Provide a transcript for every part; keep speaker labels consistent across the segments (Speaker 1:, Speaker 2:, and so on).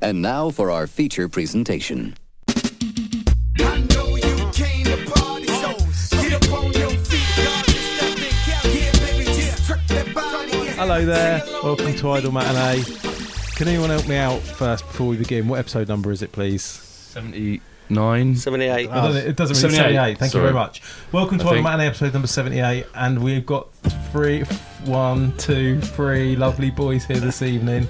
Speaker 1: And now for our feature presentation.
Speaker 2: I know you came to party, so get up on your feet, y'all. Just up and count. Yeah, baby, just twerk that body.
Speaker 3: Hello there, welcome to Idle Matinee. Can anyone help me out first before we begin? What episode number is it, please?
Speaker 4: 79.
Speaker 5: 78.
Speaker 3: I don't know, it doesn't really 78.
Speaker 4: 78,
Speaker 3: Thank
Speaker 4: sorry.
Speaker 3: you very much. Welcome to
Speaker 4: I
Speaker 3: Idle
Speaker 4: think-
Speaker 3: Matinee episode number 78, and we've got three, one, two, three lovely boys here this evening.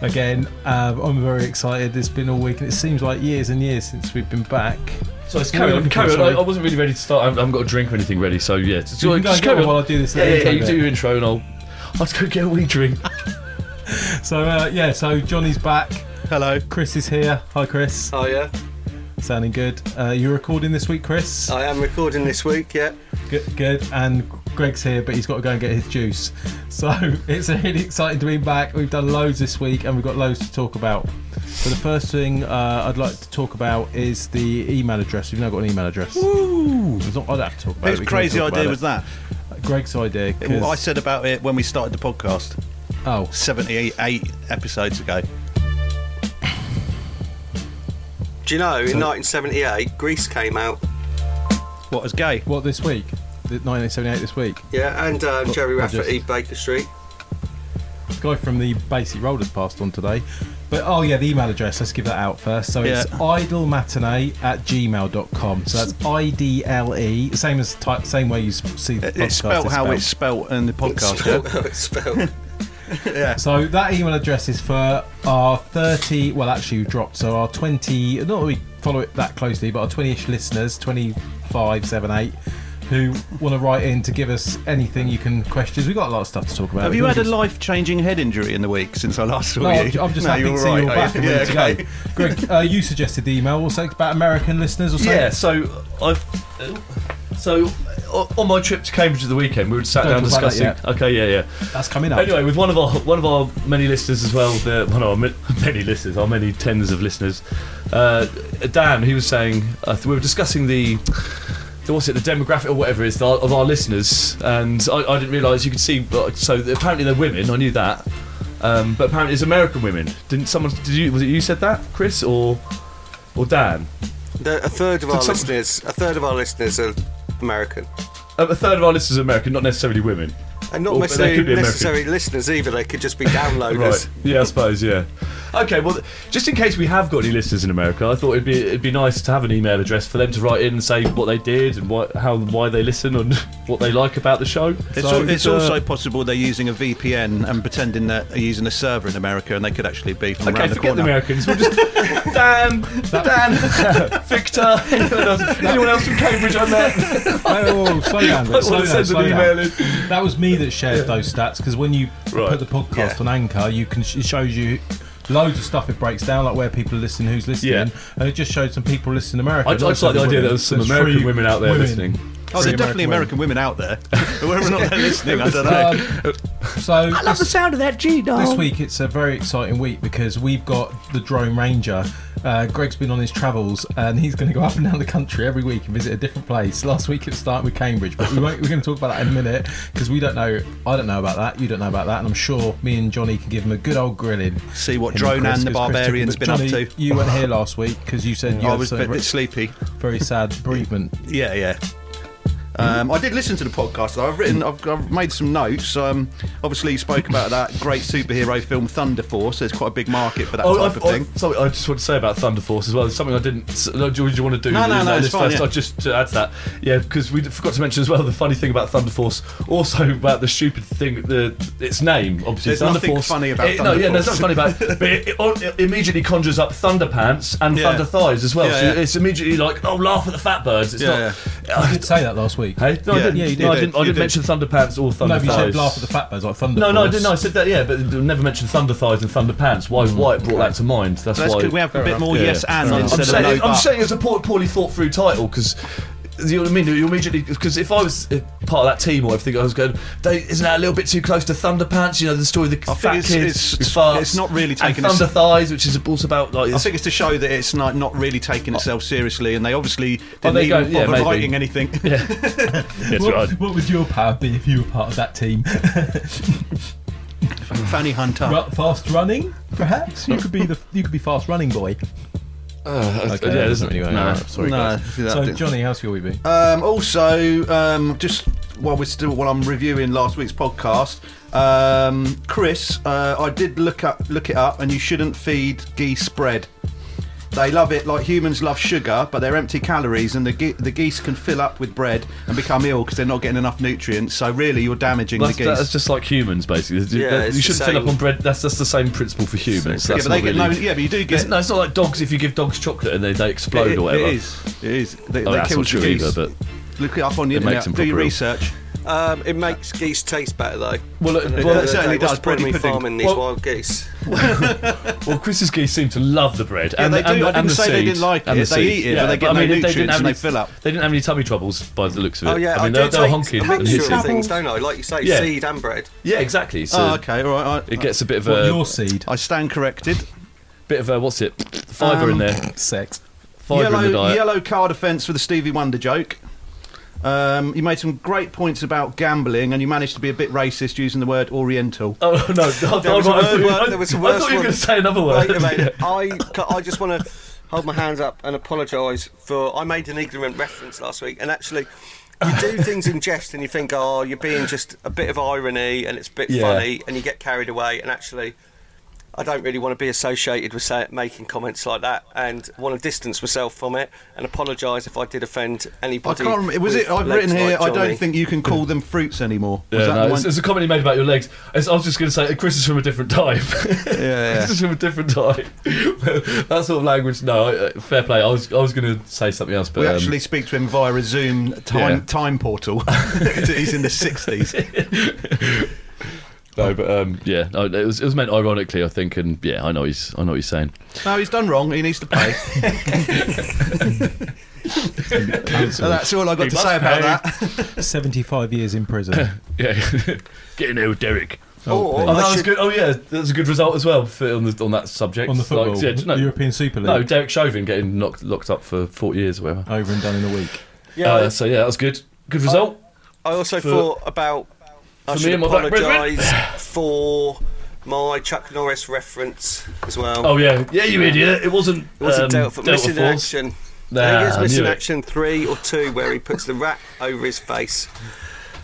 Speaker 3: Again, um, I'm very excited. It's been all week, and it seems like years and years since we've been back.
Speaker 4: So
Speaker 3: What
Speaker 4: it's
Speaker 3: are
Speaker 4: carry
Speaker 3: we
Speaker 4: on,
Speaker 3: looking
Speaker 4: carry
Speaker 3: for,
Speaker 4: on. I,
Speaker 3: sorry?
Speaker 4: I wasn't really ready to start. I haven't, I haven't got a drink or anything ready, so yeah. So
Speaker 3: you can go and get one while I do this
Speaker 4: Yeah, yeah,
Speaker 3: intro
Speaker 4: yeah, you
Speaker 3: bit.
Speaker 4: do your intro and I'll. Let's go get a wee drink.
Speaker 3: So uh, yeah, so Johnny's back.
Speaker 5: Hello.
Speaker 3: Chris is here. Hi, Chris.
Speaker 5: Oh, yeah.
Speaker 3: Sounding good. Uh, you're recording this week, Chris.
Speaker 5: I am recording this week, yeah.
Speaker 3: Good, good. And Greg's here, but he's got to go and get his juice. So it's really exciting to be back. We've done loads this week, and we've got loads to talk about. So the first thing uh, I'd like to talk about is the email address. We've now got an email address. Woo! Not, I don't have to talk about it.
Speaker 6: Whose
Speaker 3: We can all
Speaker 6: crazy
Speaker 3: talk about
Speaker 6: idea
Speaker 3: it.
Speaker 6: was that?
Speaker 3: Greg's idea. 'cause-
Speaker 6: Well, I said about it when we started the podcast
Speaker 3: oh,
Speaker 6: 78 episodes ago.
Speaker 5: Do you know, in 1978, Greece came out,
Speaker 6: What, as gay?
Speaker 3: what this week? The 1978 this week.
Speaker 5: yeah, and um, Jerry
Speaker 3: I
Speaker 5: Rafferty,
Speaker 3: just-
Speaker 5: Baker Street.
Speaker 3: guy from the Basic Rollers passed on today. But oh yeah, the email address, let's give that out first. So it's
Speaker 6: Yeah.
Speaker 3: idlematinee at gmail.com. So that's I D L E, same as type, same way you s- see the podcast
Speaker 6: It's spelt
Speaker 3: is
Speaker 6: how it's spelt in the podcast.
Speaker 5: Spelled
Speaker 6: yeah?
Speaker 5: how it's spelled.
Speaker 3: So that email address is for our 30, well actually we dropped, so our 20, not that we follow it that closely, but our 20-ish listeners, 25, 7, 8, who want to write in to give us anything you can questions. We've got a lot of stuff to talk about.
Speaker 6: Have
Speaker 3: We
Speaker 6: you
Speaker 3: can
Speaker 6: had a
Speaker 3: just-
Speaker 6: life-changing head injury in the week since I last saw
Speaker 3: No,
Speaker 6: you?
Speaker 3: I'm, I'm just
Speaker 6: No,
Speaker 3: happy to see
Speaker 6: all
Speaker 3: you're
Speaker 4: Oh,
Speaker 6: right,
Speaker 3: back and
Speaker 6: yeah,
Speaker 3: ready
Speaker 6: okay.
Speaker 3: to go. Greg, uh, you suggested the email also about American listeners or something.
Speaker 4: yeah, so I've. uh, So o- on my trip to Cambridge the weekend, we were sat
Speaker 3: Don't
Speaker 4: down
Speaker 3: talk about that
Speaker 4: discussing.
Speaker 3: yet.
Speaker 4: Okay, yeah, yeah.
Speaker 3: That's coming up.
Speaker 4: Anyway, with one of our one of our many listeners as well, the, one of our mi- many listeners, our many tens of listeners, uh, Dan, he was saying uh, we were discussing the, the what's it, the demographic or whatever it is of our- of our listeners, and I, I didn't realise you could see. uh, So apparently they're women. I knew that, um, but apparently it's American women. Didn't someone? Did you? Was it you said that, Chris, or or Dan?
Speaker 5: The, a third of our
Speaker 4: some-
Speaker 5: listeners, a third of our listeners are American.
Speaker 4: Uh, a third of our listeners are American, not necessarily women.
Speaker 5: And not
Speaker 4: Well, but they
Speaker 5: necessarily,
Speaker 4: could be American.
Speaker 5: necessarily listeners either, they could just be downloaders.
Speaker 4: Right. Yeah, I suppose. Yeah. Okay. Well, th- just in case we have got any listeners in America, I thought it'd be it'd be nice to have an email address for them to write in and say what they did and why, how why they listen and what they like about the show.
Speaker 6: It's,
Speaker 4: So,
Speaker 6: al- it's
Speaker 4: uh,
Speaker 6: also possible they're using a VPN and pretending that they're using a server in America, and they could actually be from
Speaker 4: Okay,
Speaker 6: around the
Speaker 4: forget the
Speaker 6: corner.
Speaker 4: Americans. We'll just Dan, Dan, Victor, anyone else, anyone else from Cambridge I met.
Speaker 3: Whoa, whoa, whoa, Oh, slow down, Vic,
Speaker 4: That's
Speaker 3: slow
Speaker 4: what
Speaker 3: down,
Speaker 4: it says in
Speaker 3: slow
Speaker 4: the
Speaker 3: down.
Speaker 4: email. is-
Speaker 3: That was me that shared those stats because when you
Speaker 4: Right.
Speaker 3: put the podcast on Anchor, you can it shows you loads of stuff. It breaks down like where people listen, who's listening,
Speaker 4: Yeah.
Speaker 3: and it just showed some people listen in America.
Speaker 4: I- I just like the idea that there's some American
Speaker 3: three
Speaker 4: women out there listening.
Speaker 6: Oh,
Speaker 3: Three
Speaker 6: there's definitely American women out there. Whether or not they're listening, I don't know.
Speaker 3: Um, so I love the sound of that G dog.
Speaker 7: Oh.
Speaker 3: This week it's a very exciting week because we've got the drone ranger. Uh, Greg's been on his travels and he's going to go up and down the country every week and visit a different place. Last week it started with Cambridge, but we won't, we're going to talk about that in a minute because we don't know. I don't know about that. You don't know about that, and I'm sure me and Johnny can give him a good old grilling.
Speaker 6: See what
Speaker 3: Him and
Speaker 6: Dronan
Speaker 3: Chris,
Speaker 6: the
Speaker 3: 'cause Chris took him,
Speaker 6: Barbarian's
Speaker 3: but
Speaker 6: been up
Speaker 3: Johnny,
Speaker 6: to.
Speaker 3: You weren't here last week because you said you
Speaker 6: I
Speaker 3: had
Speaker 6: was a
Speaker 3: some
Speaker 6: bit,
Speaker 3: very,
Speaker 6: bit sleepy.
Speaker 3: very sad bereavement.
Speaker 6: Yeah, yeah. Um, I did listen to the podcast. Though. I've written, I've, I've made some notes. Um, obviously, you spoke about that great superhero film Thunder Force. There's quite a big market for that
Speaker 4: Oh,
Speaker 6: type
Speaker 4: I've-
Speaker 6: of thing.
Speaker 4: I've- something I just want to say about Thunder Force as well. There's something I didn't. s- No, do, you- do you want to do?
Speaker 6: No,
Speaker 4: the-
Speaker 6: no, no,
Speaker 4: that
Speaker 6: it's
Speaker 4: list
Speaker 6: fine,
Speaker 4: first?
Speaker 6: yeah.
Speaker 4: I just to add to that. Yeah, because we forgot to mention as well the funny thing about Thunder Force. Also about the stupid thing, the its name. Obviously,
Speaker 6: There's
Speaker 4: Thunder
Speaker 6: nothing
Speaker 4: Force.
Speaker 6: funny about
Speaker 4: it, No,
Speaker 6: Thunder
Speaker 4: yeah, there's
Speaker 6: Force.
Speaker 4: nothing funny about. it, But it, it, all- it immediately conjures up Thunder Pants and
Speaker 6: Yeah.
Speaker 4: Thunder Thighs as well.
Speaker 6: Yeah,
Speaker 4: so
Speaker 6: yeah.
Speaker 4: it's immediately like, oh, laugh at the fat birds. It's
Speaker 6: Yeah,
Speaker 4: not.
Speaker 3: I did say that last week.
Speaker 4: Hey, no, I
Speaker 6: Yeah,
Speaker 4: didn't.
Speaker 6: yeah, you
Speaker 4: no, I
Speaker 6: did,
Speaker 4: didn't. I
Speaker 6: you
Speaker 4: didn't
Speaker 6: did.
Speaker 4: mention Thunder Pants or Thunder
Speaker 3: No, but you
Speaker 4: Thighs.
Speaker 3: said laugh at the fat birds like thunder.
Speaker 4: No, no, I
Speaker 3: Force.
Speaker 4: didn't. I said that. Yeah, but never mentioned Thunder Thighs and Thunder Pants. Why? Why it brought that to mind? That's,
Speaker 6: That's
Speaker 4: why
Speaker 6: good. We have a bit more
Speaker 4: Yeah,
Speaker 6: yes
Speaker 4: yeah.
Speaker 6: and
Speaker 4: I'm
Speaker 6: instead
Speaker 4: saying,
Speaker 6: of no
Speaker 4: I'm
Speaker 6: but.
Speaker 4: saying it's a poor, poorly thought through title because. You know what I mean? You immediately because if I was uh, part of that team or everything, I was going. They, isn't that a little bit too close to Thunder Pants? You know the story of the
Speaker 6: I
Speaker 4: fat
Speaker 6: think it's-
Speaker 4: kids
Speaker 6: it's-
Speaker 4: who farts
Speaker 6: it's not really
Speaker 4: and
Speaker 6: taking a
Speaker 4: Thunder
Speaker 6: s-
Speaker 4: Thighs, which is also about like.
Speaker 6: I think it's to show that it's not, not really taking itself seriously, and they obviously didn't
Speaker 4: Oh, they
Speaker 6: even
Speaker 4: go- yeah,
Speaker 6: bother
Speaker 4: maybe.
Speaker 6: writing anything.
Speaker 4: it's
Speaker 3: what, what would your power be if you were part of that team?
Speaker 6: Fanny Hunter.
Speaker 3: Ru- fast running, perhaps you could be the you could be fast running boy.
Speaker 4: Okay, yeah, there's
Speaker 3: really work
Speaker 4: no.
Speaker 3: out. Sorry,
Speaker 6: No,
Speaker 3: guys.
Speaker 6: see that
Speaker 3: So
Speaker 6: didn't-
Speaker 3: Johnny, how's your wee been?
Speaker 6: Um, also, um, just while we're still while I'm reviewing last week's podcast, um, Chris, uh, I did look up look it up, and you shouldn't feed geese bread. They love it like humans love sugar, but they're empty calories, and the ge- the geese can fill up with bread and become ill because they're not getting enough nutrients. So really, you're damaging
Speaker 4: That's,
Speaker 6: the geese.
Speaker 4: that's just like humans, basically. You-
Speaker 5: Yeah,
Speaker 4: that-
Speaker 5: it's
Speaker 4: you
Speaker 5: the
Speaker 4: shouldn't fill up
Speaker 5: same.
Speaker 4: on bread. That's that's the same principle for humans.
Speaker 6: yeah,
Speaker 4: That's
Speaker 6: but they
Speaker 4: not
Speaker 6: get
Speaker 4: really-
Speaker 6: no, yeah, but you do
Speaker 4: It's-
Speaker 6: get
Speaker 4: no, it's not like dogs. If you give dogs chocolate and they, they explode
Speaker 6: it,
Speaker 4: or whatever,
Speaker 6: It is. It is. They,
Speaker 4: Oh,
Speaker 6: they
Speaker 4: that's
Speaker 6: kill
Speaker 4: not true
Speaker 6: the geese.
Speaker 4: either, but
Speaker 6: Look it up on the
Speaker 4: it makes
Speaker 6: internet.
Speaker 4: them
Speaker 6: Do your
Speaker 4: proper ill.
Speaker 6: research.
Speaker 5: Um, it makes geese taste better though.
Speaker 4: Well, look,
Speaker 5: And
Speaker 4: well,
Speaker 5: at the end of
Speaker 6: it
Speaker 5: the
Speaker 6: certainly
Speaker 5: day, what's
Speaker 6: does,
Speaker 5: the point of
Speaker 6: body
Speaker 5: me
Speaker 6: pudding.
Speaker 5: farming these
Speaker 4: Well-
Speaker 5: wild geese.
Speaker 4: well, Chris's geese seem to love the bread.
Speaker 6: Yeah,
Speaker 4: and
Speaker 6: they
Speaker 4: the, and
Speaker 6: do.
Speaker 4: the-
Speaker 6: I didn't
Speaker 4: and the
Speaker 6: say they
Speaker 4: seeds.
Speaker 6: didn't like it,
Speaker 4: And the
Speaker 6: but they
Speaker 4: seed.
Speaker 6: eat it,
Speaker 4: yeah,
Speaker 6: but they get no
Speaker 4: I mean, they didn't
Speaker 6: nutrients
Speaker 4: have
Speaker 6: and
Speaker 4: any,
Speaker 6: they fill up.
Speaker 4: They didn't have any tummy troubles by the looks of it.
Speaker 5: Oh yeah,
Speaker 4: I mean,
Speaker 5: do
Speaker 4: they're, they're
Speaker 5: take
Speaker 4: honking.
Speaker 5: a
Speaker 4: and
Speaker 5: mixture of
Speaker 4: hissing.
Speaker 5: things, don't I? Like you say,
Speaker 4: Yeah.
Speaker 5: seed and bread.
Speaker 4: Yeah, exactly. So
Speaker 6: oh, okay, all right. I,
Speaker 4: it gets a bit of
Speaker 3: What,
Speaker 4: a
Speaker 3: your seed,
Speaker 6: I stand corrected.
Speaker 4: bit of a what's it? Fibre in there.
Speaker 3: sex.
Speaker 4: Fibre in the
Speaker 6: Um, yellow,
Speaker 4: diet.
Speaker 6: yellow card offence for the Stevie Wonder joke. Um, you made some great points about gambling, and you managed to be a bit racist using the word Oriental.
Speaker 4: Oh no! I,
Speaker 5: There was a
Speaker 4: I, I,
Speaker 5: word-
Speaker 4: I,
Speaker 5: there was a
Speaker 4: I
Speaker 5: worse
Speaker 4: thought you were
Speaker 5: one.
Speaker 4: going to say another word.
Speaker 5: Wait a minute. I, ca- I just want to hold my hands up and apologise for. I made an ignorant reference last week, and actually, you do things in jest and you think, oh, you're being just a bit of irony and it's a bit
Speaker 4: Yeah.
Speaker 5: funny, and you get carried away, and actually. I don't really want to be associated with say, making comments like that, and want to distance myself from it, and apologise if I did offend
Speaker 6: I
Speaker 5: anybody.
Speaker 6: can't remember. Was
Speaker 5: with
Speaker 6: it? I've
Speaker 5: legs
Speaker 6: written here.
Speaker 5: like
Speaker 6: I
Speaker 5: Johnny.
Speaker 6: don't think you can call them fruits anymore. Was
Speaker 4: Yeah, no,
Speaker 6: that the
Speaker 4: it's,
Speaker 6: one?
Speaker 4: it's a comment he made about your legs. It's, I was just going to say, uh, Chris is from a different time.
Speaker 6: yeah.
Speaker 4: Chris is from a different time. that sort of language. No, I- uh, fair play. I was, I was going to say something else, but
Speaker 6: we
Speaker 4: um,
Speaker 6: actually speak to him via a Zoom time
Speaker 4: Yeah.
Speaker 6: time portal. He's in the sixties.
Speaker 4: no, but um, yeah, no, it was, it was meant ironically, I think, and yeah, I know he's, I know what he's saying.
Speaker 6: No, he's done wrong. He needs to pay. So that's all I got
Speaker 4: He
Speaker 6: to
Speaker 4: must
Speaker 6: say about
Speaker 4: pay.
Speaker 6: that.
Speaker 3: Seventy-five years in prison.
Speaker 4: Yeah, get in there, with Derek.
Speaker 5: Or
Speaker 4: Oh, that
Speaker 5: I
Speaker 4: was
Speaker 5: should-
Speaker 4: good. Oh yeah, that's a good result as well for, on the on that subject.
Speaker 3: on the
Speaker 4: Like,
Speaker 3: football,
Speaker 4: yeah, just- no,
Speaker 3: European Super League,
Speaker 4: no, Derek Chauvin getting knocked, locked up for forty years or whatever.
Speaker 3: over and done in a week.
Speaker 5: yeah,
Speaker 4: Uh, so yeah, that was good. Good result.
Speaker 5: I also
Speaker 4: For-
Speaker 5: thought about. I
Speaker 4: for me
Speaker 5: should
Speaker 4: and my black brethren.
Speaker 5: apologise for my Chuck Norris reference as well.
Speaker 4: Oh yeah, yeah, you idiot! It wasn't.
Speaker 5: it wasn't
Speaker 4: um,
Speaker 5: dealt for
Speaker 4: dealt
Speaker 5: missing
Speaker 4: for.
Speaker 5: action.
Speaker 4: Nah,
Speaker 5: I think
Speaker 4: I
Speaker 5: it's missing
Speaker 4: knew it.
Speaker 5: action three or two where he puts the wrap over his face,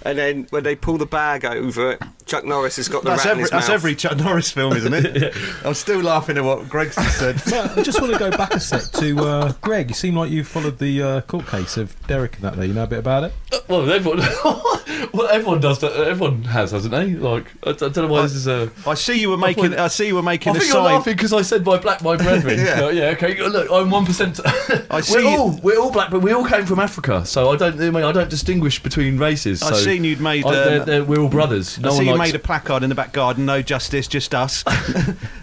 Speaker 5: and then when they pull the bag over it, Chuck Norris has got the
Speaker 6: That's
Speaker 5: rat in
Speaker 6: every,
Speaker 5: his
Speaker 6: that's
Speaker 5: mouth.
Speaker 6: every Chuck Norris film, isn't it? I'm still laughing at what Greg said.
Speaker 3: I just want to go back a sec to uh, Greg. You seem like you followed the uh, court case of Derek and that. There, you know a bit about it.
Speaker 4: Well, everyone, well, everyone does that. Everyone has, hasn't they? Like, I, I don't know why this is a.
Speaker 6: I see you were making. I see you were
Speaker 4: I
Speaker 6: making a
Speaker 4: think you're
Speaker 6: sign.
Speaker 4: laughing because I said my black, my brethren.
Speaker 6: Yeah.
Speaker 4: yeah, yeah. Okay, look, I'm one percent.
Speaker 6: I see
Speaker 4: We're
Speaker 6: you-
Speaker 4: all we're all black, but we all came from Africa, so I don't. I, mean, I don't distinguish between races.
Speaker 6: I
Speaker 4: so
Speaker 6: seen you'd made,
Speaker 4: I-
Speaker 6: um,
Speaker 4: they're- they're- we're all brothers. No
Speaker 6: I see
Speaker 4: one
Speaker 6: you
Speaker 4: likes.
Speaker 6: made a placard in the back garden. No justice, just us.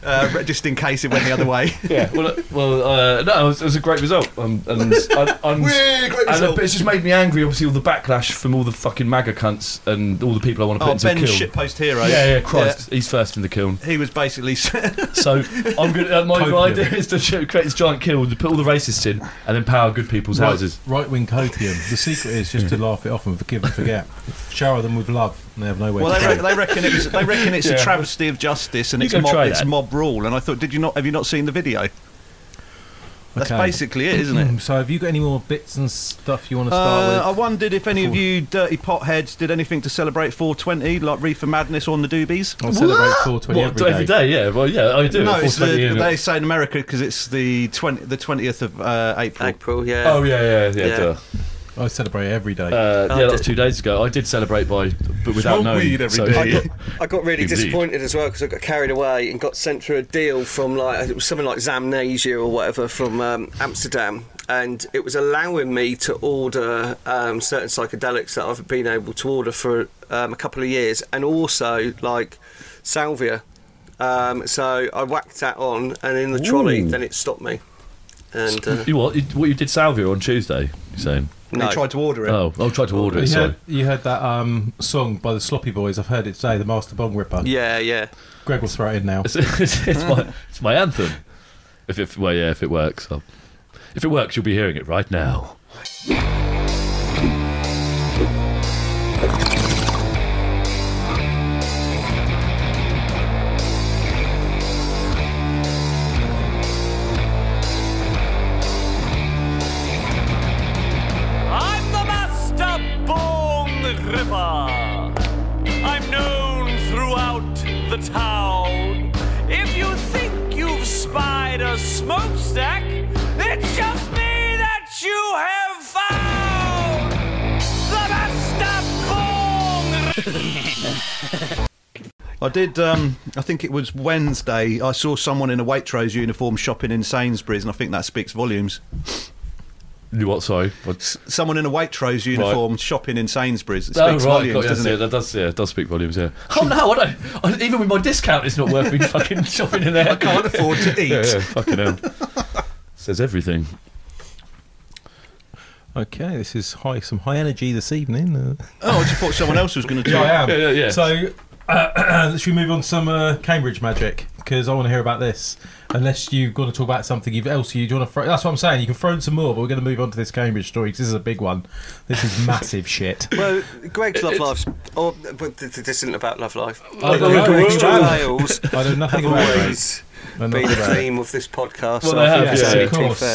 Speaker 6: uh, just in case it went the other way.
Speaker 4: yeah, well, uh, well uh, no, it was, it was a great result, um, and I, I'm,
Speaker 6: Whee, great
Speaker 4: and, uh,
Speaker 6: result.
Speaker 4: but it's just made me angry. Obviously, all the backlash from all the fucking MAGA cunts and all the people I want to put
Speaker 6: Oh,
Speaker 4: into the
Speaker 6: Ben's
Speaker 4: kiln.
Speaker 6: shitpost hero.
Speaker 4: Yeah, yeah, Christ, he's first in the kiln.
Speaker 6: Yeah. He was basically.
Speaker 4: So I'm gonna, uh, my, my
Speaker 3: Copium.
Speaker 4: idea is to sh- create this giant kiln to put all the racists in and then power good people's houses.
Speaker 3: Right wing copium. The secret is just to laugh it off and forgive and forget. Shower them with love, and they have nowhere
Speaker 6: Well,
Speaker 3: to
Speaker 6: they,
Speaker 3: go.
Speaker 6: re- they reckon it was, they reckon it's a
Speaker 4: Yeah.
Speaker 6: travesty of justice and
Speaker 4: You
Speaker 6: it's
Speaker 4: go
Speaker 6: mob,
Speaker 4: try
Speaker 6: it's
Speaker 4: that.
Speaker 6: mob rule. And I thought, did you not? Have you not seen the video? That's
Speaker 3: Okay.
Speaker 6: basically it, isn't
Speaker 4: Mm-hmm.
Speaker 3: Mm,
Speaker 6: it?
Speaker 3: So, have you got any more bits and stuff you want to start
Speaker 6: Uh, I
Speaker 3: with?
Speaker 6: wondered if any of you dirty potheads did anything to celebrate 420, like Reefer Madness on the Doobies.
Speaker 4: Oh,
Speaker 3: I'll celebrate 420
Speaker 4: What, every
Speaker 3: day.
Speaker 4: day, yeah. Well, yeah, I do.
Speaker 6: No,
Speaker 4: it
Speaker 6: it's the,
Speaker 4: 420 in-
Speaker 6: they say in America because it's the 20, the 20th of uh, April.
Speaker 5: April, yeah.
Speaker 4: Oh yeah, yeah, yeah.
Speaker 5: Yeah.
Speaker 4: duh.
Speaker 3: I celebrate every day.
Speaker 4: Uh, yeah, that was
Speaker 5: did-
Speaker 4: two days ago. I did celebrate by, but without
Speaker 6: Oh, Smoke
Speaker 4: knowing.
Speaker 6: weed every
Speaker 4: so-
Speaker 6: day.
Speaker 5: I got really
Speaker 4: Indeed.
Speaker 5: disappointed as well because I got carried away and got sent through a deal from like it was something like Zamnesia or whatever from um, Amsterdam, and it was allowing me to order um, certain psychedelics that I've been able to order for um, a couple of years, and also like salvia. Um, so I whacked that on, and in the trolley,
Speaker 4: Ooh.
Speaker 5: then it stopped me. And uh,
Speaker 4: You what? You, what you did salvia on Tuesday? You saying?
Speaker 5: no,
Speaker 6: They tried to order it.
Speaker 4: Oh, I'll try to order
Speaker 3: you,
Speaker 4: it. Sorry.
Speaker 3: heard, you heard that um, song by the Sloppy Boys. I've heard it today, the Master Bong Ripper.
Speaker 5: yeah, yeah.
Speaker 3: Greg will throw it in now.
Speaker 4: It's, it's, it's my it's my anthem. If it well, yeah, if it works, I'll, if it works, you'll be hearing it right now.
Speaker 7: inside a smokestack. It's just me that you have found! The Basta Bong!
Speaker 6: I did. Um, I think it was Wednesday. I saw someone in a Waitrose uniform shopping in Sainsbury's, and I think that speaks volumes.
Speaker 4: You what? Sorry. What?
Speaker 6: Someone in a Waitrose uniform shopping in Sainsbury's. It
Speaker 4: Oh,
Speaker 6: speaks
Speaker 4: right,
Speaker 6: volumes,
Speaker 4: got you,
Speaker 6: doesn't
Speaker 4: yeah,
Speaker 6: it?
Speaker 4: That does, yeah, it does speak volumes, yeah. Oh no, I don't. I, even with my discount, it's not worth me fucking shopping in there. I
Speaker 6: Can't afford to eat.
Speaker 4: Yeah, yeah, fucking hell. Says everything.
Speaker 3: Okay, this is high, some high energy this evening. Uh,
Speaker 6: Oh, I just thought someone else was going to do it.
Speaker 3: I am.
Speaker 4: Yeah, yeah, yeah.
Speaker 3: So, uh, should we move on to some uh, Cambridge magic? Because I want to hear about this. Unless you've got to talk about something you've else you do want to throw. That's what I'm saying. You can throw in some more, but we're going to move on to this Cambridge story because this is a big one. This is massive shit.
Speaker 5: Well, Greg's Love Life, or but th- th- this isn't about Love Life.
Speaker 4: Oh,
Speaker 5: The
Speaker 4: no,
Speaker 5: Greg's
Speaker 4: no, no.
Speaker 5: Wales
Speaker 3: I know nothing
Speaker 5: have
Speaker 3: about it.
Speaker 5: always
Speaker 3: I know
Speaker 5: been
Speaker 3: nothing
Speaker 5: the
Speaker 3: about it.
Speaker 5: theme of this
Speaker 4: Well,
Speaker 5: podcast. so
Speaker 4: they
Speaker 5: I think
Speaker 4: have,
Speaker 5: it's
Speaker 4: yeah.
Speaker 5: only
Speaker 4: Of
Speaker 5: too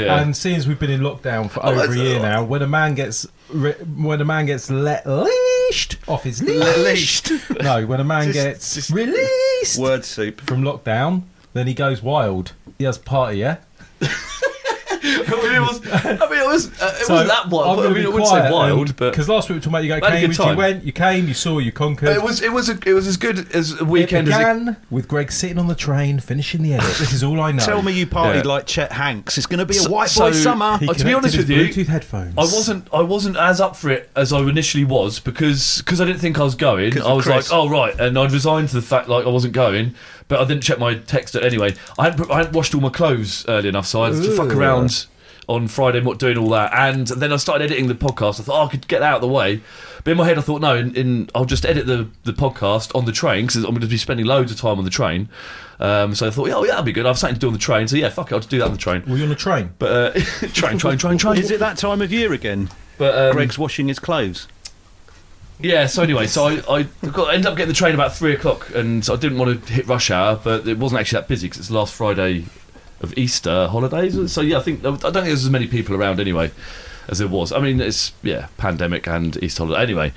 Speaker 4: Yeah. Oh, uh,
Speaker 3: And seeing as we've been in lockdown for over a
Speaker 4: that's-
Speaker 3: year now, when a man gets ri- when a man gets let leashed off his leash, no, when a man
Speaker 6: Just-
Speaker 3: gets
Speaker 6: just-
Speaker 3: released
Speaker 6: Word soup.
Speaker 3: from lockdown, then he goes wild. He has party, yeah.
Speaker 4: I mean, it was. I mean, it was. Uh, it
Speaker 3: So,
Speaker 4: wasn't that wild. I mean, it wouldn't say wild, but
Speaker 3: because last week we were talking about you go
Speaker 4: Had a good
Speaker 3: Cambridge, you
Speaker 4: time.
Speaker 3: went, you came, you saw, you conquered.
Speaker 4: it was. It was. A, it was as good as a
Speaker 3: It
Speaker 4: weekend as. It,
Speaker 3: began with Greg sitting on the train, finishing the edit. This is all I know.
Speaker 6: Tell me you partied
Speaker 4: Yeah.
Speaker 6: like Chet Hanks. It's going to be a
Speaker 4: So-
Speaker 6: white
Speaker 4: so-
Speaker 6: boy summer.
Speaker 3: He
Speaker 4: Uh, to be
Speaker 3: connected
Speaker 4: honest
Speaker 3: his
Speaker 4: with you,
Speaker 3: Bluetooth headphones.
Speaker 4: I wasn't. I wasn't as up for it as I initially was because because I didn't think I was going.
Speaker 6: 'Cause
Speaker 4: I
Speaker 6: of
Speaker 4: was
Speaker 6: Chris.
Speaker 4: like, oh right, and I'd resigned to the fact like I wasn't going. But I didn't check my text anyway. I hadn't, put- I hadn't washed all my clothes early enough, so I had to fuck
Speaker 3: Ooh.
Speaker 4: around on Friday, not doing all that. And then I started editing the podcast. I thought oh, I could get that out of the way. But in my head, I thought no, in, in I'll just edit the, the podcast on the train because I'm going to be spending loads of time on the train. Um, so I thought, oh yeah, that'd be good. I've something to do on the train, so yeah, fuck it, I'll just do that on the train.
Speaker 3: Were you on a train?
Speaker 4: But uh, train, train, train, train.
Speaker 6: Is it that time of year again?
Speaker 4: But um,
Speaker 6: Greg's washing his clothes.
Speaker 4: Yeah. So anyway, so I, I got, ended up getting the train about three o'clock, and I didn't want to hit rush hour, but it wasn't actually that busy because it's the last Friday of Easter holidays. So yeah, I think I don't think there's as many people around anyway as there was. I mean, it's yeah, pandemic and Easter holiday. Anyway,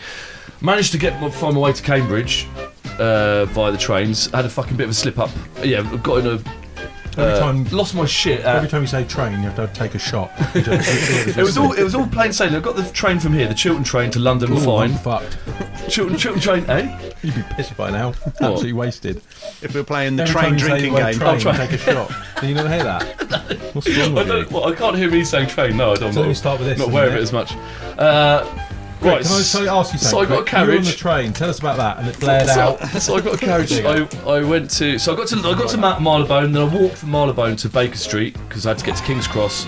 Speaker 4: managed to get my, find my way to Cambridge uh, via the trains. Had a fucking bit of a slip up. Yeah, got in a.
Speaker 3: Every
Speaker 4: uh,
Speaker 3: time-
Speaker 4: lost my shit. At,
Speaker 3: Every time you say train, you have to take a shot.
Speaker 4: it was all it was all plain sailing. I got the train from here, the Chiltern train to London. fine.
Speaker 3: Fucked.
Speaker 4: Chiltern, Chiltern train, eh?
Speaker 3: You'd be pissed by now. Absolutely wasted.
Speaker 6: If we're playing the
Speaker 3: Every
Speaker 6: train
Speaker 3: time you say
Speaker 6: drinking
Speaker 3: the word
Speaker 6: game.
Speaker 3: Train,
Speaker 4: try-
Speaker 3: take a shot. Do you not hear that? What's wrong
Speaker 4: I
Speaker 3: with
Speaker 4: don't.
Speaker 3: you?
Speaker 4: Well, I can't hear me saying train. No, I don't.
Speaker 3: So
Speaker 4: know.
Speaker 3: let me start with this,
Speaker 4: Not
Speaker 3: then,
Speaker 4: aware of
Speaker 3: yeah?
Speaker 4: it as much. Uh, right.
Speaker 3: Can I just ask you something?
Speaker 4: So I got a
Speaker 3: quick? You were on the
Speaker 4: carriage.
Speaker 3: train. Tell us about that. And it blared
Speaker 4: so,
Speaker 3: out.
Speaker 4: so I got a carriage. I, I went to so I got to I got to Ma- Marylebone, then I walked from Marylebone to Baker Street because I had to get to King's Cross,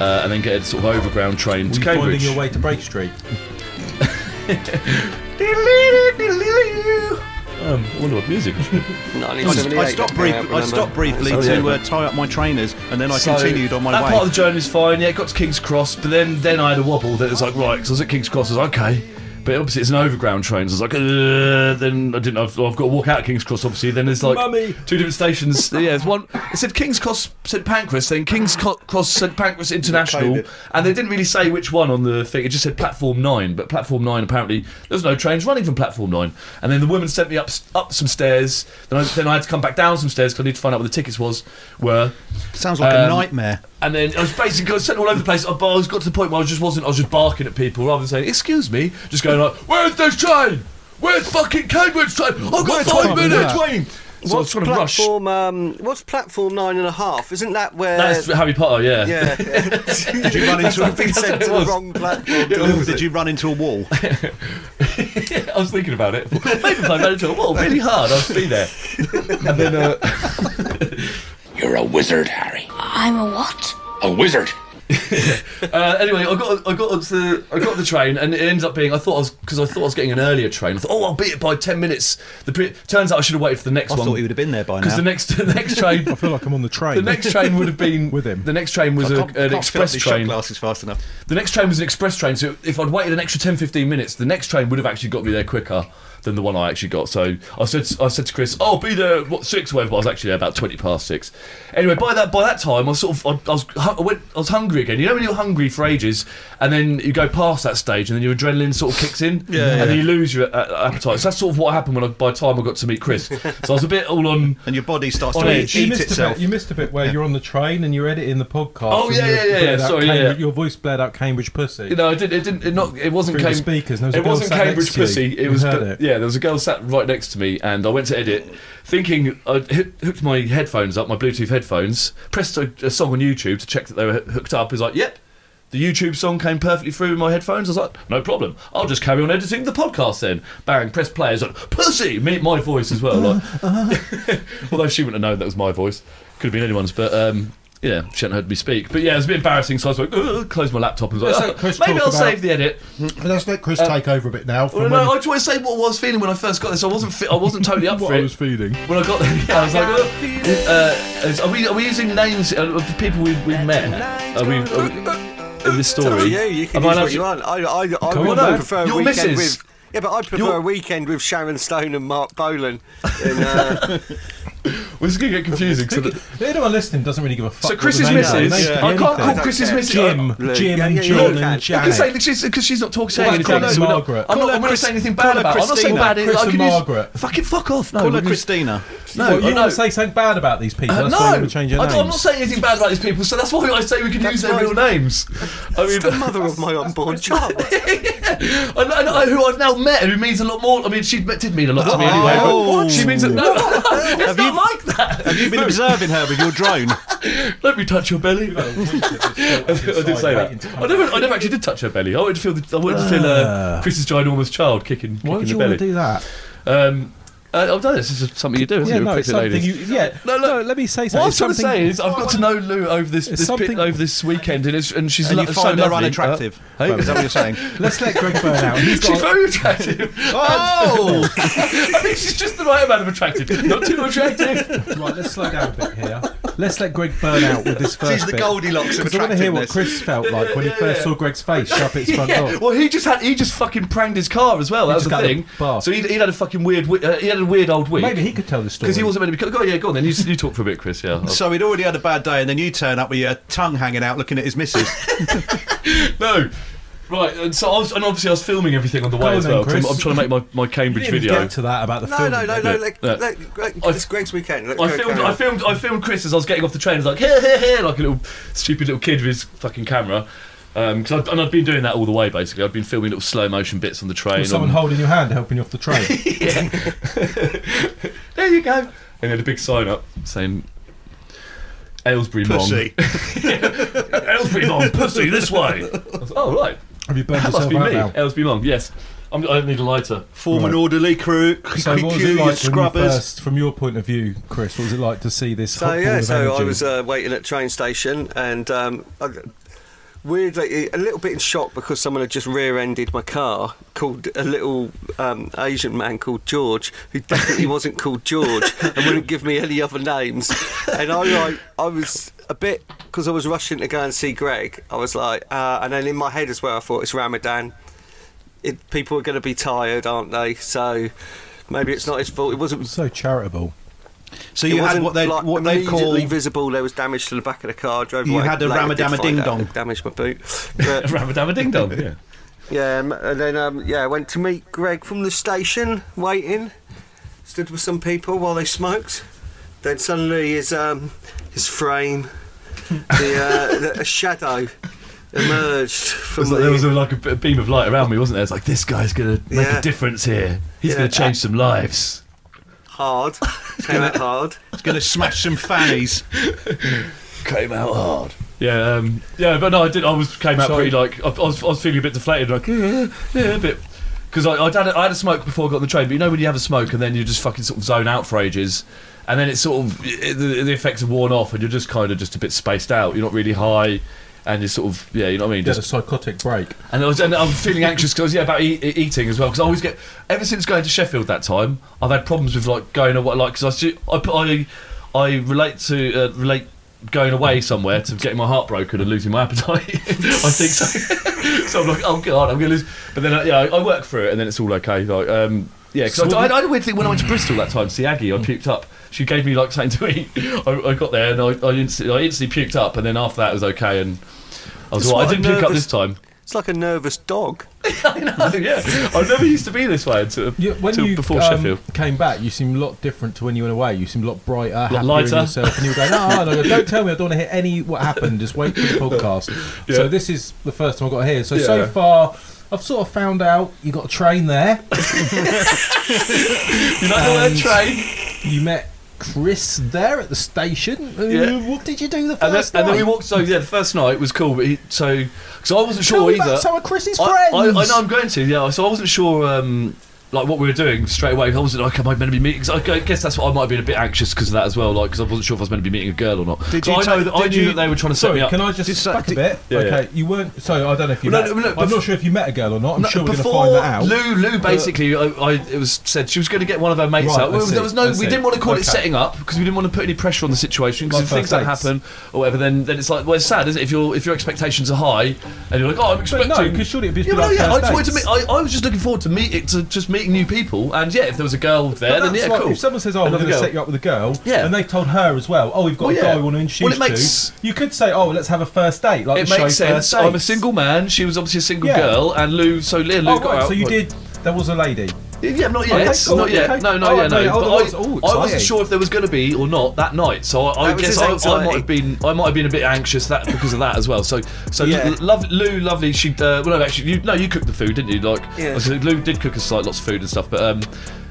Speaker 4: uh, and then get a sort of overground train to
Speaker 3: Were you finding
Speaker 4: Cambridge.
Speaker 3: your way to Brake Street?
Speaker 4: Um, I wonder what music.
Speaker 6: I,
Speaker 5: 1978.
Speaker 6: I stopped, brief,
Speaker 5: can't
Speaker 6: I
Speaker 5: remember.
Speaker 6: stopped briefly
Speaker 4: Oh, yeah.
Speaker 6: to uh, tie up my trainers, and then I
Speaker 4: So,
Speaker 6: continued on my
Speaker 4: that
Speaker 6: way.
Speaker 4: part of the journey was fine. Yeah, it got to King's Cross, but then then I had a wobble. That was like right, 'cause I was at King's Cross. I was like, okay, but obviously it's an overground train. So I was like, Ugh. then I didn't. know I've, I've got to walk out of King's Cross. Obviously, then there's like
Speaker 3: Mummy.
Speaker 4: two different stations. yeah, there's one. It said King's Cross St Pancras, then King's Co- Cross St Pancras International,
Speaker 6: COVID.
Speaker 4: and they didn't really say which one on the thing. It just said Platform Nine, but Platform Nine apparently there was no trains running from Platform Nine. And then the woman sent me up up some stairs. Then I, then I had to come back down some stairs because I needed to find out where the tickets was were.
Speaker 6: Sounds like a
Speaker 4: Um,
Speaker 6: nightmare.
Speaker 4: And then I was basically I was sent all over the place. I, but I was got to the point where I just wasn't. I was just barking at people rather than saying "excuse me," just going like, "Where's this train? Where's fucking Cambridge train? I've got
Speaker 3: time
Speaker 4: five
Speaker 3: is
Speaker 4: minutes
Speaker 3: that?"
Speaker 4: waiting." So I was
Speaker 5: What's
Speaker 4: trying to rush.
Speaker 5: platform? Um, what's platform nine and a half? Isn't that where?
Speaker 4: That's Harry Potter, yeah.
Speaker 5: yeah. Did
Speaker 6: you run into-
Speaker 5: been
Speaker 4: that's
Speaker 5: sent
Speaker 4: what it
Speaker 5: to the
Speaker 4: was.
Speaker 5: wrong platform?
Speaker 6: Did you run into a wall?
Speaker 4: I was thinking about it. Maybe if I ran into a wall really hard, I'd be there. And then, uh,
Speaker 2: You're a wizard, Harry.
Speaker 8: I'm a what?
Speaker 2: A wizard.
Speaker 4: uh, anyway, I got I got onto the I got the train, and it ends up being I thought I was because I thought I was getting an earlier train. I thought, oh, I'll beat it by ten minutes. The pre- turns out I should have waited for the next
Speaker 6: I
Speaker 4: one
Speaker 6: thought he would have been there by now.
Speaker 4: because the next the next train
Speaker 3: I feel like I'm on the train.
Speaker 4: The next train would have been
Speaker 3: With him.
Speaker 4: The next train was
Speaker 6: I
Speaker 4: a,
Speaker 6: can't,
Speaker 4: an
Speaker 6: can't
Speaker 4: express
Speaker 6: fill up these shot
Speaker 4: train.
Speaker 6: glasses fast enough.
Speaker 4: The next train was an express train, so if I'd waited an extra 10, 15 minutes, the next train would have actually got me there quicker. than the one I actually got. So I said, I said to Chris, "Oh, be there what six, whatever." But I was actually there about twenty past six. Anyway, by that by that time, I was sort of I, I was hu- I, went, I was hungry again. You know when you're hungry for ages, and then you go past that stage, and then your adrenaline sort of kicks in, yeah, and then you lose your uh, appetite. So that's sort of what happened when I, by the time I got to meet Chris. So I was a bit all on.
Speaker 6: and your body starts
Speaker 4: On
Speaker 6: to
Speaker 4: edge.
Speaker 6: eat,
Speaker 3: You
Speaker 6: eat
Speaker 3: missed, a
Speaker 6: itself.
Speaker 3: bit, you missed a bit where you're on the train and you're editing the podcast.
Speaker 4: Oh,
Speaker 3: and
Speaker 4: yeah,
Speaker 3: you
Speaker 4: yeah, yeah,
Speaker 3: blared out
Speaker 4: sorry, yeah,
Speaker 3: Cambridge-
Speaker 4: yeah.
Speaker 3: Your voice blared out Cambridge pussy.
Speaker 4: You know, I did, it didn't. It not. It wasn't.
Speaker 3: Through the
Speaker 4: Cam-
Speaker 3: speakers, and there was a
Speaker 4: it
Speaker 3: girl
Speaker 4: wasn't
Speaker 3: sat next
Speaker 4: Cambridge
Speaker 3: to you.
Speaker 4: pussy. It
Speaker 3: You
Speaker 4: was.
Speaker 3: heard
Speaker 4: but-
Speaker 3: it.
Speaker 4: Yeah, there was a girl sat right next to me, and I went to edit, thinking I hooked my headphones up, my Bluetooth headphones, pressed a, a song on YouTube to check that they were hoo- hooked up. Is like, yep. The YouTube song came perfectly through in my headphones. I was like, no problem. I'll just carry on editing the podcast then. Bang, press play. It's like, pussy! Me, my voice as well. Like, Although she wouldn't have known that was my voice. Could have been anyone's, but um, yeah, she hadn't heard me speak. But yeah, it was a bit embarrassing, so I was like, "Ugh," closed my laptop and was
Speaker 3: Let's
Speaker 4: like,
Speaker 3: let Chris
Speaker 4: "Oh, maybe
Speaker 3: talk
Speaker 4: I'll
Speaker 3: about-
Speaker 4: save the edit.
Speaker 8: Let's let Chris take over a bit now. From
Speaker 4: uh, Well,
Speaker 8: when
Speaker 4: no, I just want to say what I was feeling when I first got this. I wasn't fi- I wasn't totally up for
Speaker 8: what I was
Speaker 4: it.
Speaker 8: feeling.
Speaker 4: When I got there, yeah, I was like, "Ugh." uh, is- are, we, are we using names uh, of the people we've, we've met? Are we, are we- in this
Speaker 5: Up
Speaker 4: story?
Speaker 5: to you. You can
Speaker 4: Am I allowed
Speaker 5: use what
Speaker 4: to-
Speaker 5: you want. I, I, I
Speaker 3: Come
Speaker 5: would
Speaker 3: on,
Speaker 5: prefer
Speaker 4: Your
Speaker 5: a weekend
Speaker 4: missus.
Speaker 5: with. Yeah, but I prefer
Speaker 4: Your-
Speaker 5: a weekend with Sharon Stone and Mark Bolan. And, uh,
Speaker 4: We're just going to get confusing. so that-
Speaker 3: Anyone listening doesn't really give a fuck.
Speaker 4: So
Speaker 3: what
Speaker 4: Chris's
Speaker 3: the name is.
Speaker 4: missus,
Speaker 3: They
Speaker 4: I can't
Speaker 3: anything.
Speaker 4: call Chris's missus. uh,
Speaker 3: Jim,
Speaker 5: Luke.
Speaker 3: Jim,
Speaker 5: Yeah, yeah, yeah,
Speaker 3: John,
Speaker 5: Luke.
Speaker 3: and
Speaker 4: I can say
Speaker 3: Janet.
Speaker 4: because she's not talking.
Speaker 3: Well,
Speaker 4: Saying
Speaker 3: that's
Speaker 4: anything.
Speaker 3: Margaret.
Speaker 4: I'm
Speaker 3: Call
Speaker 4: not,
Speaker 3: her
Speaker 4: I'm not going to
Speaker 3: Chris-
Speaker 4: say anything
Speaker 3: call
Speaker 4: bad
Speaker 3: her
Speaker 4: about. it. I'm not saying
Speaker 3: Christina.
Speaker 4: bad.
Speaker 3: Chris
Speaker 4: I
Speaker 3: and
Speaker 4: can use-
Speaker 3: Margaret.
Speaker 4: Fucking fuck off. No,
Speaker 6: Call her
Speaker 4: we just-
Speaker 6: Christina.
Speaker 4: No,
Speaker 3: Well, you
Speaker 4: I know.
Speaker 3: want to say something bad about these people? That's why you
Speaker 4: no,
Speaker 3: want to change your
Speaker 4: I
Speaker 3: names.
Speaker 4: don't- I'm not saying anything bad about these people, so that's why I say we can use their
Speaker 5: right.
Speaker 4: real names. I mean,
Speaker 5: the mother of my unborn child.
Speaker 4: I know- I know who I've now met, who means a lot more. I mean, she me- did mean a lot to me
Speaker 3: Oh.
Speaker 4: anyway. But she means a, no, it's not like that.
Speaker 6: Have you been observing her with your drone?
Speaker 4: Let me touch your belly.
Speaker 3: Oh,
Speaker 4: I did say that. I never, I never actually did touch her belly. I wanted to feel, the, I wanted to feel uh, Chris's ginormous child kicking, kicking
Speaker 3: Ah. Why would
Speaker 4: the
Speaker 3: you
Speaker 4: belly.
Speaker 3: want to do that?
Speaker 4: Um, uh, I've done this. This is something you do, isn't
Speaker 3: Yeah,
Speaker 4: it?
Speaker 3: no,
Speaker 4: with
Speaker 3: it's
Speaker 4: pretty
Speaker 3: something
Speaker 4: ladies?
Speaker 3: you. Yeah,
Speaker 4: No, look,
Speaker 3: no. Let me say
Speaker 4: What
Speaker 3: something.
Speaker 4: I was trying to
Speaker 3: It's something-
Speaker 4: say is, I've got to know Lou over this,
Speaker 3: It's
Speaker 4: this bit-
Speaker 3: something-
Speaker 4: over this weekend, and it's and she's
Speaker 6: and
Speaker 4: lo-
Speaker 6: you
Speaker 4: so
Speaker 6: find her
Speaker 4: lovely.
Speaker 6: unattractive.
Speaker 4: Uh, hey.
Speaker 6: Is that what you're saying?
Speaker 3: Let's let Greg burn out. He's
Speaker 4: Uh, She's
Speaker 3: got
Speaker 4: very attractive.
Speaker 6: oh!
Speaker 4: I think she's just the right amount of attractive, not too
Speaker 3: Oh.
Speaker 4: attractive.
Speaker 3: Right, let's slow down a bit here. Let's let Greg burn out with this first
Speaker 6: She's the
Speaker 3: bit.
Speaker 6: Goldilocks
Speaker 3: Because I want to hear what
Speaker 6: attractiveness.
Speaker 3: Chris felt like when he first saw Greg's face shut up its front door.
Speaker 4: Well, he just had he just fucking pranged his car as well. That was
Speaker 3: just
Speaker 4: the
Speaker 3: got a
Speaker 4: thing.
Speaker 3: bar.
Speaker 4: So he he had a fucking weird wi- uh, he had a weird old week
Speaker 3: Maybe he could tell the story.
Speaker 4: because he wasn't meant to be. Go, yeah, go on then. You, you talk for a bit, Chris. Yeah.
Speaker 6: So he'd already had a bad day, and then you turn up with your tongue hanging out, looking at his missus.
Speaker 4: no. Right, and so I was, and obviously I was filming everything on the way
Speaker 3: on
Speaker 4: as
Speaker 3: then,
Speaker 4: well. 'cause I'm,
Speaker 3: Chris.
Speaker 4: I'm trying to make my, my
Speaker 3: You
Speaker 4: Cambridge
Speaker 3: didn't
Speaker 4: video.
Speaker 3: get to that about the
Speaker 5: No,
Speaker 3: film.
Speaker 5: no, no, no.
Speaker 4: Yeah,
Speaker 5: Let,
Speaker 4: yeah.
Speaker 5: let Greg,
Speaker 4: I-
Speaker 5: it's Greg's weekend. Let
Speaker 4: I
Speaker 5: Greg
Speaker 4: filmed,
Speaker 5: carry
Speaker 4: I
Speaker 5: on.
Speaker 4: filmed, I filmed Chris as I was getting off the train. I was like, here, here, here, like a little stupid little kid with his fucking camera. Um, 'cause I'd, and I'd been doing that all the way. Basically, I'd been filming little slow motion bits on the train.
Speaker 3: Was someone
Speaker 4: on-
Speaker 3: holding your hand, helping you off the train.
Speaker 4: there you go. And they had a big sign up saying Aylesbury
Speaker 6: Pussy.
Speaker 4: Mong. Aylesbury Mong, pussy this way. I was like, oh right,
Speaker 3: Have you burned
Speaker 4: that must
Speaker 3: yourself
Speaker 4: be
Speaker 3: out
Speaker 4: me.
Speaker 3: now?
Speaker 4: Aylesbury Mong. Yes, I'm, I need a lighter.
Speaker 6: Form an orderly crew.
Speaker 3: So what was
Speaker 6: queue,
Speaker 3: it
Speaker 6: you
Speaker 3: like when you
Speaker 6: scrubbers.
Speaker 3: first, from your point of view, Chris? What was it like to see this?
Speaker 5: So
Speaker 3: hot ball
Speaker 5: yeah,
Speaker 3: of
Speaker 5: so I
Speaker 3: energy?
Speaker 5: was uh, waiting at train station and um, I, weirdly a little bit in shock because someone had just rear-ended my car. Called a little um, Asian man called George, who definitely wasn't called George and wouldn't give me any other names. And I like I was a bit because I was rushing to go and see Greg. I was like, uh, and then in my head as well, I thought it's Ramadan. It, people are going to be tired, aren't they? So maybe it's not his fault. It wasn't
Speaker 3: so charitable.
Speaker 6: So
Speaker 5: it
Speaker 6: you had
Speaker 5: wasn't,
Speaker 6: what they
Speaker 5: like,
Speaker 6: what they call
Speaker 5: immediately visible. There was damage to the back of the car. I Drove
Speaker 6: You
Speaker 5: away
Speaker 6: had a
Speaker 5: later,
Speaker 6: ramadama
Speaker 5: did find
Speaker 6: ding
Speaker 5: out
Speaker 6: dong.
Speaker 5: it Damaged my boot. But,
Speaker 4: Ramadama ding dong. Yeah.
Speaker 5: yeah, um, and then um, yeah, I went to meet Greg from the station, waiting. Stood with some people while they smoked. Then suddenly his um, his frame, the, uh, the a shadow emerged
Speaker 4: It
Speaker 5: from
Speaker 4: was like-
Speaker 5: the.
Speaker 4: there was a, like a, b- a beam of light around me, wasn't there? It's like this guy's gonna make
Speaker 5: Yeah.
Speaker 4: a difference here. He's
Speaker 5: Yeah.
Speaker 4: gonna change some lives.
Speaker 5: hard. Came out hard.
Speaker 6: it's going to smash some fannies.
Speaker 4: Came out hard. Yeah, um, yeah, but no, I did. I was came out pretty like I, I, was, I was feeling a bit deflated, like yeah, yeah, a bit. Because I, I'd had a, I had a smoke before I got on the train, but you know when you have a smoke and then you just fucking sort of zone out for ages, and then it's sort of it, the, the effects have worn off and you're just kind of just a bit spaced out. You're not really high, and you're sort of yeah, you know what I mean.
Speaker 3: You
Speaker 4: Just
Speaker 3: had a psychotic break.
Speaker 4: And I was, and I'm feeling anxious because yeah, about e- e- eating as well. Because I always get ever since going to Sheffield that time, I've had problems with like going away. Like because I, stu- I put- I I relate to uh, relate going away somewhere to getting my heart broken and losing my appetite. I think so. so I'm like, oh god, I'm gonna lose. But then uh, yeah, I, I work through it and then it's all okay. Like um, Yeah, because I, I, I had a weird thing when I went to Bristol that time to see Aggie. I puked up. She gave me like something to eat. I, I got there and I, I, instantly, I instantly puked up, and then after that it was okay. And I was
Speaker 5: It's
Speaker 4: all right. I
Speaker 5: what
Speaker 4: didn't
Speaker 5: a
Speaker 4: puke up
Speaker 5: nervous-
Speaker 4: this time.
Speaker 5: It's like a nervous dog.
Speaker 4: I know. Yeah, I never used to be this way until,
Speaker 3: You, when
Speaker 4: until
Speaker 3: you um,
Speaker 4: before Sheffield.
Speaker 3: came back, you seemed a lot different to when you went away. You seemed a lot brighter, happier
Speaker 4: lighter.
Speaker 3: in yourself, and you were going, "No, no, no, don't tell me. I don't want to hear any what happened. Just wait for the podcast."
Speaker 4: Yeah.
Speaker 3: So this is the first time I got here. So so
Speaker 4: Yeah.
Speaker 3: far, I've sort of found out you got a train there.
Speaker 4: You know, on a
Speaker 3: and-
Speaker 4: train.
Speaker 3: You met Chris there at the station. Uh,
Speaker 4: Yeah.
Speaker 3: What did you do the
Speaker 4: And then,
Speaker 3: first
Speaker 4: and then
Speaker 3: night?
Speaker 4: we walked. So yeah, the first night was cool. But he, so because I wasn't
Speaker 3: Tell
Speaker 4: sure
Speaker 3: me
Speaker 4: either.
Speaker 3: about some of Chris's
Speaker 4: I,
Speaker 3: friends.
Speaker 4: I, I know I'm going to. Yeah, so I wasn't sure. Um, like what we were doing straight away. I wasn't like, am I meant to be meeting? 'cause I guess that's what I might have been a bit anxious because of that as well. Like, because I wasn't sure if I was meant to be meeting a girl or not.
Speaker 6: Did
Speaker 4: 'Cause
Speaker 6: you
Speaker 4: I, know
Speaker 6: take-
Speaker 4: that, I
Speaker 6: did
Speaker 4: knew
Speaker 6: you-
Speaker 4: that they were trying to set
Speaker 3: Sorry,
Speaker 4: me up.
Speaker 3: can I just
Speaker 6: Just, uh,
Speaker 3: back a
Speaker 6: di-
Speaker 3: bit?
Speaker 4: Yeah,
Speaker 3: okay, you weren't. So I don't know if you.
Speaker 4: Well,
Speaker 3: met,
Speaker 4: no, no, no,
Speaker 3: I'm
Speaker 4: bef-
Speaker 3: not sure if you met a girl or not. I'm
Speaker 4: No,
Speaker 3: sure we're going to
Speaker 4: before
Speaker 3: find that out.
Speaker 4: Lou, Lou basically, I, I, it was said she was going to get one of her mates
Speaker 3: Right,
Speaker 4: out.
Speaker 3: I
Speaker 4: Well, there was
Speaker 3: see,
Speaker 4: no,
Speaker 3: I
Speaker 4: we
Speaker 3: see.
Speaker 4: didn't want to call it
Speaker 3: Okay.
Speaker 4: setting up because we didn't want to put any pressure on the situation. Because
Speaker 3: Like
Speaker 4: if things
Speaker 3: first
Speaker 4: don't
Speaker 3: dates.
Speaker 4: happen or whatever, then then it's like, well, it's sad, isn't it? If your if your expectations are high and you're like, oh, I'm expecting,
Speaker 3: no, 'cause surely it'd be
Speaker 4: yeah, but
Speaker 3: like
Speaker 4: no, yeah,
Speaker 3: first
Speaker 4: I just wanted to meet.
Speaker 3: dates.
Speaker 4: I, I was just looking forward to meet it, to just meeting new people. And yeah, if there was a girl there,
Speaker 3: But
Speaker 4: then
Speaker 3: that's
Speaker 4: yeah,
Speaker 3: like,
Speaker 4: cool.
Speaker 3: If someone says, "Oh, we're
Speaker 4: Another
Speaker 3: going to
Speaker 4: girl.
Speaker 3: set you up with a girl,"
Speaker 4: Yeah.
Speaker 3: and they've told her as well, "Oh, we've got
Speaker 4: Well,
Speaker 3: a
Speaker 4: yeah.
Speaker 3: guy we want to introduce
Speaker 4: Well, it makes-
Speaker 3: to," you could say, "Oh, let's have a first date." Like
Speaker 4: It
Speaker 3: the show
Speaker 4: makes sense.
Speaker 3: First
Speaker 4: I'm a
Speaker 3: Dates.
Speaker 4: single man. She was obviously a single
Speaker 3: Yeah.
Speaker 4: girl, and Lou. So yeah, Lou
Speaker 3: Oh,
Speaker 4: got
Speaker 3: right,
Speaker 4: out.
Speaker 3: so you did. There was a lady.
Speaker 4: Yeah, not
Speaker 3: Okay,
Speaker 4: yet.
Speaker 3: cool,
Speaker 4: not yet.
Speaker 3: okay.
Speaker 4: No, no,
Speaker 3: Oh,
Speaker 4: yeah, no.
Speaker 3: okay, oh, that was- oh,
Speaker 4: But I, I wasn't
Speaker 3: exciting.
Speaker 4: sure if there was going to be or not that night, so I, I
Speaker 5: That was
Speaker 4: guess
Speaker 5: his
Speaker 4: I, I might
Speaker 5: anxiety.
Speaker 4: have been I might have been a bit anxious that because of that as well. So, so
Speaker 5: Yeah.
Speaker 4: l- love, Lou, lovely. She, uh, well, no, actually, you, no, you cooked the food, didn't you? Like,
Speaker 5: Yeah.
Speaker 4: obviously, Lou did cook us like lots of food and stuff, but. um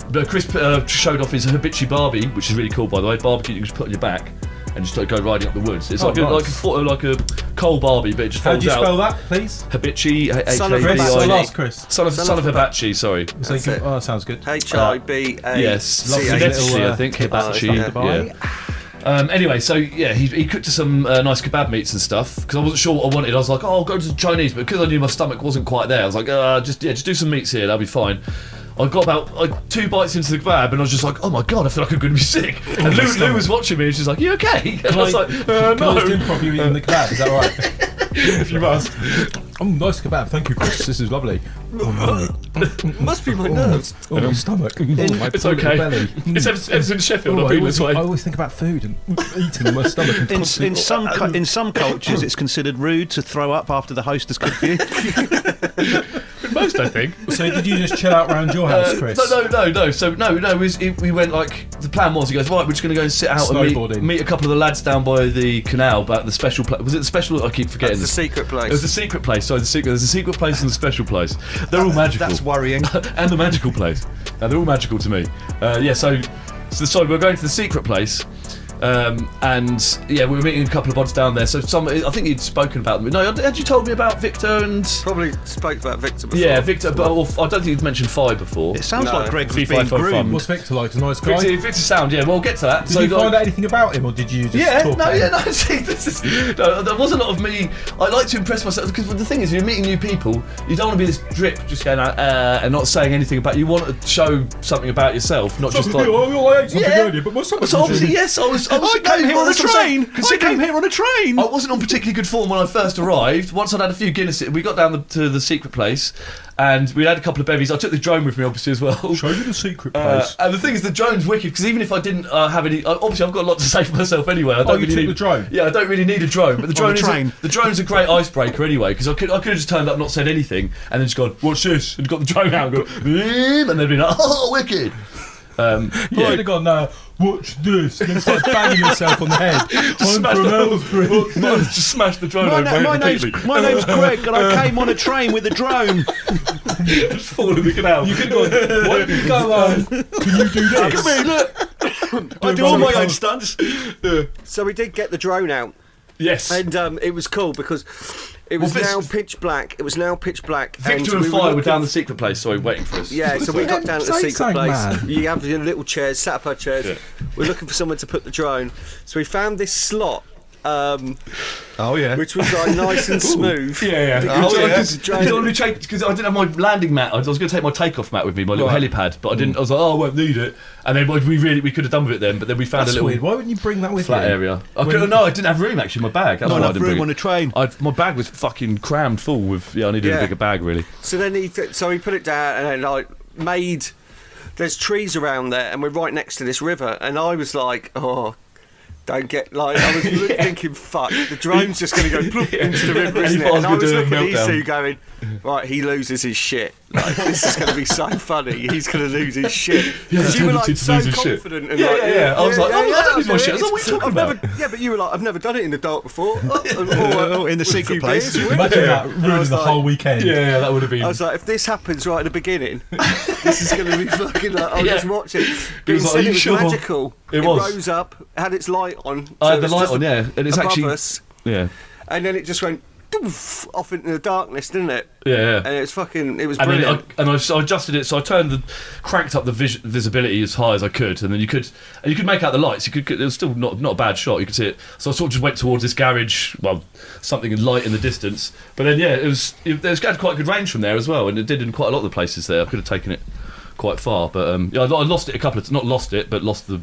Speaker 4: but Chris uh, showed off his Hibichi Barbie, which is really cool, by the way. Barbecue you can just put on your back and just like, go riding up the woods. It's
Speaker 3: Oh,
Speaker 4: like, a,
Speaker 3: nice.
Speaker 4: like a fo- like a coal Barbie, but it just
Speaker 3: How
Speaker 4: folds
Speaker 3: do you
Speaker 4: out.
Speaker 3: spell that, please?
Speaker 4: Hibichi, H-
Speaker 5: Son of
Speaker 4: H A B I-
Speaker 3: Chris,
Speaker 4: E.
Speaker 5: Hibichi.
Speaker 3: or last Chris.
Speaker 4: Son of Son of Hibachi. Sorry.
Speaker 3: So you
Speaker 5: That's
Speaker 3: can-
Speaker 5: it.
Speaker 3: oh, that sounds good.
Speaker 5: H I B A.
Speaker 4: Yes,
Speaker 5: C
Speaker 3: lovely
Speaker 5: A.
Speaker 3: little-
Speaker 4: Hibachi,
Speaker 3: uh,
Speaker 4: I think.
Speaker 5: kebab
Speaker 4: Hibachi.
Speaker 5: stuff.
Speaker 4: Yeah. Um, anyway, so yeah, he, he cooked us some uh, nice kebab meats and stuff because I wasn't sure what I wanted. I was like, oh, I'll go to the Chinese, but because I knew my stomach wasn't quite there, I was like, uh, just yeah, just do some meats here, that'll be fine. I got about like two bites into the kebab and I was just like, oh my god, I feel like I'm going to be sick. And Lou, Lou was watching me and she's like, you okay? And I was like, uh,
Speaker 3: Can I just
Speaker 4: no,
Speaker 3: improv you eating the kebab. Is that all right?
Speaker 4: if you must.
Speaker 3: oh, nice kebab. Thank you, Chris. This is lovely.
Speaker 5: Must be my nerves.
Speaker 3: Oh, my stomach. Oh, my
Speaker 4: It's
Speaker 3: poor little
Speaker 4: okay.
Speaker 3: Belly.
Speaker 4: It's ever, ever since Sheffield,
Speaker 3: Oh,
Speaker 4: I've
Speaker 3: I,
Speaker 4: been
Speaker 3: always,
Speaker 4: this way.
Speaker 3: I always think about food and eating in my stomach. And
Speaker 6: In,
Speaker 3: constantly-
Speaker 6: in some
Speaker 4: um,
Speaker 6: cu- in some cultures, it's considered rude to throw up after the host has cooked for you.
Speaker 4: Most, I think.
Speaker 3: so did you just chill out round your house, Chris?
Speaker 4: No, Uh, no, no, no. So no, no. We, we went like the plan was. He goes right. We're just going to go and sit out and meet,
Speaker 3: Snowboarding.
Speaker 4: meet a couple of the lads down by the canal. But the special pla- was it the special? I keep forgetting.
Speaker 5: It's a
Speaker 4: this.
Speaker 5: secret
Speaker 4: It was the
Speaker 5: place.
Speaker 4: secret place. Sorry, the secret. There's a secret place and the special place. They're all magical.
Speaker 6: That's worrying.
Speaker 4: and the magical place. Now they're all magical to me. Uh, yeah. So, so sorry. We're going to the secret place. Um, and yeah, we were meeting a couple of odds down there. So some, I think you'd spoken about them. No, had you told me about Victor and
Speaker 5: Probably spoke about Victor before.
Speaker 4: yeah, Victor? But or, I don't think you'd mentioned Phi before.
Speaker 6: It sounds
Speaker 5: No.
Speaker 6: like Greg was
Speaker 4: FIFA
Speaker 6: being
Speaker 4: for fun.
Speaker 6: groomed.
Speaker 3: What's Victor like? He's a nice guy.
Speaker 4: Victor, Victor Sound, yeah, we'll get to that.
Speaker 3: Did you find out anything about him, or did you just
Speaker 4: yeah,
Speaker 3: talk?
Speaker 4: no,
Speaker 3: about
Speaker 4: yeah,
Speaker 3: him?
Speaker 4: no. See, this is no, there was a lot of me. I like to impress myself because the thing is, you're meeting new people. You don't want to be this drip, just going out uh, and not saying anything about. You want to show something about yourself, not just like. "Oh,
Speaker 3: I ate
Speaker 4: Yeah. so obviously, yes, I was. I, was, no, well, that's what I'm saying. Oh, Considering-
Speaker 6: here on a train.
Speaker 4: I wasn't on particularly good form when I first arrived. Once I'd had a few Guinnesses, we got down the, to the secret place, and we had a couple of bevies. I took the drone with me, obviously, as well.
Speaker 3: Show me the secret
Speaker 4: Uh,
Speaker 3: place.
Speaker 4: and the thing is, the drone's wicked because even if I didn't uh, have any, uh, obviously I've got a lot to say for myself anyway. I don't
Speaker 3: Oh, you
Speaker 4: really
Speaker 3: took
Speaker 4: need
Speaker 3: the drone?
Speaker 4: Yeah, I don't really need a drone, but the drone
Speaker 6: the
Speaker 4: is
Speaker 6: train.
Speaker 4: A, the drone's a great icebreaker anyway because I could I could have just turned up, not said anything, and then just gone, "What's this?" and got the drone out and go, "Mm," and they'd be like, "Oh, wicked." Um,
Speaker 3: You would have gone, uh, watch this, and then start banging yourself on the head. I'm
Speaker 4: smash
Speaker 3: from
Speaker 4: the-
Speaker 3: Ellsbury.
Speaker 4: no, just smash the drone
Speaker 6: My,
Speaker 4: over
Speaker 6: na- my, name's,
Speaker 4: completely.
Speaker 6: my name's Greg, and
Speaker 4: Uh,
Speaker 6: I came on a train with a drone.
Speaker 4: Just fall in the canal. You could go.
Speaker 3: What? Go on. Can you do this?
Speaker 6: I do all my own stunts.
Speaker 5: So we did get the drone out.
Speaker 4: Yes.
Speaker 5: And um, it was cool because it was
Speaker 4: Well, this-
Speaker 5: now pitch black. It was now pitch black.
Speaker 4: Victor
Speaker 5: and
Speaker 4: and
Speaker 5: we
Speaker 4: Fire were
Speaker 5: looking-
Speaker 4: down the secret place. Sorry, waiting for us.
Speaker 5: Yeah, so we got down at the
Speaker 3: Say
Speaker 5: secret
Speaker 3: something,
Speaker 5: place.
Speaker 3: man.
Speaker 5: You have your little chairs, sat up our chairs. We're looking for somewhere to put the drone. So we found this slot, um,
Speaker 6: Oh yeah.
Speaker 5: which was like nice and smooth.
Speaker 4: Yeah, yeah.
Speaker 5: Oh, yeah.
Speaker 4: Because I didn't have my landing mat. I was going to take my takeoff mat with me, my little helipad, but I didn't. I was like, oh, I won't need it. And then what we really we could have done with it then, but then we found
Speaker 3: That's
Speaker 4: a little
Speaker 3: weird. Why wouldn't you bring that with
Speaker 4: flat
Speaker 3: you?
Speaker 4: area. I could, no, I didn't have room actually. in My bag. That's
Speaker 6: Not
Speaker 4: why I
Speaker 6: enough
Speaker 4: didn't
Speaker 6: room
Speaker 4: bring
Speaker 6: on
Speaker 4: it.
Speaker 6: a train.
Speaker 4: I, my bag was fucking crammed full with. Yeah, I needed
Speaker 5: Yeah.
Speaker 4: a bigger bag really.
Speaker 5: So then he, th- so he put it down and then like made there's trees around there, and we're right next to this river. And I was like, oh. Don't get like I was look- thinking. Fuck, the drone's just going to go plop into the river, isn't it?
Speaker 4: thought I was
Speaker 5: And I
Speaker 4: gonna
Speaker 5: was
Speaker 4: do a
Speaker 5: looking at
Speaker 4: meltdown.
Speaker 5: Isu going, right, he loses his shit. Like this is going to be so funny. He's going to lose his shit.
Speaker 4: has a
Speaker 5: you were like
Speaker 4: tendency to
Speaker 5: so
Speaker 4: lose his shit.
Speaker 5: confident and
Speaker 4: Yeah,
Speaker 5: like,
Speaker 4: yeah, yeah. I was like, oh, I don't lose my
Speaker 5: I'll do
Speaker 4: shit. I was like,
Speaker 5: it.
Speaker 4: what are you talking
Speaker 5: I've
Speaker 4: about?
Speaker 5: Never, yeah, but you were like, I've never done it in the dark before. Oh, oh,
Speaker 6: in the
Speaker 5: with a
Speaker 6: secret
Speaker 5: few
Speaker 6: place.
Speaker 5: beers, wouldn't
Speaker 3: Imagine
Speaker 5: it?
Speaker 3: that
Speaker 5: And I
Speaker 3: ruining
Speaker 5: was
Speaker 3: the
Speaker 5: like-
Speaker 3: whole weekend.
Speaker 4: Yeah, yeah, that would have been.
Speaker 5: I was like, if this happens right at the beginning, this is going to be fucking like, I'll just watch it. But
Speaker 4: was like,
Speaker 5: was said
Speaker 4: "Are you
Speaker 5: it was
Speaker 4: sure?"
Speaker 5: magical.
Speaker 4: It was.
Speaker 5: rose up, had its light on.
Speaker 4: I had the
Speaker 5: so it was
Speaker 4: light
Speaker 5: just
Speaker 4: on, yeah, and it's
Speaker 5: above
Speaker 4: actually
Speaker 5: us,
Speaker 4: yeah,
Speaker 5: and then it just went doof, off into the darkness, didn't it?
Speaker 4: yeah. yeah.
Speaker 5: And it's fucking, it was
Speaker 4: And then I,
Speaker 5: brilliant.
Speaker 4: and I, s- I adjusted it, so I turned the cranked up the vis- visibility as high as I could, and then you could and you could make out the lights. You could could- it was still not not a bad shot. You could see it. So I sort of just went towards this garage, well, something light in the distance. But then yeah, it was it, it was had quite good range from there as well, and it did in quite a lot of the places there. I could have taken it quite far, but um, yeah, I, lo- I lost it a couple of t- not lost it, but lost the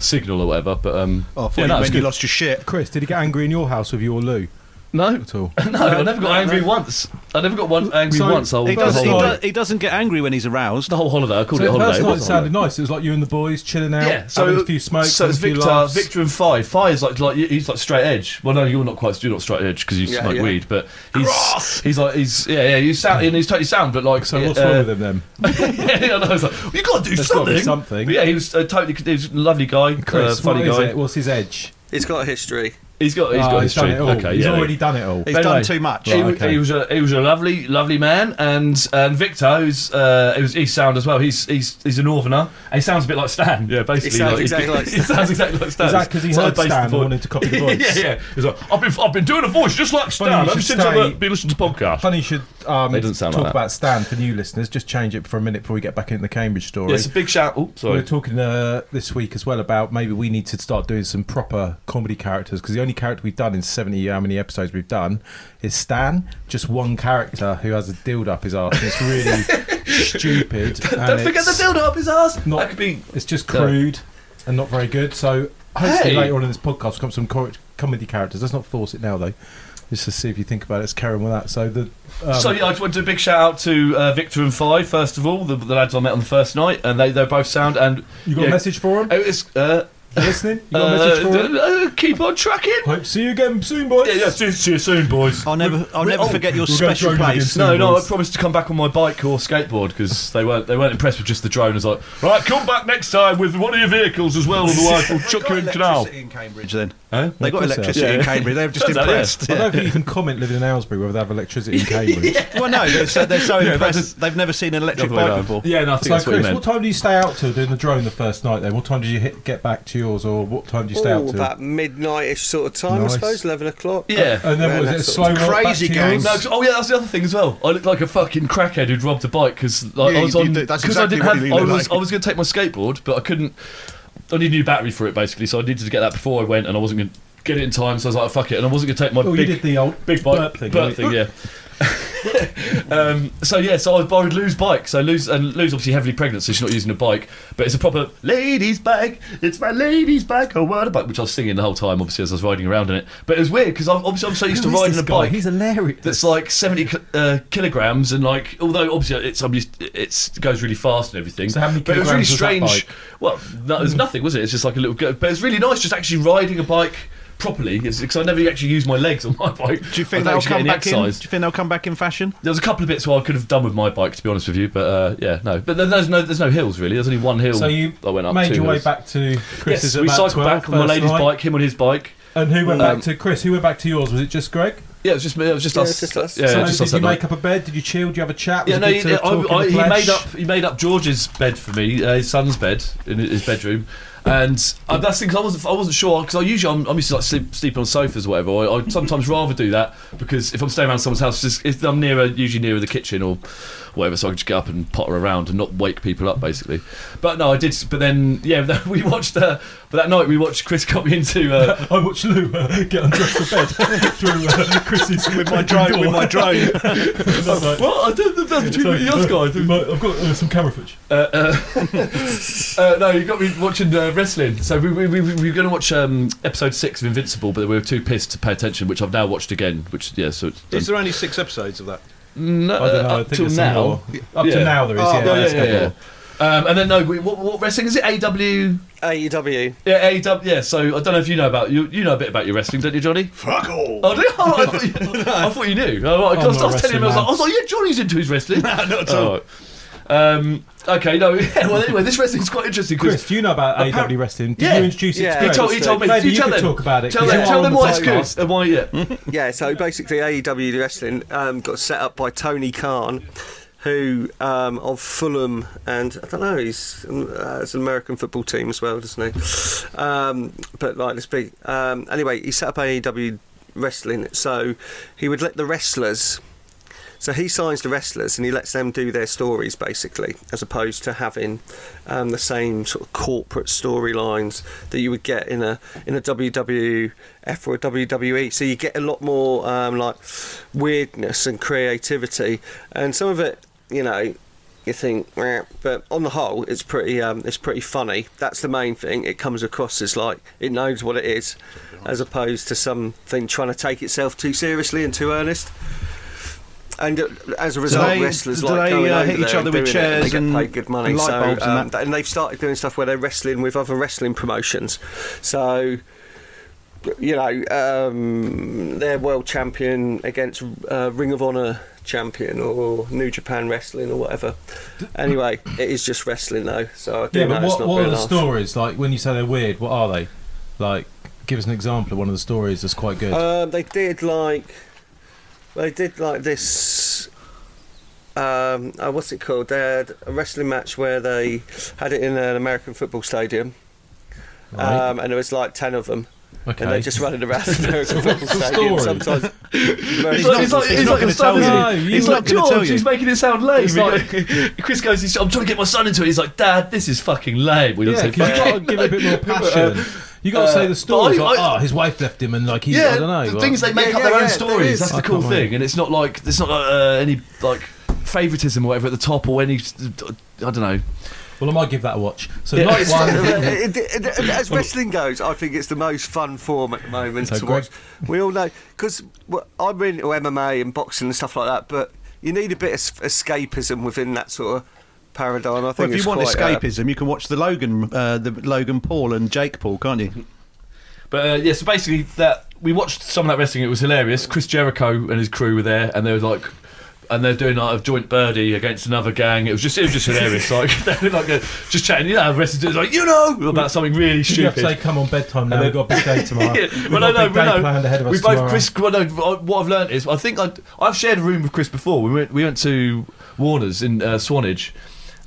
Speaker 4: signal or whatever. But um,
Speaker 6: Oh, I thought
Speaker 4: yeah,
Speaker 6: you
Speaker 4: no, it was
Speaker 6: meant you
Speaker 4: good.
Speaker 6: lost your shit.
Speaker 3: Chris, did he get angry in your house with you or Lou
Speaker 4: no,
Speaker 3: at all?
Speaker 4: No, I never got angry once. I never got one angry
Speaker 3: So,
Speaker 4: once. I'll,
Speaker 3: he
Speaker 6: He,
Speaker 3: does-
Speaker 6: does,
Speaker 4: the,
Speaker 6: he,
Speaker 4: whole,
Speaker 3: does-
Speaker 6: do, he doesn't get angry when he's aroused.
Speaker 4: the whole holiday. I called
Speaker 3: So
Speaker 4: it a
Speaker 3: the
Speaker 4: holiday.
Speaker 3: first
Speaker 4: It
Speaker 3: night
Speaker 4: was a holiday.
Speaker 3: sounded nice. It was like you and the boys chilling out,
Speaker 4: Yeah, so
Speaker 3: having a few smokes,
Speaker 4: so it's
Speaker 3: having a few
Speaker 4: Victor,
Speaker 3: laughs.
Speaker 4: Victor and Five. Five's like like he's like straight edge. Well, no, you're not quite. You're not straight edge because you
Speaker 5: Yeah,
Speaker 4: smoke
Speaker 5: yeah.
Speaker 4: weed, but he's he's like he's yeah yeah. You sound and he's totally sound, but like
Speaker 3: so
Speaker 4: yeah,
Speaker 3: what's
Speaker 4: uh,
Speaker 3: wrong with him then?
Speaker 4: yeah, yeah, no, I was like, you got to do
Speaker 3: There's gotta
Speaker 4: something.
Speaker 3: be something.
Speaker 4: But yeah, he was uh, totally. He was a lovely guy,
Speaker 3: Chris,
Speaker 4: uh, funny
Speaker 3: what is
Speaker 4: guy.
Speaker 3: it? What's his edge?
Speaker 5: It's got a history.
Speaker 4: He's got he's
Speaker 3: Ah,
Speaker 4: got
Speaker 3: he's
Speaker 4: his
Speaker 3: done it all.
Speaker 4: Okay,
Speaker 3: he's
Speaker 4: yeah.
Speaker 3: already done it all.
Speaker 6: He's
Speaker 4: Anyway,
Speaker 6: done too much.
Speaker 4: He,
Speaker 3: Right,
Speaker 4: wa-
Speaker 3: okay.
Speaker 4: he was a he was a lovely lovely man, and and Victor, who's uh, who's he's sound as well. He's he's he's a northerner. And he sounds a bit like Stan. Yeah, basically.
Speaker 5: sounds exactly like
Speaker 4: he sounds exactly like Stan.
Speaker 3: Is that because he
Speaker 4: So I
Speaker 3: heard
Speaker 4: based
Speaker 3: Stan
Speaker 4: the
Speaker 3: and
Speaker 4: voice-
Speaker 3: wanted to copy the voice?
Speaker 4: yeah, yeah. He's like, I've been I've been doing a voice just
Speaker 3: Funny
Speaker 4: like Stan
Speaker 3: you
Speaker 4: ever
Speaker 3: should
Speaker 4: since
Speaker 3: stay-
Speaker 4: I've been listening to podcasts.
Speaker 3: Funny you should um,
Speaker 4: They didn't sound
Speaker 3: talk
Speaker 4: like that.
Speaker 3: about Stan for new listeners. Just change it for a minute before we get back into the Cambridge story.
Speaker 4: Yeah, it's a big shout. Oh,
Speaker 3: we were
Speaker 4: sorry.
Speaker 3: talking uh, this week as well about maybe we need to start doing some proper comedy characters because the only character we've done in 70 how many episodes we've done is Stan, just one character who has a dildo up his arse. And it's really stupid.
Speaker 4: Don't forget the dildo up his ass.
Speaker 3: not-
Speaker 4: that could be.
Speaker 3: It's just crude and not very good. So hopefully
Speaker 4: Hey.
Speaker 3: later on in this podcast comes some cor- comedy characters. Let's not force it now though. Just to see if you think about it. Let's carry on with that. So the um,
Speaker 4: so yeah, I just want to do a big shout out to uh, Victor and Five first of all, the, the lads I met on the first night, and they they're both sound and
Speaker 3: you got
Speaker 4: yeah.
Speaker 3: a message for him?
Speaker 4: Oh, it's uh,
Speaker 3: You listening? You got a message for him?
Speaker 4: uh, keep on tracking.
Speaker 3: Hope see you again soon, boys.
Speaker 4: Yeah, yeah, see, see you soon, boys.
Speaker 6: I'll never, I'll never forget your
Speaker 3: we'll go
Speaker 6: special
Speaker 3: drone
Speaker 6: place.
Speaker 3: again.
Speaker 4: No, no, I
Speaker 3: boys.
Speaker 4: promised to come back on my bike or skateboard because they weren't they weren't impressed with just the drone. I was like, right, come back next time with one of your vehicles as well, otherwise we'll chuck you in canal.
Speaker 6: in Cambridge then.
Speaker 4: Huh?
Speaker 6: They got
Speaker 3: course they
Speaker 6: electricity in Cambridge. They've just
Speaker 4: Turns out, yeah.
Speaker 6: impressed.
Speaker 3: I
Speaker 6: Yeah.
Speaker 3: don't think you can comment living in Aylesbury where they have electricity in Cambridge.
Speaker 6: Well, no, they're so, they're so
Speaker 4: that's-
Speaker 6: impressed. They've never seen an electric
Speaker 4: Other way
Speaker 6: bike
Speaker 4: around.
Speaker 6: before.
Speaker 4: Yeah, no, I think
Speaker 3: So,
Speaker 4: that's what he
Speaker 3: Chris, what
Speaker 4: meant.
Speaker 3: time do you stay out till doing the drone the first night then? What time did you hit, get back to yours or what time do you stay
Speaker 5: Oh,
Speaker 3: out till?
Speaker 5: that midnight-ish sort of time,
Speaker 3: Nice.
Speaker 5: I suppose, eleven o'clock.
Speaker 4: Yeah.
Speaker 3: And then
Speaker 5: Yeah,
Speaker 3: what was it a
Speaker 5: that's
Speaker 3: slow roll back
Speaker 8: crazy
Speaker 3: to
Speaker 8: gang.
Speaker 3: yours?
Speaker 4: No, 'cause- oh yeah, that's the other thing as well. I looked like a fucking crackhead who'd robbed a bike because like,
Speaker 8: Yeah,
Speaker 4: I was
Speaker 8: you- you
Speaker 4: on
Speaker 8: did- that's
Speaker 4: because
Speaker 8: exactly
Speaker 4: I
Speaker 8: what
Speaker 4: didn't
Speaker 8: you
Speaker 4: have I
Speaker 8: look
Speaker 4: was
Speaker 8: like.
Speaker 4: I was going to take my skateboard, but I couldn't. I needed a new battery for it basically, so I needed to get that before I went, and I wasn't going to get it in time. So I was like, fuck it, and I wasn't going to take my
Speaker 3: Oh, you
Speaker 4: big
Speaker 3: did the old
Speaker 4: big bike
Speaker 3: burp thing.
Speaker 4: burp
Speaker 3: didn't you?
Speaker 4: yeah. um, so yeah, so I was borrowed Lou's bike. So Lou's and Lou's obviously heavily pregnant, so she's not using a bike, but it's a proper ladies' bike. It's my ladies' bike. I want a bike, which I was singing the whole time, obviously as I was riding around in it. But it was weird because obviously I'm so used
Speaker 3: Who
Speaker 4: to
Speaker 3: is
Speaker 4: riding
Speaker 3: this
Speaker 4: a
Speaker 3: guy?
Speaker 4: bike
Speaker 3: He's hilarious.
Speaker 4: that's like 70 ki- uh, kilograms and like although obviously it's I'm used- it's it goes really fast and everything
Speaker 3: So how many
Speaker 4: but it was really
Speaker 3: kilograms was that
Speaker 4: strange
Speaker 3: bike?
Speaker 4: well no, there's nothing was it it's just like a little go- but it's really nice just actually riding a bike properly because I never actually use my legs on my bike
Speaker 6: Do you think
Speaker 4: I don't
Speaker 6: they'll
Speaker 4: actually get
Speaker 6: come
Speaker 4: any
Speaker 6: back
Speaker 4: exercise.
Speaker 6: in? Do you think they'll come back in fashion?
Speaker 4: There was a couple of bits where I could have done with my bike, to be honest with you, but uh, yeah, no. But then there's no there's no hills really. There's only one hill.
Speaker 3: So you
Speaker 4: I went up
Speaker 3: made
Speaker 4: two
Speaker 3: your way
Speaker 4: hills.
Speaker 3: back to Chris's
Speaker 4: Yes,
Speaker 3: at
Speaker 4: we
Speaker 3: about
Speaker 4: cycled
Speaker 3: 12,
Speaker 4: back on my
Speaker 3: first
Speaker 4: lady's
Speaker 3: night.
Speaker 4: bike, him on his bike.
Speaker 3: And who went
Speaker 4: Um,
Speaker 3: back to Chris? Who went back to yours? Was it just Greg?
Speaker 4: Yeah, it was just me- it was just
Speaker 5: Yeah,
Speaker 4: us.
Speaker 5: it's just us.
Speaker 4: Yeah,
Speaker 3: So
Speaker 4: just us
Speaker 3: did you
Speaker 4: that night.
Speaker 3: make up a bed? Did you chill? Did you have a chat? Was
Speaker 4: Yeah,
Speaker 3: it
Speaker 4: no,
Speaker 3: good
Speaker 4: he,
Speaker 3: to
Speaker 4: I,
Speaker 3: talk in the
Speaker 4: I, he
Speaker 3: flesh?
Speaker 4: made up he made up George's bed for me, uh, his son's bed in his bedroom, and uh, that's because I wasn't I wasn't sure because I usually I'm, I'm used to like sleep, sleeping on sofas or whatever. I, I sometimes rather do that because if I'm staying around someone's house, just, if I'm nearer usually nearer the kitchen or whatever, so I can just get up and potter around and not wake people up basically. But no, I did. But then yeah, we watched. Uh, but that night we watched Chris got me into. Uh,
Speaker 3: I watched Lou uh, get undressed for bed through uh, Chris's with my
Speaker 6: Drone with my drone.
Speaker 4: well, I did the best between me and the other guy.
Speaker 3: I've got uh, some camera footage.
Speaker 4: Uh, no, you got me watching uh, wrestling. So we, we, we, we were going to watch um, episode six of Invincible, but we were too pissed to pay attention, which I've now watched again. Which yeah, so it's done.
Speaker 6: Is there only six episodes of that?
Speaker 4: no,
Speaker 3: I don't know.
Speaker 4: uh,
Speaker 3: I
Speaker 4: up
Speaker 3: think
Speaker 4: till
Speaker 3: there's
Speaker 4: now.
Speaker 3: some more. Up
Speaker 4: Yeah.
Speaker 3: to now there is.
Speaker 6: Oh,
Speaker 3: yeah,
Speaker 6: yeah,
Speaker 3: that's
Speaker 4: yeah,
Speaker 3: good.
Speaker 4: yeah. Um, and then no, we- what, what wrestling is it? AW,
Speaker 5: E AEW.
Speaker 4: yeah, AW, yeah. So I don't know if you know about you. You know a bit about your wrestling, don't you, Johnny?
Speaker 8: Fuck all.
Speaker 4: Oh, do you? Oh, I, thought you I thought you knew. Oh, right, 'cause I was,
Speaker 8: not a
Speaker 4: I was telling him, I was
Speaker 8: wrestling
Speaker 4: like, I was like, yeah, Johnny's into his wrestling. no, not at all. Um, okay, no. Yeah, well, anyway, this wrestling's quite interesting
Speaker 3: Chris,
Speaker 4: because
Speaker 3: do you know about
Speaker 4: Apparent-
Speaker 3: AW wrestling? Did
Speaker 4: Yeah.
Speaker 3: you introduce it
Speaker 5: Yeah.
Speaker 3: to
Speaker 4: he
Speaker 3: Chris?
Speaker 4: told, he told me.
Speaker 3: Maybe
Speaker 4: you
Speaker 3: you
Speaker 4: tell
Speaker 3: could
Speaker 4: them.
Speaker 3: talk about it.
Speaker 4: Tell
Speaker 3: 'cause
Speaker 4: them,
Speaker 3: you
Speaker 4: tell
Speaker 3: are
Speaker 4: them
Speaker 3: on the
Speaker 4: why it's
Speaker 3: podcast.
Speaker 4: good and why yeah.
Speaker 5: Yeah, so basically AEW wrestling um, got set up by Tony Khan, who um, of Fulham, and I don't know, he's uh, it's an American football team as well, doesn't he? Um, but like, let's be um, anyway. He set up AEW wrestling, so he would let the wrestlers. So he signs the wrestlers and he lets them do their stories basically, as opposed to having um, the same sort of corporate storylines that you would get in a in a WWF or a WWE. So you get a lot more um, like weirdness and creativity, and some of it, you know, you think, "Meh," but on the whole, it's pretty um, it's pretty funny. That's the main thing. It comes across as like it knows what it is, as opposed to something trying to take itself too seriously and too earnest. And uh, as a result,
Speaker 6: they-
Speaker 5: wrestlers
Speaker 6: do
Speaker 5: like
Speaker 6: they,
Speaker 5: going
Speaker 6: uh,
Speaker 5: over
Speaker 6: hit each
Speaker 5: there
Speaker 6: other with
Speaker 5: doing it,
Speaker 6: chairs
Speaker 5: and
Speaker 6: and
Speaker 5: they get paid good money.
Speaker 6: light
Speaker 5: so
Speaker 6: bulbs and
Speaker 5: um,
Speaker 6: that?
Speaker 5: and they've started doing stuff where they're wrestling with other wrestling promotions. So you know, um, they're world champion against uh, Ring of Honor champion or New Japan wrestling or whatever. Anyway, it is just wrestling though, so I do
Speaker 3: Yeah,
Speaker 5: know
Speaker 3: but
Speaker 5: it's
Speaker 3: what,
Speaker 5: not
Speaker 3: what are
Speaker 5: real
Speaker 3: the
Speaker 5: life.
Speaker 3: stories? Like, when you say they're weird, what are they? Like, give us an example of one of the stories that's quite good.
Speaker 6: Uh,
Speaker 5: Um, they did like, they did like this. Um, uh, what's it called? They had a wrestling match where they had it in an American football stadium,
Speaker 3: Right.
Speaker 5: um, and there was like ten of them.
Speaker 3: okay.
Speaker 5: And they're just running around the American
Speaker 3: the
Speaker 5: football stadium
Speaker 3: story?
Speaker 5: sometimes. Very
Speaker 4: He's like, he's like, he's like
Speaker 6: gonna
Speaker 4: his son,
Speaker 6: tell
Speaker 4: isn't
Speaker 3: you.
Speaker 4: he?
Speaker 3: No,
Speaker 4: he's
Speaker 3: he's
Speaker 4: like
Speaker 6: not gonna
Speaker 4: George.
Speaker 6: tell you.
Speaker 4: He's making it sound lame.
Speaker 6: He's
Speaker 4: like, Chris goes, he's, "I'm trying to get my son into it." He's like, "Dad, this is fucking lame." We don't
Speaker 3: Yeah,
Speaker 4: say
Speaker 3: because you got to
Speaker 4: fucking.
Speaker 3: give it a bit more passion. you got to say the story.
Speaker 4: I-
Speaker 3: Like,
Speaker 4: I-
Speaker 3: oh, his wife left him, and like he,
Speaker 4: Yeah,
Speaker 3: I don't know.
Speaker 4: the
Speaker 3: like-
Speaker 4: things they make
Speaker 5: Yeah,
Speaker 4: up their
Speaker 5: yeah,
Speaker 4: own
Speaker 5: yeah, there
Speaker 4: stories.
Speaker 5: is.
Speaker 4: That's the
Speaker 3: I
Speaker 4: cool
Speaker 3: can't wait.
Speaker 4: thing, and it's not like there's not uh, any like favoritism or whatever at the top or any. I don't know.
Speaker 3: Well, I might give that a watch. So
Speaker 4: Yeah.
Speaker 3: night one.
Speaker 5: It- it- it- As wrestling goes, I think it's the most fun form at the moment
Speaker 3: So
Speaker 5: to
Speaker 3: Greg-
Speaker 5: watch. We all know because I'm into MMA and boxing and stuff like that, but you need a bit of s- escapism within that sort of paradigm. I think
Speaker 6: Well, if
Speaker 5: it's
Speaker 6: you want
Speaker 5: quite, uh,
Speaker 6: escapism, you can watch the Logan, uh, the Logan Paul and Jake Paul, can't you?
Speaker 4: But uh, yeah, so basically that we watched some of that wrestling. It was hilarious. Chris Jericho and his crew were there, and they were like, and they're doing like a joint birdie against another gang. It was just it was just hilarious. like they were like uh, just chatting. You know, how wrestlers do it's like you know about something really
Speaker 3: You have to say,
Speaker 4: stupid.
Speaker 3: come on, bedtime now. We've got a big day tomorrow.
Speaker 4: Yeah,
Speaker 3: We've got
Speaker 4: well, no,
Speaker 3: a
Speaker 4: no,
Speaker 3: big day
Speaker 4: no.
Speaker 3: planned ahead of us
Speaker 4: we both
Speaker 3: tomorrow.
Speaker 4: Chris. Well, no, I- what I've learnt is I think I, I've shared a room with Chris before. We went we went to Warner's in uh, Swanage.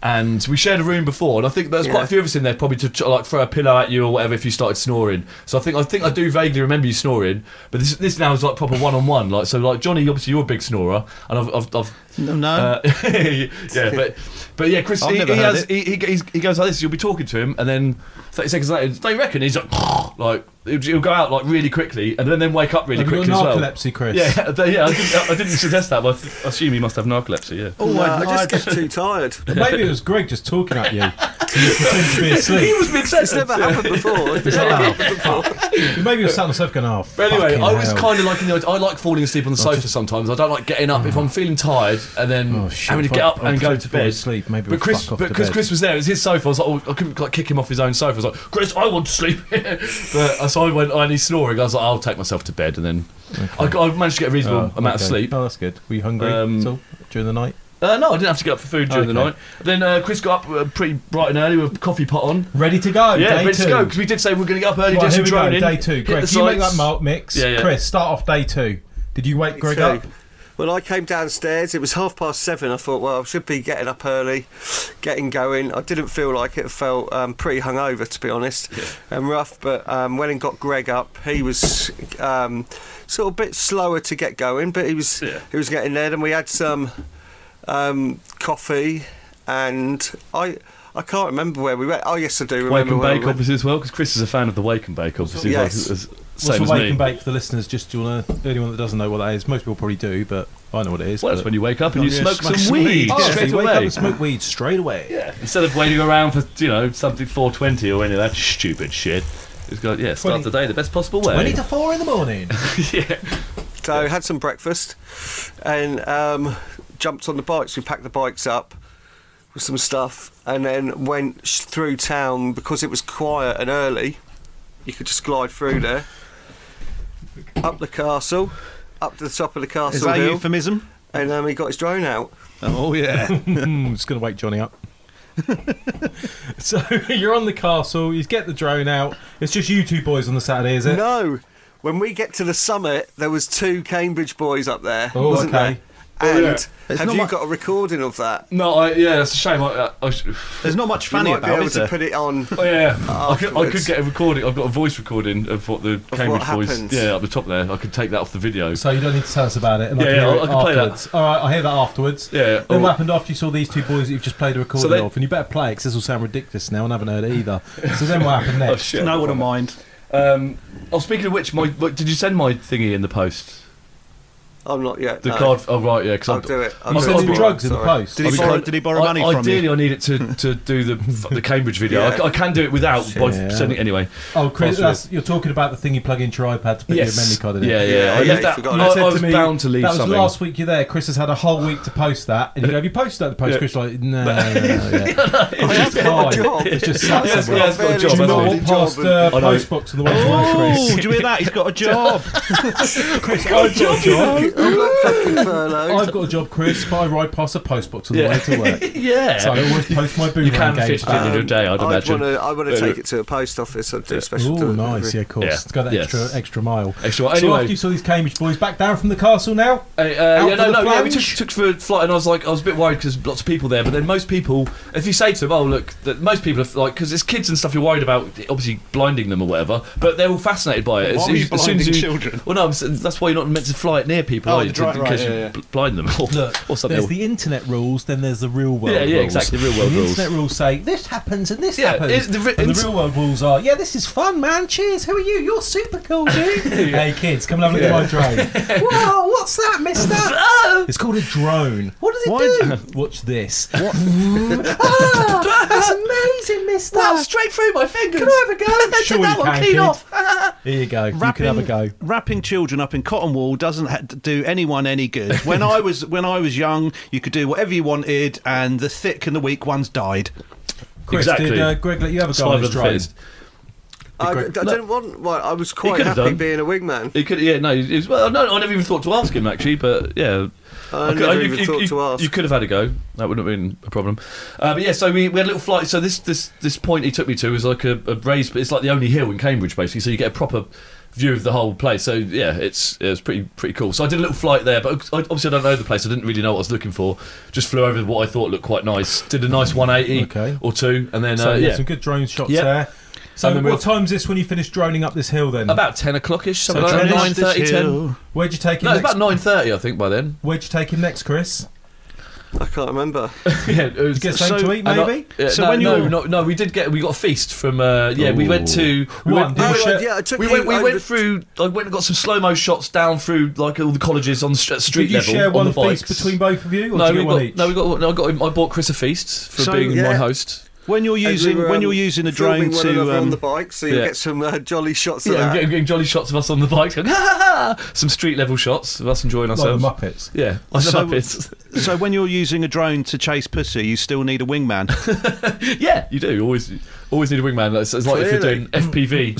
Speaker 4: And we shared a room before, and I think there's quite a
Speaker 5: Yeah.
Speaker 4: few of us in there probably to tr- like throw a pillow at you or whatever if you started snoring. So I think I think I do vaguely remember you snoring, but this this now is like proper one on one. Like so, like Johnny, obviously you're a big snorer, and I've, I've, I've
Speaker 6: No, no.
Speaker 4: uh, yeah, but but yeah, Chris.
Speaker 6: I've
Speaker 4: He,
Speaker 6: never
Speaker 4: he,
Speaker 6: heard
Speaker 4: has,
Speaker 6: it.
Speaker 4: he, he, he's- he goes like this. You'll be talking to him, and then thirty seconds later, they reckon he's like like he'll, he'll go out like really quickly, and then then wake up really
Speaker 3: Have you
Speaker 4: quickly
Speaker 3: got
Speaker 4: as well.
Speaker 3: narcolepsy, Chris?
Speaker 4: Yeah, they- yeah. I didn't, I didn't suggest that, but I th- I assume he must have narcolepsy. Yeah.
Speaker 6: oh,
Speaker 5: no,
Speaker 6: I'd-
Speaker 5: I just get
Speaker 6: I'd-
Speaker 5: too tired.
Speaker 3: Maybe it was Greg just talking at you. and you pretend to be
Speaker 4: He
Speaker 3: asleep.
Speaker 4: was mid
Speaker 5: It's never happened before. It's never happened before.
Speaker 3: Maybe you were sat on the sofa going, oh,
Speaker 4: But anyway,
Speaker 3: fucking
Speaker 4: I was
Speaker 3: hell.
Speaker 4: kind of like you know, I like falling asleep on the sofa sometimes. I don't like getting up if I'm feeling tired and then
Speaker 3: Mm. Oh, shit.
Speaker 4: having to
Speaker 3: If
Speaker 4: get
Speaker 3: I-
Speaker 4: up
Speaker 3: I
Speaker 4: and go
Speaker 3: pretend
Speaker 4: to
Speaker 3: to fall
Speaker 4: bed.
Speaker 3: asleep, maybe
Speaker 4: but
Speaker 3: we'll
Speaker 4: Chris,
Speaker 3: fuck off
Speaker 4: but
Speaker 3: to
Speaker 4: because
Speaker 3: bed.
Speaker 4: Chris was there, it was his sofa. I was like, oh, I couldn't like kick him off his own sofa. I was like, Chris, I want to sleep. but uh, so I went, oh, and he's snoring. I was like, I'll take myself to bed, and then I, got- I managed to get a
Speaker 3: Oh,
Speaker 4: reasonable amount
Speaker 3: okay.
Speaker 4: of sleep.
Speaker 3: Oh, that's good. Were you hungry
Speaker 4: Um,
Speaker 3: at all during the night?
Speaker 4: Uh, no, I didn't have to get up for food during the
Speaker 3: Okay.
Speaker 4: night. Then uh, Chris got up uh, pretty bright and early with a coffee pot on.
Speaker 3: Ready to go.
Speaker 4: yeah,
Speaker 3: day
Speaker 4: ready
Speaker 3: two.
Speaker 4: to go because we did say we are going to get up early,
Speaker 3: Right,
Speaker 4: do
Speaker 3: here
Speaker 4: some
Speaker 3: we go.
Speaker 4: drowning.
Speaker 3: Day two.
Speaker 4: hit
Speaker 3: Greg,
Speaker 4: the
Speaker 3: can you make
Speaker 4: sites.
Speaker 3: that malt mix?
Speaker 4: Yeah, yeah.
Speaker 3: Chris, start off day two. Did you wake Greg
Speaker 5: So,
Speaker 3: up?
Speaker 5: Well, I came downstairs. It was half past seven. I thought, well, I should be getting up early, getting going. I didn't feel like it. I felt um, pretty hungover, to be honest, and rough. But um, went and got Greg up. He was um, sort of a bit slower to get going, but he was
Speaker 4: Yeah.
Speaker 5: he was getting there. And we had some um, coffee, and I I can't remember where we went. Oh, yes, I do remember
Speaker 4: Wake and
Speaker 5: where we
Speaker 4: Bake,
Speaker 5: went.
Speaker 4: obviously, as well, because Chris is a fan of the Wake and Bake, obviously.
Speaker 5: Yes.
Speaker 4: like, as- as-
Speaker 3: What's
Speaker 4: same
Speaker 3: a
Speaker 4: as
Speaker 3: wake
Speaker 4: me.
Speaker 3: and bake for the listeners? Just do you want to, anyone that doesn't know what that is? Most people probably do, but I know what it is.
Speaker 4: Well, that's
Speaker 3: but-
Speaker 4: when you wake up and you
Speaker 6: yeah,
Speaker 4: smoke,
Speaker 6: smoke
Speaker 4: Oh, some
Speaker 6: some
Speaker 4: weed,
Speaker 6: weed.
Speaker 3: Oh, so
Speaker 4: straight
Speaker 3: you wake up
Speaker 4: away.
Speaker 3: and smoke weed straight away.
Speaker 4: Yeah. Instead of waiting around for you know something 420 or any of that stupid shit. It's got yeah, start the day the best possible way.
Speaker 3: Twenty to four in the morning.
Speaker 4: yeah.
Speaker 5: So I had some breakfast and um, jumped on the bikes. We packed the bikes up. some stuff, and then went sh- through town because it was quiet and early. You could just glide through there, up the castle, up to the top of the castle
Speaker 6: Is that a
Speaker 5: hill,
Speaker 6: euphemism?
Speaker 5: and um, he got his drone out.
Speaker 6: Oh yeah.
Speaker 3: I'm Hmm, just going to wake Johnny up. so you're on the castle. You get the drone out. It's just you two boys on the Saturday, is it?
Speaker 5: No, when we get to the summit, there was two Cambridge boys up there,
Speaker 3: Oh,
Speaker 5: wasn't
Speaker 3: okay.
Speaker 5: there?
Speaker 4: yeah.
Speaker 5: And
Speaker 6: It's
Speaker 5: have
Speaker 6: not
Speaker 5: you
Speaker 6: my-
Speaker 5: got a recording of that?
Speaker 4: No, I, yeah, that's a shame. I, I, I sh-
Speaker 6: There's not much
Speaker 5: You
Speaker 6: funny
Speaker 5: might be
Speaker 6: about
Speaker 5: able
Speaker 6: is
Speaker 5: to
Speaker 6: there?
Speaker 5: put it on.
Speaker 4: Oh yeah,
Speaker 5: Ah,
Speaker 4: I could, I could
Speaker 5: Afterwards.
Speaker 4: get a recording. I've got a voice recording of what the Cambridge boys.
Speaker 5: happened.
Speaker 4: Yeah, up the top there. I could take that off the video.
Speaker 3: So you don't need to tell us about it. And I
Speaker 4: Yeah,
Speaker 3: can hear
Speaker 4: yeah, I-
Speaker 3: it
Speaker 4: I can play that.
Speaker 3: afterwards. All right, I hear that afterwards.
Speaker 4: Yeah, yeah,
Speaker 3: Then
Speaker 4: all-
Speaker 3: what happened after you saw these two boys that you've just played a recording
Speaker 4: So they-
Speaker 3: of? And you better play it 'cause this will sound ridiculous now, and I haven't heard it either. So then what happened
Speaker 4: oh
Speaker 3: next?
Speaker 4: shit!
Speaker 6: No one will mind.
Speaker 4: Um, oh, speaking of which, my, my did you send my thingy in the post?
Speaker 5: I'm not yet.
Speaker 4: The
Speaker 5: no.
Speaker 4: card. Oh right, yeah. Cause
Speaker 5: I'll
Speaker 4: I'm-
Speaker 5: do it. I'll
Speaker 3: you
Speaker 5: do
Speaker 3: sent
Speaker 5: it
Speaker 3: him
Speaker 5: tomorrow,
Speaker 3: drugs in the
Speaker 5: sorry.
Speaker 3: post.
Speaker 6: Did he borrow, did he borrow
Speaker 4: I-
Speaker 6: money from
Speaker 4: ideally,
Speaker 6: you?
Speaker 4: I need it to, to do the the Cambridge video. I-
Speaker 5: Yeah.
Speaker 4: I, can do it without by
Speaker 3: Yeah.
Speaker 4: sending anyway.
Speaker 3: Oh, Chris,
Speaker 4: Possibly.
Speaker 3: that's, you're talking about the thing you plug into your iPad to put your memory card in.
Speaker 4: yeah,
Speaker 3: it.
Speaker 4: yeah,
Speaker 5: Yeah,
Speaker 4: I
Speaker 5: yeah,
Speaker 4: left
Speaker 5: you
Speaker 4: that.
Speaker 5: forgot
Speaker 4: no,
Speaker 5: it.
Speaker 3: said
Speaker 4: I was
Speaker 3: to me,
Speaker 4: bound to leave
Speaker 3: That was
Speaker 4: something.
Speaker 3: last week. You're there. Chris has had a whole week to post that, and you go, "Have you posted that?" The post.
Speaker 4: Yeah.
Speaker 3: Chris like, "No, no, no, no, yeah." it's just
Speaker 5: I've got a
Speaker 3: fine.
Speaker 5: job.
Speaker 3: It's just sat
Speaker 4: Yes,
Speaker 3: somewhere.
Speaker 4: yeah, it's got a job,
Speaker 5: Fairly
Speaker 3: Do you
Speaker 4: hasn't
Speaker 3: not
Speaker 4: it?
Speaker 3: walk
Speaker 5: normal job
Speaker 3: past
Speaker 5: and-
Speaker 3: uh,
Speaker 4: I know.
Speaker 3: post box on the way to work,
Speaker 6: Oh, do you hear that? He's got a job.
Speaker 3: Chris? Chris got a job, John.
Speaker 5: I'm not fucking furloughed.
Speaker 3: I've got a job, Chris, but I ride past a post box on the
Speaker 4: Yeah.
Speaker 3: way to work.
Speaker 4: Yeah.
Speaker 3: So I always post my boomerang Um,
Speaker 4: you can
Speaker 3: game
Speaker 4: fit it in
Speaker 3: back.
Speaker 4: in your day, I'd
Speaker 5: I'd
Speaker 4: imagine.
Speaker 5: wanna, I want to take it to a post office. I'd do a special
Speaker 3: Oh,
Speaker 5: delivery.
Speaker 3: nice. Yeah, of course.
Speaker 4: Yeah.
Speaker 3: It's got that
Speaker 4: Yes.
Speaker 3: extra extra mile.
Speaker 4: Extra mile.
Speaker 3: So
Speaker 4: Anyway.
Speaker 3: after you saw these Cambridge boys back down from the castle now,
Speaker 4: Uh, uh,
Speaker 3: Out
Speaker 4: yeah,
Speaker 3: for
Speaker 4: no,
Speaker 3: the
Speaker 4: no, yeah, we took,
Speaker 3: flange?
Speaker 4: took for a flight, and I was like, I was a bit worried because lots of people there. But then most people, if you say to them, "Oh, look," that most people are like, because it's kids and stuff, you're worried about obviously blinding them or whatever. But they're all fascinated by it.
Speaker 6: Why
Speaker 4: As-
Speaker 6: are you
Speaker 4: as soon as
Speaker 6: blinding
Speaker 4: you-
Speaker 6: children?
Speaker 4: Well, no, I'm, s- that's why you're not meant to fly it near people,
Speaker 6: Oh,
Speaker 4: are you?
Speaker 6: right,
Speaker 4: In
Speaker 6: right,
Speaker 4: case
Speaker 6: yeah,
Speaker 4: you
Speaker 6: yeah.
Speaker 4: bl- blind them or, or something.
Speaker 3: there's the internet rules, then there's the real world
Speaker 4: Oh. Yeah, yeah,
Speaker 3: rules.
Speaker 4: exactly, real world
Speaker 3: And the
Speaker 4: rules.
Speaker 3: internet rules say, this happens and this
Speaker 4: Yeah,
Speaker 3: happens.
Speaker 4: it- the ri-
Speaker 3: and
Speaker 4: int-
Speaker 3: the real world rules are, yeah, this is fun, man. Cheers. Who are you? You're super cool, dude. Hey, kids, come and have a look at my drone. Whoa, what's that, mister? it's called a drone. What does it
Speaker 6: Why-
Speaker 3: do? Watch this. ah, that's amazing, mister.
Speaker 4: straight through my fingers.
Speaker 3: Can I have a go?
Speaker 4: Sure that you one, can, clean kid. off.
Speaker 3: Here you go. you can have a go.
Speaker 6: wrapping children up in cotton wool doesn't ha- do anyone any good. When I was when I was young, you could do whatever you wanted, and the thick and the weak ones died.
Speaker 3: Chris, did
Speaker 4: Exactly.
Speaker 3: uh, Greg let you have a go on
Speaker 4: Survival
Speaker 3: his
Speaker 4: of the
Speaker 3: drone?
Speaker 4: fittest.
Speaker 5: I, I didn't want. Well, I was quite
Speaker 4: could've
Speaker 5: happy
Speaker 4: done.
Speaker 5: being a wingman.
Speaker 4: He could, yeah, no, it was, well, no, I never even thought to ask him actually, but yeah.
Speaker 5: I
Speaker 4: could-
Speaker 5: never
Speaker 4: you-
Speaker 5: even
Speaker 4: you,
Speaker 5: thought
Speaker 4: you-
Speaker 5: to ask.
Speaker 4: You could have had a go. That wouldn't have been a problem. Uh, but yeah, so we, we had a little flight. So this this this point he took me to was like a, a raised, but it's like the only hill in Cambridge basically. So you get a proper view of the whole place. So yeah, it's it's pretty pretty cool. So I did a little flight there, but I, obviously I don't know the place. I didn't really know what I was looking for. Just flew over what I thought looked quite nice. Did a nice 180
Speaker 3: Hmm. Okay.
Speaker 4: or two, and then
Speaker 3: So
Speaker 4: uh,
Speaker 3: yeah,
Speaker 4: yeah,
Speaker 3: some good drone shots
Speaker 4: Yep.
Speaker 3: there. So
Speaker 4: And
Speaker 3: what
Speaker 4: then we'll-
Speaker 3: time's this when you finish droning up this hill then?
Speaker 4: about 10 o'clock ish, something
Speaker 3: So
Speaker 4: like that.
Speaker 3: Trent-
Speaker 4: 9 30, 10.
Speaker 3: Where'd you take him
Speaker 4: No, it's
Speaker 3: next?
Speaker 4: about 9.30 I think by then.
Speaker 3: Where'd you take him next, Chris?
Speaker 5: I can't remember.
Speaker 4: yeah, it was,
Speaker 3: Get something
Speaker 6: So-
Speaker 3: to eat
Speaker 4: And I-
Speaker 3: maybe?
Speaker 4: yeah,
Speaker 6: So
Speaker 4: no,
Speaker 6: when you
Speaker 4: no,
Speaker 6: were-
Speaker 4: no, no, we did get we got a feast from. Uh, yeah, we went to we
Speaker 3: One,
Speaker 4: went,
Speaker 3: didn't
Speaker 5: Oh,
Speaker 3: we?
Speaker 5: right, yeah, I took
Speaker 4: we
Speaker 5: you
Speaker 4: went, we
Speaker 5: over
Speaker 4: went
Speaker 5: the-
Speaker 4: through. I went and got some slow mo shots down through like all the colleges on the st- street
Speaker 3: Did you
Speaker 4: level
Speaker 3: share
Speaker 4: on
Speaker 3: one
Speaker 4: the bikes.
Speaker 3: feast between both of you or
Speaker 4: no,
Speaker 3: did you get
Speaker 4: we got,
Speaker 3: one each?
Speaker 4: no, we got. No, I got. Him, I bought Chris a feast for
Speaker 6: So,
Speaker 4: being my
Speaker 5: yeah.
Speaker 4: host.
Speaker 6: When you're
Speaker 5: As we
Speaker 6: using
Speaker 5: were,
Speaker 6: when
Speaker 5: um,
Speaker 6: you're using a drone
Speaker 5: filming one another
Speaker 6: to
Speaker 5: on the
Speaker 6: um,
Speaker 5: bike, so you
Speaker 4: yeah.
Speaker 5: get some uh, jolly shots of
Speaker 4: Yeah,
Speaker 5: that.
Speaker 4: getting, getting jolly shots of us on the bikes. Going, ha, ha, ha, some street level shots of us enjoying
Speaker 3: like
Speaker 4: ourselves.
Speaker 3: the Muppets.
Speaker 4: yeah, I
Speaker 6: So-
Speaker 4: love it.
Speaker 6: so when you're using a drone to chase pussy, you still need a wingman.
Speaker 4: yeah, you do always. Always need a wingman. It's, it's like if you're
Speaker 5: Clearly.
Speaker 4: doing FPV.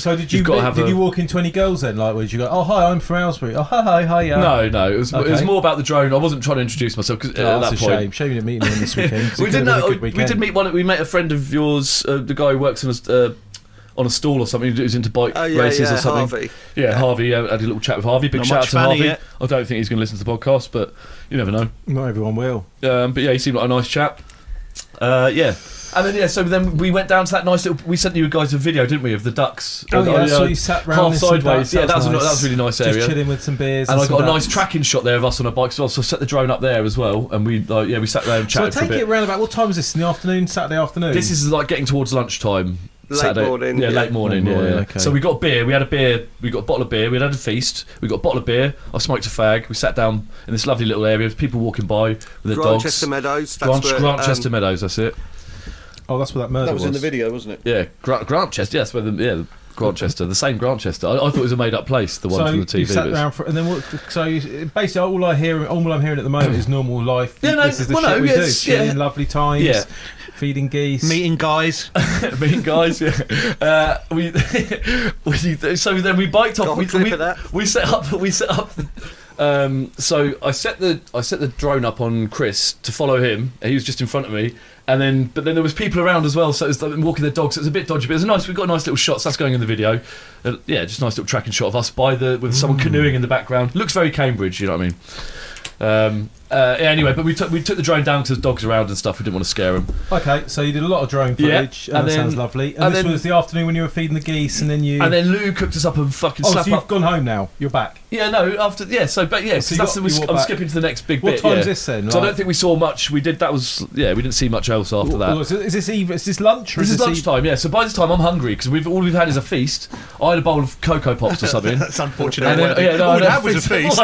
Speaker 3: So did you
Speaker 4: You've got to have
Speaker 3: did
Speaker 4: a,
Speaker 3: you walk into any girls then? Like, where you go? Oh hi, I'm from Aylesbury. Oh hi hi hi. yeah.
Speaker 4: No, no. It was, it was
Speaker 3: Okay.
Speaker 4: more about the drone. I wasn't trying to introduce myself 'cause, uh,
Speaker 3: Oh,
Speaker 4: at
Speaker 3: that's
Speaker 4: that
Speaker 3: a
Speaker 4: point.
Speaker 3: shame. Shame you didn't meet him on this weekend. 'cause it
Speaker 4: We
Speaker 3: could've
Speaker 4: did
Speaker 3: been a
Speaker 4: know.
Speaker 3: good
Speaker 4: We
Speaker 3: weekend.
Speaker 4: did meet one. We met a friend of yours, uh, the guy who works on a, uh, on a stall or something, who's into bike
Speaker 5: Oh yeah,
Speaker 4: races
Speaker 5: yeah,
Speaker 4: or something.
Speaker 5: Harvey.
Speaker 4: Yeah, Harvey. Yeah, had a little chat with Harvey. Big
Speaker 6: Not
Speaker 4: shout out
Speaker 6: much
Speaker 4: to
Speaker 6: fanny
Speaker 4: Harvey.
Speaker 6: yet.
Speaker 4: I don't think he's going to listen to the podcast, but you never know.
Speaker 3: Not everyone will.
Speaker 4: Um, but yeah, he seemed like a nice chap. Uh, yeah. And then yeah, so then we went down to that nice little. We sent you guys a video, didn't we, of the ducks?
Speaker 3: Oh,
Speaker 4: Uh,
Speaker 3: yeah,
Speaker 4: uh,
Speaker 3: so you sat round
Speaker 4: half
Speaker 3: with some
Speaker 4: sideways.
Speaker 3: ducks,
Speaker 4: Yeah,
Speaker 3: that
Speaker 4: that
Speaker 3: was
Speaker 4: was, a-
Speaker 3: nice.
Speaker 4: that was a really nice
Speaker 3: Just
Speaker 4: area
Speaker 3: chilling with some beers.
Speaker 4: and I
Speaker 3: some
Speaker 4: got a nice
Speaker 3: ducks.
Speaker 4: tracking shot there of us on our bikes as well. So I set the drone up there as well, and we like yeah we sat there and
Speaker 3: So I
Speaker 4: chatted
Speaker 3: take
Speaker 4: for a
Speaker 3: it
Speaker 4: bit.
Speaker 3: round about what time is this in the afternoon? Saturday afternoon.
Speaker 4: This is like getting towards lunchtime.
Speaker 5: Late
Speaker 4: Saturday.
Speaker 5: morning,
Speaker 4: yeah,
Speaker 5: yeah.
Speaker 4: late morning.
Speaker 3: Late morning,
Speaker 4: yeah, yeah.
Speaker 3: okay.
Speaker 4: So we got beer. We had a beer. We got a bottle of beer. We had a feast. We got a bottle of beer. I smoked a fag. We sat down in this lovely little area. with People walking by with their dogs.
Speaker 5: Grantchester Meadows. That's
Speaker 4: Grant,
Speaker 5: where,
Speaker 4: Grantchester
Speaker 5: um,
Speaker 4: Meadows. That's it.
Speaker 3: oh, that's where that murder
Speaker 6: video, wasn't it?
Speaker 4: Yeah, Grant, Grantchester. Yeah, that's where the yeah. Grantchester, the same Grantchester. I, I thought it was a made-up place, the one
Speaker 3: so
Speaker 4: from the TV.
Speaker 3: you sat
Speaker 4: but it's-
Speaker 3: down for, and then what, so you, basically all I hear, all I'm hearing at the moment is normal life.
Speaker 4: Yeah, no,
Speaker 3: this is the
Speaker 4: well,
Speaker 3: shit
Speaker 4: no,
Speaker 3: we
Speaker 4: yes,
Speaker 3: do. Shitting
Speaker 4: yeah.
Speaker 3: lovely times.
Speaker 4: Yeah.
Speaker 3: Feeding geese.
Speaker 6: Meeting guys.
Speaker 4: mean guys. Yeah. Uh, we, we so then we biked off.
Speaker 5: Got a
Speaker 4: we,
Speaker 5: clip
Speaker 4: we,
Speaker 5: of that?
Speaker 4: we set up. We set up. Um, so I set the I set the drone up on Chris to follow him. He was just in front of me, and then but then there was people around as well. So it was like them walking their dogs. So it was a bit dodgy, but it was a nice. We got a nice little shots. that's going in the video. Uh, yeah, just a nice little tracking shot of us by the with
Speaker 3: Mm.
Speaker 4: someone canoeing in the background. Looks very Cambridge. You know what I mean? Um, uh, yeah, anyway, but we took we took the drone down because dogs around and stuff. We didn't want to scare them.
Speaker 3: Okay, so you did a lot of drone
Speaker 4: Yeah,
Speaker 3: footage, and,
Speaker 4: and
Speaker 3: that
Speaker 4: then-
Speaker 3: sounds lovely. And,
Speaker 4: and
Speaker 3: this
Speaker 4: then-
Speaker 3: was the afternoon when you were feeding the geese, and then you.
Speaker 4: And then Lou cooked us up a fucking
Speaker 3: oh,
Speaker 4: slap
Speaker 3: so you've
Speaker 4: up.
Speaker 3: gone home now. You're back.
Speaker 4: Yeah, no, after yeah, so but yeah,
Speaker 3: Oh, So
Speaker 4: 'cause
Speaker 3: you
Speaker 4: that's
Speaker 3: got-
Speaker 4: the-
Speaker 3: you walked
Speaker 4: I'm
Speaker 3: back.
Speaker 4: skipping to the next big
Speaker 3: What
Speaker 4: bit.
Speaker 3: time's
Speaker 4: yeah.
Speaker 3: this then,
Speaker 4: So I
Speaker 3: like-
Speaker 4: don't think we saw much. We did that was yeah, we didn't see much else after
Speaker 3: Or
Speaker 4: that.
Speaker 3: is, it- is this even? Is this lunch? Or
Speaker 4: This is
Speaker 3: this
Speaker 4: lunchtime, yeah. So by this time I'm hungry because we've all we've had is a feast. I had a bowl of cocoa pops or something.
Speaker 8: That's unfortunate.
Speaker 4: And then,
Speaker 8: wording.
Speaker 4: yeah, no,
Speaker 8: All
Speaker 4: no,
Speaker 8: we had was a feast.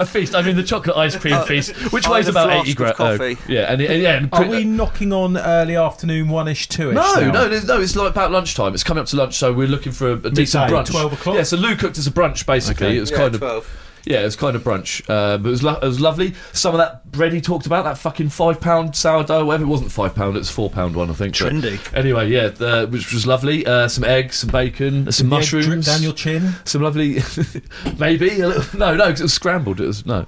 Speaker 4: a feast. I mean, the chocolate ice cream feast, which
Speaker 5: Uh, I
Speaker 4: weighs
Speaker 5: had a
Speaker 4: about
Speaker 5: flask
Speaker 4: eighty
Speaker 5: of
Speaker 4: grams.
Speaker 5: coffee.
Speaker 4: yeah, and, and yeah. And
Speaker 3: Are we knocking on early afternoon, one ish, two ish?
Speaker 4: No, no, there's- no. It's like about lunchtime. It's coming up to lunch, so we're looking for a, a decent
Speaker 3: Midday,
Speaker 4: brunch.
Speaker 3: 12 o'clock?
Speaker 4: Yeah, so Lou cooked us a brunch basically. It was
Speaker 5: Yeah,
Speaker 4: kind of
Speaker 5: 12.
Speaker 4: yeah, it was kind of brunch, uh, but it was lo- it was lovely. Some of that bread he talked about, that fucking five pound sourdough, whatever it wasn't five pound, it was four pound one, I think. but-
Speaker 6: Trendy.
Speaker 4: anyway, yeah, the, which was lovely. Uh, some eggs, some bacon, some mushrooms,
Speaker 3: Drip down your chin.
Speaker 4: some lovely, maybe a little, no, no, 'cause it was scrambled. It was no,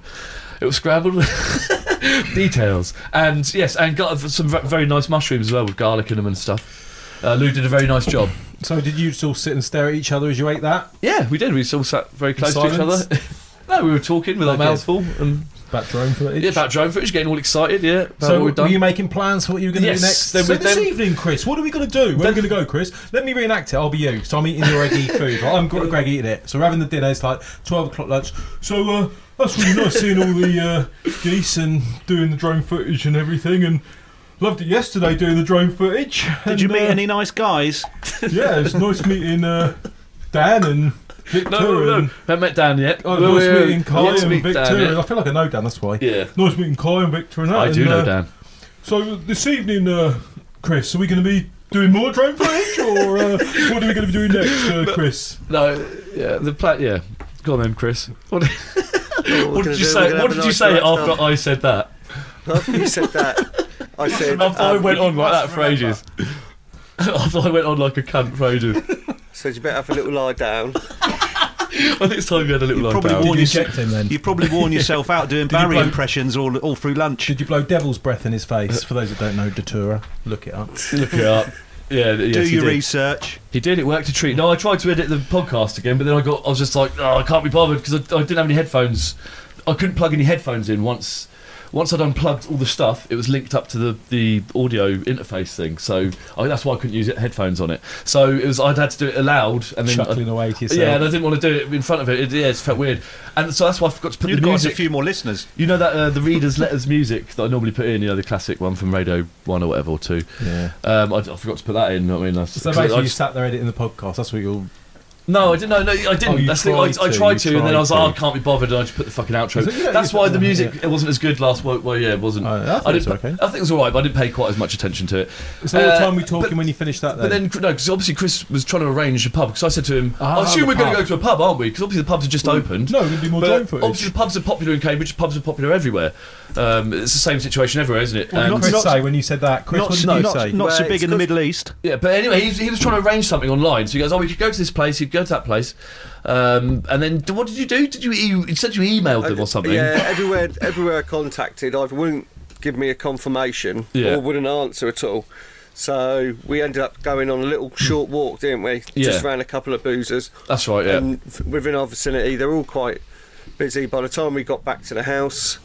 Speaker 4: it was scrambled. Details and yes, and got some ve- very nice mushrooms as well with garlic in them and stuff. Uh, Lou did a very nice job.
Speaker 3: So did you just all sit and stare at each other as you ate that?
Speaker 4: Yeah, we did. We all sat very close to each
Speaker 3: silence?
Speaker 4: other. no, we were talking with our
Speaker 3: Okay.
Speaker 4: mouths full and.
Speaker 3: About drone footage.
Speaker 4: Yeah, about drone footage, getting all excited, yeah. About
Speaker 3: so
Speaker 4: what
Speaker 3: were
Speaker 4: we've done.
Speaker 3: you making plans for what you were going to
Speaker 4: Yes,
Speaker 3: do next?
Speaker 4: then
Speaker 3: so
Speaker 4: we-
Speaker 3: this
Speaker 4: then-
Speaker 3: evening, Chris, what are we going to do? Where are we going to go, Chris? Let me reenact it. I'll be you. So I'm eating your eggy food. Right? I'm Gre- Greg eating it. So we're having the dinner. It's like 12 o'clock lunch. So uh, that's really nice seeing all the uh, geese and doing the drone footage and everything. And loved it yesterday doing the drone footage. uh,
Speaker 6: Did you meet any nice guys?
Speaker 3: Yeah, it's nice meeting uh, Dan and Victor.
Speaker 4: no, no, no,
Speaker 3: And,
Speaker 4: no. Haven't met Dan yet.
Speaker 3: Oh,
Speaker 4: Well,
Speaker 3: nice
Speaker 4: we're-
Speaker 3: meeting Kai
Speaker 4: let's
Speaker 3: and
Speaker 4: meet
Speaker 3: Victor.
Speaker 4: Dan, yeah.
Speaker 3: I feel like I know Dan, that's why.
Speaker 4: Yeah.
Speaker 3: Nice meeting Kai and Victor and that.
Speaker 4: I do
Speaker 3: and,
Speaker 4: know
Speaker 3: uh,
Speaker 4: Dan.
Speaker 3: So this evening, uh, Chris, are we going to be doing more drone footage, or uh, what are we going to be doing next, uh, Chris?
Speaker 4: No, yeah, the plat, yeah. Go on then, Chris. What,
Speaker 5: Oh, we're
Speaker 4: what did
Speaker 5: gonna do-
Speaker 4: you
Speaker 5: we're
Speaker 4: say?
Speaker 5: gonna
Speaker 4: What
Speaker 5: have a
Speaker 4: did you
Speaker 5: nice
Speaker 4: say
Speaker 5: night
Speaker 4: after
Speaker 5: out.
Speaker 4: I said that?
Speaker 5: After you said that, I said,
Speaker 4: After I
Speaker 5: um,
Speaker 4: went on like that for ages. after I went on like a cunt for ages.
Speaker 5: so you better have a little lie down.
Speaker 4: I think it's time you had a little lie
Speaker 6: probably
Speaker 4: down.
Speaker 6: warned
Speaker 3: you
Speaker 6: you
Speaker 3: checked him then?
Speaker 6: You probably worn yourself out doing
Speaker 3: you
Speaker 6: Barry
Speaker 3: blow-
Speaker 6: impressions all, all through lunch.
Speaker 3: Did you blow devil's breath in his face?
Speaker 4: Uh,
Speaker 3: For those that don't know, Datura, look it up.
Speaker 4: Look it up. Yeah, th- yes,
Speaker 6: Do
Speaker 4: he
Speaker 6: your
Speaker 4: did.
Speaker 6: research.
Speaker 4: He did. It worked a treat. No, I tried to edit the podcast again, but then I got. I was just like, oh, I can't be bothered because I, I didn't have any headphones. I couldn't plug any headphones in once. Once I'd unplugged all the stuff, it was linked up to the, the audio interface thing. So I, that's why I couldn't use it, headphones on it. So it was I'd had to do it aloud and then
Speaker 3: Chuckling away to yourself.
Speaker 4: Yeah, and I didn't want to do it in front of it. it yeah, it felt weird. And so that's why I forgot to put
Speaker 6: You'd
Speaker 4: the
Speaker 6: have got us a
Speaker 4: music.
Speaker 6: few more listeners.
Speaker 4: You know that uh, the readers' letters music that I normally put in, you know the classic one from Radio One or whatever or two.
Speaker 3: Yeah.
Speaker 4: Um, I, I forgot to put that in. I mean, that's,
Speaker 3: So
Speaker 4: 'cause I
Speaker 3: basically, you
Speaker 4: just-
Speaker 3: sat there editing the podcast. That's what you're.
Speaker 4: no, I didn't. No, no, I
Speaker 3: Oh,
Speaker 4: didn't.
Speaker 3: you
Speaker 4: That's the thing. I,
Speaker 3: tried
Speaker 4: I
Speaker 3: to,
Speaker 4: tried
Speaker 3: you
Speaker 4: to, and then I was
Speaker 3: tried
Speaker 4: like, oh, I
Speaker 3: to.
Speaker 4: can't be bothered. And I just put the fucking outro.
Speaker 3: So, yeah,
Speaker 4: That's
Speaker 3: you-
Speaker 4: why the
Speaker 3: yeah,
Speaker 4: music
Speaker 3: yeah.
Speaker 4: it wasn't as good last. Well, well yeah, it wasn't.
Speaker 3: Oh, I thought it
Speaker 4: didn't-
Speaker 3: was okay.
Speaker 4: I think it was all right, but I didn't pay quite as much attention to it.
Speaker 3: So what
Speaker 4: Uh,
Speaker 3: time are we
Speaker 4: but-
Speaker 3: talking when you finish that?
Speaker 4: But then, no, because obviously Chris was trying to arrange a pub. Because I said to him,
Speaker 3: Ah,
Speaker 4: I assume
Speaker 3: the
Speaker 4: we're going to
Speaker 3: pub. Mm.
Speaker 4: go to a pub, aren't we? Because obviously the pubs have just opened.
Speaker 3: No, there'll be more
Speaker 4: But
Speaker 3: drone footage.
Speaker 4: Obviously, the pubs are popular in Cambridge. Pubs are popular everywhere. Um, it's the same situation everywhere, isn't it? Um,
Speaker 3: What
Speaker 4: And-
Speaker 3: did Chris say when you said that? Chris,
Speaker 6: Not,
Speaker 3: what did
Speaker 6: not,
Speaker 3: you
Speaker 6: not,
Speaker 3: say?
Speaker 6: so
Speaker 5: Well,
Speaker 6: big
Speaker 5: it's
Speaker 6: in the
Speaker 5: 'cause-
Speaker 6: Middle East.
Speaker 4: Yeah, but anyway, he was, he was trying to arrange something online. So he goes, "Oh, we could go to this place. You could go to that place." Um, and then, d- what did you do? Did you you you said you emailed them or something?
Speaker 5: Uh, Yeah, everywhere, everywhere I contacted, either wouldn't give me a confirmation
Speaker 4: Yeah.
Speaker 5: or wouldn't answer at all. So we ended up going on a little short walk, didn't we? Just
Speaker 4: Yeah.
Speaker 5: round a couple of boozers.
Speaker 4: That's right. Yeah.
Speaker 5: And f- within our vicinity, they're all quite busy. By the time we got back to the house,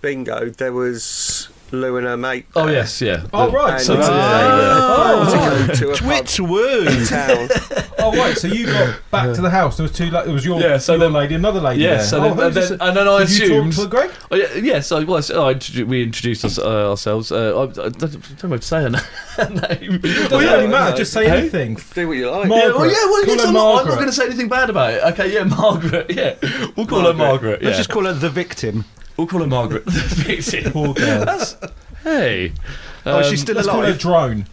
Speaker 5: bingo, there was Lou and her mate.
Speaker 4: oh yes, yeah.
Speaker 3: Oh
Speaker 4: The-
Speaker 3: right.
Speaker 5: And
Speaker 3: So
Speaker 5: they
Speaker 3: that's-
Speaker 4: Oh.
Speaker 5: were to go to a pub
Speaker 6: Twit woo!
Speaker 5: in town.
Speaker 3: oh right. So you got back to the house. There was two. Like, it was your,
Speaker 4: Yeah, so
Speaker 3: your
Speaker 4: then-
Speaker 3: lady, another lady.
Speaker 4: Yeah,
Speaker 3: there.
Speaker 4: so
Speaker 3: Oh,
Speaker 4: then-
Speaker 3: who
Speaker 4: and
Speaker 3: was
Speaker 4: then-
Speaker 3: this-
Speaker 4: and then I
Speaker 3: Did you
Speaker 4: assumed-
Speaker 3: talk to Greg?
Speaker 4: Oh, yeah, yes, I was. I introdu- we introduced us, uh, ourselves. Uh, I, I don't, know what to say her na- name.
Speaker 3: Doesn't
Speaker 5: yeah,
Speaker 3: really matter.
Speaker 5: no.
Speaker 3: Just say
Speaker 4: Hey?
Speaker 3: anything.
Speaker 5: Do what you like.
Speaker 3: Margaret.
Speaker 4: Yeah, well, yeah, well,
Speaker 3: Call
Speaker 4: yes,
Speaker 3: her
Speaker 4: I'm, not, I'm
Speaker 3: Margaret.
Speaker 4: not going to say anything bad about it. Okay, yeah, Margaret. Yeah, we'll call her Margaret. Yeah.
Speaker 6: Let's just call her the victim.
Speaker 4: we'll call her Margaret.
Speaker 3: Poor girl.
Speaker 4: That's, hey, Um,
Speaker 6: oh, she's still
Speaker 3: Let's call her
Speaker 6: alive.
Speaker 3: drone.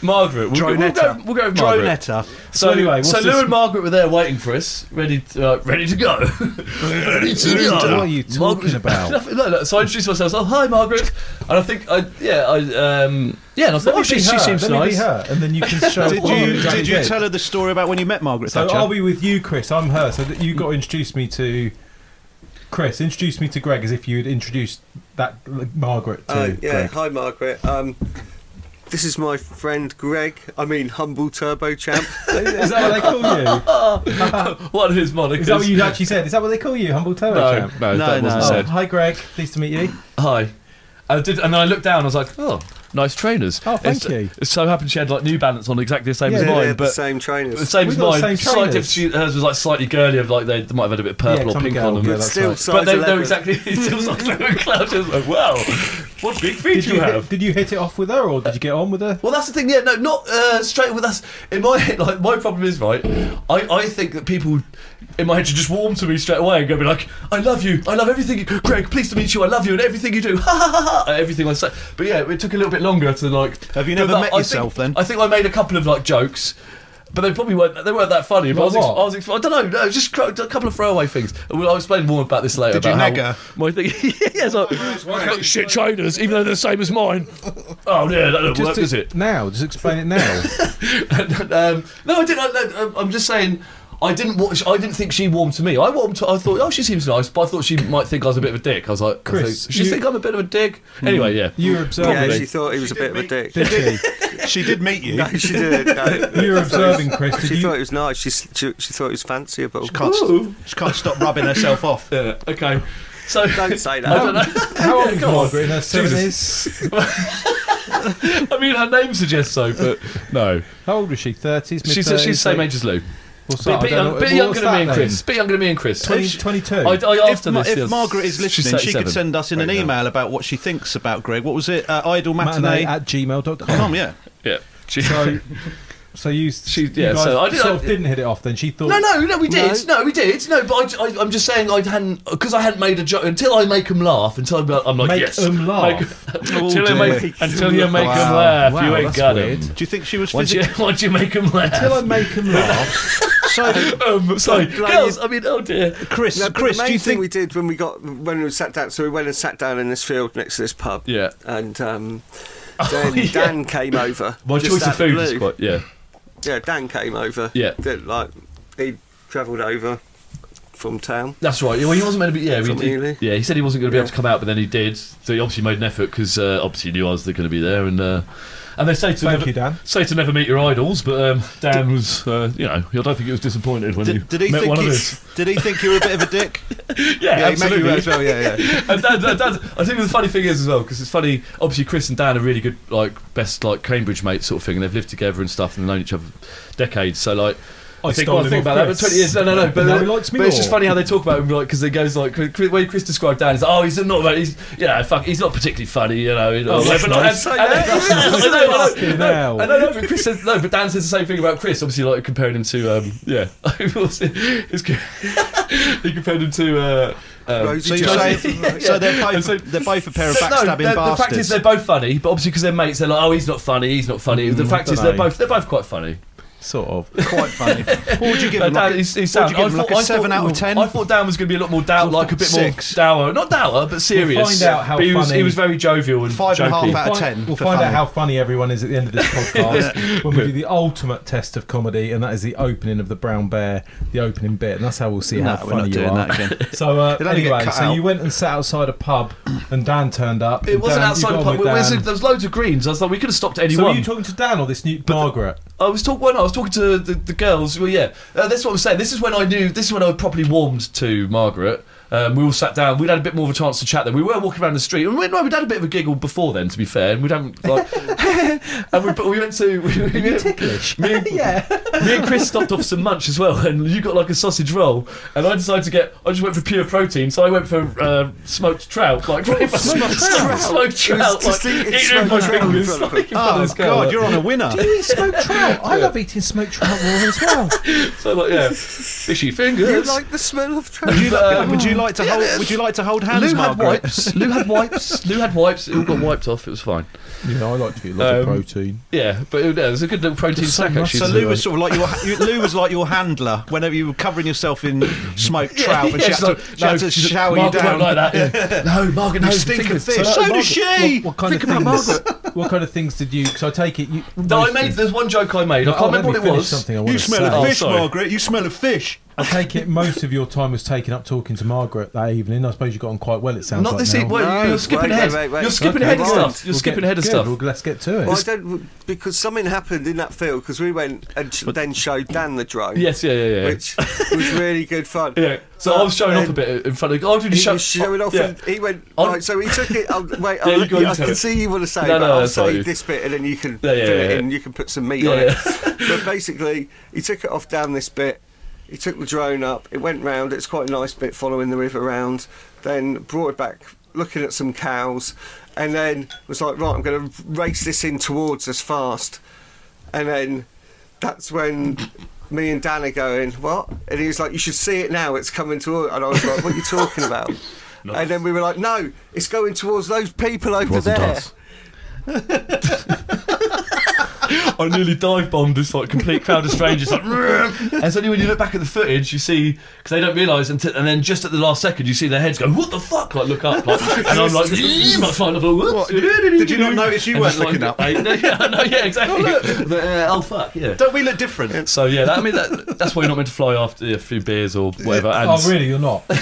Speaker 4: Margaret. We'll, go- we'll go.
Speaker 6: Dronetta.
Speaker 4: We'll go with Margaret.
Speaker 6: Dronetta.
Speaker 4: So,
Speaker 3: So anyway,
Speaker 4: so
Speaker 3: what's
Speaker 4: Lou
Speaker 3: this-
Speaker 4: and Margaret were there waiting for us, ready, to, uh, ready to go. ready to go.
Speaker 3: What are you talking
Speaker 4: Margaret-
Speaker 3: about?
Speaker 4: Nothing- no, no, so I introduced myself. I was like, "Hi, Margaret," and I think, I yeah, I um, yeah, and I
Speaker 3: Let
Speaker 4: thought, "Oh,
Speaker 3: me
Speaker 4: she,
Speaker 3: be
Speaker 4: she
Speaker 3: her.
Speaker 4: seems
Speaker 3: Let me
Speaker 4: nice."
Speaker 3: be her, and then you can show.
Speaker 6: Did
Speaker 3: what
Speaker 6: you,
Speaker 3: Johnny
Speaker 6: did you tell her the story about when you met Margaret
Speaker 3: So
Speaker 6: Thatcher?
Speaker 3: I'll be with you, Chris. I'm her. So that you got to introduce me to Chris. Introduce me to Greg as if you had introduced that like, Margaret to
Speaker 5: Uh, yeah,
Speaker 3: Greg.
Speaker 5: hi Margaret. Um, this is my friend Greg. I mean, humble turbo champ.
Speaker 3: Is that what they call
Speaker 4: What is
Speaker 3: you?
Speaker 4: Monica?
Speaker 3: Is that what you actually said? Is that what they call you, humble turbo
Speaker 4: No,
Speaker 3: champ?
Speaker 4: no,
Speaker 6: No,
Speaker 4: that
Speaker 6: no.
Speaker 4: wasn't
Speaker 3: Oh,
Speaker 4: said.
Speaker 3: hi, Greg. Pleased to meet you.
Speaker 4: Hi. I did, and then I looked down. I was like, "Oh, nice trainers."
Speaker 3: Oh, thank
Speaker 4: It's-
Speaker 3: you.
Speaker 4: It so happened she had like New Balance on exactly the same as
Speaker 3: Yeah,
Speaker 5: They're
Speaker 4: mine,
Speaker 5: the
Speaker 4: but
Speaker 5: same
Speaker 4: the
Speaker 5: trainers.
Speaker 4: same
Speaker 3: We've
Speaker 4: as
Speaker 3: got the
Speaker 4: mine.
Speaker 3: same
Speaker 4: slight
Speaker 3: trainers.
Speaker 4: difference. she- Hers was like slightly girlier, like they, they might have had a bit of
Speaker 3: Yeah,
Speaker 4: purple or
Speaker 3: some
Speaker 4: pink
Speaker 3: girl.
Speaker 4: on them.
Speaker 3: Yeah, that's
Speaker 5: Still
Speaker 3: right.
Speaker 5: size
Speaker 4: But they, they
Speaker 5: 11.
Speaker 4: were exactly still like Simon Cloud. Just like, wow, what big feet
Speaker 3: Did
Speaker 4: you,
Speaker 3: you
Speaker 4: have.
Speaker 3: hit, did you hit it off with her, or did you get on with her?
Speaker 4: well, that's the thing. Yeah, no, not uh, straight with us. In my head, like my problem is right. I, I think that people in my head should just warm to me straight away and go be like, "I love you. I love everything, you, Greg. Pleased to meet you. I love you and everything you do. Ha ha ha ha. Everything I say." But yeah, it took a little bit longer to like.
Speaker 6: Have you
Speaker 4: go
Speaker 6: never
Speaker 4: back.
Speaker 6: met
Speaker 4: I
Speaker 6: yourself,
Speaker 4: think,
Speaker 6: then?
Speaker 4: I think I made a couple of like jokes. But they probably weren't. They weren't that funny. But I was.
Speaker 3: Like
Speaker 4: Ex- I
Speaker 3: what?
Speaker 4: was. Ex- I don't know. No, just cro- a couple of throwaway things. Well, I'll explain more about this later.
Speaker 6: Did you
Speaker 4: about
Speaker 6: nag
Speaker 4: how
Speaker 6: her?
Speaker 4: My thing. yes. I, shit trainers, even though they're the same as mine. Oh yeah, that doesn't work, does it?
Speaker 3: now, just explain it now.
Speaker 4: um, no, I didn't. I, I, I'm just saying. I didn't watch. I didn't think she warmed to me. I warmed. To, I thought, oh, she seems nice, but I thought she might think I was a bit of a dick. I was like, I
Speaker 3: Chris,
Speaker 4: think, she
Speaker 3: you-
Speaker 4: think I'm a bit of a dick. Anyway, yeah.
Speaker 3: You were
Speaker 5: Yeah,
Speaker 3: observing.
Speaker 5: she thought he was a bit of a dick.
Speaker 3: did
Speaker 6: she did meet you.
Speaker 5: No, she did.
Speaker 3: she?
Speaker 5: No.
Speaker 3: You were observing, Chris. Did
Speaker 5: She thought it
Speaker 3: you?
Speaker 5: was nice. She, s- she, she thought it was fanciful.
Speaker 6: Can't st- she can't stop rubbing herself off.
Speaker 4: yeah okay. So
Speaker 5: Don't say
Speaker 4: I don't
Speaker 5: that.
Speaker 4: know.
Speaker 3: How old was
Speaker 4: Come on.
Speaker 3: Margaret in her seventies?
Speaker 4: I mean, her name suggests so, but no.
Speaker 3: How old was she? Thirties.
Speaker 4: She's she's the same age as Lou.
Speaker 3: What's
Speaker 4: Bit,
Speaker 3: that?
Speaker 4: bit,
Speaker 3: I don't know.
Speaker 4: young, bit
Speaker 3: What-
Speaker 4: younger
Speaker 3: what's
Speaker 4: than me
Speaker 3: that
Speaker 4: and
Speaker 3: then?
Speaker 4: Chris. Bit younger than me and Chris.
Speaker 3: 20
Speaker 4: If she-
Speaker 3: 22.
Speaker 4: I, I asked
Speaker 6: If,
Speaker 4: her
Speaker 6: Ma-
Speaker 4: this.
Speaker 6: if
Speaker 4: yeah.
Speaker 6: Margaret is
Speaker 4: She's
Speaker 6: listening, she could
Speaker 4: 37.
Speaker 6: send us in an email about what she thinks about Greg. What was it? Uh, idle matinee.
Speaker 3: matinee at gmail.com.
Speaker 6: Com, Oh, yeah.
Speaker 4: Yeah. She-
Speaker 3: So, so you, she,
Speaker 4: yeah,
Speaker 3: you guys
Speaker 4: so I did-
Speaker 3: sort
Speaker 4: I-
Speaker 3: of didn't hit it off then. She thought,
Speaker 4: No, no, no, we did. No, we did. No, but I, I, I'm just saying I hadn't because I hadn't made a joke until I make them laugh. Until I'm like, I'm like
Speaker 3: make
Speaker 4: yes,
Speaker 3: them laugh.
Speaker 4: until, I
Speaker 6: dear.
Speaker 4: make, Oh, until you make them
Speaker 6: Wow.
Speaker 4: laugh,
Speaker 3: Wow,
Speaker 4: you ain't
Speaker 3: that's
Speaker 4: got
Speaker 3: weird.
Speaker 4: it.
Speaker 6: Do you think she was
Speaker 4: Once you,
Speaker 6: physically?
Speaker 4: once you make them
Speaker 3: Till
Speaker 4: laugh.
Speaker 3: I make them laugh.
Speaker 6: So,
Speaker 4: Um, sorry,
Speaker 5: blame
Speaker 4: girls. I mean, oh dear.
Speaker 6: Chris,
Speaker 5: No, but
Speaker 6: Chris,
Speaker 5: the main
Speaker 6: do you
Speaker 5: thing
Speaker 6: think
Speaker 5: we did when we got when we sat down? So we went and sat down in this field next to this pub.
Speaker 4: Yeah. Oh,
Speaker 5: And um, then
Speaker 4: yeah.
Speaker 5: Dan came over.
Speaker 4: My
Speaker 5: just
Speaker 4: choice
Speaker 5: out
Speaker 4: of food
Speaker 5: the
Speaker 4: is
Speaker 5: blue.
Speaker 4: quite yeah.
Speaker 5: Yeah, Dan came over.
Speaker 4: Yeah.
Speaker 5: Did, like he travelled over from town.
Speaker 4: That's right. Well, he wasn't meant to be. Yeah, we
Speaker 5: From
Speaker 4: did,
Speaker 5: Ely.
Speaker 4: yeah. He said he wasn't going to be able
Speaker 5: Yeah.
Speaker 4: to come out, but then he did. So he obviously made an effort because uh, obviously he knew I was going to be there. And uh, and they say to
Speaker 3: Thank
Speaker 4: never,
Speaker 3: you, Dan.
Speaker 4: say to never meet your idols, but um, Dan was uh, you know I don't think he was disappointed when
Speaker 6: did,
Speaker 4: he
Speaker 6: did he
Speaker 4: met
Speaker 6: think
Speaker 4: one of
Speaker 6: you,
Speaker 4: us.
Speaker 6: did he think you were a bit of a dick?
Speaker 4: Yeah,
Speaker 6: yeah, he met
Speaker 4: absolutely.
Speaker 6: you as well. Yeah, yeah.
Speaker 4: and Dan, Dan, Dan- I think the funny thing is as well because it's funny. Obviously, Chris and Dan are really good, like best like Cambridge mates sort of thing, and they've lived together and stuff and known each other decades. So like. I
Speaker 3: I've
Speaker 4: think,
Speaker 3: stolen
Speaker 4: oh, I think
Speaker 3: him off
Speaker 4: about that. But
Speaker 3: Chris.
Speaker 4: twenty years, no, no, no. But,
Speaker 3: Now he likes me
Speaker 4: but it's just
Speaker 3: more.
Speaker 4: funny how they talk about him, like because they goes like Chris, Chris- the way Chris described Dan is, oh, he's not, very- he's, you know, fuck, he's not particularly funny, you know. you know,
Speaker 3: Oh, that's
Speaker 4: but like-
Speaker 3: nice.
Speaker 4: and- and- I know, I know, I know.
Speaker 3: Fucking hell.
Speaker 4: I know, no, but Chris says no, but Dan says the same thing about Chris. Obviously, like comparing him to, um, yeah, It's good. he compared him to. Uh, um,
Speaker 5: Rosie
Speaker 6: So you
Speaker 5: Jones.
Speaker 6: say so they're
Speaker 4: And
Speaker 6: both
Speaker 4: so-
Speaker 6: they're both a pair of
Speaker 4: no,
Speaker 6: backstabbing
Speaker 4: the, the
Speaker 6: bastards.
Speaker 4: fact is they're both funny, but obviously because they're mates, they're like, oh, he's not funny, he's not funny.
Speaker 6: Mm,
Speaker 4: the fact
Speaker 3: don't
Speaker 4: is they're
Speaker 3: know.
Speaker 4: both they're both quite funny.
Speaker 3: Sort of.
Speaker 6: quite funny. What would you give
Speaker 4: No,
Speaker 6: them? Like
Speaker 4: Dan,
Speaker 6: a-
Speaker 4: he's, he's
Speaker 6: what would
Speaker 4: uh, sound-
Speaker 6: you give them?
Speaker 4: I
Speaker 6: Like
Speaker 4: thought-
Speaker 6: a
Speaker 4: I
Speaker 6: seven
Speaker 4: thought-
Speaker 6: out of ten.
Speaker 4: I thought Dan was going to be a lot more dour, like a bit
Speaker 6: six.
Speaker 4: more dour, not dour, but serious.
Speaker 3: find out how
Speaker 4: but he was,
Speaker 3: funny-
Speaker 4: He was very jovial and
Speaker 6: Five and a half
Speaker 4: jokey.
Speaker 6: out of
Speaker 3: We'll find-
Speaker 6: 10
Speaker 3: We'll
Speaker 6: for
Speaker 3: find out
Speaker 6: funny.
Speaker 3: how funny everyone is at the end of this podcast when we do the ultimate test of comedy, and that is the opening of the Brown Bear, the opening bit, and that's how we'll see
Speaker 6: No,
Speaker 3: how
Speaker 6: we're
Speaker 3: funny
Speaker 6: not
Speaker 3: you
Speaker 6: doing
Speaker 3: are.
Speaker 6: that again.
Speaker 3: So uh,
Speaker 6: It'll only get
Speaker 3: anyway,
Speaker 6: cut
Speaker 3: so
Speaker 6: out.
Speaker 3: you went and sat outside a pub, and Dan turned up.
Speaker 4: It
Speaker 3: and
Speaker 4: wasn't
Speaker 3: Dan, you
Speaker 4: outside
Speaker 3: got
Speaker 4: the
Speaker 3: on
Speaker 4: pub.
Speaker 3: with
Speaker 4: There was-
Speaker 3: Dan.
Speaker 4: there was loads of greens. I was like, we could have stopped at any
Speaker 3: So are
Speaker 4: one.
Speaker 3: you talking to Dan or this new Margaret?
Speaker 4: I was talking. Well, no, I was talking to the, the girls. Well, yeah, uh, that's what I'm saying. This is when I knew. This is when I properly warmed to Margaret. Um, we all sat down. We'd had a bit more of a chance to chat. Then we were walking around the street, and we, no, we'd had a bit of a giggle before then. To be fair, and we'd not like, and we, but we went to we, we, ticklish. Me and, me and Chris stopped off some munch as well, and you got like a sausage roll, and I decided to get. I just went for pure protein, so I went for uh, smoked trout, like smoked trout, smoked
Speaker 5: He was
Speaker 4: trout,
Speaker 5: just
Speaker 4: like eating
Speaker 5: eating
Speaker 4: it with my
Speaker 5: smoked trout in
Speaker 4: fingers.
Speaker 5: front of
Speaker 4: like, in front of
Speaker 6: Oh
Speaker 4: this girl, like-
Speaker 6: God, you're on a winner.
Speaker 3: Eat smoked trout. I love eating smoked trout raw as well.
Speaker 4: So like, yeah, fishy
Speaker 5: You
Speaker 4: fingers.
Speaker 5: like the smell of trout?
Speaker 6: Would you, like,
Speaker 4: Um,
Speaker 6: would you
Speaker 4: like to hold? Would you like to hold hands,
Speaker 6: Lou had
Speaker 4: Margaret?
Speaker 6: wipes.
Speaker 4: Lou had wipes. Lou had wipes. It all got wiped off. It was fine.
Speaker 3: Yeah, I like to eat lots of
Speaker 4: Um,
Speaker 3: protein.
Speaker 4: Yeah, but it, yeah, it was a good little protein
Speaker 3: There's so
Speaker 4: snack
Speaker 3: much-
Speaker 4: actually.
Speaker 6: So
Speaker 3: She's
Speaker 6: Lou
Speaker 3: all
Speaker 6: was sort of like your you, Lou was like your handler whenever you were covering yourself in smoked trout and
Speaker 4: Yeah,
Speaker 6: she had
Speaker 4: she's
Speaker 6: to,
Speaker 4: like,
Speaker 6: she had
Speaker 4: no,
Speaker 6: to
Speaker 4: she's like,
Speaker 6: shower you
Speaker 4: Margaret
Speaker 6: down.
Speaker 4: won't like that. yeah. no, Margaret, no,
Speaker 6: You stink
Speaker 4: think
Speaker 6: of fish.
Speaker 4: So-
Speaker 6: So does she.
Speaker 3: What, what kind
Speaker 6: Think
Speaker 3: of
Speaker 6: about
Speaker 3: things?
Speaker 6: Margaret.
Speaker 3: What kind of things did you? Because I take it. You,
Speaker 4: No, I
Speaker 3: most
Speaker 4: made.
Speaker 3: things-
Speaker 4: There's one joke I made. I can't
Speaker 3: Oh, let
Speaker 4: remember
Speaker 3: me finish
Speaker 4: what it was.
Speaker 3: Something I
Speaker 6: You
Speaker 3: wanna
Speaker 6: smell
Speaker 3: say.
Speaker 6: of
Speaker 4: Oh,
Speaker 6: fish,
Speaker 4: sorry.
Speaker 6: Margaret. You smell of fish.
Speaker 3: I take it most of your time was taken up talking to Margaret that evening. I suppose you got on quite well. It sounds
Speaker 4: Not
Speaker 3: like
Speaker 4: this.
Speaker 3: now.
Speaker 4: e- Wait,
Speaker 5: No,
Speaker 4: you're skipping
Speaker 5: wait,
Speaker 4: ahead.
Speaker 5: wait, wait, wait.
Speaker 4: You're skipping
Speaker 5: Okay,
Speaker 4: ahead of
Speaker 5: right.
Speaker 4: stuff. You're
Speaker 3: We'll
Speaker 4: skipping
Speaker 3: get-
Speaker 4: ahead of
Speaker 3: good,
Speaker 4: stuff.
Speaker 3: well, let's get to it.
Speaker 5: Well, I don't because something happened in that field because we went and sh- then showed Dan the drone.
Speaker 4: Yes, yeah, yeah, yeah.
Speaker 5: which was really good fun.
Speaker 4: yeah. So I was showing off a bit in front of. Oh, did you
Speaker 5: He
Speaker 4: show?
Speaker 5: was showing off,
Speaker 4: yeah.
Speaker 5: and he went.
Speaker 4: On-
Speaker 5: right, so he took it. I'll, wait,
Speaker 4: Yeah,
Speaker 5: I'll,
Speaker 4: you
Speaker 5: let
Speaker 4: go
Speaker 5: you-
Speaker 4: and
Speaker 5: I
Speaker 4: tell
Speaker 5: can
Speaker 4: it.
Speaker 5: see you want to say,
Speaker 4: No,
Speaker 5: but
Speaker 4: no,
Speaker 5: I'll
Speaker 4: that's all
Speaker 5: say
Speaker 4: right.
Speaker 5: this bit, and then you can
Speaker 4: Yeah, yeah,
Speaker 5: fill it
Speaker 4: yeah,
Speaker 5: in.
Speaker 4: yeah.
Speaker 5: You can put some meat
Speaker 4: Yeah,
Speaker 5: on
Speaker 4: yeah.
Speaker 5: it. But basically, he took it off down this bit. He took the drone up. It went round. It's quite a nice bit, following the river round. Then brought it back, looking at some cows, and then was like, right, I'm going to race this in towards us fast. And then that's when me and Dan are going, What? And he was like, You should see it now, it's coming toward and I was like, What are you talking about? And then we were like, No, it's going towards those people over
Speaker 8: wasn't
Speaker 5: there.
Speaker 8: us.
Speaker 4: I nearly dive bombed this like complete crowd of strangers. Like, "Rrrr." and suddenly when you look back at the footage, you see because they don't realise until, and then just at the last second, you see their heads go, "What the fuck?" Like look up, like, and I'm like, "My fine level." Did
Speaker 6: did you not notice you weren't looking up?
Speaker 4: I, no, yeah, no, yeah, exactly. The, uh, oh fuck, yeah.
Speaker 6: Don't we look different?
Speaker 4: So yeah, that, I mean that, that's why you're not meant to fly after a few beers or whatever. And
Speaker 3: oh, really? You're not? Oh,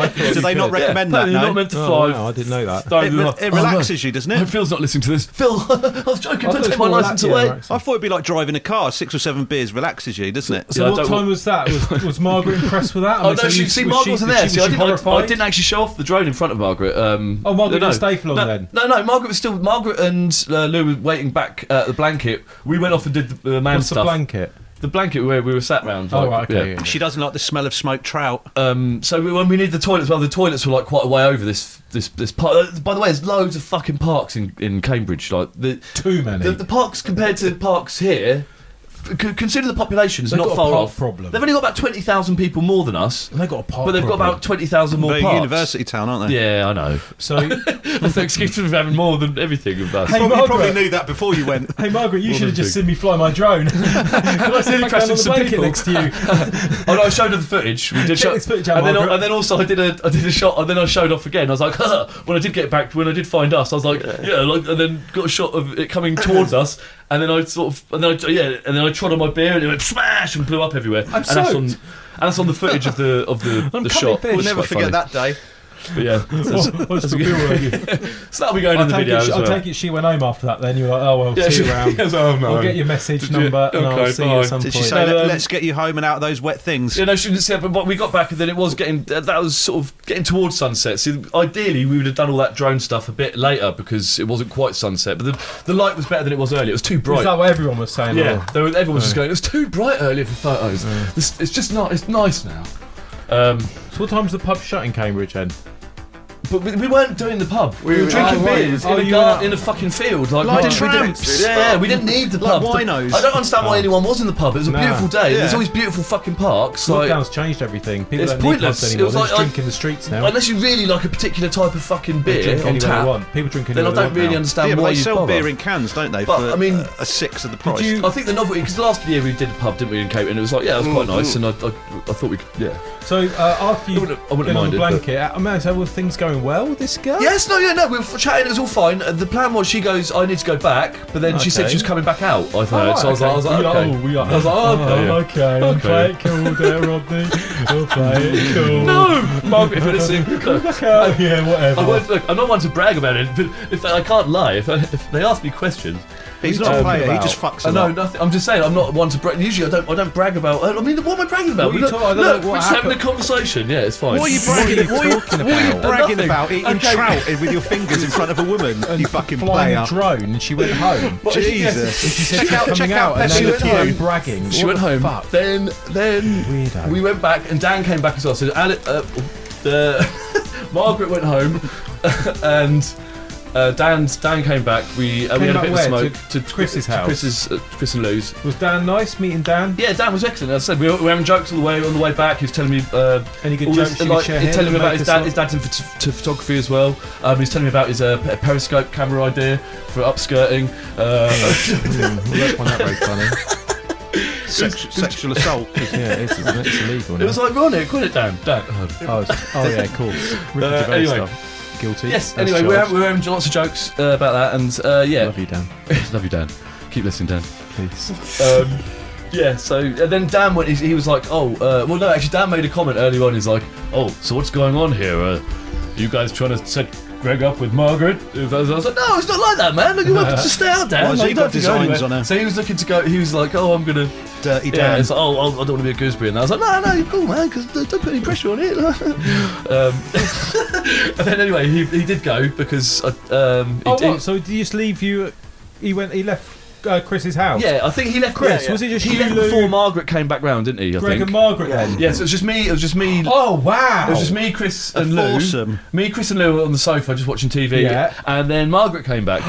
Speaker 3: I thought
Speaker 6: Do
Speaker 3: you
Speaker 6: they not
Speaker 3: could.
Speaker 6: recommend
Speaker 4: No,
Speaker 6: that?
Speaker 4: you're
Speaker 6: No.
Speaker 4: not meant to
Speaker 3: Oh,
Speaker 4: fly.
Speaker 3: wow, I didn't know that.
Speaker 4: Don't
Speaker 6: it,
Speaker 4: do
Speaker 6: re-
Speaker 4: that.
Speaker 6: it relaxes you, doesn't
Speaker 4: Oh, no.
Speaker 6: it?
Speaker 4: Phil's not listening to this. Phil, I was joking.
Speaker 3: I thought
Speaker 4: Don't take
Speaker 3: it's
Speaker 4: my
Speaker 3: more
Speaker 4: license
Speaker 3: relaxed, yeah,
Speaker 4: away.
Speaker 3: right.
Speaker 6: I thought it'd be like driving a car. Six or seven beers relaxes you, doesn't it?
Speaker 3: So
Speaker 4: Yeah, I
Speaker 3: what
Speaker 4: don't
Speaker 3: time
Speaker 4: want-
Speaker 3: was that? Was, was Margaret impressed with that? I
Speaker 4: Oh
Speaker 3: mean,
Speaker 4: no,
Speaker 3: so
Speaker 4: she,
Speaker 3: you-
Speaker 4: see,
Speaker 3: was
Speaker 4: Margaret
Speaker 3: she-
Speaker 4: wasn't there.
Speaker 3: was
Speaker 4: See,
Speaker 3: she
Speaker 4: I didn't, I- I,
Speaker 3: horrified?
Speaker 4: didn't actually show off the drone in front of Margaret. Um,
Speaker 3: Oh, Margaret
Speaker 4: no,
Speaker 3: didn't stay for long
Speaker 4: no,
Speaker 3: then?
Speaker 4: No, no, Margaret was still. Margaret and uh, Lou were waiting back at the blanket. We went off and did the uh, man
Speaker 3: What's the
Speaker 4: stuff.
Speaker 3: blanket?
Speaker 4: The blanket where we were sat round.
Speaker 3: Oh,
Speaker 4: like,
Speaker 3: right, okay.
Speaker 4: yeah.
Speaker 3: yeah.
Speaker 6: She doesn't like the smell of smoked trout.
Speaker 4: Um, so we, when we needed the toilets, well, the toilets were like quite a way over this this this park. Uh, By the way, there's loads of fucking parks in, in Cambridge. Like the
Speaker 3: Too many.
Speaker 4: The, the parks compared to the parks here. f- c- Consider the population's
Speaker 3: They've
Speaker 4: not
Speaker 3: got a
Speaker 4: far
Speaker 3: park
Speaker 4: off.
Speaker 3: problem.
Speaker 4: They've only got about twenty thousand people more than us,
Speaker 3: And they got a park
Speaker 4: but they've got
Speaker 3: problem.
Speaker 4: about twenty thousand more
Speaker 6: They're a
Speaker 4: parks.
Speaker 6: university town, aren't they?
Speaker 4: Yeah, I know.
Speaker 3: So, hey,
Speaker 4: That's the excuse for having more than everything of us.
Speaker 6: You
Speaker 3: Margaret.
Speaker 6: probably knew that before you went.
Speaker 3: Hey Margaret, you should have just
Speaker 4: big.
Speaker 3: seen me fly my drone. Can I sit
Speaker 4: Crash into some people.
Speaker 3: next to you?
Speaker 4: Oh no, I showed her the footage. We did
Speaker 3: Check
Speaker 4: show,
Speaker 3: this footage out,
Speaker 4: and then
Speaker 3: Margaret.
Speaker 4: and then also I did a I did a shot, and then I showed off again. I was like, huh. when I did get back, when I did find us, I was like, yeah, like, and then got a shot of it coming towards us, and then I sort of, and then I, yeah, and then I trod on my beer, and it went smash and blew up everywhere. and that's on, and that's on the footage of the of the, the shot.
Speaker 6: We'll never forget that day.
Speaker 4: that. But yeah, so,
Speaker 3: What- what's the deal with you?
Speaker 4: so that'll be going
Speaker 3: I
Speaker 4: in the
Speaker 3: take,
Speaker 4: video
Speaker 3: it,
Speaker 4: as
Speaker 3: she-
Speaker 4: well.
Speaker 3: I take it she went home after that. Then you were like, oh well,
Speaker 4: yeah,
Speaker 3: see
Speaker 4: she-
Speaker 3: you around.
Speaker 4: yes, oh, no.
Speaker 3: I'll get your message
Speaker 4: Did you-
Speaker 3: number and I'll
Speaker 4: okay,
Speaker 3: see you
Speaker 4: bye.
Speaker 3: at some
Speaker 6: Did she
Speaker 3: point.
Speaker 6: say,
Speaker 4: Um,
Speaker 6: "Let's get you home and out of those wet things"?
Speaker 4: Yeah, no, she didn't say it, but we got back and then it was getting, that that was sort of getting towards sunset. So ideally, we would have done all that drone stuff a bit later because it wasn't quite sunset, but the, the light was better than it was earlier. It was too bright.
Speaker 3: Is that what everyone was saying?
Speaker 4: yeah,
Speaker 3: Oh.
Speaker 4: there was, everyone was just going, it was too bright earlier for photos. This, it's just not, it's nice now. Um,
Speaker 3: So what time's the pub shut in Cambridge then?
Speaker 4: but we, we weren't doing the pub. We, were
Speaker 5: were-
Speaker 4: drinking
Speaker 5: oh, right.
Speaker 4: beers
Speaker 3: Oh,
Speaker 4: in, a
Speaker 3: you
Speaker 4: gar-
Speaker 3: were-
Speaker 4: in a fucking field. Like,
Speaker 6: Like
Speaker 4: we didn't- we didn't-
Speaker 6: tramps.
Speaker 4: Yeah, we didn't need the
Speaker 6: Like
Speaker 4: pub.
Speaker 6: winos.
Speaker 4: I don't understand why anyone was in the pub. It was a
Speaker 3: Nah.
Speaker 4: beautiful day. There's
Speaker 6: Yeah.
Speaker 4: all these beautiful fucking parks. like-
Speaker 3: Lockdown's changed everything. People
Speaker 4: It's
Speaker 3: don't need
Speaker 4: pointless.
Speaker 3: pubs
Speaker 4: It
Speaker 3: anymore.
Speaker 4: was
Speaker 3: They're
Speaker 4: like,
Speaker 3: just
Speaker 4: I-
Speaker 3: drinking in the streets now.
Speaker 4: Unless you really like a particular type of fucking
Speaker 3: They
Speaker 4: beer
Speaker 3: drink
Speaker 4: on
Speaker 3: anywhere they
Speaker 4: tap,
Speaker 3: want. People drink
Speaker 4: then I
Speaker 3: anywhere
Speaker 4: don't
Speaker 3: they
Speaker 4: really
Speaker 3: want
Speaker 4: understand
Speaker 6: Yeah, but
Speaker 4: why
Speaker 6: they
Speaker 4: you
Speaker 6: sell
Speaker 4: bother.
Speaker 6: beer in cans, don't they?
Speaker 4: But,
Speaker 6: for,
Speaker 4: I mean,
Speaker 6: uh, a sixth of the price.
Speaker 3: you-
Speaker 4: I think the novelty because last year we did a pub, didn't we, in Cape, and it was like, yeah, it was quite nice, and I, I, I thought we could, yeah.
Speaker 3: now. So uh, after you
Speaker 4: wouldn't- I wouldn't
Speaker 3: been on the
Speaker 4: mind it, but-
Speaker 3: blanket, uh, I mean, so were things going well with this girl?
Speaker 4: Yes, no, yeah, no, we were f- chatting, it was all fine. Uh, the plan was she goes, I need to go back, but then she said
Speaker 3: Okay.
Speaker 4: she was coming back out, I've heard, Uh, so I was, like, I was like,
Speaker 3: Oh, we
Speaker 4: okay.
Speaker 3: Are, we are.
Speaker 4: I was like, oh,
Speaker 3: Oh,
Speaker 4: okay.
Speaker 3: okay. We'll
Speaker 4: Okay.
Speaker 3: play it cool there, Rodney. We'll play it cool.
Speaker 4: No! Margaret, if you're listening, look,
Speaker 3: Oh, yeah, whatever.
Speaker 4: I won't, look, I'm not one to brag about it, but if I can't lie, if, I, if they ask me questions,
Speaker 6: He's not a
Speaker 3: talking
Speaker 6: player. He
Speaker 3: about?
Speaker 6: just fucks
Speaker 4: I
Speaker 6: a
Speaker 4: know
Speaker 6: lot.
Speaker 4: nothing. I'm just saying I'm not one to brag. Usually I don't. I don't brag about. I mean, what am I bragging about?
Speaker 3: What are you
Speaker 4: look,
Speaker 3: talking- I don't
Speaker 4: look,
Speaker 3: know what
Speaker 4: we're just having a
Speaker 3: happened.
Speaker 4: conversation. Yeah, it's fine.
Speaker 6: What are you
Speaker 3: What are
Speaker 6: bragging?
Speaker 3: you
Speaker 6: What are you,
Speaker 3: talking
Speaker 6: what are you
Speaker 3: about?
Speaker 6: bragging
Speaker 4: Nothing.
Speaker 6: about? Eating
Speaker 4: Okay.
Speaker 6: trout in- with your fingers in front of a woman? you fucking
Speaker 3: flying
Speaker 6: player.
Speaker 3: drone and she went home.
Speaker 6: Jesus.
Speaker 3: She said
Speaker 6: Check
Speaker 3: she's
Speaker 6: out-
Speaker 3: coming
Speaker 6: check out
Speaker 3: and
Speaker 6: Pepsi
Speaker 3: they were
Speaker 6: with you.
Speaker 3: home bragging.
Speaker 4: She
Speaker 3: What
Speaker 4: went
Speaker 3: the
Speaker 4: home.
Speaker 3: Fuck?
Speaker 4: Then, then
Speaker 3: Weirdo.
Speaker 4: we went back, and Dan came back as well. So Ale uh, the Margaret went home, and Uh, Dan, Dan came back. We uh, we
Speaker 3: Came
Speaker 4: had a
Speaker 3: back
Speaker 4: bit of
Speaker 3: where?
Speaker 4: smoke
Speaker 3: To- Chris's
Speaker 4: to
Speaker 3: house?
Speaker 4: Chris's, uh, Chris and Lou's.
Speaker 3: Was Dan nice meeting Dan?
Speaker 4: Yeah, Dan was excellent. As I said we were, we were having jokes all the way on the way back. He was telling me uh,
Speaker 3: Any good
Speaker 4: all
Speaker 3: jokes
Speaker 4: his-
Speaker 3: you
Speaker 4: like,
Speaker 3: could share?
Speaker 4: he's
Speaker 3: here
Speaker 4: telling me
Speaker 3: that
Speaker 4: about
Speaker 3: make
Speaker 4: his
Speaker 3: us
Speaker 4: dad, his dad's into to photography as well. Um, he's telling me about his uh, pe- periscope camera idea for upskirting. Uh,
Speaker 9: I find that very funny.
Speaker 6: Sex- sexual assault.
Speaker 9: yeah, it is, isn't it? It's illegal
Speaker 4: it
Speaker 9: now.
Speaker 4: was ironic, wasn't it, Dan? Dan. oh,
Speaker 3: laugh? Oh, oh, yeah, of course. Ricky
Speaker 4: Uh,
Speaker 3: Gervais
Speaker 4: anyway.
Speaker 3: stuff. Guilty.
Speaker 4: Yes.
Speaker 3: That's
Speaker 4: Anyway, we were,
Speaker 3: Charles.
Speaker 4: having- we were having lots of jokes uh, about that, and uh, yeah,
Speaker 9: Love you, Dan.
Speaker 4: love you, Dan. Keep listening, Dan.
Speaker 9: Please.
Speaker 4: um, yeah, so and then Dan went. He, he was like, "Oh, uh, well, no, actually, Dan made a comment early on. He's like, oh, so what's going on here? Uh, you guys trying to set Greg up with Margaret?" I was, I was like, "No, it's not like that, man. Look, you have to just stay out, Dan.
Speaker 6: Why has
Speaker 4: Like,
Speaker 6: he
Speaker 4: you don't have
Speaker 6: got
Speaker 4: to go
Speaker 6: designs
Speaker 4: anywhere."
Speaker 6: on her?
Speaker 4: So he was looking to go. He was like, "Oh, I'm gonna."
Speaker 6: Dirty
Speaker 4: Yeah,
Speaker 6: Dan.
Speaker 4: it's like, oh, I I don't want to be a gooseberry. And I was like, no, no, you're cool, man, because don't put any pressure on it. um, and then anyway, he, he did go because I, um, he
Speaker 3: Oh,
Speaker 4: did-
Speaker 3: what? So did he just leave you? He went. He left uh, Chris's house.
Speaker 4: yeah, I think he left.
Speaker 3: Chris,
Speaker 4: yeah, yeah.
Speaker 3: was it just
Speaker 4: he
Speaker 3: you,
Speaker 4: left
Speaker 3: Lou-
Speaker 4: before Margaret came back round, didn't he? I
Speaker 3: Greg
Speaker 4: think.
Speaker 3: and Margaret. Then.
Speaker 4: Yes, it was just me. It was just me.
Speaker 3: Oh wow.
Speaker 4: It was just me, Chris, and Lou.
Speaker 6: foursome.
Speaker 4: Me, Chris, and Lou were on the sofa just watching TV.
Speaker 3: Yeah.
Speaker 4: And then Margaret came back.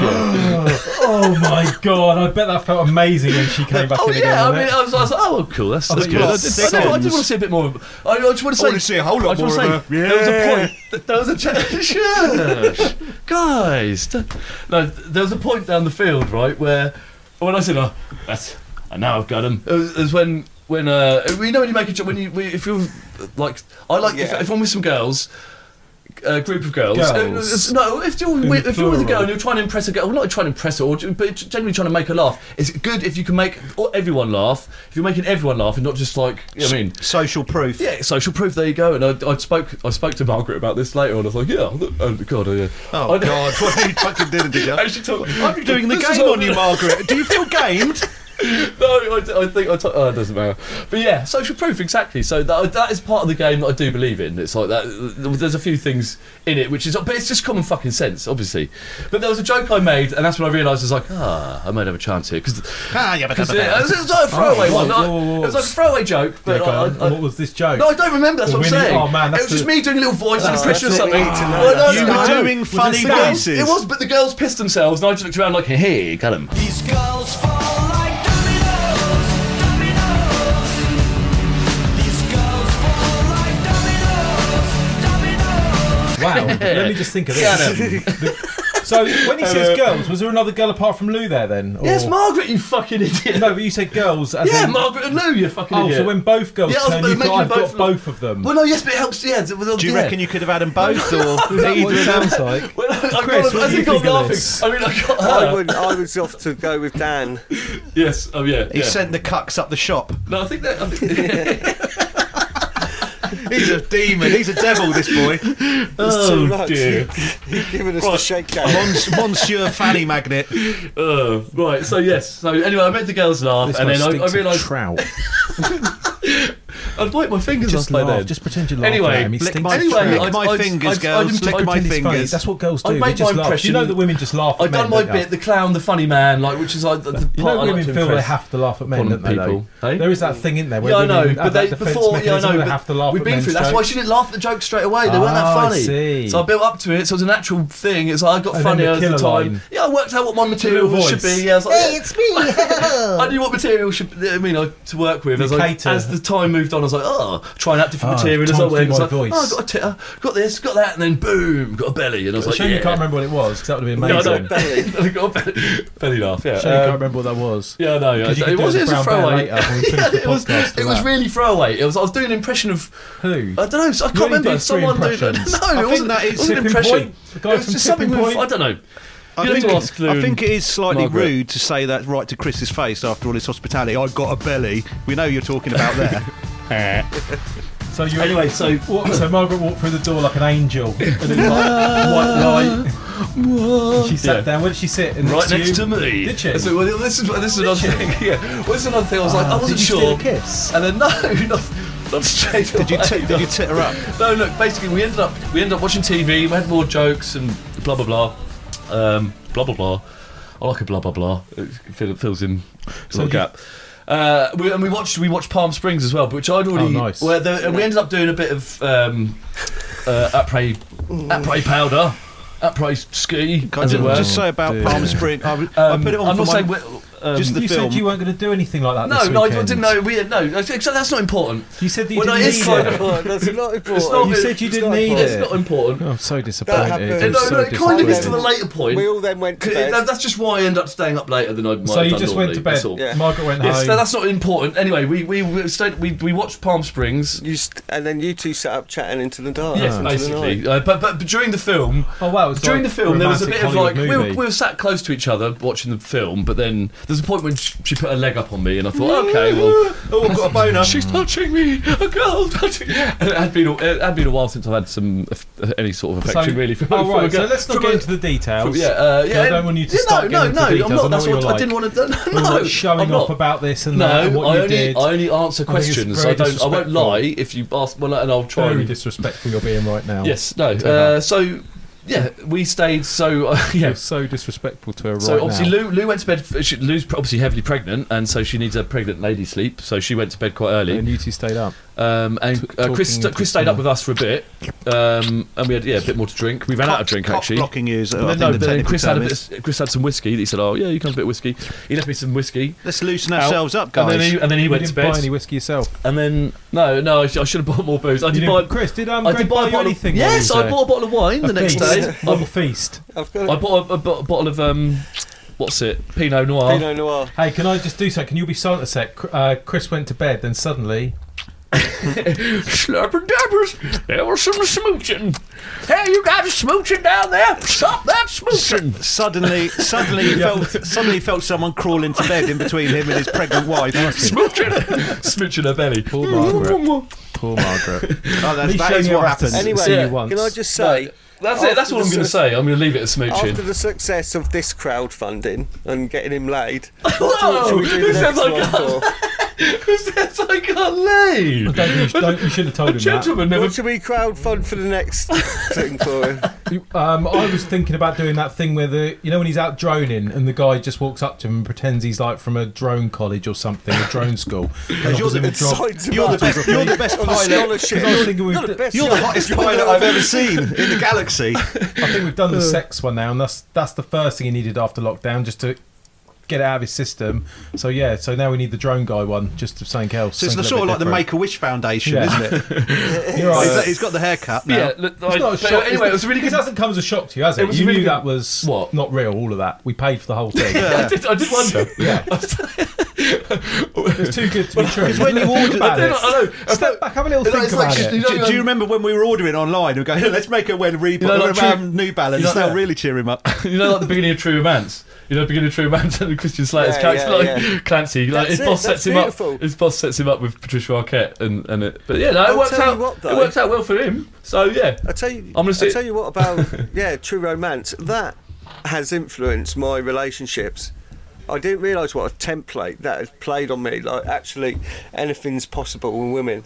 Speaker 4: Yeah.
Speaker 3: oh my god! I bet that felt amazing when she came back
Speaker 4: oh
Speaker 3: in again.
Speaker 4: yeah. I
Speaker 3: wasn't
Speaker 4: mean,
Speaker 3: it?
Speaker 4: I was, I was like, oh, well, cool. That's, that's
Speaker 6: but
Speaker 4: good.
Speaker 6: you're
Speaker 4: I
Speaker 6: not
Speaker 4: did, I, did, I did
Speaker 6: sons.
Speaker 4: want to see a bit more. Of, I, I just want to say.
Speaker 8: wanna see a whole lot
Speaker 4: I just wanna
Speaker 8: more of
Speaker 4: say, There was a point. th- There was a cha- Shush. guys. d- No, there was a point down the field, right, where when I said, "Oh, that's," and now I've got him. It was, it was when when uh, you know when you make a joke when you when you- if you're uh, like I like if,
Speaker 5: Yeah.
Speaker 4: if I'm with some girls. A group of girls.
Speaker 3: Girls.
Speaker 4: uh, it's- No, if you're, with, if you're with a girl and you're trying to impress a girl, well, not trying to impress her, or, but generally trying to make her laugh. It's good if you can make all- everyone laugh. If you're making everyone laugh and not just like, you know what I mean,
Speaker 6: Social proof.
Speaker 4: yeah, social proof. There you go. And I, I spoke, I spoke to Margaret about this later, and I was like, yeah, look- oh god, oh, yeah.
Speaker 6: Oh,
Speaker 4: I
Speaker 6: God. What you fucking did, did you?
Speaker 4: Actually, told, I'm
Speaker 6: doing the game on you, Margaret. Do you feel gamed?
Speaker 4: No, I, d- I think I. T- oh, it doesn't matter. But yeah, social proof exactly. So that, that is part of the game that I do believe in. It's like that. There's a few things in it which is, but it's just common fucking sense, obviously. But there was a joke I made, and that's when I realised I was like, ah, I might have a chance here because
Speaker 6: Ah, yeah,
Speaker 4: it, it was like a throwaway one.
Speaker 3: Oh, whoa, whoa, whoa.
Speaker 4: It was like a throwaway joke, but
Speaker 3: Yeah, go on.
Speaker 4: I, I,
Speaker 3: what was this joke?
Speaker 4: No, I don't remember. That's
Speaker 3: Well,
Speaker 4: what
Speaker 3: we
Speaker 4: I'm
Speaker 3: need-
Speaker 4: saying.
Speaker 3: oh, man,
Speaker 4: it
Speaker 3: that's Oh,
Speaker 4: was just
Speaker 3: the-
Speaker 4: me doing a little voice impression or
Speaker 5: that's what we
Speaker 4: something.
Speaker 5: need to know.
Speaker 4: Well, no,
Speaker 6: You
Speaker 4: no,
Speaker 6: were
Speaker 4: no.
Speaker 6: doing funny
Speaker 3: it Sam?
Speaker 6: voices.
Speaker 4: It was, but the girls pissed themselves, and I just looked around like, hey, hey got him.
Speaker 7: These girls fall like dominoes, dominoes. These girls fall like dominoes, dominoes.
Speaker 3: Wow. Let me just think of this. so when he says girls, was there another girl apart from Lou there then? Or...
Speaker 4: Yes, Margaret, you fucking idiot.
Speaker 3: No, but you said girls. As
Speaker 4: yeah,
Speaker 3: in...
Speaker 4: Margaret and Lou, you fucking
Speaker 3: Oh,
Speaker 4: idiot.
Speaker 3: so when both girls
Speaker 4: Yeah, I was
Speaker 3: turn, you
Speaker 4: making
Speaker 3: thought I've
Speaker 4: both
Speaker 3: got
Speaker 4: of them.
Speaker 3: both of them.
Speaker 4: well, no, yes, but it helps. Yeah,
Speaker 6: Do you reckon you could have had them both, or
Speaker 3: What it
Speaker 6: either of
Speaker 3: sounds
Speaker 6: them?
Speaker 3: like.
Speaker 4: Well, I, I,
Speaker 3: Chris,
Speaker 4: got,
Speaker 3: what
Speaker 4: I
Speaker 3: do you think
Speaker 4: think I'm
Speaker 3: of
Speaker 4: laughing.
Speaker 3: this?
Speaker 4: I mean, I got
Speaker 5: I,
Speaker 4: her.
Speaker 5: would, I was off to go with Dan.
Speaker 4: Yes, oh yeah.
Speaker 6: He
Speaker 4: yeah.
Speaker 6: sent the cucks up the shop.
Speaker 4: no, I think that. I think,
Speaker 6: He's a demon. He's a devil. This boy,
Speaker 5: oh, too much. dear. giving us the shakedown.
Speaker 6: Mons- Monsieur Fanny Magnet.
Speaker 4: uh, right, so yes. So anyway, I made the girls laugh,
Speaker 3: This
Speaker 4: and
Speaker 3: guy
Speaker 4: then I, I
Speaker 3: stinks of
Speaker 4: realised
Speaker 3: trout.
Speaker 4: I'd wipe my fingers
Speaker 3: Just
Speaker 4: off by
Speaker 3: laugh.
Speaker 4: then.
Speaker 3: Just pretend you laugh.
Speaker 4: Anyway,
Speaker 3: at him. He
Speaker 4: lick
Speaker 3: stinks
Speaker 6: my
Speaker 3: of
Speaker 6: fingers.
Speaker 3: trout.
Speaker 4: Anyway,
Speaker 6: Lick my
Speaker 4: I- I-
Speaker 6: fingers,
Speaker 4: I-
Speaker 6: girls.
Speaker 4: I just-
Speaker 6: lick
Speaker 4: I
Speaker 6: my
Speaker 4: didn't
Speaker 3: Funny.
Speaker 6: fingers.
Speaker 3: That's what girls do.
Speaker 4: I
Speaker 3: They
Speaker 4: made
Speaker 3: just laugh.
Speaker 4: my
Speaker 3: Do You
Speaker 4: impression-
Speaker 3: know that women just laugh.
Speaker 4: I
Speaker 3: at men,
Speaker 4: done my
Speaker 3: don't they?
Speaker 4: bit, the clown, the funny man, like which is like the, the
Speaker 3: You
Speaker 4: part
Speaker 3: know,
Speaker 4: I like
Speaker 3: women feel
Speaker 4: to
Speaker 3: they
Speaker 4: impress.
Speaker 3: have to laugh at men,
Speaker 4: Upon
Speaker 3: don't they?
Speaker 4: people,
Speaker 3: though?
Speaker 4: eh?
Speaker 3: There is that thing in there where
Speaker 4: Yeah, I
Speaker 3: women
Speaker 4: know,
Speaker 3: have
Speaker 4: but
Speaker 3: that
Speaker 4: they,
Speaker 3: defense
Speaker 4: before, yeah, I
Speaker 3: mechanism
Speaker 4: know.
Speaker 3: where
Speaker 4: but
Speaker 3: they have to laugh
Speaker 4: we've
Speaker 3: at
Speaker 4: been
Speaker 3: men's
Speaker 4: through. That's why
Speaker 3: jokes.
Speaker 4: she didn't laugh at the joke straight away. They weren't
Speaker 3: Ah,
Speaker 4: that
Speaker 3: I
Speaker 4: funny.
Speaker 3: see.
Speaker 4: So I built up to it. So it was a natural thing. It's like I got
Speaker 3: And then the
Speaker 4: funnier as the
Speaker 3: killer
Speaker 4: time.
Speaker 3: line.
Speaker 4: Yeah, I worked out what my material
Speaker 3: little
Speaker 4: should
Speaker 3: voice.
Speaker 4: be. Yeah, I was like, hey, it's me. I knew what material should. I mean, I, to work with. As, I,
Speaker 3: Cater.
Speaker 4: as the time moved on, I was like, oh, trying out different
Speaker 3: Ah,
Speaker 4: material as
Speaker 3: time
Speaker 4: I
Speaker 3: to
Speaker 4: went.
Speaker 3: do
Speaker 4: It's
Speaker 3: my
Speaker 4: like, oh,
Speaker 3: voice.
Speaker 4: I got, a titter, got this, got that, and then boom, got a belly, and I was like,
Speaker 3: Shame
Speaker 4: yeah.
Speaker 3: you can't remember what it was because that would have been
Speaker 4: Yeah, I
Speaker 3: amazing.
Speaker 4: know. I got a belly, belly laugh. Yeah.
Speaker 3: Shame you
Speaker 4: Um,
Speaker 3: can't remember what that was.
Speaker 4: yeah, no, yeah.
Speaker 3: Because you
Speaker 4: It
Speaker 3: could do
Speaker 4: was,
Speaker 3: it
Speaker 4: it was a
Speaker 3: as Brown Bear
Speaker 4: throwaway.
Speaker 3: later when we finish
Speaker 4: Yeah,
Speaker 3: the
Speaker 4: it was,
Speaker 3: podcast for
Speaker 4: it was
Speaker 3: that.
Speaker 4: really throwaway. It was, I was doing an impression of.
Speaker 3: Who?
Speaker 4: I don't know. I can't
Speaker 3: You only
Speaker 4: remember.
Speaker 3: did three
Speaker 4: Someone doing
Speaker 3: impressions.
Speaker 4: No, it
Speaker 6: think
Speaker 4: wasn't
Speaker 6: that
Speaker 4: that.
Speaker 6: is
Speaker 4: It wasn't an
Speaker 3: Tipping
Speaker 4: impression.
Speaker 3: Point. The guy
Speaker 4: it was
Speaker 3: from
Speaker 4: just something
Speaker 3: Tipping
Speaker 4: with. I
Speaker 3: Point.
Speaker 4: don't know.
Speaker 6: I
Speaker 4: You have
Speaker 6: think,
Speaker 4: to ask Lou
Speaker 6: I think
Speaker 4: and
Speaker 6: it is slightly
Speaker 4: Margaret.
Speaker 6: rude to say that right to Chris's face after all his hospitality. I got a belly. We know you're talking about there.
Speaker 3: So you
Speaker 4: Anyway, so-
Speaker 3: Walk- so Margaret walked through the door like an angel, and it was like white light. she sat
Speaker 4: Yeah.
Speaker 3: down. Where did she sit? And
Speaker 4: Right
Speaker 3: you?
Speaker 4: next to me.
Speaker 3: Did she?
Speaker 4: So, well, this is this is another thing. Yeah, this is another thing. I was like, I
Speaker 3: Ah,
Speaker 4: wasn't
Speaker 3: did you
Speaker 4: sure.
Speaker 3: Steal a kiss.
Speaker 4: And then no, not, not straight
Speaker 6: Did you,
Speaker 4: away.
Speaker 6: t- did you tit her up?
Speaker 4: No, look. Basically, we ended up we ended up watching TV. We had more jokes and blah blah blah, um, blah blah blah. I like a blah blah blah. It fill- fills in a little
Speaker 3: you-
Speaker 4: gap. Uh, we, and we watched we watched Palm Springs as well, which I'd already.
Speaker 3: Oh, nice.
Speaker 4: Where the, and we ended up doing a bit of um, uh, après après powder. upright ski,
Speaker 6: Can I
Speaker 4: as it
Speaker 6: just,
Speaker 4: were.
Speaker 6: just say about Palm Springs? I, I
Speaker 4: Um,
Speaker 6: put it on
Speaker 4: I'm
Speaker 6: for
Speaker 4: not saying.
Speaker 6: my,
Speaker 4: we're- Um,
Speaker 6: just the
Speaker 3: you
Speaker 6: film.
Speaker 3: said you weren't going to do anything like that.
Speaker 4: no,
Speaker 3: this
Speaker 4: no, I
Speaker 3: weekend.
Speaker 4: didn't know. We no, exactly, that's not important.
Speaker 3: You said that you
Speaker 4: Well, no,
Speaker 3: didn't
Speaker 4: it is
Speaker 3: need
Speaker 4: fine.
Speaker 3: it.
Speaker 5: important. That's not
Speaker 4: not-
Speaker 5: important.
Speaker 3: You said you
Speaker 5: It's
Speaker 3: didn't
Speaker 5: not
Speaker 3: need
Speaker 4: It's
Speaker 3: it.
Speaker 4: not important.
Speaker 3: Oh, I'm so disappointed.
Speaker 5: happened.
Speaker 3: I'm
Speaker 4: no,
Speaker 5: It's
Speaker 3: so
Speaker 4: no, it kind of is to
Speaker 3: disappointed.
Speaker 4: the later point.
Speaker 5: We all then went to
Speaker 4: 'Cause it-
Speaker 5: bed.
Speaker 4: that- that's just why I end up staying up later than I might
Speaker 3: So
Speaker 4: have
Speaker 3: you
Speaker 4: done
Speaker 3: just went
Speaker 4: normally,
Speaker 3: to
Speaker 4: that's
Speaker 3: bed.
Speaker 4: all.
Speaker 5: Yeah.
Speaker 3: Margaret went
Speaker 4: Yes, no,
Speaker 3: home.
Speaker 4: that's not important. Anyway, we we we, stayed, we, we watched Palm Springs.
Speaker 5: You st- and then you two sat up chatting into the dark.
Speaker 4: Yes,
Speaker 5: into the night.
Speaker 4: basically. Uh, but, but but during the film,
Speaker 3: Oh wow! it's
Speaker 4: during
Speaker 3: like
Speaker 4: the film, there was a bit
Speaker 3: romantic
Speaker 4: of like we
Speaker 3: Hollywood
Speaker 4: were,
Speaker 3: movie.
Speaker 4: we were sat close to each other watching the film, but then there's a point when she, she put her leg up on me, and I thought, okay, well,
Speaker 6: oh, I've got a boner.
Speaker 4: she's touching me, a girl's touching. And it had been a- it had been a while since I've had some aff- any sort of affection really. From,
Speaker 3: oh,
Speaker 4: from
Speaker 3: right,
Speaker 4: a
Speaker 3: so
Speaker 4: girl-
Speaker 3: let's not
Speaker 4: from
Speaker 3: get
Speaker 4: a-
Speaker 3: into the details.
Speaker 4: yeah, uh, yeah.
Speaker 3: I don't want you to
Speaker 4: yeah,
Speaker 3: start
Speaker 4: no,
Speaker 3: getting into
Speaker 4: no, no,
Speaker 3: details.
Speaker 4: I'm
Speaker 3: I know
Speaker 4: not. That's
Speaker 3: what
Speaker 4: what
Speaker 3: you're
Speaker 4: I didn't
Speaker 3: like.
Speaker 4: want to. No,
Speaker 3: We were,
Speaker 4: no,
Speaker 3: like, showing
Speaker 4: I'm
Speaker 3: off
Speaker 4: not.
Speaker 3: about this and
Speaker 4: No,
Speaker 3: that and what
Speaker 4: I
Speaker 3: you
Speaker 4: only
Speaker 3: did.
Speaker 4: I only answer
Speaker 3: think it's
Speaker 4: questions.
Speaker 3: very
Speaker 4: I don't. I won't
Speaker 3: disrespectful.
Speaker 4: lie if you ask. Well, and I'll try.
Speaker 3: Very
Speaker 4: and-
Speaker 3: disrespectful you're being right now.
Speaker 4: yes. No. Uh, so yeah, we stayed. So uh, yeah.
Speaker 3: You're so disrespectful to her right
Speaker 4: So obviously
Speaker 3: now.
Speaker 4: Lou, Lou went to bed. She, Lou's pr- obviously heavily pregnant, and so she needs her pregnant lady sleep. So she went to bed quite early.
Speaker 3: and you two stayed up.
Speaker 4: Um, and uh, Chris,
Speaker 3: talking
Speaker 4: Chris stayed up with us for a bit, um, and we had yeah a bit more to drink. We ran out of drink actually.
Speaker 6: Blocking is. uh, I
Speaker 4: But then,
Speaker 6: think
Speaker 4: no,
Speaker 6: the
Speaker 4: but then
Speaker 6: technical
Speaker 4: Chris had a
Speaker 6: term is.
Speaker 4: bit. Chris had some whiskey. He said, "Oh yeah, you can have a bit of whiskey." He left me some whiskey.
Speaker 6: Let's loosen ourselves up, guys.
Speaker 4: And then he, and then he
Speaker 3: You
Speaker 4: went
Speaker 3: didn't
Speaker 4: to bed.
Speaker 3: buy any whiskey yourself.
Speaker 4: And then no, no, I, sh- I should have bought more booze. I
Speaker 3: You
Speaker 4: did
Speaker 3: didn't-
Speaker 4: buy.
Speaker 3: Chris, did um,
Speaker 4: I
Speaker 3: Greg
Speaker 4: did
Speaker 3: buy
Speaker 4: buy a
Speaker 3: you
Speaker 4: bottle.
Speaker 3: anything? while
Speaker 4: yes,
Speaker 3: you were
Speaker 4: I
Speaker 3: there?
Speaker 4: bought a bottle of wine the
Speaker 3: A
Speaker 4: next
Speaker 3: feast.
Speaker 4: day.
Speaker 3: Little feast.
Speaker 5: I've
Speaker 4: I
Speaker 5: got
Speaker 4: bought a, a bo- bottle of um, what's it? Pinot Noir.
Speaker 5: a Pinot Noir.
Speaker 3: Hey, can I just do something? Can you be silent a sec? Cr- Uh, Chris went to bed, then suddenly
Speaker 4: Slurping dabbers. There was some smooching. Hey, you guys are smooching down there. Stop that smooching.
Speaker 6: Suddenly, suddenly, he felt, suddenly he felt someone crawl into bed in between him and his pregnant wife. oh,
Speaker 4: smooching, smooching her belly.
Speaker 9: Poor Margaret. Poor Margaret.
Speaker 6: Oh, that's, that
Speaker 3: showing
Speaker 6: is
Speaker 3: your
Speaker 6: what
Speaker 3: ass.
Speaker 6: happened.
Speaker 3: Any-
Speaker 5: Anyway,
Speaker 3: See you once.
Speaker 5: can I just say?
Speaker 4: That's it. That's what I'm going to say. I'm going to leave it at smooching.
Speaker 5: After the success of this crowdfunding and getting him laid, what
Speaker 4: Whoa!
Speaker 5: should we do
Speaker 4: Who
Speaker 5: the
Speaker 4: says
Speaker 5: next
Speaker 4: I
Speaker 5: one
Speaker 4: can't?
Speaker 5: for?
Speaker 4: Who says I can't lay?
Speaker 3: don't you, don't, you should have told him that.
Speaker 4: Gentlemen, never.
Speaker 5: What should we crowdfund for the next thing for him?
Speaker 3: You- Um, I was thinking about doing that thing where the you know when he's out droning and the guy just walks up to him and pretends he's like from a drone college or something, a drone school. And offers him a job.
Speaker 5: Signed him
Speaker 6: You're the
Speaker 5: up
Speaker 6: best. You're the best
Speaker 5: on a
Speaker 6: pilot.
Speaker 5: scholarship.
Speaker 3: I was thinking we've
Speaker 5: You're
Speaker 3: d-
Speaker 5: the best.
Speaker 6: You're the hottest pilot I've ever seen in the galaxy.
Speaker 3: I think we've done the sex one now, and that's that's the first thing he needed after lockdown, just to get it out of his system. So yeah, so now we need the drone guy one, just to something else.
Speaker 6: So it's
Speaker 3: something
Speaker 6: the sort of
Speaker 3: a
Speaker 6: like
Speaker 3: bit
Speaker 6: the Make a Wish Foundation,
Speaker 3: Yeah.
Speaker 6: isn't it?
Speaker 3: different. You're right.
Speaker 6: He's- he's got the haircut now.
Speaker 4: Yeah. Look, I,
Speaker 3: It's not a
Speaker 4: but
Speaker 3: shock.
Speaker 4: anyway, it was really
Speaker 3: This
Speaker 4: good.
Speaker 3: hasn't come as a shock to you, has it?
Speaker 4: It was
Speaker 3: you
Speaker 4: a really
Speaker 3: knew
Speaker 4: good-
Speaker 3: that was
Speaker 4: What?
Speaker 3: not real. All of that we paid for the whole thing.
Speaker 4: I did, I did wonder.
Speaker 3: Yeah. it's too good to be true.
Speaker 6: when you
Speaker 3: Think
Speaker 6: ordered-
Speaker 3: about
Speaker 4: I did,
Speaker 3: it.
Speaker 4: I know. I
Speaker 3: Step
Speaker 4: felt-
Speaker 3: back, have a little
Speaker 4: It's
Speaker 3: think
Speaker 4: like-
Speaker 3: about
Speaker 4: it's
Speaker 3: it.
Speaker 4: like-
Speaker 6: Do, do you remember when we were ordering online? We were going, let's make her wear Reebok,
Speaker 4: know, like
Speaker 6: wear,
Speaker 4: true-
Speaker 6: um, New Balance.
Speaker 4: you know,
Speaker 6: That'll
Speaker 4: yeah.
Speaker 6: really cheer him up.
Speaker 4: You know, like the beginning of True Romance. You know, beginning of True Romance and Christian Slater's
Speaker 5: Yeah,
Speaker 4: character,
Speaker 5: yeah,
Speaker 4: like Clancy. Like
Speaker 5: That's
Speaker 4: his
Speaker 5: it,
Speaker 4: boss
Speaker 5: that's
Speaker 4: sets him
Speaker 5: beautiful.
Speaker 4: up. His boss sets him up with Patricia Arquette, and, and it. But yeah, no, it
Speaker 5: I'll
Speaker 4: worked
Speaker 5: tell you
Speaker 4: out.
Speaker 5: what, though.
Speaker 4: it worked out well for him. So yeah,
Speaker 5: I tell you,
Speaker 4: I'm gonna say-
Speaker 5: I tell you what about yeah, True Romance. That has influenced my relationships. I didn't realise what a template that had played on me. Like actually, anything's possible with women.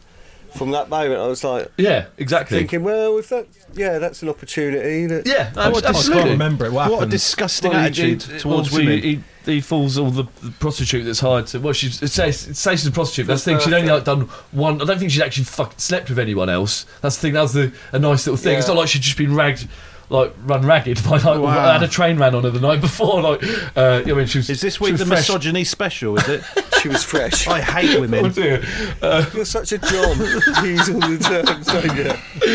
Speaker 5: From that moment, I was like
Speaker 4: yeah, exactly.
Speaker 5: thinking, well, if that, yeah, that's an opportunity. That,
Speaker 4: yeah, no,
Speaker 3: I can't
Speaker 4: absolutely.
Speaker 3: remember it. What,
Speaker 6: What a
Speaker 3: happened?
Speaker 6: disgusting
Speaker 4: Well, he-
Speaker 6: attitude
Speaker 4: he-
Speaker 6: towards
Speaker 4: obviously
Speaker 6: women.
Speaker 4: He, he fools all the, the prostitute that's hired to. Well, she says say she's a prostitute. But that's the thing. She'd only like done one. I don't think she'd actually fuck, slept with anyone else. That's the thing. That was the a nice little thing. It's
Speaker 5: Yeah.
Speaker 4: not like she'd just been ragged. Like run ragged by like
Speaker 6: Wow.
Speaker 4: I had a train ran on her the night before like uh, I mean she was
Speaker 6: is this
Speaker 4: she
Speaker 6: week
Speaker 4: was
Speaker 6: the
Speaker 4: fresh.
Speaker 6: misogyny special? Is it?
Speaker 5: she was fresh.
Speaker 6: I hate
Speaker 4: Oh,
Speaker 6: women.
Speaker 4: dear.
Speaker 5: You're such a John. He's all the terms. don't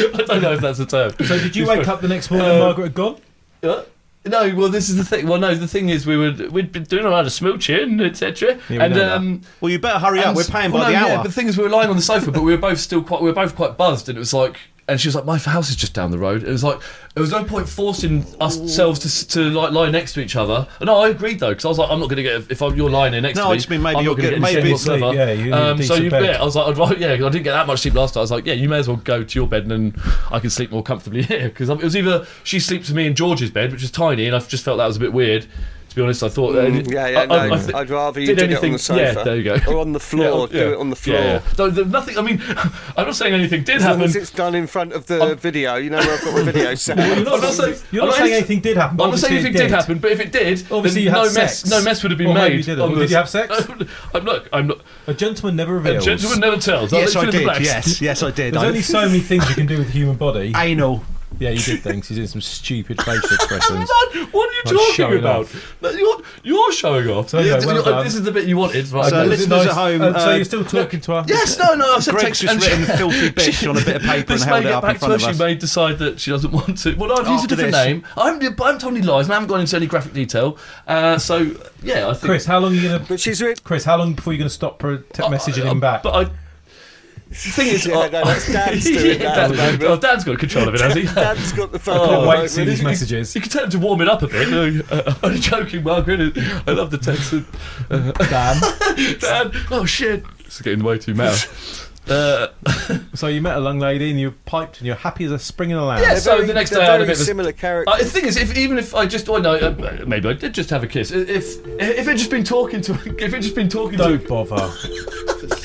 Speaker 5: you?
Speaker 4: I don't know if that's a term
Speaker 3: So did you wake up the next
Speaker 4: um,
Speaker 3: morning and Margaret had gone?
Speaker 4: Uh, No, well, this is the thing. Well, no, the thing is, we were we'd been doing a lot of smooching, etc.
Speaker 3: we
Speaker 4: and
Speaker 3: know that.
Speaker 4: um,
Speaker 6: Well, you better hurry up.
Speaker 4: And-
Speaker 6: We're paying by
Speaker 4: well,
Speaker 6: the
Speaker 4: no,
Speaker 6: hour.
Speaker 4: yeah, but the thing is, we were lying on the sofa, but we were both still quite. We were both quite buzzed, and it was like. And she was like, "My house is just down the road." It was like there was no point forcing ourselves to, s- to like lie next to each other. No, I agreed though because I was like, "I'm not going to get if I'm you're lying there next
Speaker 6: No,
Speaker 4: to
Speaker 6: I
Speaker 4: me."
Speaker 6: just mean maybe
Speaker 4: I'm
Speaker 6: you'll
Speaker 4: not gonna
Speaker 6: get-
Speaker 4: get anything
Speaker 6: maybe-
Speaker 4: whatsoever.
Speaker 3: Sleep, yeah, you need a
Speaker 4: um, so
Speaker 3: decent
Speaker 4: you,
Speaker 3: bed.
Speaker 4: yeah, I was like, I'd, rather- "Yeah," 'cause I didn't get that much sleep last night. I was like, "Yeah, you may as well go to your bed and then I can sleep more comfortably here." Because it was either she sleeps with me in George's bed, which is tiny, and I just felt that was a bit weird. To be honest, I thought,
Speaker 5: Mm, yeah, yeah,
Speaker 4: I-
Speaker 5: no,
Speaker 4: I- I thi-
Speaker 5: I'd rather you
Speaker 4: did
Speaker 5: did it on
Speaker 4: anything-
Speaker 5: the sofa.
Speaker 4: yeah, there you go.
Speaker 5: Or on the floor.
Speaker 4: Yeah, yeah.
Speaker 5: Do it on the floor.
Speaker 4: Yeah, yeah. No, there- nothing. I mean, I'm not saying anything did
Speaker 5: As long
Speaker 4: happen.
Speaker 5: as it's done in front of the video, you know where I've got my video set. up.
Speaker 4: I'm not saying-
Speaker 3: You're
Speaker 4: I'm
Speaker 3: not saying anything did happen. but
Speaker 4: I'm not saying
Speaker 3: obviously
Speaker 4: anything
Speaker 3: it
Speaker 4: did. happen, but if it did,
Speaker 3: Obviously
Speaker 4: then
Speaker 3: you had
Speaker 4: no
Speaker 3: sex.
Speaker 4: mess, no mess would have been
Speaker 3: Or
Speaker 4: made.
Speaker 3: maybe you didn't.
Speaker 4: on
Speaker 3: Did
Speaker 4: this.
Speaker 3: you have sex?
Speaker 4: I'm not. I'm not.
Speaker 3: A gentleman never
Speaker 4: A
Speaker 3: reveals.
Speaker 4: gentleman never tells. I'll
Speaker 6: yes,
Speaker 4: let
Speaker 6: I
Speaker 4: you in the
Speaker 6: did.
Speaker 4: blacks.
Speaker 6: Yes, yes, I did.
Speaker 3: There's
Speaker 6: I,
Speaker 3: only so many things you can do with the human body.
Speaker 6: anal.
Speaker 3: Yeah, you did things. You did some stupid facial expressions.
Speaker 4: What are you
Speaker 3: Like
Speaker 4: talking
Speaker 3: showing
Speaker 4: about?
Speaker 3: off.
Speaker 4: No, You're, you're showing off.
Speaker 3: So, okay,
Speaker 4: This-
Speaker 3: well done.
Speaker 4: this is the bit you wanted. Right,
Speaker 6: So
Speaker 4: okay.
Speaker 6: listeners
Speaker 3: Nice.
Speaker 6: at home,
Speaker 3: Uh, so
Speaker 6: uh,
Speaker 3: you're still talking to us?
Speaker 4: Yes, no, no. I've said
Speaker 6: Greg's
Speaker 4: text
Speaker 6: just
Speaker 4: and
Speaker 6: written
Speaker 4: she-
Speaker 6: filthy bitch on a bit of paper
Speaker 4: this
Speaker 6: and held
Speaker 4: may
Speaker 6: it
Speaker 4: get
Speaker 6: up
Speaker 4: back
Speaker 6: in front
Speaker 4: to
Speaker 6: of
Speaker 4: her.
Speaker 6: us.
Speaker 4: She may decide that she doesn't want to. Well, no, I've used a
Speaker 6: After
Speaker 4: different
Speaker 6: this.
Speaker 4: name. I'm, I'm Tony Lies, and I haven't gone into any graphic detail. Uh, so yeah, I think.
Speaker 3: Chris, how long are you gonna?
Speaker 5: But she's re-
Speaker 3: Chris, how long before you're gonna stop pro- te-
Speaker 4: Oh,
Speaker 3: messaging him back?
Speaker 4: But I. The thing is,
Speaker 5: Yeah,
Speaker 4: I-
Speaker 5: no, that's Dan's doing
Speaker 4: Yeah,
Speaker 5: that.
Speaker 4: Dan- oh, Dan's got control of it, has he?
Speaker 5: Dan's got the phone.
Speaker 4: Oh,
Speaker 3: Can't
Speaker 5: number,
Speaker 3: wait to see
Speaker 5: really.
Speaker 3: these messages.
Speaker 4: You can tell him to warm it up a bit. No, uh, only joking, Margaret. I love the text. of, Uh,
Speaker 3: Dan.
Speaker 4: Dan, oh shit, it's getting way too mad. Uh,
Speaker 3: So you met a young lady and you piped and you're happy as a spring in a lamb.
Speaker 4: yeah,
Speaker 5: They're
Speaker 4: so
Speaker 5: very-
Speaker 4: the next
Speaker 5: they're
Speaker 4: day I had a
Speaker 5: very
Speaker 4: bit of a
Speaker 5: similar character.
Speaker 4: Uh, the thing is, if even if I just, oh no, uh, maybe I did just have a kiss. If if it just been talking to, if it just been talking to,
Speaker 3: Don't bother.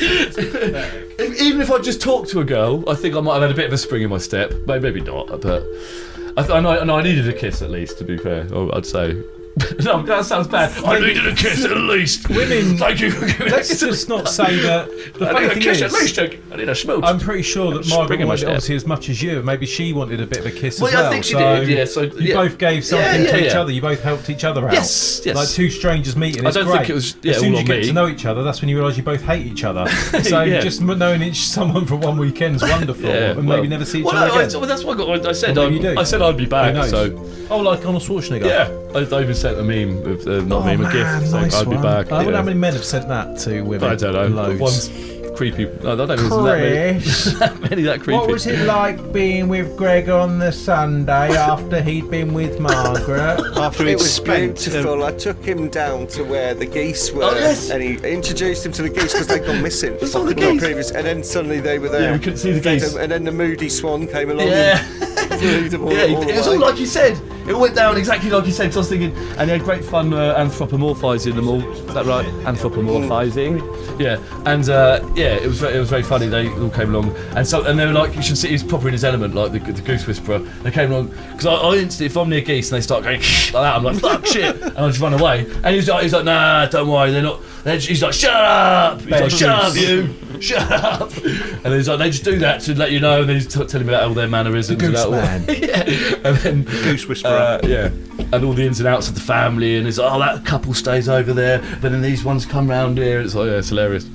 Speaker 4: if, even if I just talked to a girl, I think I might have had a bit of a spring in my step. May- Maybe not, but I, th- I know I know I needed a kiss at least. To be fair, Oh, I'd say. no, that sounds bad. I needed a kiss at least. Women, thank you. For giving
Speaker 3: Let's
Speaker 4: us-
Speaker 3: just not say that. The
Speaker 4: I
Speaker 3: funny
Speaker 4: need a
Speaker 3: thing
Speaker 4: kiss at
Speaker 3: is,
Speaker 4: least. I I need a smooch.
Speaker 3: I'm pretty sure that
Speaker 4: Spring
Speaker 3: Margaret
Speaker 4: in my
Speaker 3: wanted
Speaker 4: step.
Speaker 3: obviously as much as you. Maybe she wanted a bit of a kiss
Speaker 4: Well,
Speaker 3: as
Speaker 4: yeah, I
Speaker 3: well.
Speaker 4: think she
Speaker 3: so
Speaker 4: did, yeah, so-
Speaker 3: you
Speaker 4: yeah.
Speaker 3: both gave something
Speaker 4: Yeah, yeah,
Speaker 3: to each
Speaker 4: yeah.
Speaker 3: other. You both helped each other out.
Speaker 4: Yes, yes.
Speaker 3: Like two strangers meeting. It's
Speaker 4: don't
Speaker 3: great.
Speaker 4: think it was- yeah,
Speaker 3: as soon
Speaker 4: all
Speaker 3: as you
Speaker 4: on
Speaker 3: get
Speaker 4: me.
Speaker 3: to know each other, that's when you realise you both hate each other. So
Speaker 4: Yeah.
Speaker 3: just m- knowing each someone for one weekend's wonderful,
Speaker 4: yeah,
Speaker 3: and
Speaker 4: well-
Speaker 3: maybe never see each
Speaker 4: well,
Speaker 3: other
Speaker 4: no, I,
Speaker 3: again.
Speaker 4: well, that's what I, got, I said.
Speaker 3: Well,
Speaker 4: I,
Speaker 3: maybe you do.
Speaker 4: I said I'd be
Speaker 3: Who
Speaker 4: back.
Speaker 3: knows?
Speaker 4: So
Speaker 3: oh, like Arnold Schwarzenegger.
Speaker 4: Yeah, I, I even sent a meme, of, uh, not a meme, a
Speaker 3: Oh, man,
Speaker 4: gif saying
Speaker 3: nice
Speaker 4: I'd be
Speaker 3: one.
Speaker 4: back.
Speaker 3: I wonder
Speaker 4: yeah.
Speaker 3: how many men have sent that to women.
Speaker 4: I don't know.
Speaker 3: Loads.
Speaker 4: One's creepy. No, I don't think there's
Speaker 9: Chris,
Speaker 4: that many, many that creepy.
Speaker 9: what was it like being with Greg on the Sunday after he'd been with Margaret?
Speaker 6: After
Speaker 5: It
Speaker 6: he'd
Speaker 5: was
Speaker 6: spent uh,
Speaker 4: um,
Speaker 5: beautiful. I took him down to where the geese were,
Speaker 4: Oh, yes.
Speaker 5: and he introduced him to the geese because they'd gone missing.
Speaker 4: It's all the
Speaker 5: Well,
Speaker 4: geese.
Speaker 5: Previous, and then suddenly they were there.
Speaker 4: Yeah, we couldn't see the geese.
Speaker 5: And then the moody swan came along.
Speaker 4: Yeah.
Speaker 5: And flew them all,
Speaker 4: Yeah,
Speaker 5: all
Speaker 4: it was all
Speaker 5: away.
Speaker 4: like you said. It went down exactly like you said. So I was thinking, and he had great fun uh, anthropomorphising them all. Is that right? Anthropomorphising. Mm. Yeah, and uh, yeah, it was very, it was very funny. They all came along, and so and they were like, you should see he's proper in his element, like the, the goose whisperer. They came along because I, I instantly, if I'm near geese and they start going like that, I'm like fuck shit, and I just run away. And he's like, he's like, nah, don't worry, they're not. They're just, he's like, shut up. He's like, shut up, you. Shut up. And he's like, they just do that to let you know. And then he's t- telling me about all their mannerisms.
Speaker 3: Goose
Speaker 4: about all-
Speaker 3: man.
Speaker 4: and then
Speaker 6: Goose Whisperer.
Speaker 4: uh, yeah, and all the ins and outs of the family, and it's like, oh that couple stays over there, but then these ones come round here. It's like yeah, it's hilarious.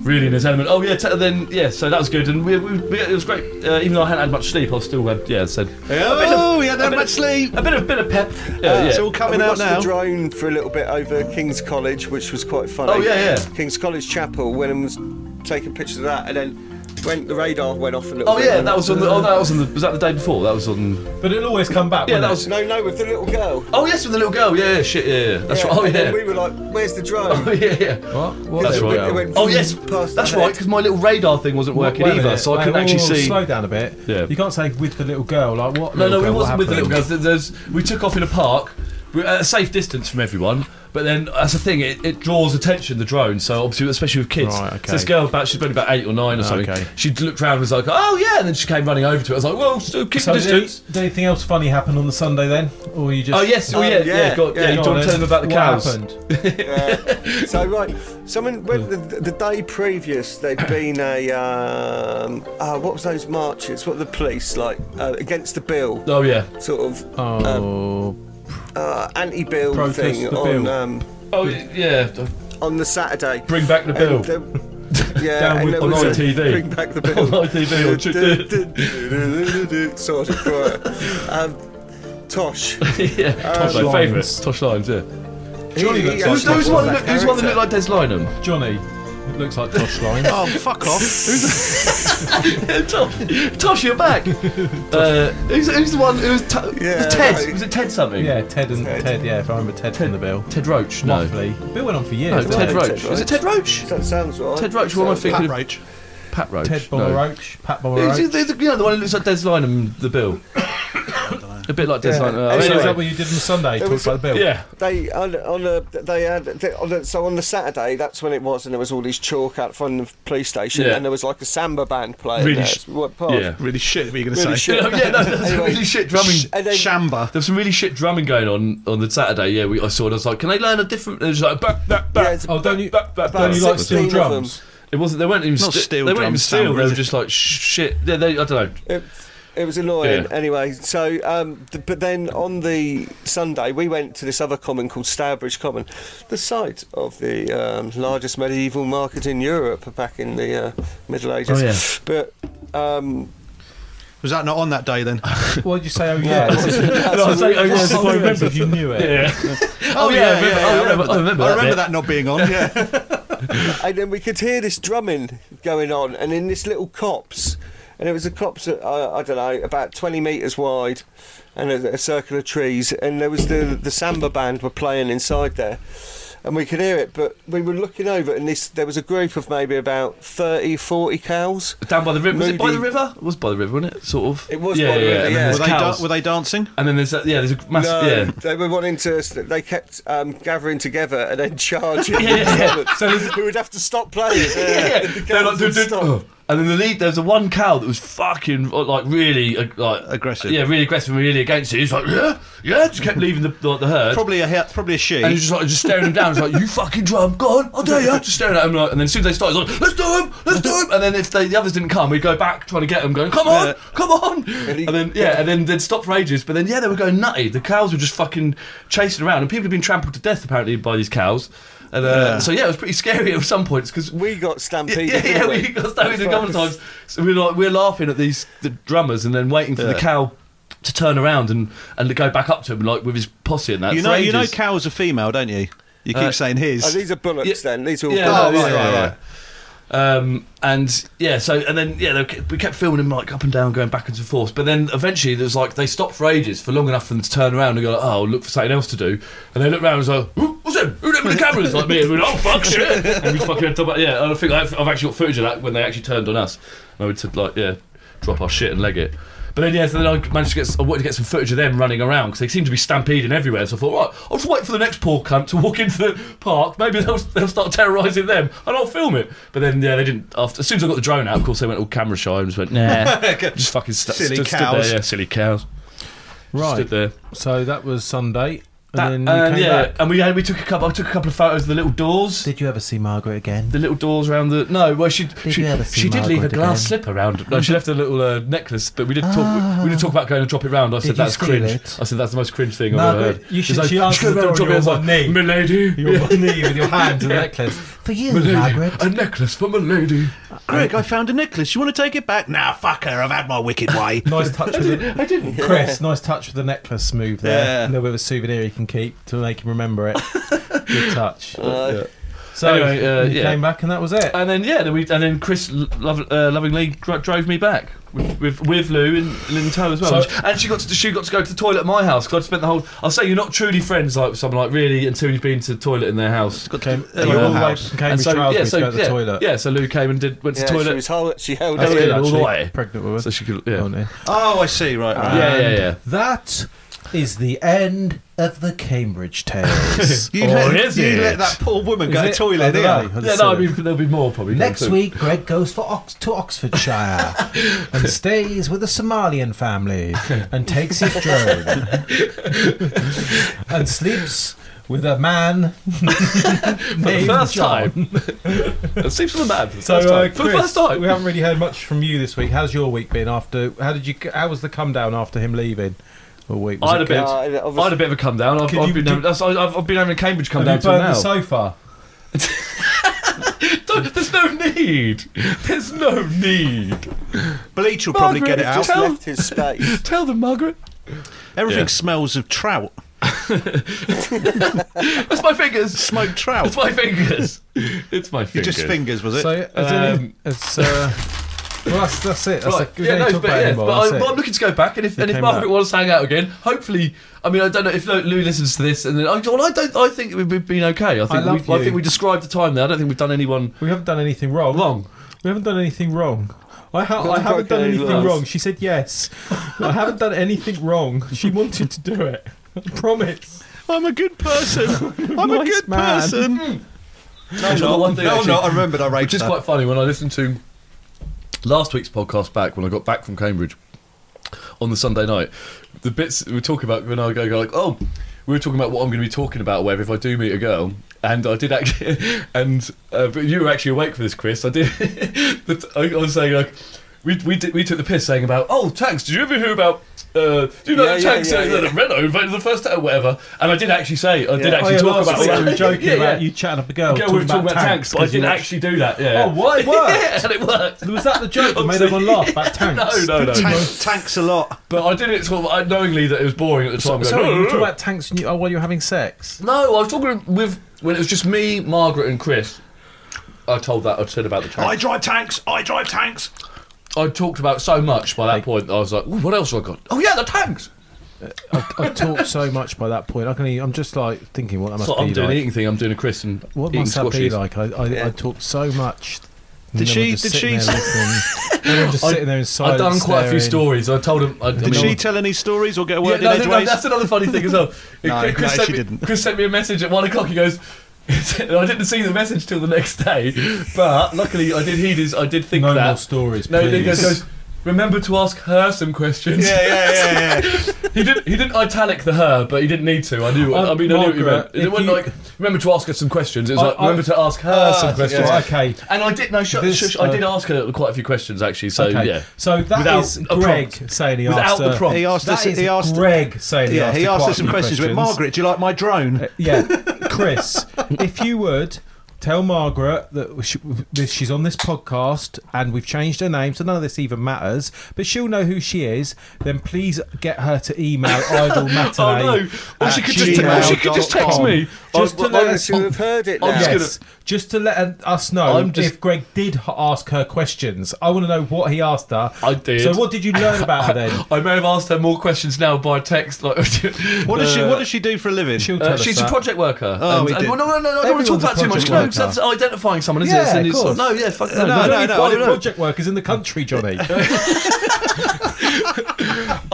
Speaker 4: Really in his element. Oh yeah, t- then yeah, so that was good, and we, we, we- it was great. Uh, even though I hadn't had much sleep, I still had yeah, said
Speaker 6: oh, yeah,
Speaker 4: a
Speaker 6: that
Speaker 4: bit
Speaker 6: much
Speaker 4: of-
Speaker 6: sleep.
Speaker 4: a bit of bit of pep. Yeah, yeah.
Speaker 6: It's all coming
Speaker 5: we
Speaker 6: out
Speaker 5: watched
Speaker 6: now.
Speaker 5: the drone for a little bit over King's College, which was quite funny.
Speaker 4: Oh, yeah, yeah.
Speaker 5: King's College Chapel. When I was taking pictures of that, and then when the radar went off a little.
Speaker 4: Oh
Speaker 5: bit,
Speaker 4: yeah,
Speaker 5: and-
Speaker 4: that was on the. Oh, that was on the. Was that the day before? That was on.
Speaker 3: But it'll always come back.
Speaker 4: Yeah,
Speaker 3: won't
Speaker 4: that
Speaker 3: it?
Speaker 4: was.
Speaker 5: No, no, with the little girl.
Speaker 4: Oh yes, with the little girl. Yeah, yeah, shit. Yeah, yeah. that's
Speaker 5: Yeah,
Speaker 4: right. Oh
Speaker 5: and
Speaker 4: yeah.
Speaker 5: then we were like, "Where's the drone?"
Speaker 4: Oh yeah, yeah.
Speaker 3: What? What?
Speaker 4: That's
Speaker 3: There we
Speaker 4: right.
Speaker 3: go.
Speaker 5: It went
Speaker 4: Oh yes,
Speaker 5: past
Speaker 4: that's
Speaker 5: the
Speaker 4: right.
Speaker 5: head.
Speaker 4: Because my little radar thing wasn't working
Speaker 3: Wait a
Speaker 4: either,
Speaker 3: minute,
Speaker 4: so I
Speaker 3: hang
Speaker 4: couldn't
Speaker 3: on,
Speaker 4: actually
Speaker 3: we'll
Speaker 4: see.
Speaker 3: Slow down a bit.
Speaker 4: Yeah.
Speaker 3: You can't say with the little girl. Like what?
Speaker 4: No,
Speaker 3: little
Speaker 4: no, it
Speaker 3: girl, what
Speaker 4: wasn't with the little
Speaker 3: happened?
Speaker 4: girls. There- There's, we took off in a park, we at a safe distance from everyone. But then that's the thing; it, it draws attention. The drone, so obviously, especially with kids.
Speaker 3: Right, okay.
Speaker 4: So this girl, about she's been about eight or nine or something.
Speaker 3: Okay.
Speaker 4: She looked round and was like, "Oh yeah," and then she came running over to it. I was like, "Well, so keep
Speaker 3: So
Speaker 4: your
Speaker 3: did,
Speaker 4: distance."
Speaker 3: did anything else funny happen on the Sunday then, or you just?
Speaker 4: Oh yes, oh
Speaker 5: Um,
Speaker 4: yeah, yeah,
Speaker 5: yeah,
Speaker 4: God, yeah.
Speaker 5: yeah.
Speaker 4: You
Speaker 3: Go
Speaker 4: don't
Speaker 3: on
Speaker 4: tell
Speaker 3: then.
Speaker 4: them about the
Speaker 3: What
Speaker 4: cows.
Speaker 3: happened?
Speaker 5: Yeah. so right, someone when the, the day previous there'd been a um, uh, what was those marches? What were the police like uh, against the bill,
Speaker 4: Oh yeah.
Speaker 5: sort of
Speaker 3: Oh,
Speaker 5: uh, anti-bill
Speaker 3: Protest
Speaker 5: thing
Speaker 3: the
Speaker 5: on
Speaker 3: bill.
Speaker 5: um,
Speaker 4: Oh yeah.
Speaker 5: on the Saturday.
Speaker 4: Bring back the bill.
Speaker 5: And there- yeah,
Speaker 4: Down
Speaker 5: and
Speaker 4: with
Speaker 5: there
Speaker 4: the
Speaker 5: was
Speaker 4: night
Speaker 5: a-
Speaker 4: TV.
Speaker 5: Bring back the bill.
Speaker 4: Night TV, or should
Speaker 5: sort of choir. Um, Tosh.
Speaker 4: yeah. Tosh
Speaker 3: Lines.
Speaker 4: my favourite. Tosh lines. Yeah.
Speaker 5: He- he
Speaker 3: looks
Speaker 5: actually
Speaker 4: Who's, who's,
Speaker 5: was
Speaker 4: one,
Speaker 5: that
Speaker 4: look, who's one that
Speaker 5: character.
Speaker 4: looked like Des Lynam?
Speaker 3: Johnny looks like Tosh Line.
Speaker 6: Oh, fuck off.
Speaker 4: Tosh, Tosh, you're back. uh, who's, who's the one? Who was, t-
Speaker 5: Yeah,
Speaker 4: was Ted?
Speaker 5: right.
Speaker 4: Was it Ted something?
Speaker 3: yeah, Ted and Ted. Yeah, if I remember Ted, from the Bill.
Speaker 4: Ted Roach. No.
Speaker 3: Muffley. Bill went on for
Speaker 4: No,
Speaker 3: years.
Speaker 4: Ted
Speaker 5: Ted
Speaker 4: Roach.
Speaker 5: Roach.
Speaker 4: Is it Ted Roach?
Speaker 5: That sounds right.
Speaker 4: Ted Roach. What am I
Speaker 5: Sounds right.
Speaker 4: thinking
Speaker 6: Pat
Speaker 4: of? Pat
Speaker 6: Roach.
Speaker 4: Roach.
Speaker 3: Ted
Speaker 4: no.
Speaker 3: Bomberoach, Pat
Speaker 4: Is it-
Speaker 3: Bomberoach.
Speaker 4: is it- you know, the one that looks like Des Lynam, the Bill. A bit like Des Lynam. uh,
Speaker 5: Anyway.
Speaker 3: Is
Speaker 4: anyway.
Speaker 3: that what you did on Sunday? Talk
Speaker 5: was-
Speaker 3: about the Bill.
Speaker 4: Yeah.
Speaker 5: They on, on the they had they, on the, so on the Saturday that's when it was and there was all this chalk out front of the police station
Speaker 4: Yeah.
Speaker 5: and there was like a samba band playing
Speaker 4: Really
Speaker 5: there.
Speaker 4: sh-
Speaker 5: It's what part?
Speaker 4: Yeah.
Speaker 6: Really shit, what are you going to
Speaker 5: Really
Speaker 6: say?
Speaker 5: shit.
Speaker 4: yeah, no, that's
Speaker 5: Anyway.
Speaker 4: really shit drumming.
Speaker 5: And then
Speaker 6: Shamba.
Speaker 4: there was some really shit drumming going on on the Saturday. Yeah, we, I saw it. I was like, "Can they learn a different?" It was like, "Bah, bah, bah,
Speaker 5: Yeah, it's
Speaker 3: Oh, don't you-
Speaker 4: bah, bah, bah."
Speaker 3: Don't you like
Speaker 5: 16
Speaker 3: steel
Speaker 5: of them.
Speaker 3: drums?
Speaker 4: It wasn't. They weren't even.
Speaker 6: Not
Speaker 4: sti-
Speaker 6: steel
Speaker 4: they weren't even
Speaker 6: drums,
Speaker 4: steel.
Speaker 6: Sam,
Speaker 4: They
Speaker 6: is
Speaker 4: were
Speaker 6: it?
Speaker 4: just like sh- shit. Yeah, they, I don't know.
Speaker 5: it, It was annoying.
Speaker 4: Yeah.
Speaker 5: Anyway, so um, th- but then on the Sunday we went to this other common called Stourbridge Common, the site of the um, largest medieval market in Europe back in the uh, Middle
Speaker 4: Oh,
Speaker 5: Ages. But um,
Speaker 6: Was that not on that day then?
Speaker 3: What did you say? Oh yeah.
Speaker 4: No, I was like, oh, yeah,
Speaker 3: I
Speaker 4: I remember.
Speaker 3: if you knew it.
Speaker 4: Yeah.
Speaker 6: Oh,
Speaker 4: yeah, I remember- I remember- I remember
Speaker 6: I
Speaker 4: that
Speaker 6: remember
Speaker 4: bit.
Speaker 6: that not being on. Yeah.
Speaker 5: and then we could hear this drumming going on, and in this little copse, and it was a copse that, uh, I don't know about twenty meters wide, and a, a circle of trees, and there was the the samba band were playing inside there, and we could hear it, but we were looking over, and this there was a group of maybe about 30, 40 cows.
Speaker 4: Down by the river. Was it by
Speaker 5: Moody.
Speaker 4: the river? It was by the river, wasn't it? Sort of.
Speaker 5: It was by the
Speaker 4: And
Speaker 5: river,
Speaker 4: then
Speaker 5: yeah.
Speaker 6: were,
Speaker 4: there's
Speaker 6: they da-
Speaker 4: cows. Uh,
Speaker 6: were they dancing?
Speaker 4: And then there's that. Yeah, there's a massive.
Speaker 5: No,
Speaker 4: Yeah.
Speaker 5: they were wanting to. They kept um, gathering together and then charging.
Speaker 4: yeah, yeah.
Speaker 5: So
Speaker 4: So there's-
Speaker 5: we would have to stop playing.
Speaker 4: yeah.
Speaker 5: The
Speaker 4: They're like,
Speaker 5: cows
Speaker 4: "Dun,
Speaker 5: would
Speaker 4: dun,
Speaker 5: stop.
Speaker 4: oh." And then the lead, there was a one cow that was fucking uh, like really uh, like
Speaker 6: Aggressive.
Speaker 4: Yeah, really aggressive, and really against it. He's like, yeah, yeah, just kept leaving the like, the herd.
Speaker 6: Probably a he- probably a she.
Speaker 4: And he's just like just staring him down. He's like, "You fucking drum, go on, I'll dare you." Just staring at him, like, and then as soon as they start, he's like, "Let's do him, let's do him." And then if they, the others didn't come, we'd go back trying to get them, going, "Come on,
Speaker 6: Yeah.
Speaker 4: come on!" And,
Speaker 5: he-
Speaker 4: then yeah, and then they'd stop for ages. But then yeah, they were going nutty. The cows were just fucking chasing around, and people had been trampled to death apparently by these cows. And uh, so yeah, it was pretty scary at some points because
Speaker 5: We got stampeded.
Speaker 4: yeah, yeah,
Speaker 5: didn't
Speaker 4: we got stampeded a couple of times. So we're like, we're laughing at these the drummers, and then waiting for the
Speaker 6: Yeah.
Speaker 4: cow to turn around and and to go back up to him, like with his posse and that.
Speaker 6: you
Speaker 4: for
Speaker 6: know, you know,
Speaker 4: ages.
Speaker 6: cows are female, don't you? You keep
Speaker 4: Uh,
Speaker 6: saying his.
Speaker 5: Oh, these are bullocks
Speaker 4: Yeah.
Speaker 5: then. These are all
Speaker 4: Yeah,
Speaker 5: bullocks.
Speaker 4: no,
Speaker 6: Oh, right,
Speaker 4: yeah,
Speaker 6: right,
Speaker 4: yeah.
Speaker 6: right.
Speaker 4: Um, and yeah, so and then yeah, they, ke- we kept filming him like up and down, going back and forth. But then eventually, there's like they stopped for ages, for long enough for them to turn around and go, like, "Oh, I'll look for something else to do." And they look around and was like, "Who- "What's him? Who them with the cameras?" Like me, and we're like, "Oh fuck, shit!" And we fucking had to, but yeah, and I think I've, I've actually got footage of that when they actually turned on us. And I would said like, "Yeah, drop our shit and leg it." But then yeah, so then I managed to get s- I wanted to get some footage of them running around because they seemed to be stampeding everywhere. So I thought, right, I'll just wait for the next poor cunt to walk into the park. Maybe they'll, they'll start terrorising them, and I'll film it. But then yeah, they didn't. After as soon as I got the drone out, of course they went all camera shy and just went, nah, just fucking st-
Speaker 6: Silly
Speaker 4: stood- stood
Speaker 6: cows.
Speaker 4: there, yeah, silly cows.
Speaker 3: Right.
Speaker 4: Stood there.
Speaker 3: So that was Sunday, and
Speaker 4: That-
Speaker 3: then you
Speaker 4: and
Speaker 3: came
Speaker 4: yeah,
Speaker 3: back.
Speaker 4: and we had, we took a couple. I took a couple of photos of the little doors.
Speaker 9: Did you ever see Margaret again?
Speaker 4: the little doors around the no. Well, she
Speaker 9: Did
Speaker 4: she,
Speaker 9: you ever see
Speaker 4: she did leave a
Speaker 9: Margaret
Speaker 4: glass
Speaker 9: again?
Speaker 4: slip around. No, she left a little uh, necklace, but we did talk. we did talk about going and drop it round. I said
Speaker 9: you
Speaker 4: that's
Speaker 9: steal
Speaker 4: cringe.
Speaker 9: it?
Speaker 4: I said that's the most cringe thing I've ever
Speaker 3: Margaret,
Speaker 4: heard.
Speaker 3: you
Speaker 4: She's
Speaker 3: should- she
Speaker 4: "Just
Speaker 3: answered
Speaker 4: go
Speaker 3: the
Speaker 4: round and
Speaker 3: door
Speaker 4: drop it." I was
Speaker 3: on
Speaker 4: like,
Speaker 3: your one knee.
Speaker 4: milady,
Speaker 3: Your one knee with your hand and the necklace.
Speaker 9: For you,
Speaker 4: milady,
Speaker 9: Margaret.
Speaker 4: a necklace for milady.
Speaker 6: Greg, I found a necklace. You want to take it back? Nah, fuck her. I've had my wicked way.
Speaker 3: Nice touch with the, I didn't. Chris, nice touch with the necklace move there. A
Speaker 6: Yeah.
Speaker 3: little bit of a souvenir you can keep to make him remember it. Good touch.
Speaker 5: Uh,
Speaker 3: So
Speaker 4: Anyway, uh,
Speaker 3: you
Speaker 4: yeah.
Speaker 3: came back and that was it.
Speaker 4: And then yeah, then we and then Chris lo- lov- uh, lovingly dro- drove me back with with, with Lou and Lynn Toe as well.
Speaker 3: So-
Speaker 4: and she got to she got to go to the toilet at my house because I'd spent the whole. I'll say you're not truly friends like with someone like really until you've been to the toilet in their house.
Speaker 3: Came,
Speaker 4: at
Speaker 3: you
Speaker 4: your
Speaker 3: all the way
Speaker 6: house.
Speaker 3: from Cambridge Trials to go to the
Speaker 4: yeah,
Speaker 3: toilet.
Speaker 4: yeah, so Lou came and did went to
Speaker 5: yeah,
Speaker 4: the
Speaker 5: She
Speaker 4: toilet.
Speaker 5: was hol- she held
Speaker 4: That's
Speaker 5: on.
Speaker 4: good,
Speaker 5: in.
Speaker 4: all the
Speaker 3: actually.
Speaker 4: way.
Speaker 3: Pregnant woman.
Speaker 4: So she could, yeah.
Speaker 3: Oh, no.
Speaker 6: Oh, I see. Right. right.
Speaker 4: Yeah, yeah,
Speaker 3: And
Speaker 4: yeah.
Speaker 3: That is the end of the Cambridge Tales.
Speaker 6: You,
Speaker 4: Or
Speaker 6: let,
Speaker 4: is
Speaker 6: you
Speaker 4: it?
Speaker 6: let that poor woman
Speaker 3: Is
Speaker 6: go to
Speaker 3: it? I
Speaker 6: toilet,
Speaker 3: don't
Speaker 6: didn't
Speaker 3: know.
Speaker 6: you?
Speaker 4: Yeah, no, I mean, there'll be more probably.
Speaker 3: Oh, Next
Speaker 4: too.
Speaker 3: week, Greg goes for Ox- to Oxfordshire and stays with a Somalian family and takes his drone and sleeps with a man
Speaker 4: For the
Speaker 3: named
Speaker 4: first
Speaker 3: John.
Speaker 4: time. it seems to the man. For the
Speaker 3: So,
Speaker 4: first
Speaker 3: uh,
Speaker 4: time.
Speaker 3: Chris,
Speaker 4: for the first time.
Speaker 3: we haven't really heard much from you this week. How's your week been after? How did you? How was the come down after him leaving? A week. Was
Speaker 4: I had a
Speaker 3: it good?
Speaker 4: bit.
Speaker 5: Uh,
Speaker 4: I
Speaker 5: obviously-
Speaker 4: had a bit of a come down. I've,
Speaker 3: Can
Speaker 4: I've
Speaker 3: you
Speaker 4: been.
Speaker 3: do-
Speaker 4: having- that's- I've, I've been having a Cambridge come
Speaker 3: Have
Speaker 4: down
Speaker 3: you
Speaker 4: till
Speaker 3: burned the
Speaker 4: now.
Speaker 3: sofa?
Speaker 4: Don't- There's no need. There's no need.
Speaker 6: Bleach will probably get
Speaker 4: Margaret,
Speaker 6: it out.
Speaker 5: Just
Speaker 4: Tell-
Speaker 5: left his space.
Speaker 4: Tell them, Margaret.
Speaker 6: Everything
Speaker 4: Yeah.
Speaker 6: smells of trout.
Speaker 4: That's my fingers.
Speaker 6: Smoked trout.
Speaker 4: It's my fingers. It's my
Speaker 6: You
Speaker 4: fingers.
Speaker 6: just fingers, was it?
Speaker 3: So, as in,
Speaker 4: Um,
Speaker 3: it's, uh, well, that's, that's it. That's
Speaker 4: Right,
Speaker 3: like, we
Speaker 4: yeah,
Speaker 3: don't
Speaker 4: no,
Speaker 3: talk
Speaker 4: but,
Speaker 3: about it
Speaker 4: yeah,
Speaker 3: anymore.
Speaker 4: but, I,
Speaker 3: that's it.
Speaker 4: but I'm looking to go back, and if, and if
Speaker 3: came
Speaker 4: Margaret
Speaker 3: back.
Speaker 4: wants to hang out again, hopefully, I mean, I don't know if Lou, Lou listens to this, and then I, well, I don't, I think we've we've been okay. I think
Speaker 3: love
Speaker 4: we, I
Speaker 3: you.
Speaker 4: think we described the time there. I don't think we've done anyone
Speaker 3: We haven't done anything wrong.
Speaker 4: wrong.
Speaker 3: We haven't done anything wrong. I, ha- I haven't done
Speaker 5: broken any
Speaker 3: anything
Speaker 5: laws.
Speaker 3: wrong. She said yes. I haven't done anything wrong. She wanted to do it. I promise.
Speaker 6: I'm a good person. I'm
Speaker 3: Nice man.
Speaker 4: No,
Speaker 6: No,
Speaker 4: one thing,
Speaker 6: no,
Speaker 4: actually,
Speaker 6: no, I remembered I raged
Speaker 4: which is quite funny when I listened to last week's podcast back when I got back from Cambridge on the Sunday night. The bits we were talking about when I go, go like, oh, we were talking about what I'm going to be talking about, or whatever. If I do meet a girl, and I did actually, and uh, but you were actually awake for this, Chris. I did. but I, I was saying like. we we, did, we took the piss saying about oh tanks. Did you ever hear about? Uh, do you know
Speaker 5: Yeah,
Speaker 4: that
Speaker 5: yeah,
Speaker 4: tanks
Speaker 5: yeah,
Speaker 4: uh,
Speaker 5: yeah.
Speaker 4: that Renault invented the first tank or whatever? And I did actually say I did
Speaker 5: Yeah.
Speaker 4: actually
Speaker 3: Oh, yeah, last
Speaker 4: talk about
Speaker 3: week we were joking
Speaker 4: yeah,
Speaker 3: about
Speaker 4: yeah.
Speaker 3: you chatting up a girl.
Speaker 4: Yeah, we were Oh, talking about tanks, but I
Speaker 3: 'cause you
Speaker 4: didn't
Speaker 3: watched-
Speaker 4: actually do that. Yeah.
Speaker 3: Oh, what? It worked.
Speaker 4: Yeah, and it worked.
Speaker 3: Was that the joke that made everyone laugh about tanks?
Speaker 4: No, no, no.
Speaker 6: Tank, tanks a lot.
Speaker 4: But I did it sort of knowingly that it was boring at the time. going,
Speaker 3: Sorry,
Speaker 4: "No,
Speaker 3: you
Speaker 4: no,
Speaker 3: were talking
Speaker 4: no."
Speaker 3: about tanks and you- oh, while you were having sex.
Speaker 4: No, I was talking with when it was just me, Margaret, and Chris. I told that I said about the
Speaker 6: I
Speaker 4: tank.
Speaker 6: drive tanks. I drive tanks.
Speaker 4: I, talked about so much by that point. that I was like, "Ooh, "What else have I got? Oh yeah, the tanks."
Speaker 3: I, I talked so much by that point. I can. I'm just like thinking what that must
Speaker 4: So I'm
Speaker 3: be
Speaker 4: doing
Speaker 3: like.
Speaker 4: an eating thing. I'm doing a Chris and
Speaker 3: What
Speaker 4: eating
Speaker 3: must that be
Speaker 4: squashes.
Speaker 3: like? I, I, I talked so much. and
Speaker 6: Did
Speaker 3: then
Speaker 6: she-
Speaker 3: we're just
Speaker 6: did
Speaker 3: sitting
Speaker 6: she-
Speaker 3: There listening. Everyone just sitting there in
Speaker 4: I've
Speaker 3: silence.
Speaker 4: done quite a few
Speaker 3: staring.
Speaker 4: stories. I told him. I, I
Speaker 6: Did
Speaker 4: mean,
Speaker 6: she tell any stories or get a
Speaker 4: Yeah,
Speaker 6: word
Speaker 4: no,
Speaker 6: in
Speaker 4: no, no,
Speaker 6: edgeways?
Speaker 4: that's another funny thing as well.
Speaker 6: No, no,
Speaker 4: sent
Speaker 6: she
Speaker 4: me,
Speaker 6: didn't.
Speaker 4: Chris sent me a message at one o'clock. He goes. I didn't see the message till the next day, but luckily I did heed his. I did think
Speaker 3: No
Speaker 4: that.
Speaker 3: more stories,
Speaker 4: No, he goes,
Speaker 3: please.
Speaker 4: goes, Remember to ask her some questions.
Speaker 6: yeah, yeah, yeah, yeah.
Speaker 4: He didn't. He didn't italic the her, but he didn't need to. I knew. I
Speaker 3: Um,
Speaker 4: mean, I knew
Speaker 3: Margaret,
Speaker 4: what he meant. It
Speaker 3: if
Speaker 4: wasn't
Speaker 3: you-
Speaker 4: like remember to ask her some questions. It was
Speaker 3: I-
Speaker 4: like
Speaker 3: I-
Speaker 4: remember to ask her some questions.
Speaker 3: Right, okay.
Speaker 4: And I did. No, shush,
Speaker 3: This,
Speaker 4: shush, I did
Speaker 3: uh,
Speaker 4: ask her quite a few questions actually. So
Speaker 3: Okay.
Speaker 4: yeah.
Speaker 3: So that
Speaker 4: Without
Speaker 3: is
Speaker 4: a prompt.
Speaker 3: Greg saying he
Speaker 4: Without
Speaker 3: asked
Speaker 4: the
Speaker 3: her-
Speaker 4: prompt.
Speaker 6: He asked
Speaker 3: That
Speaker 6: us.
Speaker 3: is
Speaker 6: He asked.
Speaker 3: Greg saying he
Speaker 6: Yeah,
Speaker 3: asked
Speaker 6: he
Speaker 3: her
Speaker 6: asked
Speaker 3: quite
Speaker 6: us
Speaker 3: a
Speaker 6: some
Speaker 3: few
Speaker 6: questions. Went, Margaret, do you like my drone?
Speaker 3: Yeah, Chris, if you would tell Margaret that she, that she's on this podcast and we've changed her name, so none of this even matters. But she'll know who she is. Then please get her to email idle
Speaker 4: Oh no! Or she could just. Or she could just text me.
Speaker 3: Just
Speaker 4: I-
Speaker 3: to
Speaker 5: Well,
Speaker 3: let
Speaker 5: I
Speaker 3: us,
Speaker 5: should have heard it now.
Speaker 4: I'm just gonna-
Speaker 3: Oh, yes, just to let us know
Speaker 4: I'm just-
Speaker 3: if Greg did h- ask her questions. I want to know what he asked her.
Speaker 4: I did.
Speaker 3: So what did you learn about her then?
Speaker 4: I may have asked her more questions now by text. Like,
Speaker 6: What does she? What does she do for a living?
Speaker 3: She'll tell
Speaker 4: Uh,
Speaker 3: us
Speaker 4: she's a
Speaker 3: that.
Speaker 4: project worker.
Speaker 6: Oh, we did.
Speaker 4: well, no, no, no, I don't want to talk
Speaker 3: Everyone's a
Speaker 4: about too much.
Speaker 3: project
Speaker 4: No,
Speaker 3: worker.
Speaker 4: 'cause that's identifying someone, isn't
Speaker 3: Yeah,
Speaker 4: it? And
Speaker 3: of
Speaker 4: it's-
Speaker 3: course. Uh,
Speaker 4: No, yeah, fuck no.
Speaker 3: There's
Speaker 6: no,
Speaker 3: only
Speaker 6: no,
Speaker 3: five
Speaker 6: no.
Speaker 3: project workers in the country, Johnny.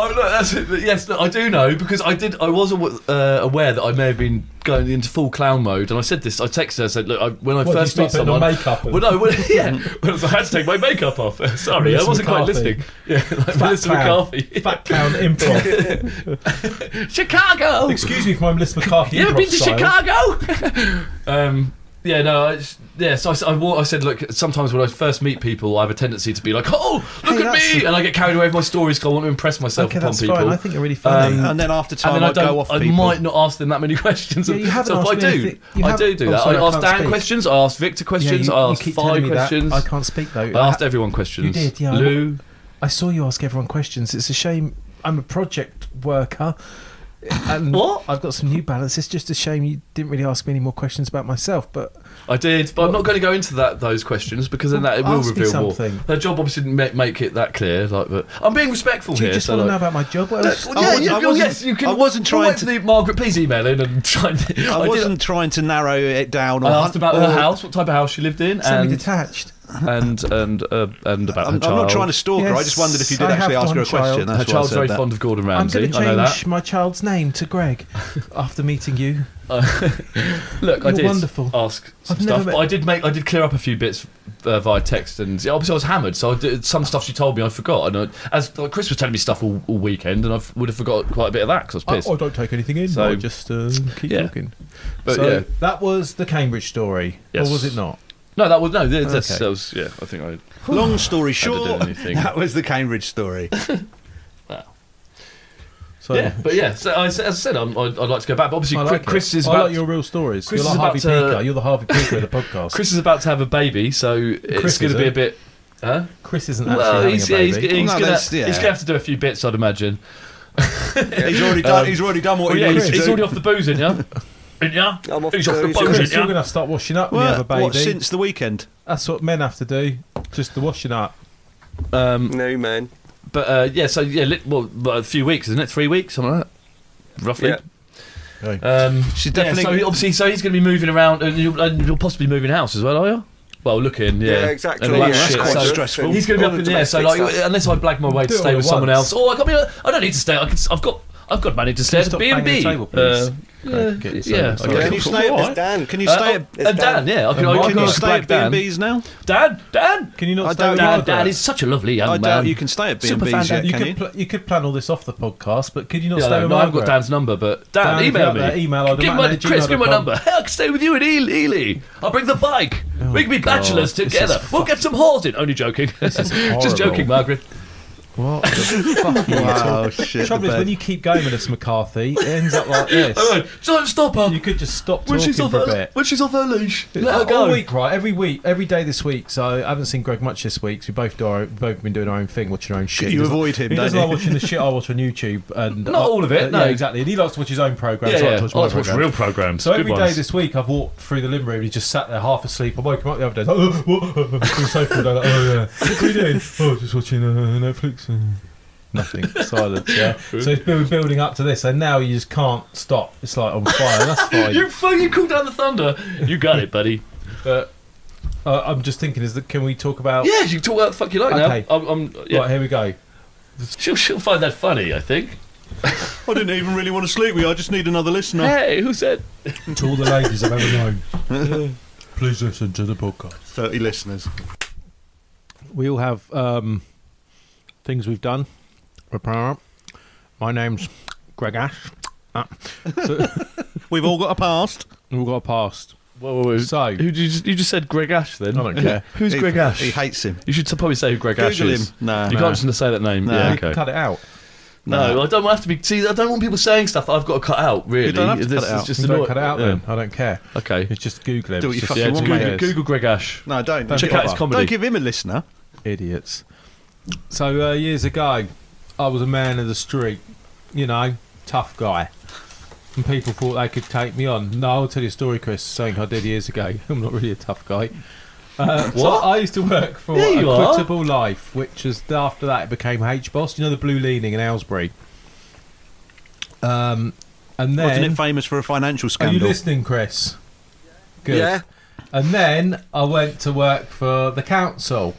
Speaker 4: Oh, look, that's it. Yes, look, I do know because I did. I was aw- uh, aware that I may have been going into full clown mode, and I said this. I texted her. I said, "Look, I, when I
Speaker 3: What,
Speaker 4: first
Speaker 3: did you
Speaker 4: meet
Speaker 3: start putting on
Speaker 4: someone,
Speaker 3: makeup and- Mm.
Speaker 4: well, no, well, yeah, well, I had to take my makeup off. Sorry, I
Speaker 3: Melissa
Speaker 4: wasn't quite
Speaker 3: McCarthy.
Speaker 4: listening. Yeah, like Melissa
Speaker 3: clown.
Speaker 4: McCarthy,
Speaker 3: Fat clown improv.
Speaker 4: Chicago.
Speaker 3: Excuse me for my Melissa McCarthy
Speaker 4: You ever
Speaker 3: improv
Speaker 4: been to
Speaker 3: style.
Speaker 4: Chicago? um, yeah, no, I, just- yeah. So I, s- I wa- I said, look, sometimes when I first meet people, I have a tendency to be like, oh, look
Speaker 6: Hey,
Speaker 4: at
Speaker 6: that's-
Speaker 4: me, and I get carried away with my stories because I want to impress myself
Speaker 3: Okay,
Speaker 4: upon
Speaker 3: that's
Speaker 4: people. Uh, Um,
Speaker 3: fine. I think you're really funny.
Speaker 6: and then after
Speaker 4: And
Speaker 6: time,
Speaker 4: then
Speaker 6: I,
Speaker 4: I, don't,
Speaker 6: go off
Speaker 4: I
Speaker 6: people.
Speaker 4: might not ask them that many questions.
Speaker 3: Yeah, you haven't
Speaker 4: so if
Speaker 3: asked
Speaker 4: I
Speaker 3: me
Speaker 4: do,
Speaker 3: anything. You
Speaker 4: I
Speaker 3: have-
Speaker 4: do do
Speaker 3: Oh,
Speaker 4: that.
Speaker 3: sorry, I
Speaker 4: I asked
Speaker 3: can't
Speaker 4: Dan
Speaker 3: speak.
Speaker 4: questions. I asked Victor
Speaker 3: yeah,
Speaker 4: questions.
Speaker 3: you,
Speaker 4: I
Speaker 3: you
Speaker 4: asked
Speaker 3: keep
Speaker 4: five
Speaker 3: telling me
Speaker 4: questions.
Speaker 3: that. I can't speak though.
Speaker 4: I asked everyone questions.
Speaker 3: You did, yeah.
Speaker 4: Lou,
Speaker 3: I saw you ask everyone questions. It's a shame. I'm a project worker. And
Speaker 4: What?
Speaker 3: I've got some New Balance. It's just a shame you didn't really ask me any more questions about myself. But
Speaker 4: I did, but I'm not going to go into that those questions because then that it will
Speaker 3: Ask me
Speaker 4: reveal more.
Speaker 3: something.
Speaker 4: Her job obviously didn't make, make it that clear. Like, but I'm being respectful
Speaker 3: do you
Speaker 4: here.
Speaker 3: just
Speaker 4: so
Speaker 3: want to
Speaker 4: like-
Speaker 3: know about my job? What else?
Speaker 6: I
Speaker 4: yeah,
Speaker 6: wasn't-
Speaker 4: you-
Speaker 6: I
Speaker 4: well,
Speaker 6: wasn't-
Speaker 4: yes, you can.
Speaker 6: I wasn't
Speaker 4: well,
Speaker 6: trying
Speaker 4: wait
Speaker 6: to-
Speaker 4: for the Margaret, please email in and try. And,
Speaker 6: I,
Speaker 4: did-
Speaker 6: wasn't trying to narrow it down. Or
Speaker 4: I asked about
Speaker 6: or-
Speaker 4: her house, what type of house she lived in, and
Speaker 3: Semi-detached.
Speaker 4: and and uh, and about
Speaker 6: I'm,
Speaker 4: her
Speaker 6: I'm
Speaker 4: child.
Speaker 6: not trying to stalk her. I
Speaker 3: Yes,
Speaker 6: just wondered if you
Speaker 3: I
Speaker 6: did
Speaker 3: have
Speaker 6: actually ask
Speaker 3: one
Speaker 6: her a question.
Speaker 3: child.
Speaker 6: That's
Speaker 4: Her
Speaker 6: why I
Speaker 4: child's
Speaker 6: said
Speaker 4: very
Speaker 6: that.
Speaker 4: fond of Gordon
Speaker 3: I'm
Speaker 4: Ramsay.
Speaker 3: going to
Speaker 4: I know that.
Speaker 3: change my child's name to Greg after meeting you.
Speaker 4: Look, I
Speaker 3: You're
Speaker 4: did
Speaker 3: wonderful.
Speaker 4: ask some
Speaker 3: I've never
Speaker 4: stuff.
Speaker 3: met-
Speaker 4: But I did make, I did clear up a few bits uh, via text, and yeah, obviously I was hammered, so I did, some stuff she told me I forgot. And I, as like, Chris was telling me stuff all, all weekend, and I f- would have forgot quite a bit of that because I was pissed.
Speaker 3: don't take anything in.
Speaker 4: So- I
Speaker 3: just uh, keep
Speaker 4: Yeah.
Speaker 3: talking.
Speaker 4: But
Speaker 3: so
Speaker 4: yeah.
Speaker 3: that was the Cambridge story,
Speaker 4: Yes.
Speaker 3: or was it not?
Speaker 4: no, that was no. th- That's,
Speaker 3: Okay.
Speaker 4: That was yeah. I think I.
Speaker 6: Long story short,
Speaker 4: did anything.
Speaker 6: that was the Cambridge story.
Speaker 3: So
Speaker 4: yeah, but yeah. So I, as I said, I'm, I'd, I'd like to go back. But obviously,
Speaker 3: I
Speaker 4: Chri-
Speaker 3: like
Speaker 4: Chris
Speaker 3: it.
Speaker 4: is
Speaker 3: I
Speaker 4: about.
Speaker 3: like your real stories.
Speaker 4: Chris
Speaker 3: You're
Speaker 4: is
Speaker 3: the Harvey
Speaker 4: about to-
Speaker 3: Peaker. You're the Harvey Peaker of the podcast.
Speaker 4: Chris is about to have a baby, so
Speaker 3: Chris
Speaker 4: it's going
Speaker 3: is
Speaker 4: to be
Speaker 3: a-
Speaker 4: a bit. Huh?
Speaker 3: Chris isn't actually
Speaker 4: Well,
Speaker 3: having
Speaker 4: he's,
Speaker 3: a
Speaker 4: yeah, he's,
Speaker 3: baby.
Speaker 4: he's
Speaker 6: No,
Speaker 4: gonna,
Speaker 6: that's- yeah.
Speaker 4: he's gonna have to do a few bits, I'd imagine.
Speaker 6: he's already done. he's already done
Speaker 3: Oh,
Speaker 6: what
Speaker 4: Well,
Speaker 6: he
Speaker 4: yeah,
Speaker 6: needs
Speaker 4: he's,
Speaker 6: to
Speaker 4: he's
Speaker 6: do.
Speaker 4: already off the booze, isn't ya? Isn't ya?
Speaker 5: I'm off
Speaker 4: he's
Speaker 5: the
Speaker 4: off the
Speaker 5: booze,
Speaker 4: booze,
Speaker 5: yeah.
Speaker 3: Chris,
Speaker 4: isn't
Speaker 3: you're
Speaker 4: ya?
Speaker 3: going to start washing up when you have a
Speaker 6: What,
Speaker 3: baby.
Speaker 6: what, since the weekend?
Speaker 3: That's what men have to do. Just the washing up.
Speaker 5: No, man.
Speaker 4: But uh, yeah, so yeah, lit, well, but a few weeks, isn't it? Three weeks, something like that, roughly.
Speaker 5: Yeah.
Speaker 4: Um,
Speaker 6: She's
Speaker 4: yeah,
Speaker 6: definitely-
Speaker 4: so he- obviously, so he's going to be moving around, and you'll, and you'll possibly be moving house as well, are you? Well, looking, yeah,
Speaker 5: Yeah, exactly.
Speaker 4: and all that
Speaker 5: yeah.
Speaker 4: shit.
Speaker 6: quite
Speaker 4: So
Speaker 6: stressful.
Speaker 4: He's going to be
Speaker 5: All
Speaker 4: up
Speaker 5: the
Speaker 4: in the air. So,
Speaker 5: domestic
Speaker 4: like,
Speaker 5: stuff.
Speaker 4: unless I blag my way
Speaker 3: Do
Speaker 4: to
Speaker 3: it
Speaker 4: stay
Speaker 3: all
Speaker 4: with
Speaker 3: at
Speaker 4: someone
Speaker 3: once.
Speaker 4: else, or I, mean, I don't need to stay. I can, I've got, I've got money to stay at
Speaker 3: Can
Speaker 4: the
Speaker 3: you
Speaker 4: B
Speaker 3: stop
Speaker 4: and
Speaker 3: banging the table,
Speaker 4: B. Uh,
Speaker 3: please?
Speaker 4: Yeah,
Speaker 3: Get yourself
Speaker 4: yeah.
Speaker 3: sorted.
Speaker 4: okay,
Speaker 6: Can you
Speaker 4: cool, cool,
Speaker 6: stay at-
Speaker 4: alright.
Speaker 5: It's Dan.
Speaker 6: Can you
Speaker 4: Uh,
Speaker 6: stay?
Speaker 4: oh,
Speaker 6: at,
Speaker 4: uh, Dan, yeah. I can,
Speaker 3: And
Speaker 4: I
Speaker 3: Mark,
Speaker 4: can
Speaker 6: can you
Speaker 3: I'll
Speaker 6: stay at B
Speaker 4: Dan.
Speaker 6: and B's now?
Speaker 4: Dan, Dan,
Speaker 3: Can you not
Speaker 6: I
Speaker 3: stay
Speaker 6: don't
Speaker 3: with
Speaker 6: know.
Speaker 4: Dan,
Speaker 3: Margaret?
Speaker 4: Dan is such a lovely young
Speaker 6: I
Speaker 4: man.
Speaker 6: doubt you can stay at B and
Speaker 4: Superfan
Speaker 6: B's yet,
Speaker 4: Dan.
Speaker 3: You
Speaker 6: can
Speaker 3: could,
Speaker 6: you?
Speaker 3: pl- you could plan all this off the podcast, but could you not
Speaker 4: Yeah,
Speaker 3: stay
Speaker 4: no,
Speaker 3: with
Speaker 4: no, I haven't
Speaker 3: Margaret?
Speaker 4: got Dan's number, but Dan,
Speaker 3: Dan, if you're
Speaker 4: email
Speaker 3: out
Speaker 4: me.
Speaker 3: there, email
Speaker 4: give
Speaker 3: Adam
Speaker 4: my,
Speaker 3: at
Speaker 4: Chris, give my
Speaker 3: gmail.com.
Speaker 4: number. I can stay with you in Ely. Ely. I'll bring the bike. we can be
Speaker 3: Oh, God,
Speaker 4: bachelors
Speaker 3: this is
Speaker 4: together. We'll get some whores in. Only joking.
Speaker 3: horrible.
Speaker 4: Just joking, Margaret.
Speaker 6: What the fuck? Wow, shit.
Speaker 3: The trouble
Speaker 6: the
Speaker 3: is,
Speaker 6: bed.
Speaker 3: when you keep going with this McCarthy, it ends up like
Speaker 4: Oh,
Speaker 3: this.
Speaker 4: don't stop her.
Speaker 3: You could just stop
Speaker 4: When
Speaker 3: talking
Speaker 4: she's, off
Speaker 3: for a
Speaker 4: her,
Speaker 3: bit.
Speaker 4: when she's off her leash, let her
Speaker 3: Like,
Speaker 4: go.
Speaker 3: All week, right? Every week, every day this week. So I haven't seen Greg much this week. 'cause we both do our, we've both been doing our own thing, watching our own shit.
Speaker 6: You
Speaker 3: He doesn't-
Speaker 6: avoid him,
Speaker 3: He
Speaker 6: don't
Speaker 3: doesn't
Speaker 6: you?
Speaker 3: like watching the shit I watch on YouTube. And
Speaker 4: Not all of it,
Speaker 3: uh,
Speaker 4: no.
Speaker 3: yeah, exactly. And he likes to watch his own programs.
Speaker 4: yeah,
Speaker 3: I like
Speaker 4: yeah.
Speaker 3: to
Speaker 4: I
Speaker 3: watch my
Speaker 4: like to watch
Speaker 3: programmes.
Speaker 4: real programs.
Speaker 3: So
Speaker 4: good
Speaker 3: every day
Speaker 4: ones.
Speaker 3: this week, I've walked through the living room and he just sat there half asleep. I woke him up the other day. Like, oh, what? on the sofa, and I'm like, oh yeah, what are you doing? Oh, just watching uh, Netflix. uh." Nothing. Silence. Yeah. So it's been building up to this, and now you just can't stop. It's like on fire. That's fine.
Speaker 4: You fucking cool down the thunder. You got it, buddy.
Speaker 3: But uh, I'm just thinking, is that can we talk about?
Speaker 4: Yeah, you can talk about the fuck you like
Speaker 3: Oh. Okay.
Speaker 4: now. I'm, I'm, yeah.
Speaker 3: Right, here we go.
Speaker 4: she'll, she'll find that funny, I think.
Speaker 6: I didn't even really want to sleep with you. I just need another listener.
Speaker 4: Hey, who said?
Speaker 3: To all the ladies I've ever known, please listen to the podcast.
Speaker 6: 30 listeners.
Speaker 3: We all have um, things we've done. My name's Greg Ash. Ah.
Speaker 6: We've all got a past.
Speaker 3: We've all got a past.
Speaker 4: Whoa, whoa, whoa.
Speaker 3: So-
Speaker 4: who, you, just, you just said Greg Ash then.
Speaker 3: I don't care.
Speaker 4: Who's
Speaker 6: He-
Speaker 4: Greg Ash?
Speaker 6: He hates him.
Speaker 4: you should probably say who Greg Ash
Speaker 6: Google
Speaker 4: is.
Speaker 6: him. No,
Speaker 4: you
Speaker 6: no.
Speaker 4: can't just gonna say that name.
Speaker 6: No.
Speaker 4: Yeah, okay.
Speaker 3: Cut it out.
Speaker 4: No, I don't have to be. See, I don't want people saying stuff that I've got to cut out. Really,
Speaker 6: You don't have to
Speaker 4: this
Speaker 6: cut it
Speaker 4: is
Speaker 6: out.
Speaker 4: just
Speaker 3: You don't
Speaker 4: annoying.
Speaker 3: cut it out
Speaker 4: Yeah.
Speaker 3: then. I don't care.
Speaker 4: Okay.
Speaker 3: It's just Google it.
Speaker 6: Do what
Speaker 3: It's just-
Speaker 6: you fucking
Speaker 4: Yeah, just
Speaker 6: want,
Speaker 3: it's
Speaker 6: mate.
Speaker 4: Google, Google Greg Ash.
Speaker 6: No, don't.
Speaker 4: Check out his
Speaker 6: Don't
Speaker 4: comedy.
Speaker 6: give him a listener.
Speaker 3: idiots. So uh, years ago, I was a man of the street, you know, tough guy, and people thought they could take me on. No, I'll tell you a story, Chris. Something I did years ago. I'm not really a tough guy. Uh, so
Speaker 4: What?
Speaker 3: I used to work for
Speaker 4: There you are.
Speaker 3: Equitable Life, which was after that it became H Boss. You know the Blue Leaning in Aylesbury. Um, and then
Speaker 6: Wasn't it famous for a financial
Speaker 3: are you
Speaker 6: scandal?
Speaker 3: listening, Chris? Good.
Speaker 5: Yeah.
Speaker 3: And then I went to work for the council.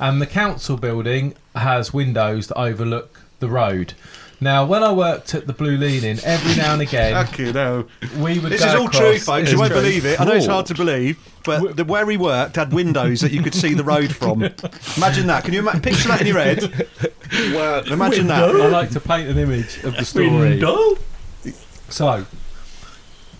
Speaker 3: And the council building has windows that overlook the road. Now, when I worked at the Blue Leaning, every now and again,
Speaker 6: Fucking hell.
Speaker 3: we would
Speaker 6: This
Speaker 3: go
Speaker 6: is all
Speaker 3: across-
Speaker 6: true, folks.
Speaker 3: It's
Speaker 6: You won't
Speaker 3: true.
Speaker 6: believe it. I know it's hard to believe, but the where he worked had windows that you could see the road from. Imagine that. Can you ima- picture that in your head? Well, imagine that.
Speaker 3: I like to paint an image of the story.
Speaker 4: Window?
Speaker 3: So,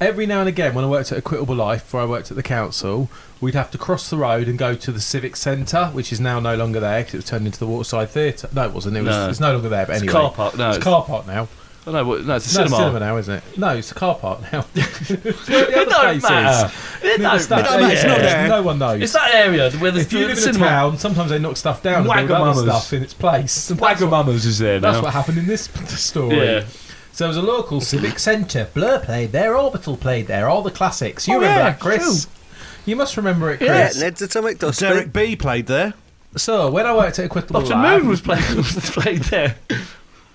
Speaker 3: every now and again, when I worked at Equitable Life, where I worked at the council, we'd have to cross the road and go to the Civic Centre, which is now no longer there because it was turned into the Waterside Theatre. No, it wasn't. It was,
Speaker 4: No.
Speaker 3: It's no longer there, but
Speaker 4: It's a
Speaker 3: anyway.
Speaker 4: car park. No,
Speaker 3: It's a
Speaker 4: it's-
Speaker 3: car park now.
Speaker 4: Oh, no, what- no, it's a
Speaker 3: No, it's
Speaker 4: cinema.
Speaker 3: cinema now, isn't it? No, it's a car park now. It's where the
Speaker 4: It
Speaker 3: other
Speaker 4: don't
Speaker 3: places.
Speaker 4: matter. It
Speaker 3: Near
Speaker 4: don't
Speaker 3: the stuff-
Speaker 4: matter.
Speaker 3: it's not
Speaker 4: Yeah.
Speaker 3: there. No one knows.
Speaker 4: It's that area where the
Speaker 3: if you
Speaker 4: the
Speaker 3: live in a
Speaker 4: cinema.
Speaker 3: town, sometimes they knock stuff down and build
Speaker 4: Wagamamas.
Speaker 3: other stuff in its place. And That's, what,
Speaker 4: Wagamamas is there now.
Speaker 3: that's what happened in this story.
Speaker 4: Yeah.
Speaker 3: So there was a local civic centre. Blur played there, Orbital played there, all the classics. You remember
Speaker 4: Oh, yeah,
Speaker 3: that, Chris? You must remember it,
Speaker 5: Yeah,
Speaker 3: Chris.
Speaker 5: Ned's Atomic Dust.
Speaker 6: Derek B played there.
Speaker 3: So when I worked at Equitable
Speaker 4: Button
Speaker 3: Lab,
Speaker 4: Moon was playing was played there.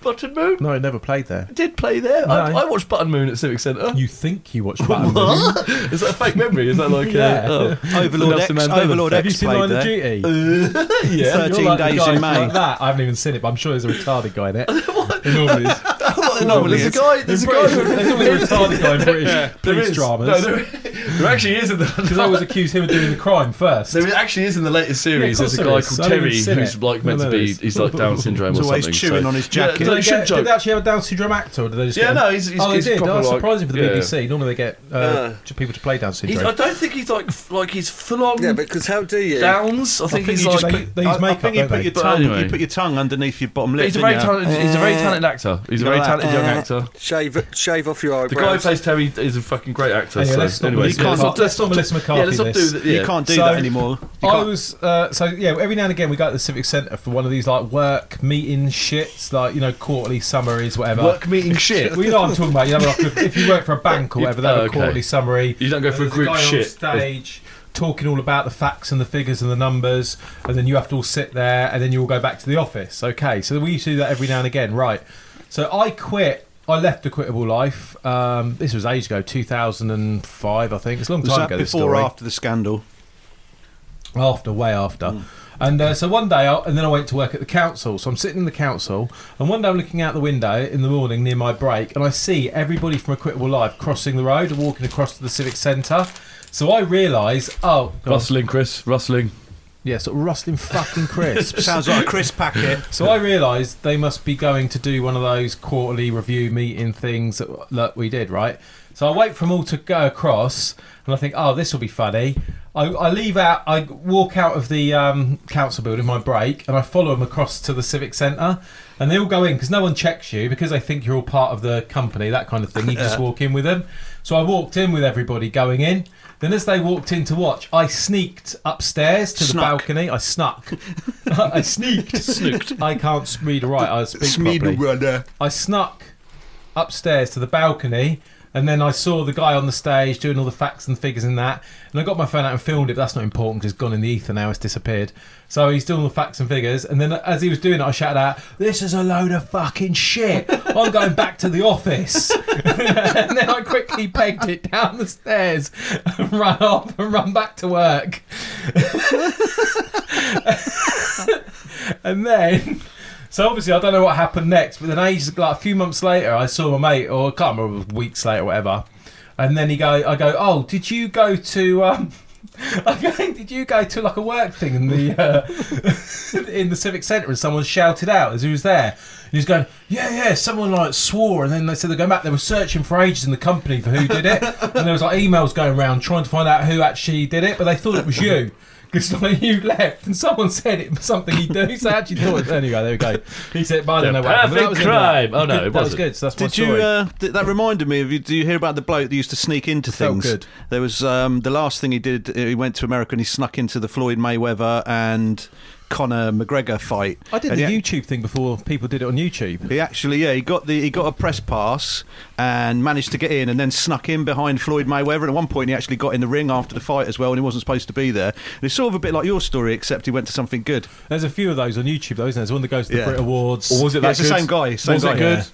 Speaker 4: Button Moon
Speaker 3: no, I never played there.
Speaker 4: did play there. I,
Speaker 3: No.
Speaker 4: I watched Button Moon at Civic Centre.
Speaker 3: You think you watched Batman?
Speaker 4: What? Is that a fake memory? Is that like
Speaker 3: Yeah.
Speaker 4: uh, oh.
Speaker 6: Overlord
Speaker 4: Nelson
Speaker 6: X-
Speaker 4: Mandela
Speaker 6: Overlord
Speaker 3: Have
Speaker 4: effect.
Speaker 3: you
Speaker 6: X
Speaker 3: seen
Speaker 6: played
Speaker 3: Line of
Speaker 6: there.
Speaker 3: Duty?
Speaker 4: yeah.
Speaker 3: You're
Speaker 6: 13
Speaker 3: like the
Speaker 6: days
Speaker 3: guy
Speaker 6: in
Speaker 3: Like
Speaker 6: May.
Speaker 3: that. I haven't even seen it, but I'm sure there's a retarded guy in it. He normally is.
Speaker 4: No, there's a guy. There's a guy. who-
Speaker 3: There's normally a retarded guy in British
Speaker 4: There
Speaker 3: police
Speaker 4: is.
Speaker 3: dramas.
Speaker 4: No, there, there actually is in
Speaker 3: Because I
Speaker 4: the.
Speaker 3: always accuse him of doing the crime first.
Speaker 4: There actually is in the latest series.
Speaker 3: Yeah, of
Speaker 4: there's a
Speaker 3: course there
Speaker 4: guy
Speaker 3: is.
Speaker 4: called
Speaker 3: I haven't
Speaker 4: Terry
Speaker 3: even seen
Speaker 4: who's
Speaker 3: it.
Speaker 4: like meant
Speaker 3: No,
Speaker 4: to
Speaker 3: there
Speaker 4: be.
Speaker 3: is.
Speaker 4: He's like Down syndrome
Speaker 6: He's
Speaker 4: or
Speaker 6: always
Speaker 4: something.
Speaker 6: chewing
Speaker 4: so-
Speaker 6: on his
Speaker 4: Yeah,
Speaker 6: jacket.
Speaker 4: no,
Speaker 3: Did
Speaker 4: you
Speaker 3: they,
Speaker 4: should
Speaker 3: get,
Speaker 4: joke.
Speaker 3: did they actually have a Down syndrome actor, or did they just
Speaker 4: Yeah,
Speaker 3: get
Speaker 4: no, he's- he's-
Speaker 3: oh, they
Speaker 4: he's
Speaker 3: did.
Speaker 4: proper,
Speaker 3: That was
Speaker 4: like-
Speaker 3: surprising for the
Speaker 4: yeah.
Speaker 3: BBC. Normally they get uh, to people to play Down
Speaker 4: He's-
Speaker 3: syndrome.
Speaker 4: I don't think he's like f- like he's full on
Speaker 5: Yeah, because how do you?
Speaker 4: Downs. I think,
Speaker 3: think
Speaker 4: he's
Speaker 3: you
Speaker 4: like.
Speaker 3: just put- they use
Speaker 6: I, I
Speaker 3: makeup,
Speaker 6: think you
Speaker 3: don't
Speaker 6: put
Speaker 3: they?
Speaker 6: your
Speaker 4: But
Speaker 6: tongue.
Speaker 4: anyway.
Speaker 6: You put your tongue underneath your bottom lip.
Speaker 4: he's a
Speaker 6: didn't
Speaker 4: very
Speaker 6: you?
Speaker 4: talented. He's a very talented actor. He's a
Speaker 6: You
Speaker 4: very
Speaker 6: know that.
Speaker 4: talented young actor.
Speaker 5: Shave shave off your eyebrows.
Speaker 4: The guy who plays Terry is a fucking great actor.
Speaker 3: Anyway,
Speaker 4: so
Speaker 3: let's not-
Speaker 4: anyway,
Speaker 3: you
Speaker 4: so
Speaker 3: can't-
Speaker 4: let's not-
Speaker 3: let's not Melissa
Speaker 4: Yeah, let's
Speaker 3: McCarthy
Speaker 4: not do
Speaker 3: this.
Speaker 4: that.
Speaker 6: You
Speaker 4: yeah.
Speaker 6: can't do
Speaker 3: So-
Speaker 6: that anymore. You
Speaker 3: I
Speaker 6: can't-
Speaker 3: was uh, so yeah. Every now and again, we go to the civic centre for one of these like work meeting shits, like you know quarterly summaries, whatever.
Speaker 4: Work meeting shit.
Speaker 3: We know what I'm talking about. You know, like if- if you work for a bank or whatever, they have
Speaker 4: Oh,
Speaker 3: a
Speaker 4: okay.
Speaker 3: quarterly summary.
Speaker 4: You don't go
Speaker 3: And
Speaker 4: for a
Speaker 3: there's
Speaker 4: group
Speaker 3: guy
Speaker 4: shit.
Speaker 3: on stage talking all about the facts and the figures and the numbers, and then you have to all sit there, and then you all go back to the office. Okay, so we used to do that every now and again, right? So I quit. I left Equitable Life. Um, this was ages ago, 2005, I think. It's a long time
Speaker 6: Was that
Speaker 3: ago. this
Speaker 6: before or
Speaker 3: story
Speaker 6: after the scandal?
Speaker 3: after, way after. And uh, so one day, I, and then I went to work at the council. So I'm sitting in the council, and one day I'm looking out the window in the morning near my break, and I see everybody from Equitable Live crossing the road and walking across to the civic centre. So I realise, oh, God,
Speaker 4: Rustling, Chris. Rustling.
Speaker 3: yeah, sort of rustling fucking crisps.
Speaker 6: Sounds like a crisp packet.
Speaker 3: so I realised they must be going to do one of those quarterly review meeting things that, that we did, right? So I wait for them all to go across, and I think, oh, this will be funny. I, I leave out. I walk out of the um, council building, my break, and I follow them across to the civic centre. And they all go in because no one checks you because they think you're all part of the company, that kind of thing. You just walk in with them. So I walked in with everybody going in. Then as they walked in to watch, I sneaked upstairs to
Speaker 6: Snuck.
Speaker 3: the balcony. I snuck. I sneaked. Snooked. I can't read or write. I speak properly.
Speaker 6: runner.
Speaker 3: I snuck upstairs to the balcony and then I saw the guy on the stage doing all the facts and figures and that. And I got my phone out and filmed it, but that's not important because it's gone in the ether now, it's disappeared. So he's doing all the facts and figures. And then as he was doing it, I shouted out, This is a load of fucking shit. I'm going back to the office. and then I quickly pegged it down the stairs and ran off and run back to work. and then. So obviously, I don't know what happened next, but then ages like a few months later, I saw my mate, or I can't remember, it was weeks later, whatever. And then he go, I go, oh, did you go to? Um, I go, did you go to like a work thing in the uh, in the civic centre? And someone shouted out as he was there. And he was going, yeah, yeah. Someone like swore, and then they said they're going back. They were searching for ages in the company for who did it, and there was like emails going around trying to find out who actually did it, but they thought it was you. Because like you left, and someone said it was something he did. So I actually thought it. Anyway, there we go. He said, but "I don't
Speaker 4: The
Speaker 3: know what." happened, but that
Speaker 4: perfect
Speaker 3: was the end of that.
Speaker 4: crime. Oh, no,
Speaker 3: Good-
Speaker 4: it
Speaker 3: that was
Speaker 4: wasn't.
Speaker 3: good. So that's my
Speaker 6: Did you?
Speaker 3: story.
Speaker 6: Uh, th- that reminded me of you. Do you hear about the bloke that used to sneak into
Speaker 3: Felt
Speaker 6: things?
Speaker 3: good.
Speaker 6: There was um, the last thing he did. uh, He went to America and he snuck into the Floyd Mayweather and Conor McGregor fight.
Speaker 3: I did
Speaker 6: And
Speaker 3: the
Speaker 6: he ac-
Speaker 3: YouTube thing before people did it on YouTube.
Speaker 6: He actually, yeah, he got the he got a press pass and managed to get in, and then snuck in behind Floyd Mayweather. And at one point, he actually got in the ring after the fight as well, and he wasn't supposed to be there. And it's sort of a bit like your story, except he went to something good.
Speaker 3: There's a few of those on YouTube, though, isn't there? There's one that goes to the
Speaker 6: Yeah.
Speaker 3: Brit Awards.
Speaker 4: Or was it
Speaker 6: Yeah,
Speaker 4: that
Speaker 6: it's the
Speaker 4: good?
Speaker 6: same guy, same
Speaker 4: was
Speaker 6: guy.
Speaker 4: it good?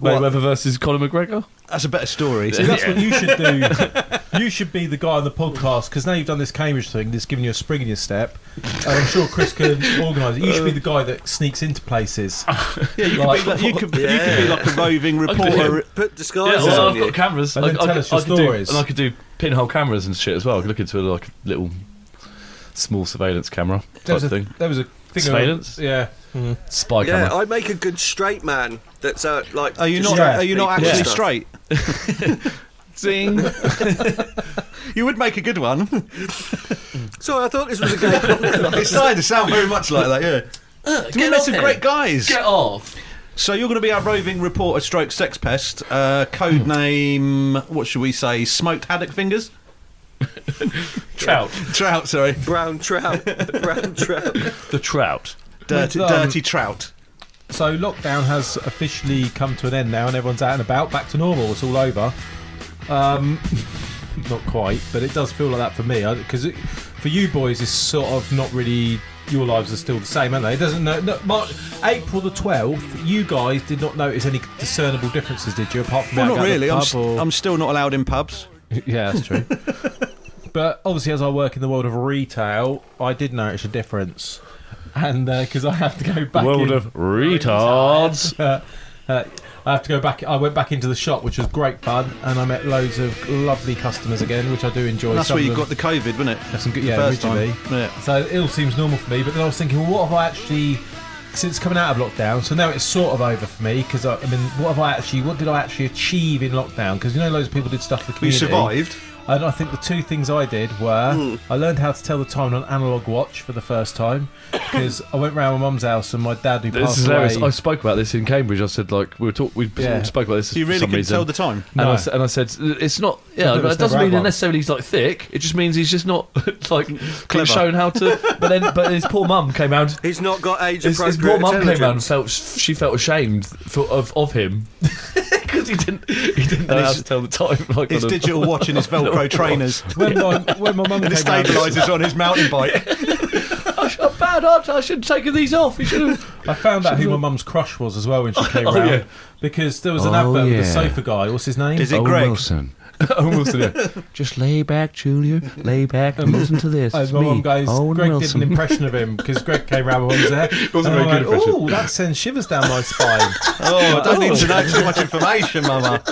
Speaker 6: What?
Speaker 4: Mayweather versus Conor McGregor.
Speaker 6: That's a better story.
Speaker 3: See, that's what you should do. you should be the guy on the podcast because now you've done this Cambridge thing that's given you a spring in your step. And I'm sure Chris can organise it. You should be the guy that sneaks into places.
Speaker 4: Ah,
Speaker 6: Yeah, you,
Speaker 3: Like-
Speaker 6: could be, like, you, could, you could be like a roving reporter.
Speaker 5: Put
Speaker 4: Yeah,
Speaker 5: disguises
Speaker 4: well,
Speaker 5: on
Speaker 4: I've
Speaker 5: you.
Speaker 4: got cameras.
Speaker 3: And
Speaker 4: I,
Speaker 3: then
Speaker 4: I
Speaker 3: tell
Speaker 4: could-
Speaker 3: us your
Speaker 4: I could
Speaker 3: stories.
Speaker 4: Do, and I could do pinhole cameras and shit as well. I could look into like a little small surveillance camera
Speaker 3: There
Speaker 4: type
Speaker 3: was a
Speaker 4: thing.
Speaker 3: there was a thing
Speaker 4: Surveillance?
Speaker 3: on- yeah.
Speaker 4: Spy
Speaker 5: Yeah,
Speaker 4: camera.
Speaker 5: I make a good straight man. That's uh, like.
Speaker 6: Are you
Speaker 5: just
Speaker 6: not?
Speaker 5: straight
Speaker 6: Are you not
Speaker 5: people
Speaker 6: actually
Speaker 5: stuff.
Speaker 6: straight?
Speaker 4: Zing.
Speaker 6: You would make a good one.
Speaker 5: Sorry, I thought this was a gay podcast.
Speaker 6: it started to sound very much like that. Yeah. Do we
Speaker 4: Uh, get
Speaker 6: know
Speaker 4: off
Speaker 6: some
Speaker 4: here.
Speaker 6: great guys?
Speaker 4: Get off.
Speaker 6: So you're going to be our roving reporter, stroke sex pest. Uh,
Speaker 4: Hmm.
Speaker 6: code name? What should we say? Smoked haddock fingers.
Speaker 4: Trout.
Speaker 6: Trout, sorry.
Speaker 5: Brown trout. Brown trout.
Speaker 4: The trout.
Speaker 6: Dirty,
Speaker 3: um,
Speaker 6: dirty trout.
Speaker 3: So lockdown has officially come to an end now, and everyone's out and about, back to normal. It's all over. Um, not quite, but it does feel like that for me because for you boys, it's sort of not really. Your lives are still the same, aren't they? It doesn't know. No, March, April the twelfth, you guys did not notice any discernible differences, did you? Apart from
Speaker 6: Well,
Speaker 3: out
Speaker 6: not
Speaker 3: going to
Speaker 6: really.
Speaker 3: the
Speaker 6: I'm,
Speaker 3: pub
Speaker 6: st-
Speaker 3: or-
Speaker 6: I'm still not allowed in pubs.
Speaker 3: yeah, that's true. but obviously, as I work in the world of retail, I did notice a difference, and because I have to go back
Speaker 4: World
Speaker 3: in-
Speaker 4: of retards.
Speaker 3: uh, uh, I have to go back. I went back into the shop, which was great fun, and I met loads of lovely customers again, which I do enjoy.
Speaker 6: That's
Speaker 3: Some
Speaker 6: where you
Speaker 3: of
Speaker 6: got
Speaker 3: them
Speaker 6: the COVID, wasn't it?
Speaker 3: have some good,
Speaker 6: the
Speaker 3: yeah,
Speaker 6: first time.
Speaker 3: originally.
Speaker 6: Yeah.
Speaker 3: So it all seems normal for me, but then I was thinking, well, what have I actually since coming out of lockdown? So now it's sort of over for me because I, I mean, what have I actually? What did I actually achieve in lockdown? Because you know, loads of people did stuff for the
Speaker 6: We
Speaker 3: community.
Speaker 6: survived. Hmm.
Speaker 3: And I think the two things I did were I learned how to tell the time on an analog watch for the first time because I went round my mum's house and my dad who
Speaker 4: This
Speaker 3: passed
Speaker 4: is
Speaker 3: away.
Speaker 4: hilarious. I spoke about this in Cambridge. I said like we were talk- we
Speaker 3: Yeah.
Speaker 4: spoke about this.
Speaker 6: So you really
Speaker 4: for some
Speaker 6: could
Speaker 4: reason.
Speaker 6: tell the time.
Speaker 4: And,
Speaker 3: No.
Speaker 4: I s and I said, it's not. Yeah,
Speaker 3: I've never
Speaker 4: it doesn't
Speaker 3: seen a
Speaker 4: mean
Speaker 3: round one.
Speaker 4: necessarily he's like thick. It just means he's just not like
Speaker 6: Clever.
Speaker 4: clever. shown how to. But then, but his poor mum came round.
Speaker 5: He's not got age
Speaker 4: His, his poor
Speaker 5: appropriate
Speaker 4: mum came round and
Speaker 5: intelligence.
Speaker 4: felt she felt ashamed for, of of him because he didn't he didn't know how
Speaker 6: his-
Speaker 4: to tell the time. Like
Speaker 6: His
Speaker 4: on a-
Speaker 6: digital watch and his Velcro trainers.
Speaker 3: when my when my mum
Speaker 6: And
Speaker 3: came
Speaker 6: his
Speaker 3: round-
Speaker 6: stabilisers on his mountain bike.
Speaker 4: I sh- I'm bad. aren't I, I should have taken these off. He should have.
Speaker 3: I found out who my mum's crush was as well when she came round
Speaker 4: yeah.
Speaker 3: because there was an
Speaker 4: Oh,
Speaker 3: advert with the
Speaker 4: yeah.
Speaker 3: sofa guy. What's his name?
Speaker 6: Is
Speaker 4: Oh,
Speaker 6: it Greg?
Speaker 4: Wilson. Owen Wilson. Yeah. Just lay back, Julia. Lay back and listen to this.
Speaker 3: As my mum goes, Greg did an impression of him because Greg came round when I was there. It
Speaker 4: wasn't a very good impression.
Speaker 3: Oh, that sends shivers down my spine.
Speaker 6: Oh, I don't need to know too much information, Mama.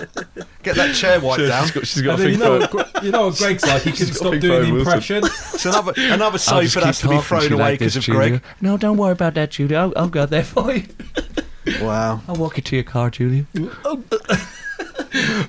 Speaker 6: Get that chair wiped down.
Speaker 4: She's got, she's
Speaker 3: and
Speaker 4: got a
Speaker 3: then you
Speaker 4: thing
Speaker 3: know,
Speaker 4: for
Speaker 3: what,
Speaker 4: it.
Speaker 3: Gre- you know what Greg's like. He
Speaker 4: She's
Speaker 3: couldn't
Speaker 4: got
Speaker 3: stop
Speaker 4: big
Speaker 3: doing the
Speaker 4: phone, Wilson.
Speaker 3: impression.
Speaker 6: It's another another sofa that has to be thrown away because of Greg.
Speaker 4: No, don't worry about that, Julia. I'll, I'll go there for you.
Speaker 6: Wow.
Speaker 4: I'll walk you to your car, Julia.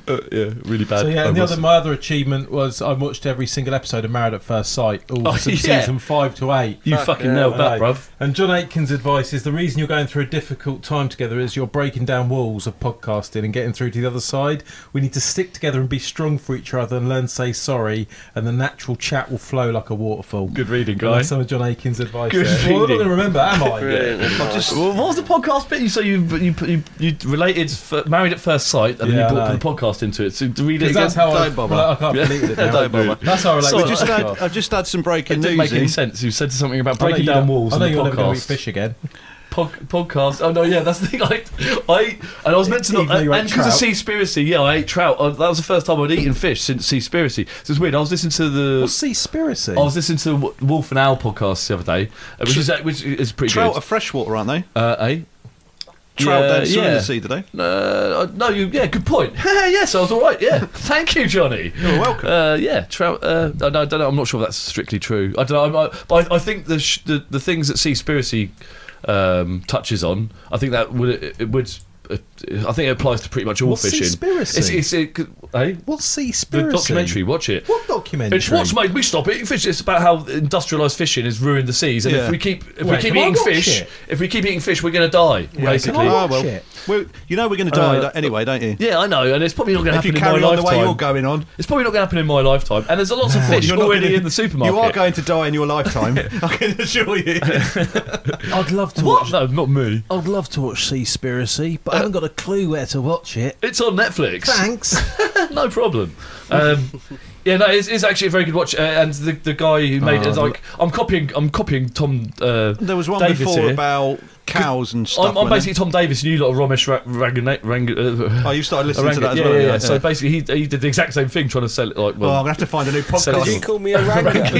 Speaker 4: Uh, yeah, really bad.
Speaker 3: So yeah, and the
Speaker 4: Omos.
Speaker 3: other my other achievement was I watched every single episode of Married at First Sight, all
Speaker 4: Oh,
Speaker 3: from
Speaker 4: yeah.
Speaker 3: season five to eight.
Speaker 4: you fucking nailed that,
Speaker 3: Hello.
Speaker 4: bruv.
Speaker 3: And John Aitken's advice is the reason you're going through a difficult time together is you're breaking down walls of podcasting and getting through to the other side. We need to stick together and be strong for each other and learn to say sorry, and the natural chat will flow like a waterfall.
Speaker 4: Good reading,
Speaker 3: And
Speaker 4: guy.
Speaker 3: That's some of John Aitken's advice.
Speaker 4: Good
Speaker 3: there. Well, I'm not
Speaker 4: reading.
Speaker 3: going to remember, am I?
Speaker 5: Brilliant advice.
Speaker 4: Well, what was the podcast bit? You so you you you, you related f- married at first sight, and
Speaker 3: Yeah, I
Speaker 4: then you brought
Speaker 3: know.
Speaker 4: the podcast into it. So read it
Speaker 3: Because
Speaker 4: again.
Speaker 3: that's how I,
Speaker 6: Don't bother.
Speaker 3: well, I can't delete it now.
Speaker 4: Don't bother.
Speaker 3: That's how I relate
Speaker 4: So
Speaker 3: to
Speaker 6: I've just,
Speaker 3: podcast.
Speaker 6: had, I've just had some
Speaker 4: it
Speaker 6: breaking
Speaker 4: didn't
Speaker 6: news
Speaker 4: make any
Speaker 6: in.
Speaker 4: sense. You said something about
Speaker 3: I know
Speaker 4: breaking
Speaker 3: you don't-
Speaker 4: down walls
Speaker 3: I
Speaker 4: in
Speaker 3: know
Speaker 4: the
Speaker 3: you're never going to eat
Speaker 4: podcast.
Speaker 3: fish again.
Speaker 4: Pod- podcast. Oh no, yeah, that's the thing. I, I and I was meant to not.
Speaker 3: Even though you ate
Speaker 4: And because of
Speaker 3: trout.
Speaker 4: Seaspiracy, yeah, I ate trout. Uh, that was the first time I'd eaten fish since Seaspiracy. So it's weird. I was listening to the.
Speaker 3: What's Seaspiracy?
Speaker 4: I was listening to the W- Wolf and Owl podcast the other day, uh, which is uh, which is pretty
Speaker 6: Trout are
Speaker 4: good.
Speaker 6: freshwater, aren't they?
Speaker 4: Uh, eh?
Speaker 6: Trout
Speaker 4: yeah,
Speaker 6: don't swim in
Speaker 4: yeah.
Speaker 6: the sea, do they?
Speaker 4: Uh, no, you. Yeah, good point. yes, I was all right. Yeah, thank you, Johnny. You're
Speaker 6: welcome.
Speaker 4: Uh, yeah, trout. Uh, I, don't- I don't know. I'm not sure if that's strictly true. I don't know. I'm, I, but I, I think the, sh- the the things that Seaspiracy um, touches on, I think that would it would. Uh, I think it applies to pretty much all
Speaker 3: What's
Speaker 4: fishing.
Speaker 3: Seaspiracy?
Speaker 4: It's, it's it, eh?
Speaker 3: What's
Speaker 4: The
Speaker 3: Seaspiracy?
Speaker 4: documentary. Watch it.
Speaker 3: What documentary?
Speaker 4: It's what's made me stop eating fish. It's about how industrialised fishing has ruined the seas, and
Speaker 6: Yeah.
Speaker 4: if we keep if
Speaker 3: Wait,
Speaker 4: we keep
Speaker 3: can I
Speaker 4: eating
Speaker 3: watch
Speaker 4: fish,
Speaker 3: it?
Speaker 4: if we keep eating fish, we're going to die.
Speaker 3: Can I
Speaker 4: Basically,
Speaker 3: watch
Speaker 6: oh, well.
Speaker 3: it?
Speaker 6: Well, you know we're going to die
Speaker 4: Uh,
Speaker 6: don't- anyway, don't you?
Speaker 4: yeah, I know, and it's probably not going to
Speaker 6: if you
Speaker 4: happen in my
Speaker 6: carry on
Speaker 4: lifetime.
Speaker 6: the way you're going on,
Speaker 4: It's probably not going to happen in my lifetime. And there's a lot of fish
Speaker 6: you're not
Speaker 4: already
Speaker 6: gonna-
Speaker 4: in the supermarket.
Speaker 6: you are going to die in your lifetime. I can assure you.
Speaker 10: I'd love to
Speaker 4: What?
Speaker 10: watch.
Speaker 4: No, not me.
Speaker 10: I'd love to watch Seaspiracy, but I haven't got a clue where to watch it.
Speaker 4: It's on Netflix.
Speaker 10: Thanks.
Speaker 4: no problem. Um, yeah, no, it's, it's actually a very good watch. Uh, and the, the guy who made it, like, I'm copying, I'm copying Tom. Uh,
Speaker 6: Uh, There was one
Speaker 4: Davis
Speaker 6: before
Speaker 4: here.
Speaker 6: about cows and stuff.
Speaker 4: I'm, I'm
Speaker 6: wasn't
Speaker 4: basically Tom Davis, and you lot of Ramesh Ra- Rangana- Rang-
Speaker 6: there?
Speaker 4: uh,
Speaker 6: Oh, you started listening
Speaker 4: Ranga-
Speaker 6: to that as
Speaker 4: yeah,
Speaker 6: well. Oh,
Speaker 4: yeah,
Speaker 6: haven't
Speaker 4: yeah.
Speaker 6: you?
Speaker 4: So basically, he, he did the exact same thing, trying to sell it like
Speaker 6: well, I'm
Speaker 4: well.
Speaker 6: gonna have to find a new
Speaker 4: So
Speaker 6: podcast.
Speaker 5: Did you call me a ranger?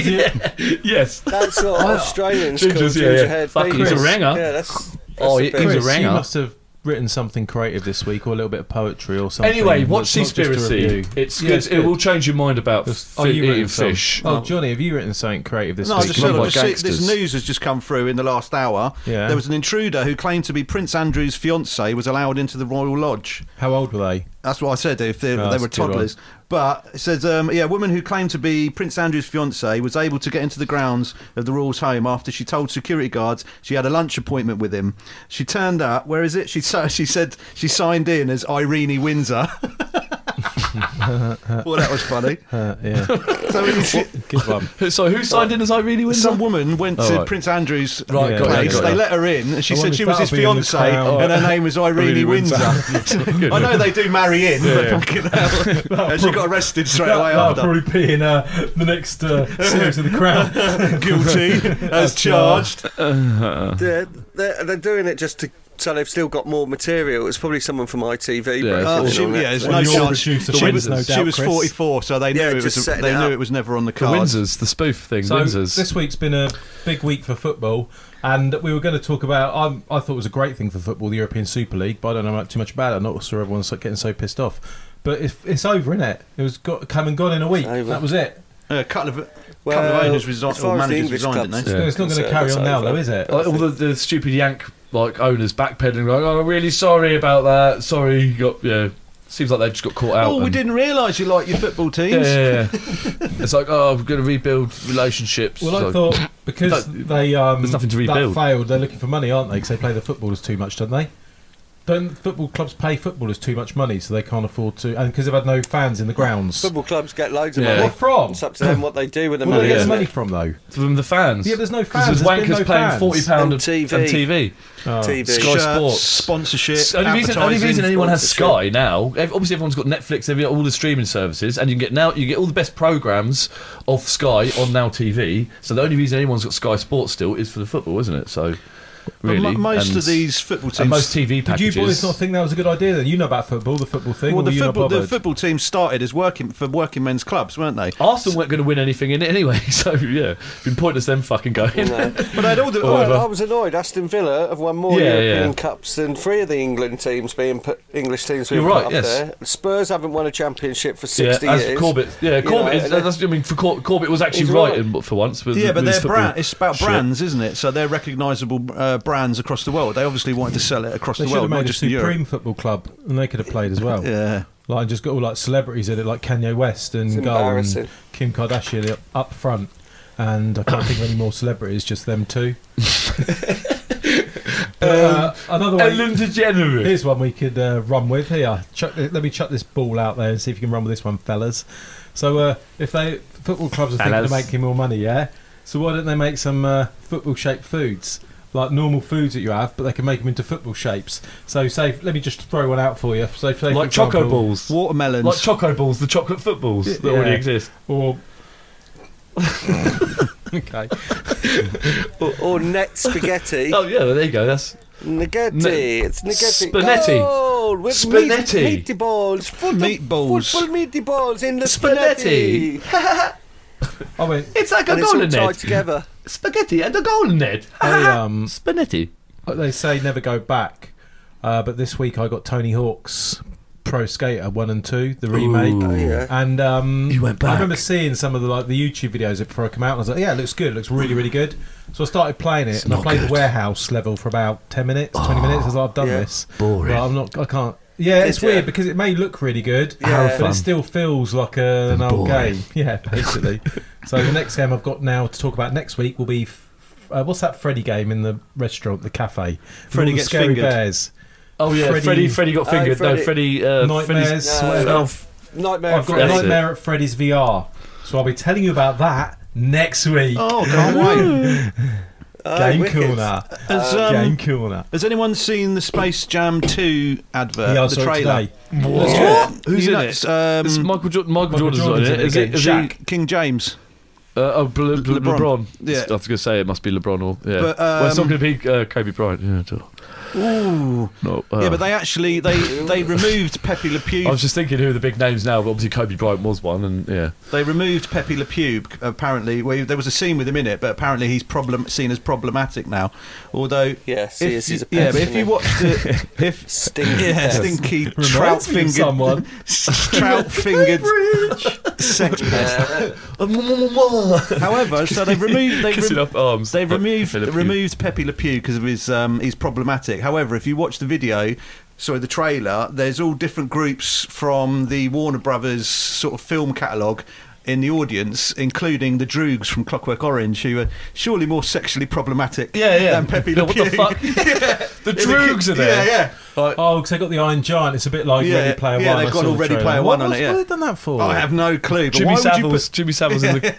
Speaker 4: yeah. yes.
Speaker 5: That's what Australians call
Speaker 4: Gingers, yeah, yeah.
Speaker 5: ginger haired
Speaker 4: Fuck, he's a ranger.
Speaker 5: Yeah, that's. that's
Speaker 4: Oh,
Speaker 5: a
Speaker 4: he-
Speaker 5: bit-
Speaker 4: he's a
Speaker 3: Chris, you
Speaker 4: ranger.
Speaker 3: must have written something creative this week, or a little bit of poetry, or something.
Speaker 4: Anyway, watch
Speaker 3: It's not just a review.
Speaker 4: Seaspiracy. It's
Speaker 3: Yeah,
Speaker 4: good.
Speaker 3: it's
Speaker 4: It will change your mind about
Speaker 3: Oh,
Speaker 4: fi-
Speaker 3: you
Speaker 4: eating
Speaker 3: written some.
Speaker 4: fish.
Speaker 3: Oh, Johnny, have you written something creative this
Speaker 6: No, I
Speaker 3: week?
Speaker 6: just
Speaker 4: Run
Speaker 6: said, I
Speaker 4: by
Speaker 6: just see, this
Speaker 4: gangsters.
Speaker 6: news has just come through in the last hour.
Speaker 3: Yeah.
Speaker 6: There was an intruder who claimed to be Prince Andrew's fiance was allowed into the Royal Lodge.
Speaker 3: How old were they?
Speaker 6: That's what I said. If they,
Speaker 3: No,
Speaker 6: they
Speaker 3: that's
Speaker 6: were
Speaker 3: a good one.
Speaker 6: toddlers, but it says, um, yeah, a woman who claimed to be Prince Andrew's fiance was able to get into the grounds of the Royals' home after she told security guards she had a lunch appointment with him. She turned up. Where is it? She sa- she said she signed in as Irene Windsor. well, that was funny.
Speaker 3: Uh, yeah,
Speaker 6: So it's-
Speaker 3: good one.
Speaker 4: So who signed in as Irene Windsor?
Speaker 6: some woman went
Speaker 4: Oh,
Speaker 6: to
Speaker 4: right.
Speaker 6: Prince Andrew's
Speaker 4: Right,
Speaker 3: Yeah,
Speaker 6: place.
Speaker 3: got
Speaker 4: you, got
Speaker 6: they
Speaker 4: you.
Speaker 6: let her in, and she
Speaker 3: I
Speaker 6: said
Speaker 3: wonder
Speaker 6: she
Speaker 3: if
Speaker 6: was his
Speaker 3: that'll be in the
Speaker 6: fiance,
Speaker 3: crown.
Speaker 6: and her name was Irene Windsor.
Speaker 4: Good.
Speaker 6: I know they do marry in, but fucking hell. and she got arrested straight away
Speaker 3: That'll
Speaker 6: after.
Speaker 3: probably be in uh, the next uh, series of the Crown.
Speaker 6: guilty as charged.
Speaker 5: They're, they're, they're doing it just to. So they've still got more material. It's probably someone from ITV.
Speaker 4: Yeah,
Speaker 5: breaking
Speaker 4: Uh,
Speaker 5: in
Speaker 6: she,
Speaker 5: on
Speaker 6: yeah,
Speaker 5: it.
Speaker 6: there's
Speaker 3: Well,
Speaker 6: no
Speaker 3: your
Speaker 6: chance. She
Speaker 3: producer
Speaker 6: was,
Speaker 3: wins, no
Speaker 6: she
Speaker 3: doubt,
Speaker 6: was
Speaker 3: Chris.
Speaker 6: 44, so they knew
Speaker 5: Yeah,
Speaker 6: it was.
Speaker 5: just
Speaker 6: A,
Speaker 5: set it
Speaker 6: they
Speaker 5: up.
Speaker 6: knew it was never on the
Speaker 4: The
Speaker 6: card.
Speaker 4: Windsors, the spoof thing.
Speaker 3: So
Speaker 4: Windsors.
Speaker 3: this week's been a big week for football, and we were going to talk about. Um, I thought it was a great thing for football, the European Super League, but I don't know much- too much about it. I'm not sure everyone's like, getting so pissed off. But if it's over, isn't it? It was got, come and gone in a week.
Speaker 5: over.
Speaker 3: That was it.
Speaker 6: Uh, A couple of,
Speaker 5: Well,
Speaker 6: couple of owners
Speaker 5: as
Speaker 6: resigned,
Speaker 5: far
Speaker 6: or
Speaker 5: as the
Speaker 6: managers
Speaker 5: English
Speaker 6: resigned, didn't
Speaker 5: clubs-
Speaker 6: they?
Speaker 4: Yeah.
Speaker 3: It's not going to
Speaker 5: Concerned,
Speaker 3: carry
Speaker 5: that's
Speaker 3: on now,
Speaker 5: over.
Speaker 3: though, is it?
Speaker 4: Like, all the, the stupid Yank like owners backpedaling. Like, oh, really sorry about that. Sorry, you got yeah. Seems like they just got caught out.
Speaker 6: Oh, we
Speaker 4: and-
Speaker 6: didn't realise you like your football
Speaker 4: Yeah,
Speaker 6: teams.
Speaker 4: yeah, yeah. it's like oh, we're going to rebuild relationships.
Speaker 3: Well, I
Speaker 4: Like,
Speaker 3: thought because
Speaker 4: Don't-
Speaker 3: they um,
Speaker 4: there's nothing to rebuild.
Speaker 3: That failed. They're looking for money, aren't they? Because they play the footballers too much, don't they? Don't football clubs pay footballers too much money, so they can't afford to, and because they've had no fans in the grounds.
Speaker 5: Football clubs get loads of
Speaker 4: Yeah.
Speaker 5: money.
Speaker 3: What from?
Speaker 5: It's up to them what they do with the
Speaker 3: Where do they
Speaker 5: money.
Speaker 3: get the
Speaker 5: isn't
Speaker 3: money
Speaker 5: it?
Speaker 3: from, though?
Speaker 4: from the fans.
Speaker 3: Yeah, but there's no
Speaker 4: because
Speaker 3: fans.
Speaker 4: there's
Speaker 3: There's been
Speaker 4: wankers
Speaker 3: no
Speaker 4: playing
Speaker 3: fans.
Speaker 4: forty pound of
Speaker 5: And TV.
Speaker 4: and TV.
Speaker 5: TV.
Speaker 4: Sky
Speaker 6: Shirts,
Speaker 4: Sports.
Speaker 6: sponsorship.
Speaker 4: The only reason, only reason
Speaker 6: advertising.
Speaker 4: anyone has Sky
Speaker 5: sponsorship.
Speaker 4: now, ev- obviously everyone's got Netflix, they've got all the streaming services, and you can get now you get all the best programs off Sky on Now TV. So the only reason anyone's got Sky Sports still is for the football, isn't it? So
Speaker 6: But
Speaker 4: really,
Speaker 6: mo- most
Speaker 4: and-
Speaker 6: of these football
Speaker 4: and
Speaker 6: teams
Speaker 4: most TV
Speaker 3: Did you
Speaker 4: packages.
Speaker 3: boys not think that was a good idea? Then you know about football, the football thing.
Speaker 6: Well,
Speaker 3: or
Speaker 6: the
Speaker 3: were you not
Speaker 6: football, the
Speaker 3: bothered?
Speaker 6: football team started as working for working men's clubs, weren't they?
Speaker 4: Arsenal weren't going to win anything in it anyway, so yeah, been pointless them fucking going.
Speaker 5: No.
Speaker 6: But they'd all the, oh,
Speaker 5: Well,
Speaker 6: all,
Speaker 5: I was annoyed. Aston Villa have won more
Speaker 4: Yeah,
Speaker 5: European
Speaker 4: yeah.
Speaker 5: Cups than three of the England teams being put, English teams being
Speaker 4: You're
Speaker 5: put
Speaker 4: right,
Speaker 5: up
Speaker 4: yes.
Speaker 5: there. Spurs haven't won a championship for
Speaker 4: Yeah,
Speaker 5: 60
Speaker 4: as
Speaker 5: years.
Speaker 4: Corbett, yeah, Corbett.
Speaker 5: know,
Speaker 4: is,
Speaker 5: and it-
Speaker 4: that's, I mean, for Cor- Corbett was actually
Speaker 5: He's
Speaker 4: right,
Speaker 5: right.
Speaker 4: In, for once. With,
Speaker 6: Yeah, but
Speaker 4: with his
Speaker 6: they're
Speaker 4: football
Speaker 6: brand, it's about
Speaker 4: shit.
Speaker 6: brands, isn't it? So they're recognisable uh, brands across the world. They obviously wanted to sell it across
Speaker 3: They
Speaker 6: the
Speaker 3: should
Speaker 6: world,
Speaker 3: have
Speaker 6: not
Speaker 3: made a
Speaker 6: just in
Speaker 3: supreme
Speaker 6: Europe.
Speaker 3: football club, and they could have played as well.
Speaker 6: Yeah.
Speaker 3: Like I just got all like celebrities in it, like Kanye West
Speaker 5: It's
Speaker 3: and Gull
Speaker 5: embarrassing.
Speaker 3: and Kim Kardashian up front, and I can't think of any more celebrities, just them two. Uh, another one.
Speaker 4: Ellen DeGeneres.
Speaker 3: Here's one we could uh, run with. Here, chuck, let me chuck this ball out there and see if you can run with this one, fellas. So, uh, if they football clubs are thinking
Speaker 4: Fellas.
Speaker 3: of making more money, yeah. So why don't they make some uh, football-shaped foods, like normal foods that you have, but they can make them into football shapes. So, say, let me just throw one out for you. So, say, for
Speaker 4: Like choco
Speaker 3: example-
Speaker 4: balls.
Speaker 6: Watermelons.
Speaker 4: Like choco balls, the chocolate footballs that already
Speaker 3: Yeah.
Speaker 4: exist.
Speaker 3: or. okay.
Speaker 5: Or, or net spaghetti.
Speaker 4: Oh yeah, well, there you go. That's
Speaker 5: Nuggetti.
Speaker 4: Ne-
Speaker 5: it's nuggetti.
Speaker 4: Spinetti.
Speaker 5: Goal with
Speaker 4: Spinetti.
Speaker 5: Meat, meaty balls. Football,
Speaker 6: Meatballs.
Speaker 5: Football meaty balls in the
Speaker 4: Spinetti.
Speaker 5: spinetti.
Speaker 3: I went.
Speaker 4: it's like a
Speaker 5: and it's all
Speaker 4: golden
Speaker 5: tied
Speaker 4: head.
Speaker 5: together.
Speaker 4: Spaghetti and a golden head.
Speaker 3: I, um,
Speaker 4: Spinetti.
Speaker 3: They say never go back, uh, but this week I got Tony Hawk's Pro Skater One and Two, the remake,
Speaker 5: Oh, yeah.
Speaker 3: and um,
Speaker 4: You went
Speaker 3: I remember
Speaker 4: back.
Speaker 3: seeing some of the like the YouTube videos before I come out. And I was like, yeah, it looks good, it looks really really good. So I started playing it, and I
Speaker 4: not
Speaker 3: played
Speaker 4: good. Ah,
Speaker 3: the warehouse level for about ten minutes, twenty minutes. I was like, I've done
Speaker 5: Yeah.
Speaker 3: this,
Speaker 4: Boring.
Speaker 3: But I'm not, I can't. Yeah, it's
Speaker 5: Did ya?
Speaker 3: weird because it may look really good,
Speaker 5: Yeah.
Speaker 3: but it still feels like a, an old
Speaker 4: Boring.
Speaker 3: game. Yeah, basically. so the next game I've got now to talk about next week will be f- uh, what's that Freddy game in the restaurant, the cafe?
Speaker 6: Freddy
Speaker 3: All the
Speaker 6: gets
Speaker 3: scary
Speaker 6: fingered.
Speaker 3: bears.
Speaker 4: Oh yeah,
Speaker 3: Freddy-
Speaker 4: Freddy. Freddy, got
Speaker 5: Oh,
Speaker 4: fingered.
Speaker 5: Freddy.
Speaker 4: No, Freddy. Uh,
Speaker 3: Nightmares,
Speaker 4: Freddy's-
Speaker 5: whatever.
Speaker 6: uh,
Speaker 4: Oh, f-
Speaker 5: Nightmare.
Speaker 3: I've got
Speaker 5: Freddy.
Speaker 4: That's it.
Speaker 3: Nightmare at Freddy's VR, so I'll be telling you about that next week.
Speaker 6: Oh, can't wait.
Speaker 5: Oh,
Speaker 3: game
Speaker 5: wicked.
Speaker 3: corner.
Speaker 6: Has,
Speaker 3: game
Speaker 6: um,
Speaker 3: corner.
Speaker 6: has anyone seen the Space Jam 2 advert?
Speaker 3: yeah, I
Speaker 6: uh, the
Speaker 3: saw it
Speaker 6: trailer?
Speaker 3: today.
Speaker 4: What? Who's in
Speaker 6: You know,
Speaker 4: it?
Speaker 6: it's, um,
Speaker 4: It's Michael, Jordan. Michael
Speaker 3: Michael
Speaker 4: Jordan's not in
Speaker 3: Jordan's
Speaker 4: it.
Speaker 3: in it
Speaker 4: Is it?
Speaker 3: again.
Speaker 4: Is he?
Speaker 6: Shaq, King James.
Speaker 4: Uh, oh, Bl- Bl-
Speaker 6: LeBron.
Speaker 4: LeBron.
Speaker 6: Yeah.
Speaker 4: I was going to say it must be LeBron or yeah.
Speaker 6: But,
Speaker 4: well, it's not
Speaker 6: um,
Speaker 4: going to be uh, Kobe Bryant. Yeah, I don't-
Speaker 6: Ooh.
Speaker 4: no. Uh,
Speaker 6: Yeah, but they actually they they removed Pepe Le Pew.
Speaker 4: I was just thinking who are the big names now, but obviously Kobe Bryant was one, and yeah.
Speaker 6: They removed Pepe Le Pew. Apparently, where there was a scene with him in it, but apparently he's problem seen as problematic now. Although,
Speaker 5: Yes,
Speaker 6: if
Speaker 5: he is. He's a
Speaker 6: you- yeah, but if
Speaker 5: pest,
Speaker 6: you
Speaker 5: isn't he?
Speaker 6: watch the if
Speaker 5: Stinky
Speaker 6: yeah,
Speaker 5: pest.
Speaker 6: stinky
Speaker 3: Reminds
Speaker 6: trout
Speaker 3: me of
Speaker 6: fingered
Speaker 3: someone.
Speaker 6: trout fingered sex pest. However, so they removed they
Speaker 4: Kissing
Speaker 6: rem-
Speaker 4: up arms.
Speaker 6: they removed
Speaker 4: Pepe Le Pew.
Speaker 6: removed Pepe Le Pew because of his um, he's problematic. However, if you watch the video. Sorry, the trailer. There's all different groups from the Warner Brothers sort of film catalogue in the audience, including the Droogs from Clockwork Orange, who are surely more sexually problematic
Speaker 4: Yeah, yeah.
Speaker 6: than Pepe
Speaker 4: Yeah,
Speaker 6: Le
Speaker 4: what
Speaker 6: Pew.
Speaker 4: the fuck? The Droogs are there.
Speaker 6: Yeah, yeah.
Speaker 3: Oh, because they got the Iron Giant. It's a bit like
Speaker 6: Yeah,
Speaker 3: Ready Player
Speaker 6: yeah,
Speaker 3: One.
Speaker 6: they've
Speaker 3: I
Speaker 6: got
Speaker 3: saw the
Speaker 6: all Ready
Speaker 3: trailer.
Speaker 6: Player
Speaker 3: What
Speaker 6: One on
Speaker 3: was-
Speaker 6: it, yeah. Oh,
Speaker 3: What have they done that for?
Speaker 6: I have no clue. But
Speaker 4: Oh. Jimmy
Speaker 6: why
Speaker 4: Savile's.
Speaker 6: would you
Speaker 4: Jimmy Savile's in the.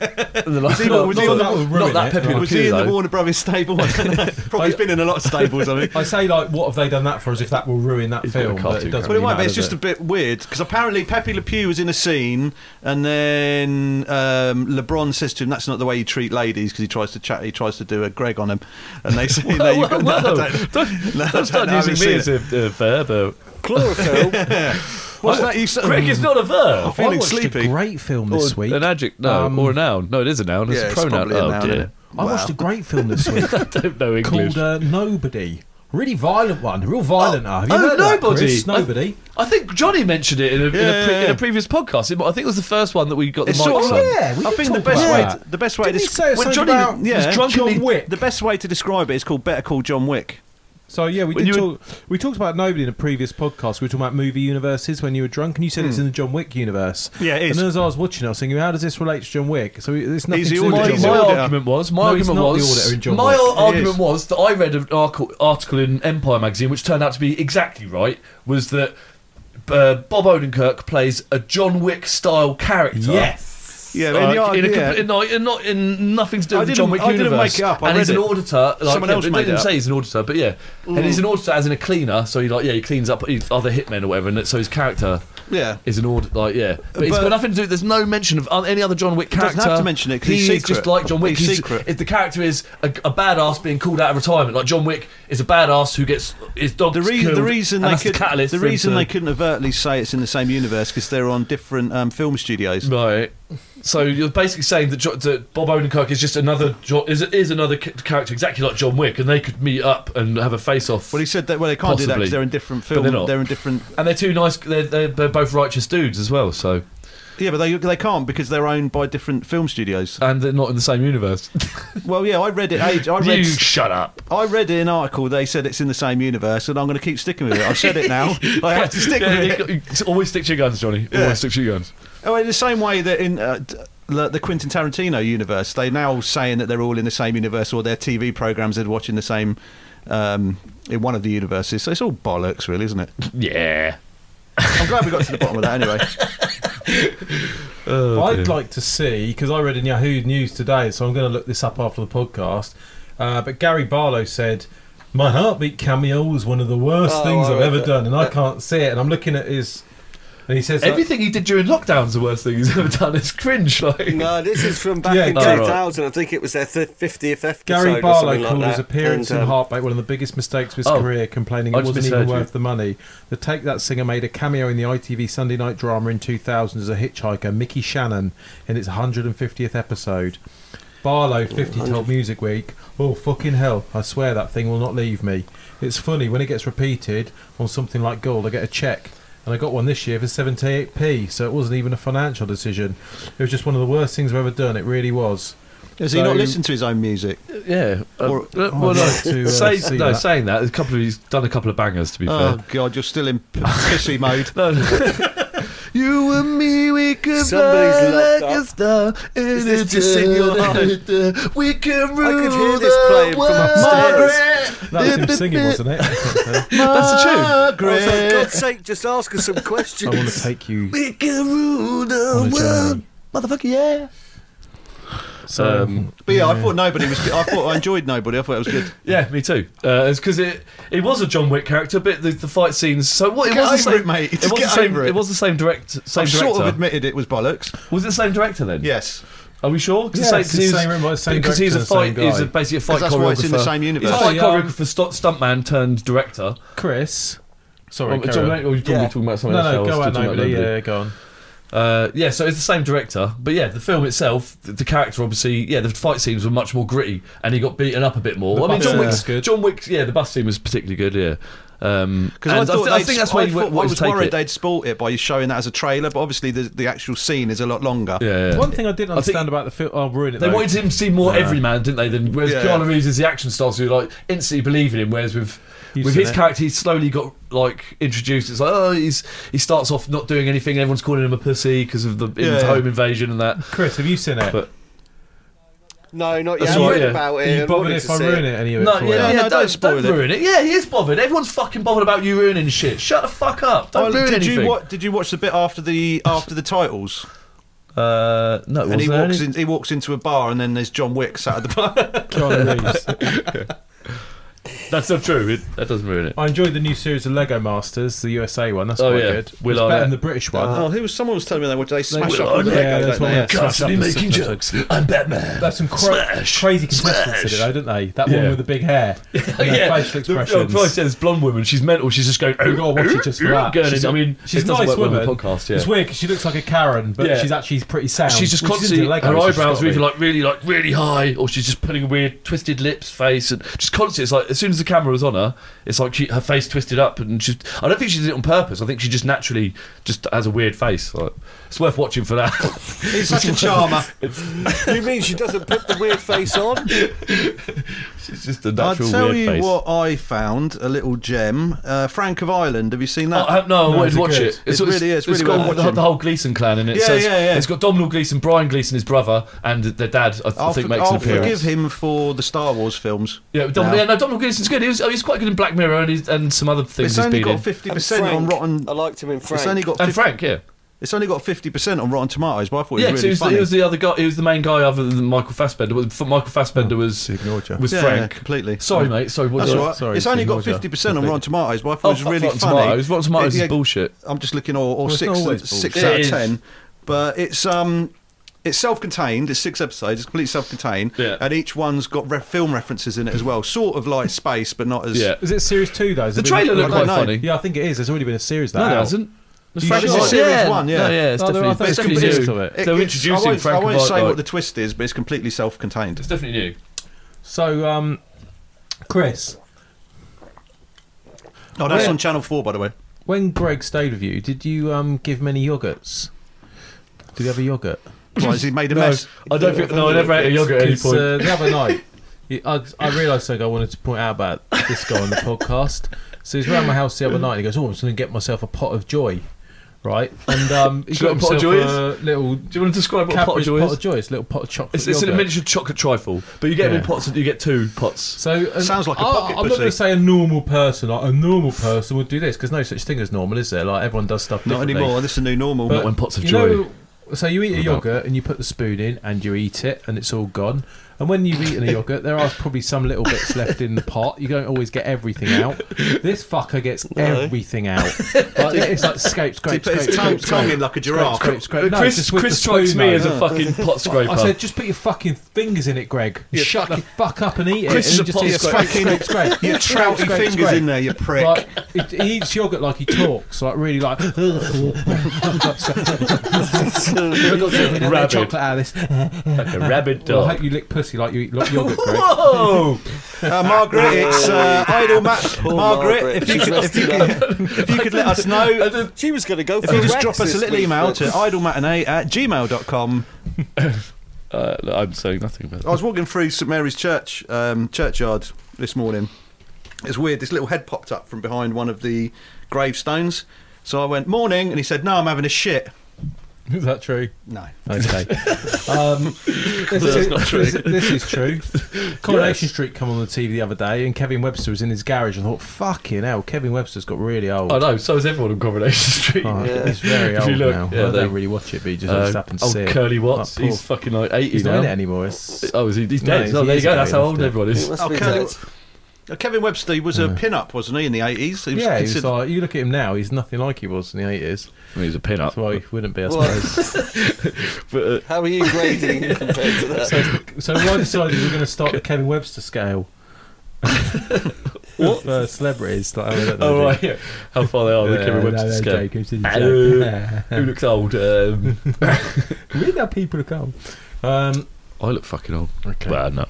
Speaker 4: in the
Speaker 6: put, was he,
Speaker 4: lineup.
Speaker 6: was
Speaker 3: not that
Speaker 6: he on the,
Speaker 3: that would
Speaker 6: not
Speaker 3: ruin
Speaker 4: that
Speaker 3: it,
Speaker 4: Pepe Le
Speaker 3: right.
Speaker 6: was he
Speaker 4: Pew
Speaker 6: in the
Speaker 4: though.
Speaker 6: Warner Brothers stable? I don't know. Probably he's been in a lot of stables. I think.
Speaker 3: I say like, what have they done that for? As if that will ruin that
Speaker 4: He's got a
Speaker 3: film. But
Speaker 4: cartoon
Speaker 3: it doesn't
Speaker 6: But it
Speaker 3: really
Speaker 6: might be.
Speaker 3: matter,
Speaker 6: It's
Speaker 3: does
Speaker 6: just
Speaker 3: it?
Speaker 6: a bit weird because apparently Pepe Le Pew was in a scene, and then um, LeBron says to him, "That's not the way you treat ladies," because he tries to chat. He tries to do a Greg on him, and they say, "No, you've got
Speaker 4: Well,
Speaker 6: no,
Speaker 4: well,
Speaker 6: don't-
Speaker 4: don't,
Speaker 6: no, I
Speaker 4: don't start
Speaker 6: don't- I haven't
Speaker 4: using me
Speaker 6: seen
Speaker 4: as a, a verb. uh,
Speaker 5: Chlorophyll.
Speaker 6: What's that? You said? Mm. Oh,
Speaker 4: Greg is not a verb.
Speaker 6: feeling
Speaker 3: I watched
Speaker 6: sleepy.
Speaker 3: a great film
Speaker 4: Or
Speaker 3: this week.
Speaker 4: An adjective, no,
Speaker 3: Um,
Speaker 4: or a noun. No, it is a noun. It's
Speaker 6: Yeah,
Speaker 4: a
Speaker 6: it's
Speaker 4: pronoun.
Speaker 6: probably a
Speaker 4: oh
Speaker 6: noun,
Speaker 4: dear.
Speaker 6: isn't it?
Speaker 3: I watched a great film this week
Speaker 4: I don't know English.
Speaker 3: called uh, Nobody. Really violent one, real violent. one. Have you
Speaker 4: oh,
Speaker 3: heard of that,
Speaker 4: Nobody?
Speaker 3: Chris? Nobody.
Speaker 4: I think Johnny mentioned it in a, in,
Speaker 6: Yeah,
Speaker 4: a pre-
Speaker 6: yeah,
Speaker 4: in
Speaker 6: yeah.
Speaker 4: a previous podcast. It- I think it was the first one that we got the
Speaker 6: It's
Speaker 4: mics
Speaker 6: sort of-
Speaker 4: on.
Speaker 3: yeah, we
Speaker 6: I
Speaker 3: did
Speaker 6: think the
Speaker 3: talk
Speaker 6: best
Speaker 3: about
Speaker 6: way
Speaker 3: that.
Speaker 6: to, the best way
Speaker 3: Didn't
Speaker 6: to
Speaker 3: he say
Speaker 6: describe
Speaker 3: something about- was drunkenly-
Speaker 6: John Wick. The best way to describe it is called Better Call John Wick.
Speaker 3: So yeah, we
Speaker 4: When
Speaker 3: did
Speaker 4: you
Speaker 3: talk. We talked about nobody in a previous podcast. We were talking about movie universes when you were drunk, and you said it's in the John Wick universe.
Speaker 6: Yeah, it is.
Speaker 3: And then as I was watching, I was thinking, how does this relate to John Wick? So it's nothing
Speaker 6: He's
Speaker 3: to
Speaker 6: the
Speaker 3: do with
Speaker 4: My,
Speaker 6: auditor.
Speaker 3: John Wick.
Speaker 6: He's the
Speaker 4: my
Speaker 6: auditor.
Speaker 4: argument was, my
Speaker 3: No, he's
Speaker 4: argument
Speaker 3: not the
Speaker 4: was,
Speaker 3: auditor in John
Speaker 4: my
Speaker 3: Wick.
Speaker 6: He
Speaker 4: argument
Speaker 6: is.
Speaker 4: was that I read an article, article in Empire magazine, which turned out to be exactly right. Was that uh, Bob Odenkirk plays a John Wick style character?
Speaker 3: Yes.
Speaker 6: Yeah,
Speaker 4: Uh,
Speaker 6: in the,
Speaker 4: in, a
Speaker 6: yeah.
Speaker 4: compl- in, not, in, not in nothing to do
Speaker 6: I
Speaker 4: with the
Speaker 6: didn't-
Speaker 4: John Wick
Speaker 6: I didn't
Speaker 4: universe.
Speaker 6: make it up, I
Speaker 4: and
Speaker 6: read
Speaker 4: he's an
Speaker 6: it.
Speaker 4: auditor. Like,
Speaker 6: Someone
Speaker 4: yeah,
Speaker 6: else
Speaker 4: they
Speaker 6: made it
Speaker 4: didn't
Speaker 6: up. Mm.
Speaker 4: say he's an auditor, but yeah, and he's an auditor as in a cleaner. So he like yeah, he cleans up he- other hitmen or whatever, and so his character
Speaker 6: yeah.
Speaker 4: is an order like yeah, but, it's
Speaker 6: But-
Speaker 4: got nothing to do. There's no mention of un- any other John Wick
Speaker 6: doesn't
Speaker 4: character.
Speaker 6: have to mention it 'cause
Speaker 4: He
Speaker 6: he's
Speaker 4: is
Speaker 6: secret.
Speaker 4: just like John Wick.
Speaker 6: He's
Speaker 4: He's-
Speaker 6: secret.
Speaker 4: If the character is a, a badass being called out of retirement, like John Wick is a badass who gets his dog
Speaker 6: The, rea-
Speaker 4: killed.
Speaker 6: the reason
Speaker 4: and
Speaker 6: they
Speaker 4: that's
Speaker 6: could
Speaker 4: the, catalyst
Speaker 6: the
Speaker 4: for him
Speaker 6: reason
Speaker 4: to-
Speaker 6: they couldn't overtly say it's in the same universe because they're on different um, film studios.
Speaker 4: Right. So you're basically saying that, jo- that Bob Odenkirk is just another jo- is is another c- character exactly like John Wick, and they could meet up and have a face off.
Speaker 6: Well, he said that. Well, they can't do that
Speaker 4: Possibly.
Speaker 6: because they're in different
Speaker 4: they're
Speaker 6: film.
Speaker 4: not.
Speaker 6: They're in different.
Speaker 4: and they're two nice. They're, they're, they're both righteous dudes as well. So
Speaker 6: Yeah, but they they can't because they're owned by different film studios,
Speaker 4: and they're not in the same universe.
Speaker 6: well, yeah, I read it. Age, I read.
Speaker 4: you shut up.
Speaker 6: I read in an article. They said it's in the same universe, and I'm going to keep sticking with it. I've said it now. I have to stick
Speaker 4: Yeah,
Speaker 6: with
Speaker 4: you
Speaker 6: it.
Speaker 4: got- you- Always stick to your guns, Johnny.
Speaker 6: Yeah.
Speaker 4: Always stick to your guns.
Speaker 6: Oh, in the same way that in uh, d- the the Quentin Tarantino universe, they're now saying that they're all in the same universe, or their TV programs they're watching the same um, in one of the universes. So it's all bollocks, really, isn't it?
Speaker 4: Yeah.
Speaker 6: I'm glad we got to the bottom of that anyway.
Speaker 3: I'd like to see because I read in Yahoo News today, so I'm going to look this up after the podcast. Uh, but Gary Barlow said, "My heartbeat cameo was one of the worst
Speaker 5: Oh,
Speaker 3: things
Speaker 5: I
Speaker 3: I've
Speaker 5: read
Speaker 3: ever
Speaker 5: that.
Speaker 3: done, and I can't see it." And I'm looking at his, and he says, that-
Speaker 4: Everything he did during lockdown's the worst thing he's ever done. It's cringe. Like
Speaker 5: No, this is from back
Speaker 3: Yeah,
Speaker 5: in
Speaker 4: Gary-
Speaker 5: 2000. I think it was their th- 50th episode.
Speaker 3: Gary
Speaker 5: or
Speaker 3: Barlow
Speaker 5: something like
Speaker 3: called
Speaker 5: that.
Speaker 3: his appearance
Speaker 5: And,
Speaker 3: in
Speaker 5: um,
Speaker 3: Heartbreak one of the biggest mistakes of his
Speaker 4: Oh,
Speaker 3: career, complaining
Speaker 4: I
Speaker 3: it
Speaker 4: just
Speaker 3: wasn't even
Speaker 4: misheard you.
Speaker 3: worth the money. The Take That singer made a cameo in the ITV Sunday night drama in 2000 as a hitchhiker, Mickey Shannon, in its 150th episode. Barlow, 50, told Music Week, Oh, fucking hell, I swear that thing will not leave me. It's funny, when it gets repeated on something like Gold, I get a check. And I got one this year for 78p, so it wasn't even a financial decision. It was just one of the worst things I've ever done, it really was.
Speaker 6: Does he not
Speaker 3: So-
Speaker 6: listen to his own music?
Speaker 4: yeah. Um,
Speaker 6: Or-
Speaker 4: well,
Speaker 3: Uh, I'd
Speaker 4: no,
Speaker 3: like to, uh,
Speaker 4: say-
Speaker 3: see
Speaker 4: no,
Speaker 3: that.
Speaker 4: saying that, a couple of, he's done a couple of bangers. To be
Speaker 6: Oh
Speaker 4: fair.
Speaker 6: God, you're still in p- pissy mode.
Speaker 4: No, no. you and me, we could
Speaker 5: Somebody's
Speaker 4: fly
Speaker 5: left
Speaker 4: like a
Speaker 5: up.
Speaker 4: star. Is
Speaker 5: this just in your
Speaker 6: Uh,
Speaker 4: heart? We can
Speaker 5: I
Speaker 4: rule
Speaker 5: could hear this
Speaker 4: the
Speaker 5: playing from
Speaker 4: world.
Speaker 5: upstairs.
Speaker 3: That was him singing, wasn't it?
Speaker 4: That's the truth.
Speaker 5: I was like, God's sake, just ask us some questions.
Speaker 3: I want to take you
Speaker 4: We can rule
Speaker 3: on a
Speaker 4: the
Speaker 3: journey.
Speaker 6: Motherfucker, yeah.
Speaker 3: So,
Speaker 4: Um,
Speaker 6: But yeah, I thought nobody was. I thought I enjoyed nobody. I thought it was good.
Speaker 4: Yeah, me too. Uh, it's because it it was a John Wick character, but the, the fight scenes. So what? It
Speaker 6: Get
Speaker 4: was the
Speaker 6: over
Speaker 4: same,
Speaker 6: it, mate. Just
Speaker 4: It was
Speaker 6: get
Speaker 4: the same.
Speaker 6: over it.
Speaker 4: was the same direct. Same
Speaker 6: I've
Speaker 4: director.
Speaker 6: sort of admitted it was bollocks.
Speaker 4: was it the same director then?
Speaker 6: Yes,
Speaker 4: Are we sure?
Speaker 3: Yeah, it's the same room, it's the same
Speaker 4: because he's a
Speaker 3: director, the same
Speaker 4: fight. He's
Speaker 3: guy.
Speaker 4: a, basically a fight
Speaker 6: 'Cause that's
Speaker 4: choreographer.
Speaker 6: why it's in the same
Speaker 4: He's a
Speaker 6: universe.
Speaker 3: Oh,
Speaker 4: fight
Speaker 3: yeah.
Speaker 4: choreographer, stunt, stuntman turned director.
Speaker 3: Chris. Sorry,
Speaker 4: Oh,
Speaker 3: carry
Speaker 4: John
Speaker 3: on.
Speaker 4: Wick, or you're
Speaker 5: Yeah.
Speaker 4: probably talking about something
Speaker 3: No, no,
Speaker 4: else.
Speaker 3: go
Speaker 4: I
Speaker 3: out,
Speaker 4: was talking about
Speaker 3: nobody.
Speaker 4: Nobody.
Speaker 3: Yeah, go on.
Speaker 4: Uh, yeah, so it's the same director, but yeah, the film itself, the, the character obviously, yeah, the fight scenes were much more gritty, and he got beaten up a bit more.
Speaker 3: The
Speaker 4: I mean,
Speaker 3: bus
Speaker 4: John
Speaker 3: scene
Speaker 4: Wick's
Speaker 3: was good.
Speaker 4: John Wick's, yeah, the bus scene was particularly good, yeah. Because um,
Speaker 6: because I,
Speaker 4: and
Speaker 6: thought
Speaker 4: thi-
Speaker 6: they'd-
Speaker 4: think that's where
Speaker 6: I
Speaker 4: you
Speaker 6: thought-
Speaker 4: went.
Speaker 6: I was worried
Speaker 4: take it.
Speaker 6: they'd sport it by showing that as a trailer, but obviously the, the actual scene is a lot longer.
Speaker 4: Yeah, yeah.
Speaker 3: One thing I didn't
Speaker 4: I think-
Speaker 3: understand about the film, I'll ruin it.
Speaker 4: They
Speaker 3: though.
Speaker 4: wanted him to see more everyman, didn't they? Than whereas
Speaker 6: Yeah.
Speaker 4: Keanu Reeves is the action star, so you like instantly believe in him. Whereas with
Speaker 3: You've
Speaker 4: with
Speaker 3: seen
Speaker 4: his
Speaker 3: it.
Speaker 4: character, he slowly got like introduced. It's like oh, he's he starts off not doing anything. and Everyone's calling him a pussy because of the
Speaker 6: Yeah.
Speaker 4: home invasion and that.
Speaker 3: Chris, have you seen it?
Speaker 4: But-
Speaker 5: no, not yet.
Speaker 4: That's
Speaker 5: I'm
Speaker 4: all right,
Speaker 5: worried
Speaker 4: yeah.
Speaker 5: about it.
Speaker 3: Are you
Speaker 5: and
Speaker 3: bothered
Speaker 5: wanted
Speaker 3: if
Speaker 5: to
Speaker 3: I
Speaker 5: see
Speaker 3: ruin it, anyway?
Speaker 4: No,
Speaker 3: for
Speaker 4: yeah,
Speaker 3: you?
Speaker 4: yeah,
Speaker 6: No,
Speaker 4: don't,
Speaker 6: don't spoil
Speaker 4: don't
Speaker 6: it.
Speaker 4: ruin it. Yeah, he is bothered. Everyone's fucking bothered about you ruining shit. Shut the fuck up. Don't
Speaker 6: Oh,
Speaker 4: ruin
Speaker 6: did
Speaker 4: anything.
Speaker 6: you wa- did you watch the bit after the after the titles?
Speaker 4: Uh, no,
Speaker 6: and
Speaker 4: wasn't
Speaker 6: he
Speaker 4: there
Speaker 6: walks
Speaker 4: any-
Speaker 6: in, he walks into a bar, and then there's John Wick sat at the bar.
Speaker 3: Keanu Reeves.
Speaker 4: That's not true. It, that doesn't ruin it.
Speaker 3: I enjoyed the new series of Lego Masters, the USA one. That's
Speaker 4: Oh,
Speaker 3: quite
Speaker 4: yeah.
Speaker 3: good. It's
Speaker 4: Will
Speaker 3: better
Speaker 4: Arnett.
Speaker 3: than the British one.
Speaker 4: Uh-huh. Ah.
Speaker 6: oh, who was someone was telling me they would they smash
Speaker 4: Will
Speaker 6: up all the
Speaker 4: Arnett.
Speaker 6: Lego,
Speaker 3: Yeah,
Speaker 6: don't
Speaker 3: that's what
Speaker 6: they?
Speaker 3: I'm-
Speaker 6: Yeah.
Speaker 3: Constantly making
Speaker 4: jokes. I'm Batman.
Speaker 3: That's some cra-
Speaker 4: Smash.
Speaker 3: crazy contestants in
Speaker 4: Smash.
Speaker 3: it, though, didn't they? That
Speaker 4: Yeah.
Speaker 3: one with the big hair. And their
Speaker 4: yeah,
Speaker 3: facial
Speaker 4: the, oh,
Speaker 3: expressions.
Speaker 4: Christ, yeah, this blonde woman. She's mental. She's just going. "Oh,
Speaker 3: We've got to watch it just for that.
Speaker 4: Going in- I mean,
Speaker 3: she's
Speaker 4: it
Speaker 3: a
Speaker 4: doesn't
Speaker 3: nice
Speaker 4: work well on
Speaker 3: woman.
Speaker 4: the podcast. Yeah.
Speaker 3: It's weird 'cause she looks like a Karen, but
Speaker 4: Yeah.
Speaker 3: she's actually pretty sound.
Speaker 4: She's just
Speaker 3: which isn't
Speaker 4: constantly
Speaker 3: a Lego,
Speaker 6: oh,
Speaker 3: so
Speaker 4: her
Speaker 3: she's
Speaker 4: eyebrows
Speaker 3: gotta
Speaker 4: are either
Speaker 3: be.
Speaker 4: like really like really high, or she's just putting a weird twisted lips face, and just constantly. It's like as soon as the camera was on her, it's like she, her face twisted up, and she. I don't think she did it on purpose. I think she just naturally just has a weird face. Like, it's worth watching for that.
Speaker 6: He's such a charmer.
Speaker 5: You mean she doesn't put the weird face on?
Speaker 4: She's just a
Speaker 6: I'll
Speaker 4: natural
Speaker 6: tell
Speaker 4: weird
Speaker 6: you
Speaker 4: face.
Speaker 6: what I found a little gem. Uh, Frank of Ireland. Have you seen
Speaker 4: Oh,
Speaker 6: that?
Speaker 4: I, no, I wanted
Speaker 3: is
Speaker 4: to
Speaker 3: it
Speaker 4: watch
Speaker 3: good?
Speaker 4: it.
Speaker 6: It's really- it's really
Speaker 4: it's got
Speaker 6: worth
Speaker 4: the,
Speaker 6: watching.
Speaker 4: the whole Gleason clan in it.
Speaker 6: Yeah,
Speaker 4: so it's,
Speaker 6: yeah, yeah.
Speaker 4: It's got Domhnall Gleason, Brian Gleason, his brother, and their dad. I, th-
Speaker 6: I'll,
Speaker 4: think
Speaker 6: for-
Speaker 4: makes
Speaker 6: I'll
Speaker 4: an appearance.
Speaker 6: forgive him for the Star Wars films.
Speaker 4: Yeah, but Dom,
Speaker 6: No.
Speaker 4: yeah, no, Donald Gleason's good. He was, oh, he's quite good in Black Mirror and, he's, and some other things
Speaker 6: It's
Speaker 4: he's
Speaker 6: only
Speaker 4: been in.
Speaker 6: got fifty percent on
Speaker 5: Frank.
Speaker 6: Rotten.
Speaker 5: I liked him in Frank.
Speaker 6: It's only got
Speaker 4: and
Speaker 6: fif-
Speaker 4: Frank, yeah.
Speaker 6: it's only got fifty percent on Rotten Tomatoes, but I thought it
Speaker 4: Yeah, 'cause
Speaker 6: was
Speaker 4: he
Speaker 6: really
Speaker 4: was, the,
Speaker 6: funny.
Speaker 4: he was the other guy. He was the main guy, other than Michael Fassbender. Was- F- Michael Fassbender was
Speaker 3: Ignored you.
Speaker 4: was
Speaker 6: yeah,
Speaker 4: Frank.
Speaker 6: completely.
Speaker 4: Sorry, mate. Sorry, what
Speaker 6: That's
Speaker 4: did I-
Speaker 6: all right.
Speaker 3: sorry,
Speaker 6: it's only got
Speaker 3: ignored you.
Speaker 6: fifty percent on Rotten Tomatoes, but I thought
Speaker 4: Oh,
Speaker 6: it was
Speaker 4: fuck
Speaker 6: really
Speaker 4: Rotten
Speaker 6: funny.
Speaker 4: Tomatoes. Rotten Tomatoes
Speaker 6: Yeah,
Speaker 4: is bullshit.
Speaker 6: I'm just looking, or, or
Speaker 3: Well, it's
Speaker 6: six,
Speaker 3: not always
Speaker 6: six
Speaker 4: bullshit.
Speaker 6: out
Speaker 4: It
Speaker 6: of
Speaker 4: is.
Speaker 6: ten. But it's um, it's self-contained. It's six episodes. It's completely self-contained,
Speaker 4: Yeah.
Speaker 6: and each one's got re- film references in it as well. Sort of like space, but not as
Speaker 4: Yeah.
Speaker 3: Is it series two though? Has
Speaker 4: The
Speaker 3: it been-
Speaker 4: trailer looked
Speaker 6: I
Speaker 4: quite
Speaker 6: don't know.
Speaker 4: funny.
Speaker 3: Yeah, I think it is. There's already been a series that.
Speaker 4: No,
Speaker 3: out.
Speaker 4: there hasn't. It was
Speaker 6: You
Speaker 4: Frank
Speaker 6: should
Speaker 4: and
Speaker 6: see
Speaker 4: Ivan.
Speaker 6: series one, yeah.
Speaker 4: No, yeah, it's
Speaker 3: Oh, there- I
Speaker 4: definitely,
Speaker 3: thought it was
Speaker 4: it's definitely
Speaker 3: completely-
Speaker 4: new.
Speaker 6: It-
Speaker 4: They're
Speaker 6: it's-
Speaker 4: introducing
Speaker 6: I won't,
Speaker 4: Frank
Speaker 6: I won't
Speaker 4: and
Speaker 6: say
Speaker 4: Ivan.
Speaker 6: what the twist is, but it's completely self-contained.
Speaker 4: It's definitely new.
Speaker 3: So, um, Chris,
Speaker 6: Oh, that's
Speaker 3: Yeah.
Speaker 6: on Channel Four, by the way.
Speaker 3: when Greg stayed with you, did you um give him any yogurts? Did he have a yogurt?
Speaker 6: Why, has he made a
Speaker 3: No,
Speaker 6: mess?
Speaker 4: I don't think. No, I never ate a yogurt at any
Speaker 3: 'Cause,
Speaker 4: point.
Speaker 3: uh, the other night, he- I, I realised something I wanted to point out about this guy on the podcast. So he's around my house the other night. And he goes, "Oh, I'm just going to get myself a pot of joy." Right, and um, he
Speaker 4: Do you
Speaker 3: got
Speaker 4: know what a
Speaker 3: himself
Speaker 4: pot of joy
Speaker 3: a little.
Speaker 4: Do you want to describe what a pot
Speaker 3: Cadbury's
Speaker 4: of joy
Speaker 3: pot
Speaker 4: is?
Speaker 3: of joy. It's a little pot of chocolate.
Speaker 4: It's, it's a
Speaker 3: yogurt.
Speaker 4: miniature chocolate trifle, but you get them in
Speaker 3: Yeah.
Speaker 4: pots. You get two pots.
Speaker 3: So and
Speaker 6: Sounds like a
Speaker 3: I-
Speaker 6: pocket
Speaker 3: I'm not going
Speaker 6: pussy.
Speaker 3: to say a normal person. Like a normal person would do this because no such thing as normal, is there? Like everyone does stuff.
Speaker 6: Not
Speaker 3: differently.
Speaker 6: anymore. This is a new normal.
Speaker 3: But
Speaker 4: when pots of
Speaker 3: you
Speaker 4: joy-
Speaker 3: know- so you eat a yogurt and you put the spoon in and you eat it and it's all gone. And when you've eaten a yogurt, there are probably some little bits left in the pot. You don't always get everything out. This fucker gets everything out. Like, it's like scape,
Speaker 6: he
Speaker 3: scrape,
Speaker 6: put
Speaker 3: scrape,
Speaker 6: his tongue,
Speaker 3: scrape,
Speaker 6: tongue in
Speaker 3: scrape,
Speaker 6: like a giraffe.
Speaker 3: scrape, scrape. No,
Speaker 4: Uh, Chris,
Speaker 3: just with
Speaker 4: Chris
Speaker 3: the
Speaker 4: strikes
Speaker 3: spoon,
Speaker 4: me
Speaker 3: though.
Speaker 4: as a fucking pot scraper.
Speaker 3: I said, just put your fucking fingers in it, Greg. Shut the fuck up and eat it.
Speaker 4: Chris is a
Speaker 3: and he just
Speaker 4: pot
Speaker 3: eats
Speaker 4: scraper.
Speaker 3: scrape, scrape, scrape.
Speaker 6: Your
Speaker 3: Scrape,
Speaker 6: trouty
Speaker 3: scrape,
Speaker 6: fingers
Speaker 3: scrape.
Speaker 6: in there, you prick.
Speaker 3: Like it, he eats yogurt like he talks, like really like. You've got to get
Speaker 4: Rabid.
Speaker 3: chocolate out of this.
Speaker 4: like a rabid
Speaker 3: Well, I
Speaker 4: dog.
Speaker 3: hope you lick pussy like you eat like yogurt, Greg.
Speaker 4: Whoa!
Speaker 6: Uh, Margaret, it's uh, idle match. Margaret,
Speaker 5: Margaret.
Speaker 6: if you could, if you could, if you could let us know,
Speaker 5: She was going to go for
Speaker 6: if you
Speaker 5: a
Speaker 6: just
Speaker 5: wax
Speaker 6: drop us a
Speaker 5: this
Speaker 6: little
Speaker 5: week,
Speaker 6: email
Speaker 5: but-
Speaker 6: to idlematinee at gmail.com.
Speaker 4: Uh, I'm saying nothing about
Speaker 3: Oh.
Speaker 6: I was walking through St Mary's Church um, churchyard this morning. It's weird. This little head popped up from behind one of the gravestones. So I went morning, and he said, "No, I'm having a shit."
Speaker 3: Is that true?
Speaker 6: No.
Speaker 3: Okay. Um, this, is,
Speaker 4: not true.
Speaker 3: This, this is true. Coronation Street come on the TV the other day, and Kevin Webster was in his garage. and I thought, fucking hell, Kevin Webster's got really old.
Speaker 4: I know. So is everyone on Coronation Street.
Speaker 3: Oh, He's very
Speaker 4: If
Speaker 3: old
Speaker 4: you look,
Speaker 3: now.
Speaker 4: yeah,
Speaker 3: I
Speaker 4: they-
Speaker 3: don't really watch it, but you just
Speaker 4: Uh,
Speaker 3: always happen to
Speaker 4: old
Speaker 3: see it.
Speaker 4: Curly Watts.
Speaker 3: Like, poor-
Speaker 4: he's fucking like 80
Speaker 3: he's
Speaker 4: now.
Speaker 3: not in it anymore. It's,
Speaker 4: Oh, is he? He's
Speaker 3: No,
Speaker 4: dead.
Speaker 3: he's
Speaker 4: No, there you
Speaker 3: years
Speaker 4: go.
Speaker 3: ago,
Speaker 4: That's how
Speaker 3: he's
Speaker 4: old
Speaker 3: dead.
Speaker 4: everyone is.
Speaker 5: Must
Speaker 6: Oh,
Speaker 5: be
Speaker 6: Curly-
Speaker 5: dead.
Speaker 6: Uh, Kevin Webster he was a pin-up, wasn't he, in the eighties? He was
Speaker 3: yeah, he's
Speaker 6: considered-
Speaker 3: like, you look at him now, he's nothing like he was in the 80s.
Speaker 4: I mean, he's a pin-up.
Speaker 3: That's why he wouldn't be, I
Speaker 5: Well,
Speaker 3: suppose.
Speaker 4: But, uh,
Speaker 5: How are you grading compared to that?
Speaker 3: So I decided we were going to start the Kevin Webster scale. what? Uh, celebrities. Like, I don't know,
Speaker 4: oh, right. Yeah. How far they are,
Speaker 3: dude.
Speaker 4: the Kevin
Speaker 3: Yeah,
Speaker 4: Webster
Speaker 3: no, no,
Speaker 4: scale.
Speaker 3: joke, it's a
Speaker 4: Hello.
Speaker 3: joke.
Speaker 4: Who looks old? Um,
Speaker 3: Where do people come? Um,
Speaker 4: I look fucking old.
Speaker 3: Okay.
Speaker 4: Well, no.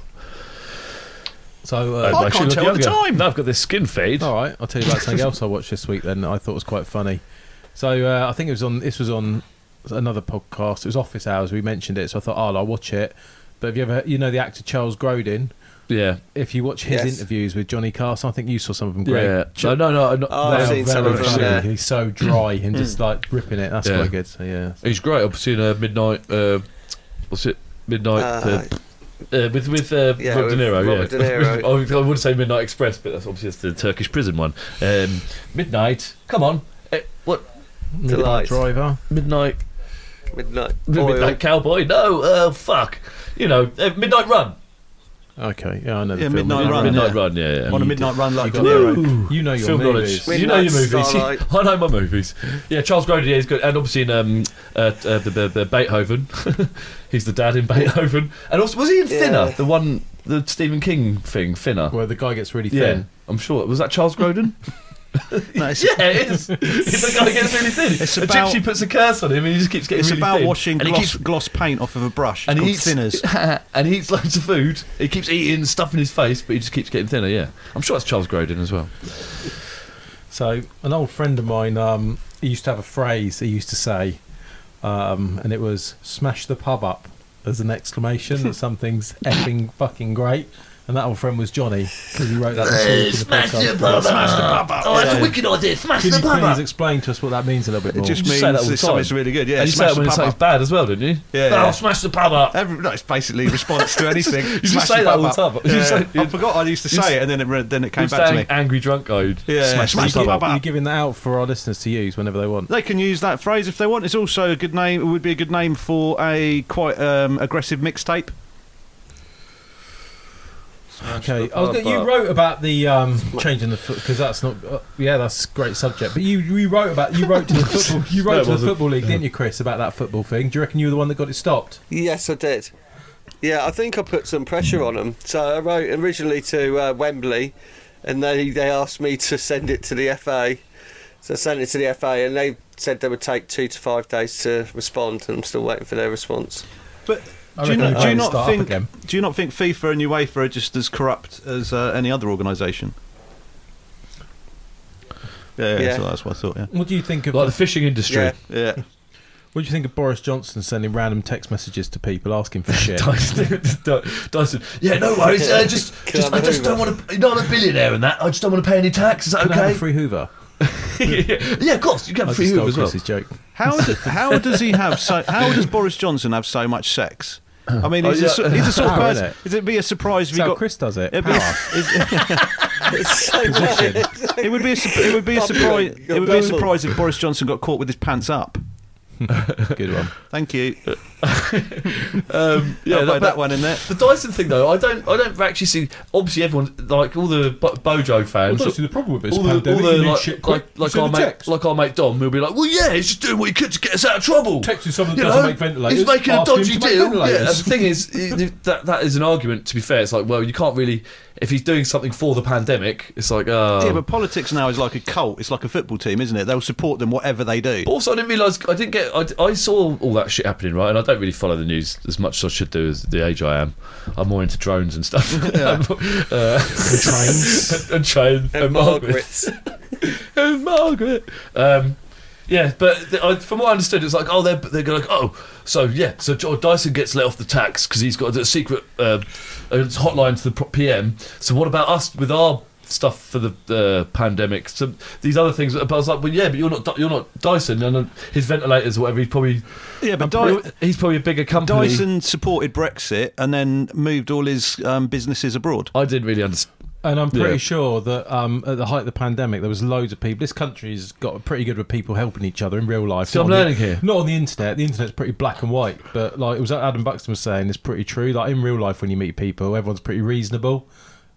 Speaker 3: so,
Speaker 4: I
Speaker 3: uh,
Speaker 4: actually
Speaker 6: can't
Speaker 4: look
Speaker 6: tell the
Speaker 4: younger.
Speaker 6: time.
Speaker 4: No, I've got this skin fade.
Speaker 3: all right, I'll tell you about something else I watched this week. Then that I thought was quite funny. So uh, I think it was on. This was on another podcast. It was Office Hours. We mentioned it, so I thought, oh, I'll watch it. But have you ever, you know, the actor Charles Grodin?
Speaker 4: Yeah.
Speaker 3: If you watch his
Speaker 5: Yes.
Speaker 3: interviews with Johnny Carson, I think you saw some of them. Greg.
Speaker 4: Yeah. No, no, no. I'm not-
Speaker 5: Oh, I've
Speaker 3: They are
Speaker 5: seen some
Speaker 3: very
Speaker 5: of them,
Speaker 3: funny.
Speaker 5: yeah. Mm.
Speaker 3: He's so dry and just like ripping it. That's
Speaker 4: Yeah.
Speaker 3: quite good. So yeah.
Speaker 4: He's great. I've seen uh, Midnight. Uh, what's it? Midnight.
Speaker 5: Uh,
Speaker 4: Uh, uh, with with uh,
Speaker 5: yeah,
Speaker 4: Robert De
Speaker 5: with
Speaker 4: Niro.
Speaker 5: Robert
Speaker 4: yeah.
Speaker 5: De Niro.
Speaker 4: I would- I would say Midnight Express, but that's obviously it's the Turkish prison one. Um, Midnight. Come on. Eh, what?
Speaker 5: Delight.
Speaker 3: Driver.
Speaker 4: Midnight.
Speaker 5: Midnight. Oil.
Speaker 4: Midnight Cowboy. No. Uh, fuck. You know, uh, Midnight Run.
Speaker 3: Okay. Yeah, I know. The
Speaker 6: Yeah,
Speaker 3: film.
Speaker 6: Midnight
Speaker 3: You know-
Speaker 6: Run.
Speaker 4: Midnight
Speaker 6: yeah.
Speaker 4: Run. Yeah. yeah. Mm.
Speaker 6: on a
Speaker 4: You
Speaker 6: midnight run like
Speaker 3: got
Speaker 6: De Niro.
Speaker 3: You know your
Speaker 4: film
Speaker 3: movies.
Speaker 4: knowledge. You know your
Speaker 5: Midnight
Speaker 4: movies.
Speaker 5: Starlight.
Speaker 4: I know my movies. Yeah, Charles Grodin yeah, he's good, and obviously in um, uh, uh, the, the, the Beethoven, he's the dad in Beethoven, and also was he in Thinner,
Speaker 5: Yeah.
Speaker 4: the one, the Stephen King thing, Thinner.
Speaker 3: Where the guy gets really
Speaker 4: yeah,
Speaker 3: thin.
Speaker 4: I'm sure. Was that Charles Grodin?
Speaker 6: No, it's-
Speaker 4: yeah, it is. It's the guy that gets really thin.
Speaker 6: It's
Speaker 4: a
Speaker 6: about-
Speaker 4: gypsy puts a curse on him, and he just keeps getting
Speaker 6: It's
Speaker 4: really
Speaker 6: about
Speaker 4: thin.
Speaker 6: washing
Speaker 4: and he
Speaker 6: gloss,
Speaker 4: keeps-
Speaker 6: gloss paint off of a brush. It's
Speaker 4: and he
Speaker 6: called
Speaker 4: eats
Speaker 6: thinners.
Speaker 4: and he eats loads of food. He keeps eating stuff in his face, but he just keeps getting thinner. Yeah, I'm sure that's Charles Grodin as well.
Speaker 3: So an old friend of mine, um, he used to have a phrase he used to say, um, and it was "smash the pub up" as an exclamation that something's effing fucking great. And that old friend was Johnny because he wrote that. Hey, smash the pub up!
Speaker 7: Oh, that's a wicked idea. Smash
Speaker 3: Can
Speaker 7: the
Speaker 3: you
Speaker 7: pub
Speaker 3: please
Speaker 7: up.
Speaker 3: explain to us what that means a little bit
Speaker 6: It
Speaker 3: more?
Speaker 6: just
Speaker 4: You
Speaker 6: means
Speaker 4: say that all the
Speaker 6: that something's
Speaker 4: time.
Speaker 6: really good. Yeah,
Speaker 4: and you say
Speaker 6: smash
Speaker 4: it when
Speaker 6: the pub
Speaker 4: something's
Speaker 6: up.
Speaker 4: bad as well, didn't you?
Speaker 6: Yeah,
Speaker 4: Oh,
Speaker 6: yeah.
Speaker 4: smash the pub up.
Speaker 6: Every, no, it's basically a response to anything.
Speaker 4: just
Speaker 6: Smash
Speaker 4: say
Speaker 6: the
Speaker 4: that
Speaker 6: pub
Speaker 4: all the
Speaker 6: up.
Speaker 4: time. You
Speaker 6: Yeah,
Speaker 4: just say-
Speaker 6: I forgot I used to
Speaker 4: you
Speaker 6: say it, and then it re- then it came
Speaker 4: Who's
Speaker 6: back to
Speaker 4: saying
Speaker 6: me.
Speaker 4: angry drunk guy?
Speaker 6: Yeah,
Speaker 4: smash,
Speaker 6: smash
Speaker 4: the
Speaker 6: the
Speaker 4: pub
Speaker 6: pub
Speaker 4: up.
Speaker 6: up.
Speaker 3: You're giving that out for our listeners to use whenever they want.
Speaker 6: They can use that phrase if they want. It's also a good name. It would be a good name for a quite um, aggressive mixtape.
Speaker 3: Okay, I was gonna, you wrote about the um, changing the foot because that's not uh, yeah that's a great subject. But you you wrote about you wrote to the football you
Speaker 4: No, it
Speaker 3: wrote to the
Speaker 4: wasn't.
Speaker 3: football league didn't you, Chris, about that football thing? Do you reckon you were the one that got it stopped?
Speaker 5: Yes, I did. Yeah, I think I put some pressure on them. So I wrote originally to uh, Wembley, and they they asked me to send it to the FA. So I sent it to the FA, and they said they would take two to five days to respond, and I'm still waiting for their response.
Speaker 6: But
Speaker 3: I
Speaker 6: do you
Speaker 3: reckon they'll
Speaker 6: not, do you
Speaker 3: just
Speaker 6: not
Speaker 3: start up
Speaker 6: think
Speaker 3: again.
Speaker 6: do you not think FIFA and UEFA are just as corrupt as uh, any other organisation? Yeah, yeah,
Speaker 5: Yeah.
Speaker 6: So that's what I thought. Yeah,
Speaker 3: What do you think of
Speaker 4: Like the fishing industry.
Speaker 5: Yeah.
Speaker 6: yeah.
Speaker 3: What do you think of Boris Johnson sending random text messages to people asking for shit?
Speaker 4: Dyson, yeah, no worries. Uh, just, just I just don't want to. You're not a billionaire in that. I just don't want to pay any tax. Is that
Speaker 3: Can I
Speaker 4: okay?
Speaker 3: have a free Hoover.
Speaker 4: yeah, of course. You can
Speaker 3: I
Speaker 4: have free
Speaker 3: just
Speaker 4: Hoover
Speaker 3: stole
Speaker 4: as well.
Speaker 3: Chris's joke.
Speaker 6: How, do, how does he have so? How does Boris Johnson have so much sex? I mean,
Speaker 4: Oh,
Speaker 6: he's, a,
Speaker 4: yeah.
Speaker 6: so- he's a sort of
Speaker 3: Power,
Speaker 6: person.
Speaker 3: innit?
Speaker 6: Is it be a surprise
Speaker 3: That's
Speaker 6: if he
Speaker 3: how
Speaker 6: got?
Speaker 3: Chris does it.
Speaker 6: it'd be-
Speaker 3: Power.
Speaker 5: It's so weird.
Speaker 6: It would be a, su- it would be a surprise.
Speaker 5: Bobby,
Speaker 6: It would be a
Speaker 5: Bobby.
Speaker 6: surprise if Boris Johnson got caught with his pants up.
Speaker 3: Good one.
Speaker 6: Thank you.
Speaker 4: Um, yeah,
Speaker 6: I'll
Speaker 4: that,
Speaker 6: put that one in there.
Speaker 4: The Dyson thing, though, I don't, I don't actually see. Obviously, everyone like all the Bo- Bojo fans.
Speaker 3: Well, that's the problem with this
Speaker 4: all the,
Speaker 3: pandemic.
Speaker 4: all the,
Speaker 3: you need
Speaker 4: like,
Speaker 3: shit quick.
Speaker 4: like, like
Speaker 3: You
Speaker 4: our
Speaker 3: send a
Speaker 4: mate,
Speaker 3: text.
Speaker 4: like our mate Dom, will be like, "Well, yeah, he's just doing what he could to get us out of trouble."
Speaker 3: Texting someone that
Speaker 4: You
Speaker 3: doesn't
Speaker 4: know,
Speaker 3: make ventilators.
Speaker 4: He's making a
Speaker 3: ask him
Speaker 4: dodgy
Speaker 3: to make
Speaker 4: deal. Yeah,
Speaker 3: ventilators.
Speaker 4: and the thing is, i- i- that that is an argument. To be fair, it's like, well, you can't really if he's doing something for the pandemic. It's like, uh,
Speaker 6: Yeah, but politics now is like a cult. It's like a football team, isn't it? They'll support them whatever they do.
Speaker 4: But also, I didn't realise. I didn't get. I, I saw all that shit happening, right? And I don't really follow the news as much as I should do, as the age I am. I'm more into drones and stuff. uh, trains and trains
Speaker 5: And Margaret's.
Speaker 4: and Margaret. Um, yeah, but th- I, from what I understood, it's like, oh, they're they're going like, oh, so yeah, so George Dyson gets let off the tax because he's got a secret uh, uh, hotline to the pro- PM. So what about us with our stuff for the uh, pandemic? So these other things. But I was like, well, yeah, but you're not Dy- you're not Dyson, and uh, his ventilators or whatever. He's probably
Speaker 6: Yeah, but Dy-
Speaker 4: he's probably a bigger company.
Speaker 6: Dyson supported Brexit and then moved all his um, businesses abroad.
Speaker 4: I didn't really understand.
Speaker 3: And I'm pretty
Speaker 4: Yeah.
Speaker 3: sure that um, at the height of the pandemic, there was loads of people. This country's got pretty good with people helping each other in real life.
Speaker 4: See,
Speaker 3: Not on
Speaker 4: I'm
Speaker 3: the-
Speaker 4: learning here.
Speaker 3: Not on the internet. The internet's pretty black and white. But like it was Adam Buxton was saying, it's pretty true. Like in real life, when you meet people, everyone's pretty reasonable.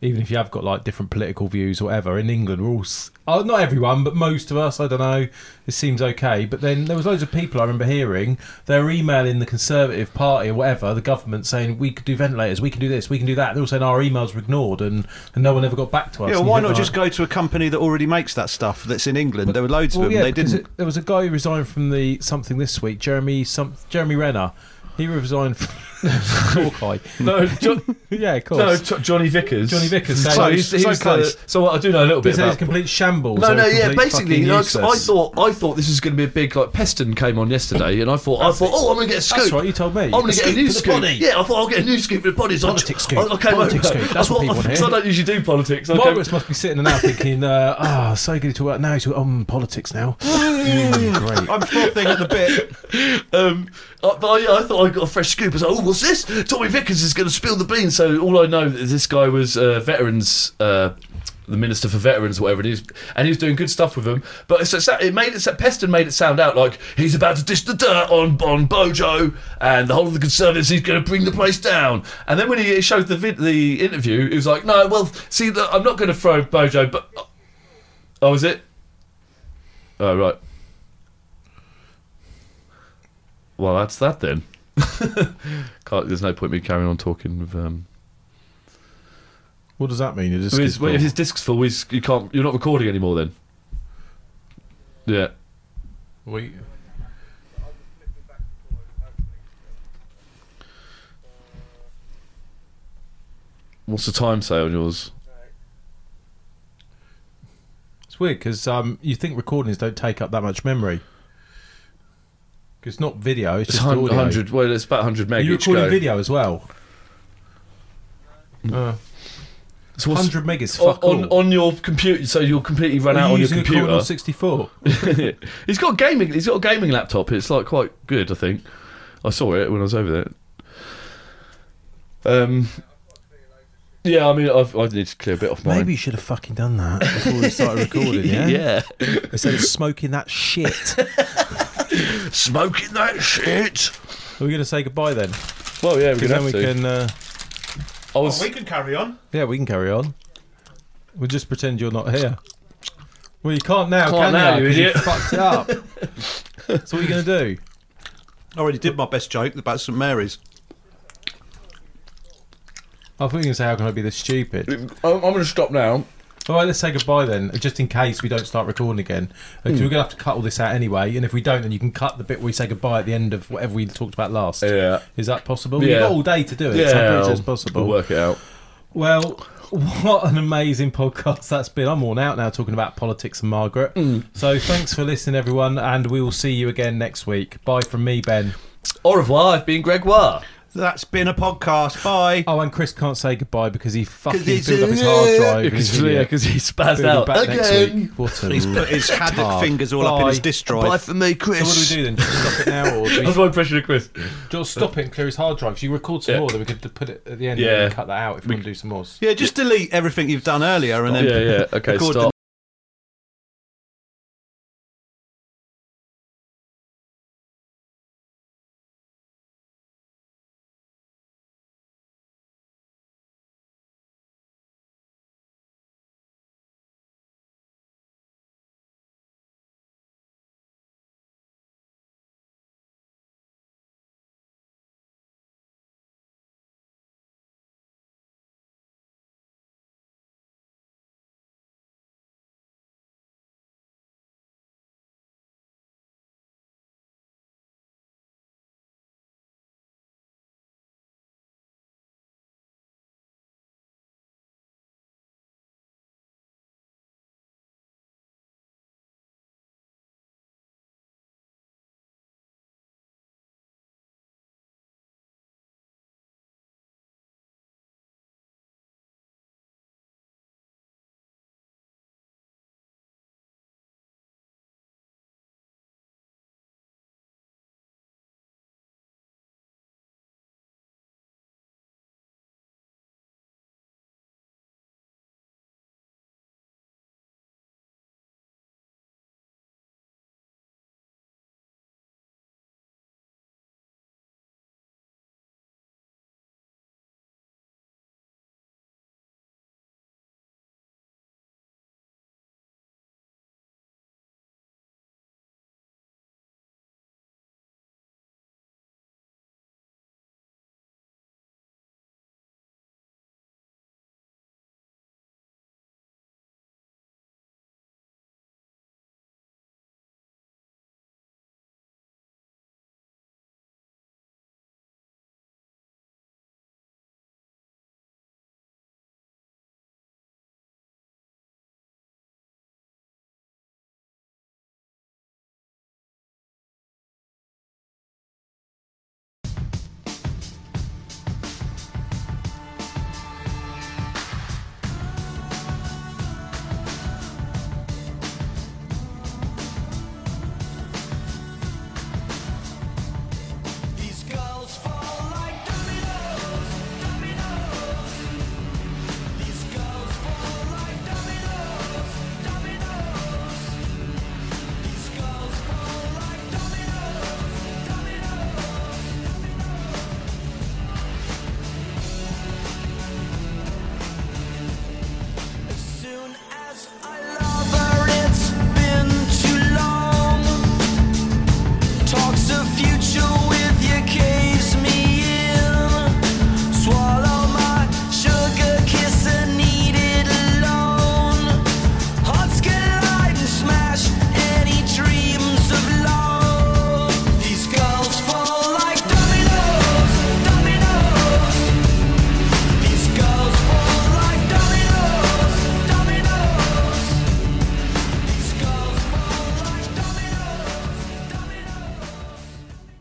Speaker 3: Even if you have got like different political views or whatever, in England we're all s- uh, not everyone, but most of us. I don't know. It seems okay. But then there was loads of people I remember hearing they were emailing the Conservative Party or whatever, the government saying we could do ventilators, we can do this, we can do that. They were saying our emails were ignored and, and no one ever got back to us.
Speaker 6: Yeah,
Speaker 3: And you
Speaker 6: why
Speaker 3: think,
Speaker 6: not
Speaker 3: like-
Speaker 6: just go to a company that already makes that stuff that's in England? There were loads of
Speaker 3: well,
Speaker 6: them.
Speaker 3: yeah,
Speaker 6: they
Speaker 3: because
Speaker 6: didn't.
Speaker 3: it- there was a guy who resigned from the something this week, Jeremy some Jeremy Renner. He resigned from Hawkeye.
Speaker 4: No, John,
Speaker 3: yeah, of
Speaker 4: no,
Speaker 3: course.
Speaker 4: Jo- Johnny Vickers.
Speaker 3: Johnny Vickers, so
Speaker 4: So, he's,
Speaker 3: close,
Speaker 4: he's
Speaker 3: so close.
Speaker 4: The, so I do know a little
Speaker 3: He
Speaker 4: bit
Speaker 3: said
Speaker 4: about
Speaker 3: it's complete shambles.
Speaker 4: No,
Speaker 3: they're
Speaker 4: no, yeah.
Speaker 3: complete
Speaker 4: Basically,
Speaker 3: fucking
Speaker 4: like, I
Speaker 3: useless.
Speaker 4: thought I thought this was going to be a big like Peston came on yesterday, and I thought I thought, oh, I'm going to get a scoop.
Speaker 3: That's right, you told me.
Speaker 4: I'm going to get a
Speaker 3: scoop
Speaker 4: news
Speaker 3: for the
Speaker 4: scoop.
Speaker 3: body.
Speaker 4: Yeah, I thought I'll get a news scoop for the bodies.
Speaker 3: Politics
Speaker 4: I,
Speaker 3: scoop.
Speaker 4: I, I came
Speaker 3: Politics
Speaker 4: over.
Speaker 3: scoop, that's
Speaker 4: I
Speaker 3: what people
Speaker 4: thought,
Speaker 3: want to
Speaker 4: so I
Speaker 3: hear.
Speaker 4: don't usually do politics. I came-
Speaker 3: Margaret must be sitting now thinking, uh, "Ah, so good to work now. To um, politics now. Mm, great.
Speaker 6: I'm frothing at the bit.
Speaker 4: Um, I, but I, yeah, I thought I got a fresh scoop. I was like, oh, what's this? Tommy Vickers is going to spill the beans. So all I know is this guy was uh, veterans, uh, the minister for veterans, or whatever, and he was, and he was doing good stuff with them. But it's, it's, it made it. Peston made it sound out like he's about to dish the dirt on on Bojo and the whole of the Conservatives. He's going to bring the place down. And then when he showed the vid, the interview, he was like, no, well, see, the, I'm not going to throw Bojo, but oh, is it? Oh right. Well, that's that then. Can't, there's no point me carrying on talking with. Um,
Speaker 3: What does that mean? It is
Speaker 4: if his, if his disc's full, he's, you can't. You're not recording anymore then. Yeah.
Speaker 3: we,
Speaker 4: What's the time say on yours?
Speaker 3: It's weird because um, you think recordings don't take up that much memory. 'Cause it's not video; it's,
Speaker 4: It's
Speaker 3: just audio.
Speaker 4: hundred. Well, it's about hundred meg
Speaker 3: Are you
Speaker 4: each go.
Speaker 3: recording video as well? Uh,
Speaker 4: So what's-
Speaker 3: 100 meg is
Speaker 4: on,
Speaker 3: fuck
Speaker 4: on,
Speaker 3: all.
Speaker 4: on your computer, so you're completely run
Speaker 3: Are
Speaker 4: out
Speaker 3: you
Speaker 4: on your
Speaker 3: using a
Speaker 4: computer.
Speaker 3: Commodore 64?
Speaker 4: he's got a gaming. He's got a gaming laptop. It's like quite good, I think. I saw it when I was over there. Um. Yeah, I mean, I've, I need to clear a bit off mine.
Speaker 10: Maybe you should have fucking done that before we started recording, yeah?
Speaker 4: yeah.
Speaker 10: Instead of smoking that shit.
Speaker 4: Smoking that shit.
Speaker 3: Are we going to say goodbye then? 'Cause
Speaker 4: Well, yeah, we're gonna
Speaker 3: then
Speaker 4: have
Speaker 3: we
Speaker 4: to.
Speaker 3: can. Uh,
Speaker 4: I was,
Speaker 8: can carry on.
Speaker 3: yeah, we can carry on. We'll just pretend you're not here. Well, you can't now, can
Speaker 4: Can't now,
Speaker 3: you?
Speaker 4: you
Speaker 3: 'Cause
Speaker 4: idiot.
Speaker 3: fucked it up. so what are you going to do?
Speaker 6: I already did my best joke about St Mary's.
Speaker 3: I thought you were going to say, how can I be this stupid?
Speaker 4: I'm, I'm going to stop now.
Speaker 3: All right, let's say goodbye then, just in case we don't start recording again. Because we're going to have to cut all this out anyway, and if we don't, then you can cut the bit where we say goodbye at the end of whatever we talked about last.
Speaker 4: Yeah.
Speaker 3: Is that possible?
Speaker 4: Yeah.
Speaker 3: You've got all day to do it, so I'm pretty sure it's
Speaker 4: I'll- I'll
Speaker 3: possible.
Speaker 4: work it out.
Speaker 3: Well, What an amazing podcast that's been. I'm worn out now talking about politics and Margaret. So thanks for listening, everyone, and we will see you again next week. Bye from me, Ben.
Speaker 4: Au revoir. I've been Gregoire.
Speaker 6: That's been a podcast. Bye.
Speaker 3: Oh, and Chris can't say goodbye because he fucking
Speaker 6: he's
Speaker 3: filled up his
Speaker 6: a-
Speaker 3: hard drive.
Speaker 4: Yeah, 'cause-
Speaker 3: He's an
Speaker 4: yeah,
Speaker 3: idiot.
Speaker 4: 'cause he
Speaker 3: He'll
Speaker 4: spazzed
Speaker 3: be
Speaker 4: out.
Speaker 3: back next
Speaker 4: Again.
Speaker 3: week. What a
Speaker 6: He's put his had
Speaker 3: retard.
Speaker 6: fingers all up in his
Speaker 3: Bye.
Speaker 6: disk drive.
Speaker 4: for me,
Speaker 3: So what do we do then? Just stop it now, or do we
Speaker 4: That's my impression of Chris.
Speaker 3: just stop it and clear his hard drives? You record some
Speaker 4: Yeah.
Speaker 3: more, then we could put it at the end
Speaker 4: Yeah.
Speaker 3: and cut that out if we, want to do some more.
Speaker 6: Yeah, just delete everything you've done earlier and then
Speaker 4: Oh, Yeah, yeah. Okay,
Speaker 6: record the
Speaker 4: stop.